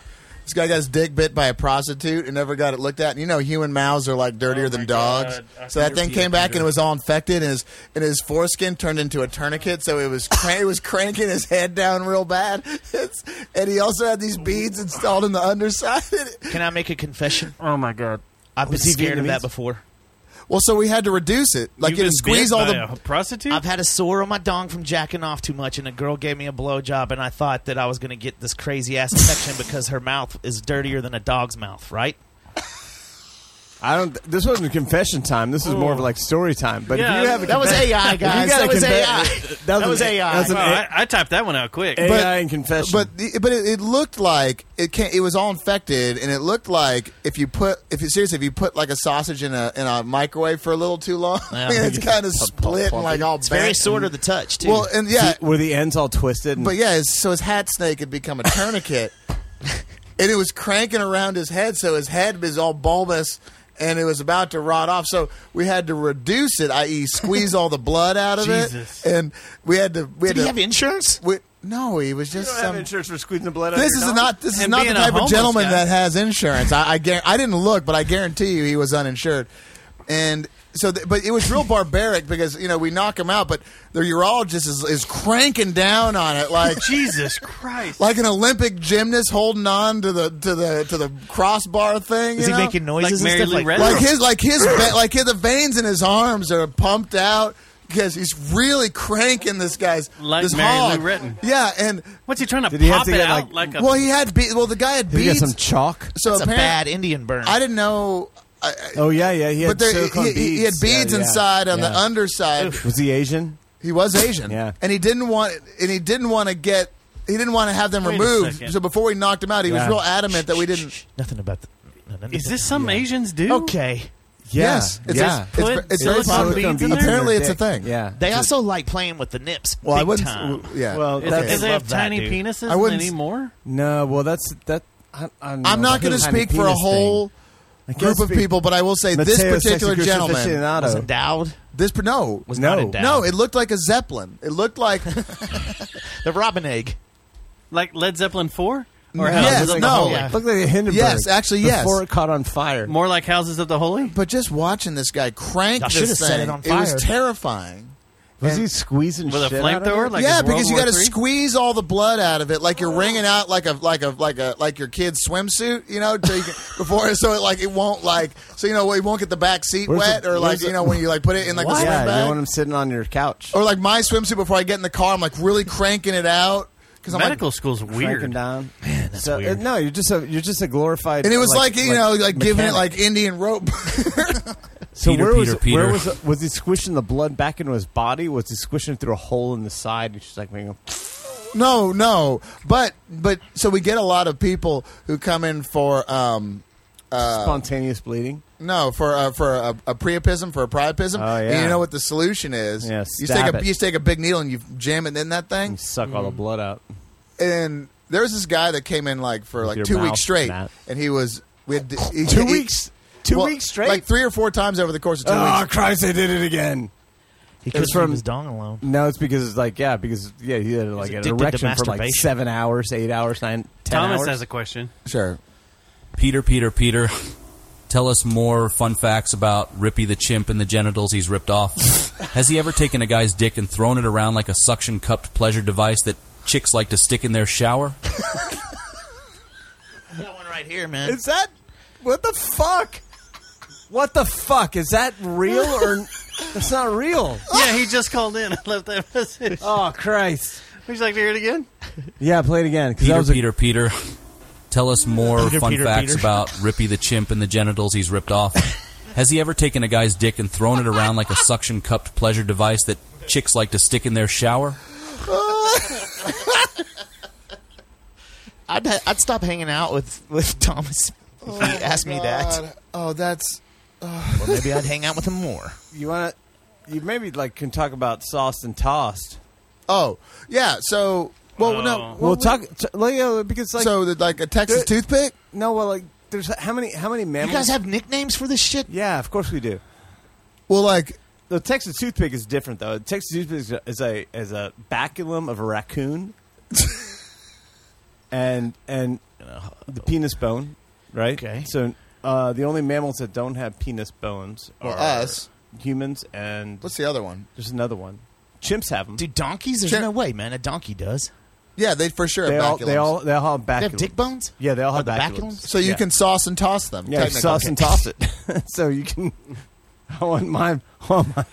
[SPEAKER 11] this guy got his dick bit by a prostitute and never got it looked at. And you know, human mouths are like dirtier than dogs.
[SPEAKER 7] Oh God. I
[SPEAKER 11] So that
[SPEAKER 7] can
[SPEAKER 11] thing
[SPEAKER 7] see
[SPEAKER 11] came
[SPEAKER 7] it,
[SPEAKER 11] back and
[SPEAKER 7] Peter.
[SPEAKER 11] it was all infected, and his and his foreskin turned into a tourniquet. So it was crank, it was cranking his head down real bad. It's, and he also had these beads installed in the underside.
[SPEAKER 6] Can I make a confession?
[SPEAKER 7] Oh my god.
[SPEAKER 6] I've been
[SPEAKER 10] Was he
[SPEAKER 6] scared of that
[SPEAKER 10] Vietnamese?
[SPEAKER 6] before.
[SPEAKER 11] well, so we had to reduce it, like
[SPEAKER 7] You've
[SPEAKER 11] you had
[SPEAKER 7] been
[SPEAKER 11] to squeeze
[SPEAKER 7] bit
[SPEAKER 11] all
[SPEAKER 7] by
[SPEAKER 11] the.
[SPEAKER 7] a prostitute.
[SPEAKER 6] I've had a sore on my dong from jacking off too much, and a girl gave me a blowjob, and I thought that I was going to get this crazy ass infection because her mouth is dirtier than a dog's mouth, right?
[SPEAKER 10] I don't. This wasn't confession time. This was more of like story time. But
[SPEAKER 7] Yeah,
[SPEAKER 10] if you have a
[SPEAKER 6] That was AI, guys. That was AI. That was AI.
[SPEAKER 10] That's an
[SPEAKER 7] Wow, I, I typed that one out quick.
[SPEAKER 10] AI
[SPEAKER 11] But-
[SPEAKER 10] in confession.
[SPEAKER 11] But the- but it, it looked like it can It was all infected, and it looked like if you put if you seriously if you put like a sausage in a in a microwave for a little too long,
[SPEAKER 6] Yeah.
[SPEAKER 11] it's kind of split and like all
[SPEAKER 6] It's very
[SPEAKER 11] bent.
[SPEAKER 6] sore to the touch, too.
[SPEAKER 11] Well, and yeah,
[SPEAKER 10] were the ends all twisted? And,
[SPEAKER 11] but yeah, his, so his hat snake had become a tourniquet, and it was cranking around his head, so his head was all bulbous. And it was about to rot off, so we had to reduce it, i.e., squeeze all the blood out of
[SPEAKER 7] Jesus.
[SPEAKER 11] it, and we had to. We had
[SPEAKER 6] Did he
[SPEAKER 11] to
[SPEAKER 6] have insurance?
[SPEAKER 11] we- no, he was just some.
[SPEAKER 10] insurance for squeezing the blood.
[SPEAKER 11] This is not this is
[SPEAKER 7] And
[SPEAKER 11] not the
[SPEAKER 7] being a
[SPEAKER 11] type of
[SPEAKER 7] homeless
[SPEAKER 11] gentleman
[SPEAKER 7] guy.
[SPEAKER 11] that has insurance. I I, guar- I didn't look, but I guarantee you he was uninsured. And so, th- but it was real barbaric because you know we knock him out, but the urologist is, is cranking down on it like
[SPEAKER 7] Jesus Christ,
[SPEAKER 11] like an Olympic gymnast holding on to the to the to the crossbar thing.
[SPEAKER 6] Is
[SPEAKER 11] you
[SPEAKER 6] he
[SPEAKER 11] know?
[SPEAKER 6] making noises
[SPEAKER 7] Like
[SPEAKER 6] and stuff
[SPEAKER 7] Mary Lou
[SPEAKER 6] like
[SPEAKER 11] like his like his ve- like his, the veins in his arms are pumped out because he's really cranking this guy's
[SPEAKER 7] Like
[SPEAKER 11] this
[SPEAKER 7] Mary Lou
[SPEAKER 11] hog.
[SPEAKER 7] Retton.
[SPEAKER 11] Yeah, and
[SPEAKER 7] What's he trying to
[SPEAKER 10] he have
[SPEAKER 7] pop
[SPEAKER 10] to
[SPEAKER 7] it
[SPEAKER 10] get,
[SPEAKER 7] out like, a?
[SPEAKER 11] well, he had be- well the guy had
[SPEAKER 10] Did he get
[SPEAKER 11] beads.
[SPEAKER 10] some chalk?
[SPEAKER 11] so
[SPEAKER 6] That's a
[SPEAKER 11] apparently-
[SPEAKER 6] bad Indian burn.
[SPEAKER 11] I didn't know. I, I-
[SPEAKER 10] Oh yeah, yeah. He had
[SPEAKER 11] but there, he,
[SPEAKER 10] silicone
[SPEAKER 11] he- he had
[SPEAKER 10] Yeah,
[SPEAKER 11] beads
[SPEAKER 10] yeah,
[SPEAKER 11] inside on the
[SPEAKER 10] yeah.
[SPEAKER 11] underside.
[SPEAKER 10] Was he Asian?
[SPEAKER 11] He was Asian,
[SPEAKER 10] Yeah.
[SPEAKER 11] and he didn't want and he didn't want to get he didn't want to have them
[SPEAKER 7] Wait a
[SPEAKER 11] removed.
[SPEAKER 7] second.
[SPEAKER 11] So before we knocked him out, he was
[SPEAKER 10] Yeah.
[SPEAKER 11] real adamant that we didn't.
[SPEAKER 6] Nothing about the. no, no,
[SPEAKER 7] is
[SPEAKER 6] no.
[SPEAKER 7] this something Asians do?
[SPEAKER 6] okay?
[SPEAKER 10] Yeah.
[SPEAKER 11] Yes, it's
[SPEAKER 10] yeah.
[SPEAKER 11] it's,
[SPEAKER 7] Put
[SPEAKER 11] it's very
[SPEAKER 7] silicone
[SPEAKER 11] popular.
[SPEAKER 7] beads in there?
[SPEAKER 11] Apparently, it's a
[SPEAKER 10] Their
[SPEAKER 11] thing.
[SPEAKER 10] dick. Yeah.
[SPEAKER 6] They also like playing with the nips.
[SPEAKER 11] Well, I
[SPEAKER 6] big
[SPEAKER 11] wouldn't.
[SPEAKER 6] time.
[SPEAKER 11] w- Yeah.
[SPEAKER 10] Well,
[SPEAKER 7] Is,
[SPEAKER 10] that's,
[SPEAKER 7] do they
[SPEAKER 6] I
[SPEAKER 7] have
[SPEAKER 6] love that,
[SPEAKER 7] tiny
[SPEAKER 6] dude.
[SPEAKER 7] penises
[SPEAKER 11] I wouldn't s-
[SPEAKER 7] anymore?
[SPEAKER 10] no. Well, that's that. I, I don't know
[SPEAKER 11] I'm not
[SPEAKER 10] about
[SPEAKER 11] going to
[SPEAKER 10] the tiny
[SPEAKER 11] speak for a
[SPEAKER 10] penis thing.
[SPEAKER 11] whole
[SPEAKER 10] I can't
[SPEAKER 11] group of
[SPEAKER 10] speak-
[SPEAKER 11] people, but I will say this
[SPEAKER 10] Matteo
[SPEAKER 11] particular
[SPEAKER 10] Sexicrucis
[SPEAKER 11] gentleman.
[SPEAKER 10] aficionado.
[SPEAKER 6] Was endowed.
[SPEAKER 11] This per- no
[SPEAKER 6] Was
[SPEAKER 10] No.
[SPEAKER 6] not endowed.
[SPEAKER 11] no, it looked like a zeppelin. It looked like
[SPEAKER 6] the robin egg.
[SPEAKER 7] Like Led Zeppelin four? Or
[SPEAKER 11] Yes,
[SPEAKER 7] Houses of the
[SPEAKER 11] no.
[SPEAKER 7] Holy?
[SPEAKER 6] Yeah.
[SPEAKER 10] Looked like a Hindenburg.
[SPEAKER 11] Yes, actually, yes.
[SPEAKER 10] Before it caught on fire.
[SPEAKER 7] More like Houses of the Holy?
[SPEAKER 11] But just watching this guy crank
[SPEAKER 6] Y'all
[SPEAKER 11] this
[SPEAKER 6] should've
[SPEAKER 11] thing,
[SPEAKER 6] set it on
[SPEAKER 11] was
[SPEAKER 6] fire.
[SPEAKER 11] terrifying.
[SPEAKER 10] Was he squeezing
[SPEAKER 7] With a
[SPEAKER 10] shit out of it?
[SPEAKER 7] flamethrower? Like
[SPEAKER 11] yeah,
[SPEAKER 7] in World
[SPEAKER 11] because you
[SPEAKER 7] War
[SPEAKER 11] got to
[SPEAKER 7] III?
[SPEAKER 11] squeeze all the blood out of it, like you're wringing out like a like a like a like your kid's swimsuit, you know, till you can, before so it like it won't like so you know it won't get the back seat
[SPEAKER 10] Where's
[SPEAKER 11] wet
[SPEAKER 10] the-
[SPEAKER 11] or like
[SPEAKER 10] where's
[SPEAKER 11] you
[SPEAKER 10] the-
[SPEAKER 11] know when you like put it in like the swim
[SPEAKER 10] Yeah, you
[SPEAKER 11] bag
[SPEAKER 10] don't want him sitting on your couch.
[SPEAKER 11] or like my swimsuit before I get in the car, I'm like really cranking it out because I'm
[SPEAKER 7] Medical
[SPEAKER 11] like.
[SPEAKER 7] school's
[SPEAKER 10] Cranking
[SPEAKER 7] weird.
[SPEAKER 10] down. Man, that's so, weird. Uh, no, you're just a you're just a glorified.
[SPEAKER 11] And it was like, you know, like giving it
[SPEAKER 10] mechanic.
[SPEAKER 11] like Indian rope.
[SPEAKER 10] So
[SPEAKER 3] Peter,
[SPEAKER 10] where was
[SPEAKER 3] Peter,
[SPEAKER 10] where
[SPEAKER 3] Peter.
[SPEAKER 10] was was he squishing the blood back into his body? Was he squishing it through a hole in the side? He's just like making a-
[SPEAKER 11] no, no, but but so we get a lot of people who come in for um,
[SPEAKER 10] spontaneous bleeding.
[SPEAKER 11] No, for uh, for a, a priapism, for a priapism.
[SPEAKER 10] Oh, yeah.
[SPEAKER 11] And you know what the solution is?
[SPEAKER 10] Yeah,
[SPEAKER 11] you just take
[SPEAKER 10] stab
[SPEAKER 11] a
[SPEAKER 10] it.
[SPEAKER 11] you just take a big needle and you jam it in that thing.
[SPEAKER 10] You suck all the blood out.
[SPEAKER 11] And there was this guy that came in like for like
[SPEAKER 10] your
[SPEAKER 11] two
[SPEAKER 10] mouth,
[SPEAKER 11] weeks straight,
[SPEAKER 10] Matt.
[SPEAKER 11] and he was we had, he-
[SPEAKER 10] Two
[SPEAKER 11] he-
[SPEAKER 10] weeks? Two weeks straight?
[SPEAKER 11] like three or four times over the course of two
[SPEAKER 10] Oh
[SPEAKER 11] weeks.
[SPEAKER 10] Christ! They did it again.
[SPEAKER 6] He
[SPEAKER 10] was
[SPEAKER 6] couldn't leave
[SPEAKER 10] from-
[SPEAKER 6] his dong alone.
[SPEAKER 10] No, it's because it's like yeah, because yeah, he had like an
[SPEAKER 6] addicted to
[SPEAKER 10] erection for like
[SPEAKER 6] masturbation.
[SPEAKER 10] seven hours, eight hours, nine, ten
[SPEAKER 7] Thomas
[SPEAKER 10] hours.
[SPEAKER 7] has a question.
[SPEAKER 11] Sure.
[SPEAKER 3] Peter, Peter, Peter, tell us more fun facts about Rippy the chimp and the genitals he's ripped off. Has he ever taken a guy's dick and thrown it around like a suction cupped pleasure device that chicks like to stick in their shower?
[SPEAKER 6] That one right here, man.
[SPEAKER 10] Is that what the fuck? What the fuck is that real or it's not real?
[SPEAKER 7] yeah, he just called in and left that message.
[SPEAKER 10] Oh Christ!
[SPEAKER 7] Would you like to hear it again?
[SPEAKER 10] Yeah, play it again because that
[SPEAKER 3] Peter,
[SPEAKER 10] was a
[SPEAKER 3] Peter, Peter, tell us more
[SPEAKER 6] Peter,
[SPEAKER 3] fun
[SPEAKER 6] Peter,
[SPEAKER 3] facts
[SPEAKER 6] Peter.
[SPEAKER 3] about Rippy the chimp and the genitals he's ripped off. Has he ever taken a guy's dick and thrown it around like a suction cupped pleasure device that chicks like to stick in their shower?
[SPEAKER 6] I'd I'd stop hanging out with with Thomas. If he asked me that,
[SPEAKER 11] Oh God. Oh, that's uh,
[SPEAKER 6] or maybe I'd hang out with him more.
[SPEAKER 10] You want to? You maybe like can talk about sauced and tossed.
[SPEAKER 11] oh yeah. So well, no.
[SPEAKER 7] Oh.
[SPEAKER 10] We'll
[SPEAKER 11] well,
[SPEAKER 10] talk t- like, uh, because like
[SPEAKER 11] so that like a Texas
[SPEAKER 10] There-
[SPEAKER 11] toothpick.
[SPEAKER 10] no, well, like there's how many how many
[SPEAKER 6] You
[SPEAKER 10] mammals?
[SPEAKER 6] guys have nicknames for this shit?
[SPEAKER 10] yeah, of course we do.
[SPEAKER 11] Well, like
[SPEAKER 10] The Texas toothpick is different though. The Texas toothpick is a is a, is a baculum of a raccoon, and and the penis bone, right?
[SPEAKER 6] Okay.
[SPEAKER 10] So uh, the only mammals that don't have penis bones are
[SPEAKER 11] Well, us.
[SPEAKER 10] humans, and
[SPEAKER 11] what's the other one?
[SPEAKER 10] there's another one. Chimps have them.
[SPEAKER 6] Do donkeys? There's
[SPEAKER 11] Sure.
[SPEAKER 6] no way, man. A donkey does.
[SPEAKER 11] Yeah, they for sure
[SPEAKER 10] they
[SPEAKER 11] have
[SPEAKER 10] all they
[SPEAKER 11] baculums.
[SPEAKER 10] all they all have baculums.
[SPEAKER 6] They have dick bones.
[SPEAKER 10] Yeah, they all
[SPEAKER 6] Oh,
[SPEAKER 10] have
[SPEAKER 6] the
[SPEAKER 10] baculums.
[SPEAKER 6] baculums?
[SPEAKER 11] So you
[SPEAKER 10] Yeah.
[SPEAKER 11] can sauce and toss them.
[SPEAKER 10] yeah
[SPEAKER 11] technically.
[SPEAKER 10] sauce and toss it. so you can. I want my. I want my.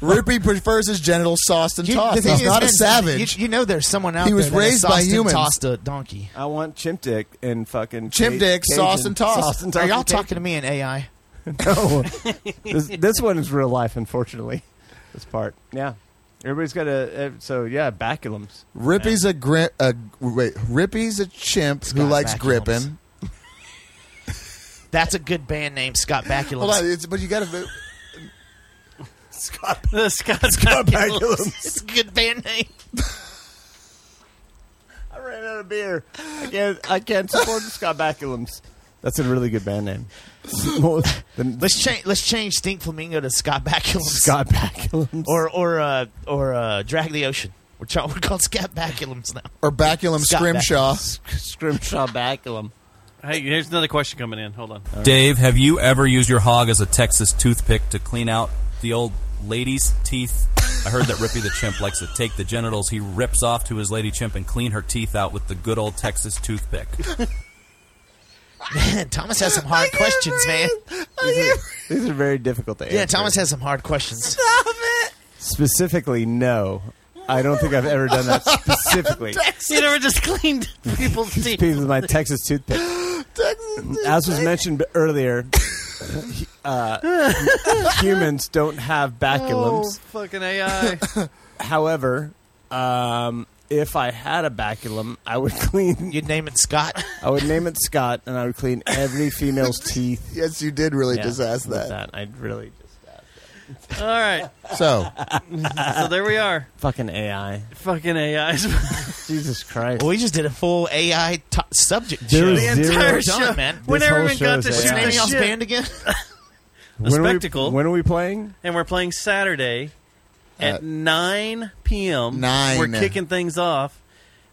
[SPEAKER 11] Rippy prefers his genitals sauced and tossed. He's not a savage.
[SPEAKER 6] You, you know, there's someone out
[SPEAKER 11] He
[SPEAKER 6] there
[SPEAKER 11] was
[SPEAKER 6] that has
[SPEAKER 11] raised by
[SPEAKER 6] sauced and
[SPEAKER 11] humans.
[SPEAKER 6] Tossed a donkey.
[SPEAKER 10] I want chimp dick and fucking
[SPEAKER 11] Chimp
[SPEAKER 10] Ca-
[SPEAKER 11] dick, sauce and toss.
[SPEAKER 10] Sauce and toss.
[SPEAKER 6] Are y'all
[SPEAKER 10] and Cajun.
[SPEAKER 6] talking to me in AI?
[SPEAKER 10] No. this, this one is real life, unfortunately. This part, yeah. Everybody's got a uh, so yeah baculums.
[SPEAKER 11] Rippy's a gri- a wait. Rippy's a chimp who
[SPEAKER 6] got
[SPEAKER 11] likes
[SPEAKER 6] baculums.
[SPEAKER 11] gripping.
[SPEAKER 6] That's a good band name, Scott
[SPEAKER 11] Hold on,
[SPEAKER 6] Bakula.
[SPEAKER 11] it's, but you got to.
[SPEAKER 10] Scott
[SPEAKER 7] The Scott
[SPEAKER 6] It's a good band name.
[SPEAKER 10] I ran out of beer. I can't. I can't support the Scott Baculums. That's a really good band name. What was the,
[SPEAKER 6] Let's change. Let's change Stink Flamingo to Scott Bakula.
[SPEAKER 10] Scott Baculums.
[SPEAKER 6] or or uh, or uh, Drag the Ocean. We're, tra- we're called Scat Baculums now.
[SPEAKER 11] Or baculum
[SPEAKER 6] Scott
[SPEAKER 11] scrimshaw.
[SPEAKER 10] Scrimshaw Baculum.
[SPEAKER 7] Hey, here's another question coming in. Hold on. All right.
[SPEAKER 3] Dave, have you ever used your hog as a Texas toothpick to clean out the old lady's teeth? I heard that Rippy the chimp likes to take the genitals he rips off to his lady chimp and clean her teeth out with the good old Texas toothpick.
[SPEAKER 6] Man, Thomas has some hard questions, man.
[SPEAKER 10] These are, these are very difficult to answer.
[SPEAKER 6] Yeah, Thomas has some hard questions.
[SPEAKER 2] Stop it!
[SPEAKER 10] Specifically, no. I don't think I've ever done that specifically.
[SPEAKER 7] You never just cleaned people's teeth.
[SPEAKER 10] With my Texas toothpick. As was mentioned earlier, uh, humans don't have baculums.
[SPEAKER 7] Oh, fucking AI.
[SPEAKER 11] Oh.
[SPEAKER 10] However, um, if I had a baculum, I would clean.
[SPEAKER 6] You'd name it Scott.
[SPEAKER 10] I would name it Scott, and I would clean every female's teeth.
[SPEAKER 11] Yes, you did really
[SPEAKER 10] Yeah,
[SPEAKER 11] just ask
[SPEAKER 10] with
[SPEAKER 11] that.
[SPEAKER 10] I really
[SPEAKER 7] All right.
[SPEAKER 11] So,
[SPEAKER 7] So there we are.
[SPEAKER 10] fucking AI.
[SPEAKER 7] Fucking AI.
[SPEAKER 10] Jesus Christ.
[SPEAKER 6] Well, we just did a full AI to- subject
[SPEAKER 10] There
[SPEAKER 6] show.
[SPEAKER 10] was The zero- entire
[SPEAKER 6] We're done,
[SPEAKER 7] show.
[SPEAKER 6] man.
[SPEAKER 7] When
[SPEAKER 10] This whole
[SPEAKER 7] everyone got
[SPEAKER 10] show's
[SPEAKER 7] to
[SPEAKER 10] AI.
[SPEAKER 7] shoot
[SPEAKER 10] What's
[SPEAKER 6] What's the name
[SPEAKER 7] the
[SPEAKER 6] of y'all's
[SPEAKER 7] shit,
[SPEAKER 6] band again?
[SPEAKER 7] the
[SPEAKER 10] When are we-
[SPEAKER 7] spectacle,
[SPEAKER 10] when are we playing?
[SPEAKER 7] and we're playing Saturday at
[SPEAKER 11] Uh,
[SPEAKER 7] 9 p.m.
[SPEAKER 11] Nine.
[SPEAKER 7] We're kicking things off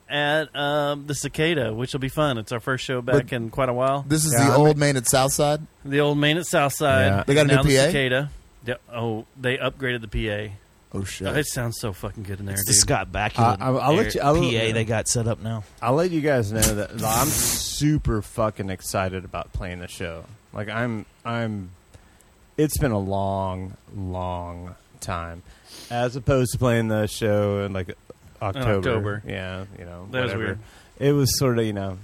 [SPEAKER 7] at um, the Cicada, which will be fun. It's our first show back in quite a while.
[SPEAKER 11] this is
[SPEAKER 10] Yeah,
[SPEAKER 11] the
[SPEAKER 10] I'm-
[SPEAKER 11] old main at Southside.
[SPEAKER 7] The old main at Southside.
[SPEAKER 10] Yeah.
[SPEAKER 11] They got a
[SPEAKER 7] now
[SPEAKER 11] new
[SPEAKER 7] the
[SPEAKER 11] PA?
[SPEAKER 7] Cicada. Yeah, oh, they upgraded the PA.
[SPEAKER 11] Oh
[SPEAKER 7] Oh,
[SPEAKER 11] shit! Uh,
[SPEAKER 7] it sounds so fucking good in there,
[SPEAKER 6] It's the
[SPEAKER 7] dude.
[SPEAKER 6] Scott
[SPEAKER 10] I,
[SPEAKER 6] Bakula
[SPEAKER 10] I'll, I'll let you. I'll,
[SPEAKER 6] PA they got set up now.
[SPEAKER 10] I'll let you guys know that I'm super fucking excited about playing the show. Like I'm, I'm. It's been a long, long time, as opposed to playing the show in like October.
[SPEAKER 7] October.
[SPEAKER 10] yeah, you know,
[SPEAKER 7] That was
[SPEAKER 10] whatever.
[SPEAKER 7] weird.
[SPEAKER 10] It was sort of you know,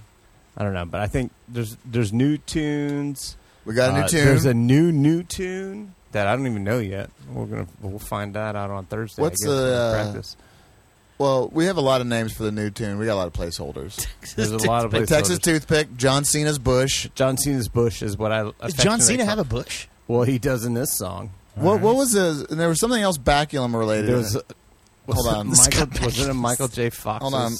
[SPEAKER 10] I don't know, but I think there's there's new tunes.
[SPEAKER 11] We got a new
[SPEAKER 10] Uh,
[SPEAKER 11] tune.
[SPEAKER 10] There's a new new tune that I don't even know yet. We're gonna we'll find that out on Thursday. I
[SPEAKER 11] What's
[SPEAKER 10] guess, when we
[SPEAKER 11] the, uh,
[SPEAKER 10] practice?
[SPEAKER 11] well, we have a lot of names for the new tune. We got a lot of placeholders.
[SPEAKER 10] There's a lot of places.
[SPEAKER 11] Texas Toothpick, John Cena's Bush.
[SPEAKER 10] John Cena's bush is what I.
[SPEAKER 6] Does John Cena
[SPEAKER 10] affectionately
[SPEAKER 6] have
[SPEAKER 10] call-
[SPEAKER 6] a bush?
[SPEAKER 10] Well, he does in this song.
[SPEAKER 11] What, what was the? There was something else baculum related.
[SPEAKER 10] There was, was
[SPEAKER 11] Hold
[SPEAKER 10] it
[SPEAKER 11] on.
[SPEAKER 10] Michael, was it a Michael J. Fox?
[SPEAKER 11] Hold on.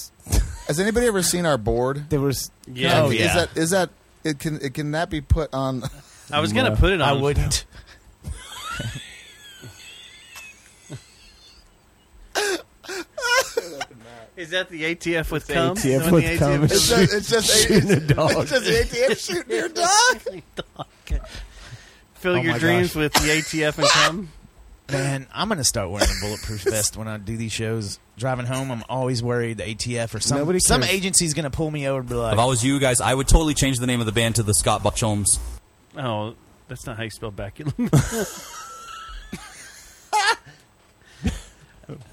[SPEAKER 11] Has anybody ever seen our board?
[SPEAKER 10] There was.
[SPEAKER 7] Yeah.
[SPEAKER 11] Is that is that it can it can that be put on?
[SPEAKER 7] I was gonna
[SPEAKER 10] No.
[SPEAKER 7] put it on.
[SPEAKER 6] I wouldn't.
[SPEAKER 7] Is that the ATF with
[SPEAKER 10] the
[SPEAKER 7] cum?
[SPEAKER 10] ATF
[SPEAKER 7] Is that when
[SPEAKER 10] with
[SPEAKER 7] the
[SPEAKER 10] cum.
[SPEAKER 7] ATF
[SPEAKER 11] It's just it's just
[SPEAKER 10] Shooting a dog.
[SPEAKER 11] It's just the ATF shooting your dog.
[SPEAKER 7] Fill
[SPEAKER 6] Oh
[SPEAKER 7] your
[SPEAKER 6] my
[SPEAKER 7] dreams
[SPEAKER 6] gosh.
[SPEAKER 7] with the ATF and cum.
[SPEAKER 6] Man, I'm gonna start wearing a bulletproof vest when I do these shows. Driving home, I'm always worried the ATF or some
[SPEAKER 10] Nobody
[SPEAKER 6] some
[SPEAKER 10] cares.
[SPEAKER 6] agency's gonna pull me over and be like,
[SPEAKER 3] If I was you guys, I would totally change the name of the band to the Scott Buckcholms.
[SPEAKER 7] Oh, that's not how you spell baculum.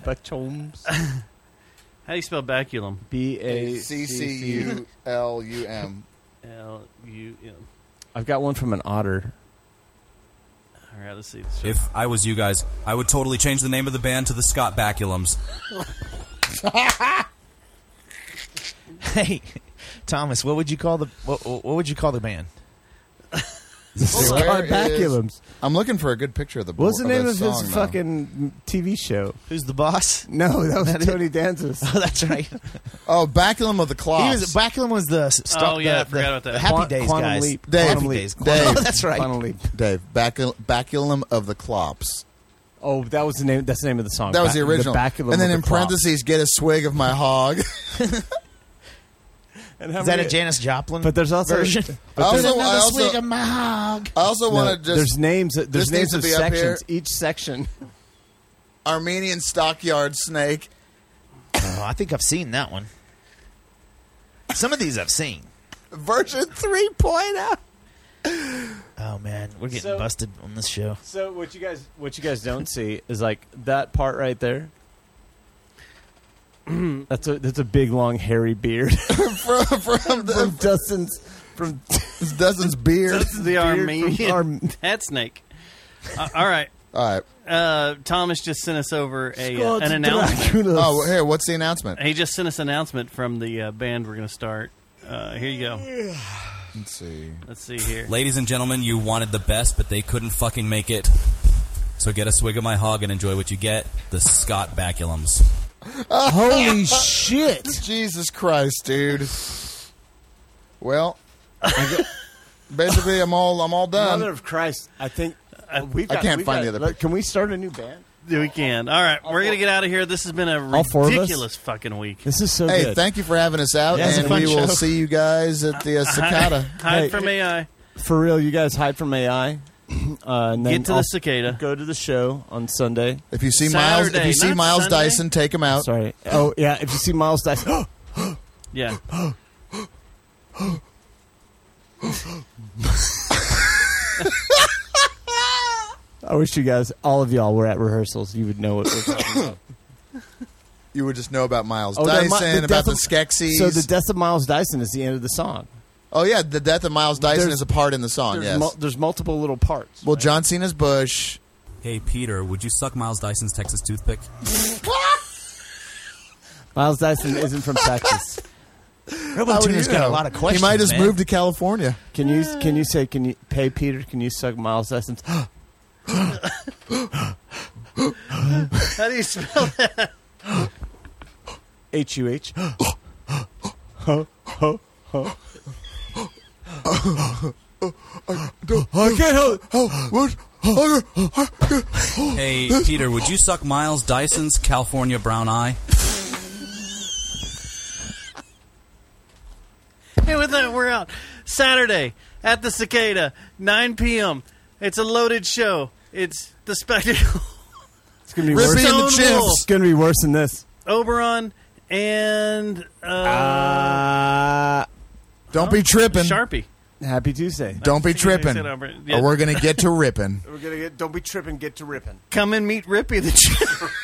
[SPEAKER 10] Bachoms.
[SPEAKER 7] How do you spell baculum?
[SPEAKER 10] B A
[SPEAKER 11] C C U L U M.
[SPEAKER 7] L U M.
[SPEAKER 10] I've got one from an otter.
[SPEAKER 7] All right, let's see.
[SPEAKER 3] If I was you guys, I would totally change the name of the band to the Scott Baculums.
[SPEAKER 6] "Hey, Thomas, what would you call the what, what would you call the band?"
[SPEAKER 11] Where
[SPEAKER 10] Scott
[SPEAKER 11] is-
[SPEAKER 10] Baculums.
[SPEAKER 11] I'm looking for a good picture of the.
[SPEAKER 10] What was the
[SPEAKER 11] board-
[SPEAKER 10] name
[SPEAKER 11] the
[SPEAKER 10] of
[SPEAKER 11] song,
[SPEAKER 10] his
[SPEAKER 11] though.
[SPEAKER 10] fucking TV show?
[SPEAKER 6] Who's the boss?
[SPEAKER 10] No, that was
[SPEAKER 6] That is-
[SPEAKER 10] Tony Danza's.
[SPEAKER 6] Oh, that's right.
[SPEAKER 11] Oh, baculum of the clock.
[SPEAKER 6] He was Backlund was the star.
[SPEAKER 7] Oh, yeah,
[SPEAKER 6] the,
[SPEAKER 7] I forgot about that.
[SPEAKER 6] the Happy
[SPEAKER 10] Quan-
[SPEAKER 6] Days
[SPEAKER 10] Quantum
[SPEAKER 6] guys.
[SPEAKER 10] Leap.
[SPEAKER 11] Dave,
[SPEAKER 10] Quantum
[SPEAKER 6] Happy
[SPEAKER 10] Leap.
[SPEAKER 6] Days.
[SPEAKER 11] Dave.
[SPEAKER 6] Oh, that's right.
[SPEAKER 10] Quantum Leap.
[SPEAKER 11] Dave, bacul- baculum of the clops.
[SPEAKER 10] Oh, that was the name. That's the name of the
[SPEAKER 6] Oh,
[SPEAKER 10] song.
[SPEAKER 11] That was
[SPEAKER 10] Ba-
[SPEAKER 11] the original.
[SPEAKER 10] baculum
[SPEAKER 11] and then
[SPEAKER 10] of
[SPEAKER 11] in
[SPEAKER 10] the clock.
[SPEAKER 11] parentheses, get a swig of my hog.
[SPEAKER 10] And how
[SPEAKER 6] Is that a
[SPEAKER 10] many-
[SPEAKER 6] Janis Joplin?
[SPEAKER 10] But there's also.
[SPEAKER 6] version.
[SPEAKER 10] But
[SPEAKER 11] Also,
[SPEAKER 10] there's,
[SPEAKER 11] I also-
[SPEAKER 6] my hog.
[SPEAKER 11] I also
[SPEAKER 10] no,
[SPEAKER 11] want to
[SPEAKER 10] there's
[SPEAKER 11] just
[SPEAKER 10] names. There's
[SPEAKER 11] this needs
[SPEAKER 10] names
[SPEAKER 11] to
[SPEAKER 10] of
[SPEAKER 11] be up
[SPEAKER 10] sections. Each section.
[SPEAKER 11] Armenian stockyard snake.
[SPEAKER 6] Oh, I think I've seen that one. Some of these I've seen.
[SPEAKER 11] Version 3.0.
[SPEAKER 6] Oh man, we're getting
[SPEAKER 10] So-
[SPEAKER 6] busted on this show.
[SPEAKER 10] So what you guys what you guys don't see is like that part right there. that's a that's a big long hairy beard
[SPEAKER 11] From, from,
[SPEAKER 10] from
[SPEAKER 11] the,
[SPEAKER 10] Dustin's from
[SPEAKER 11] from Dustin's beard.
[SPEAKER 7] That's the Armenian
[SPEAKER 10] Arm-
[SPEAKER 7] hat snake. Uh, all right.
[SPEAKER 11] All right.
[SPEAKER 7] Uh, Thomas just sent us over a uh, an announcement.
[SPEAKER 10] Dracula's.
[SPEAKER 11] Oh, well, here, what's the announcement?
[SPEAKER 7] He just sent us an announcement from the uh, band we're going to start. Uh, here you go.
[SPEAKER 11] Let's see.
[SPEAKER 7] Let's see here.
[SPEAKER 3] Ladies and gentlemen, you wanted the best, but they couldn't fucking make it. So get a swig of my hog and enjoy what you get. The Scott Baculums.
[SPEAKER 10] Holy shit!
[SPEAKER 11] Jesus Christ, dude. Well, I gu- basically, I'm all I'm all done.
[SPEAKER 10] Mother of Christ! I think we've
[SPEAKER 11] I
[SPEAKER 10] got-
[SPEAKER 11] can't
[SPEAKER 10] we've
[SPEAKER 11] find
[SPEAKER 10] got-
[SPEAKER 11] the other
[SPEAKER 10] Can we start a new band?
[SPEAKER 7] we can. All right, we're gonna get out of here. This has been a
[SPEAKER 10] All four of us?
[SPEAKER 7] ridiculous fucking week.
[SPEAKER 10] This is so
[SPEAKER 11] hey,
[SPEAKER 10] good.
[SPEAKER 11] thank you for having us out,
[SPEAKER 10] Yeah, it's a
[SPEAKER 11] and
[SPEAKER 10] fun
[SPEAKER 11] we will
[SPEAKER 10] show.
[SPEAKER 11] see you guys at the uh, cicada.
[SPEAKER 7] Hide
[SPEAKER 10] Hey.
[SPEAKER 7] from AI.
[SPEAKER 10] For real, you guys hide from AI. Uh, and then
[SPEAKER 7] Get to the
[SPEAKER 10] I'll
[SPEAKER 7] cicada.
[SPEAKER 10] Go to the show on Sunday.
[SPEAKER 11] If you see Miles, if
[SPEAKER 7] Saturday,
[SPEAKER 11] you see
[SPEAKER 7] not
[SPEAKER 11] Miles
[SPEAKER 7] Sunday.
[SPEAKER 11] Dyson, take him out.
[SPEAKER 10] Sorry. Oh yeah, if you see Miles Dyson,
[SPEAKER 7] Yeah.
[SPEAKER 10] I wish you guys, all of y'all, were at rehearsals. You would know what we're talking about.
[SPEAKER 11] You would just know about Miles
[SPEAKER 10] that
[SPEAKER 11] Dyson,
[SPEAKER 10] Mi- Oh, the
[SPEAKER 11] about
[SPEAKER 10] death
[SPEAKER 11] the
[SPEAKER 10] of-
[SPEAKER 11] Skeksis.
[SPEAKER 10] So the death of Miles Dyson is the end of the song.
[SPEAKER 11] oh yeah, the death of Miles Dyson
[SPEAKER 10] There's-
[SPEAKER 11] is a part in the song.
[SPEAKER 10] There's,
[SPEAKER 11] Yes.
[SPEAKER 10] mul- there's multiple little parts.
[SPEAKER 11] well, John Cena's Bush.
[SPEAKER 3] Hey, Peter, would you suck Miles Dyson's Texas toothpick?
[SPEAKER 10] Miles Dyson isn't from Texas.
[SPEAKER 11] How would
[SPEAKER 2] Robotuner's
[SPEAKER 11] you
[SPEAKER 2] got
[SPEAKER 11] know?
[SPEAKER 2] a lot of questions.
[SPEAKER 11] He might just
[SPEAKER 2] man.
[SPEAKER 11] move to California.
[SPEAKER 10] Can you can you say can you pay Peter? Can you suck Miles Dyson's?
[SPEAKER 7] How do you spell that?
[SPEAKER 10] H U H.
[SPEAKER 11] I can't help. What?
[SPEAKER 3] Hey, Peter, would you suck Miles Dyson's California brown eye?
[SPEAKER 7] Hey, with that, we're out. Saturday at the Cicada, 9 p.m. It's a loaded show. It's the spectacle.
[SPEAKER 10] It's gonna be
[SPEAKER 11] Rippy
[SPEAKER 10] worse.
[SPEAKER 11] and the
[SPEAKER 7] Stone Wolf.
[SPEAKER 10] It's gonna be worse than this.
[SPEAKER 7] Oberon and uh,
[SPEAKER 10] Uh,
[SPEAKER 11] Don't be tripping.
[SPEAKER 7] Sharpie.
[SPEAKER 10] happy Tuesday.
[SPEAKER 11] Don't be
[SPEAKER 7] See what he
[SPEAKER 11] tripping,
[SPEAKER 7] said over it. Yeah.
[SPEAKER 11] or we're gonna get to ripping.
[SPEAKER 10] We're gonna get. Don't be tripping. Get to ripping.
[SPEAKER 7] Come and meet Rippy the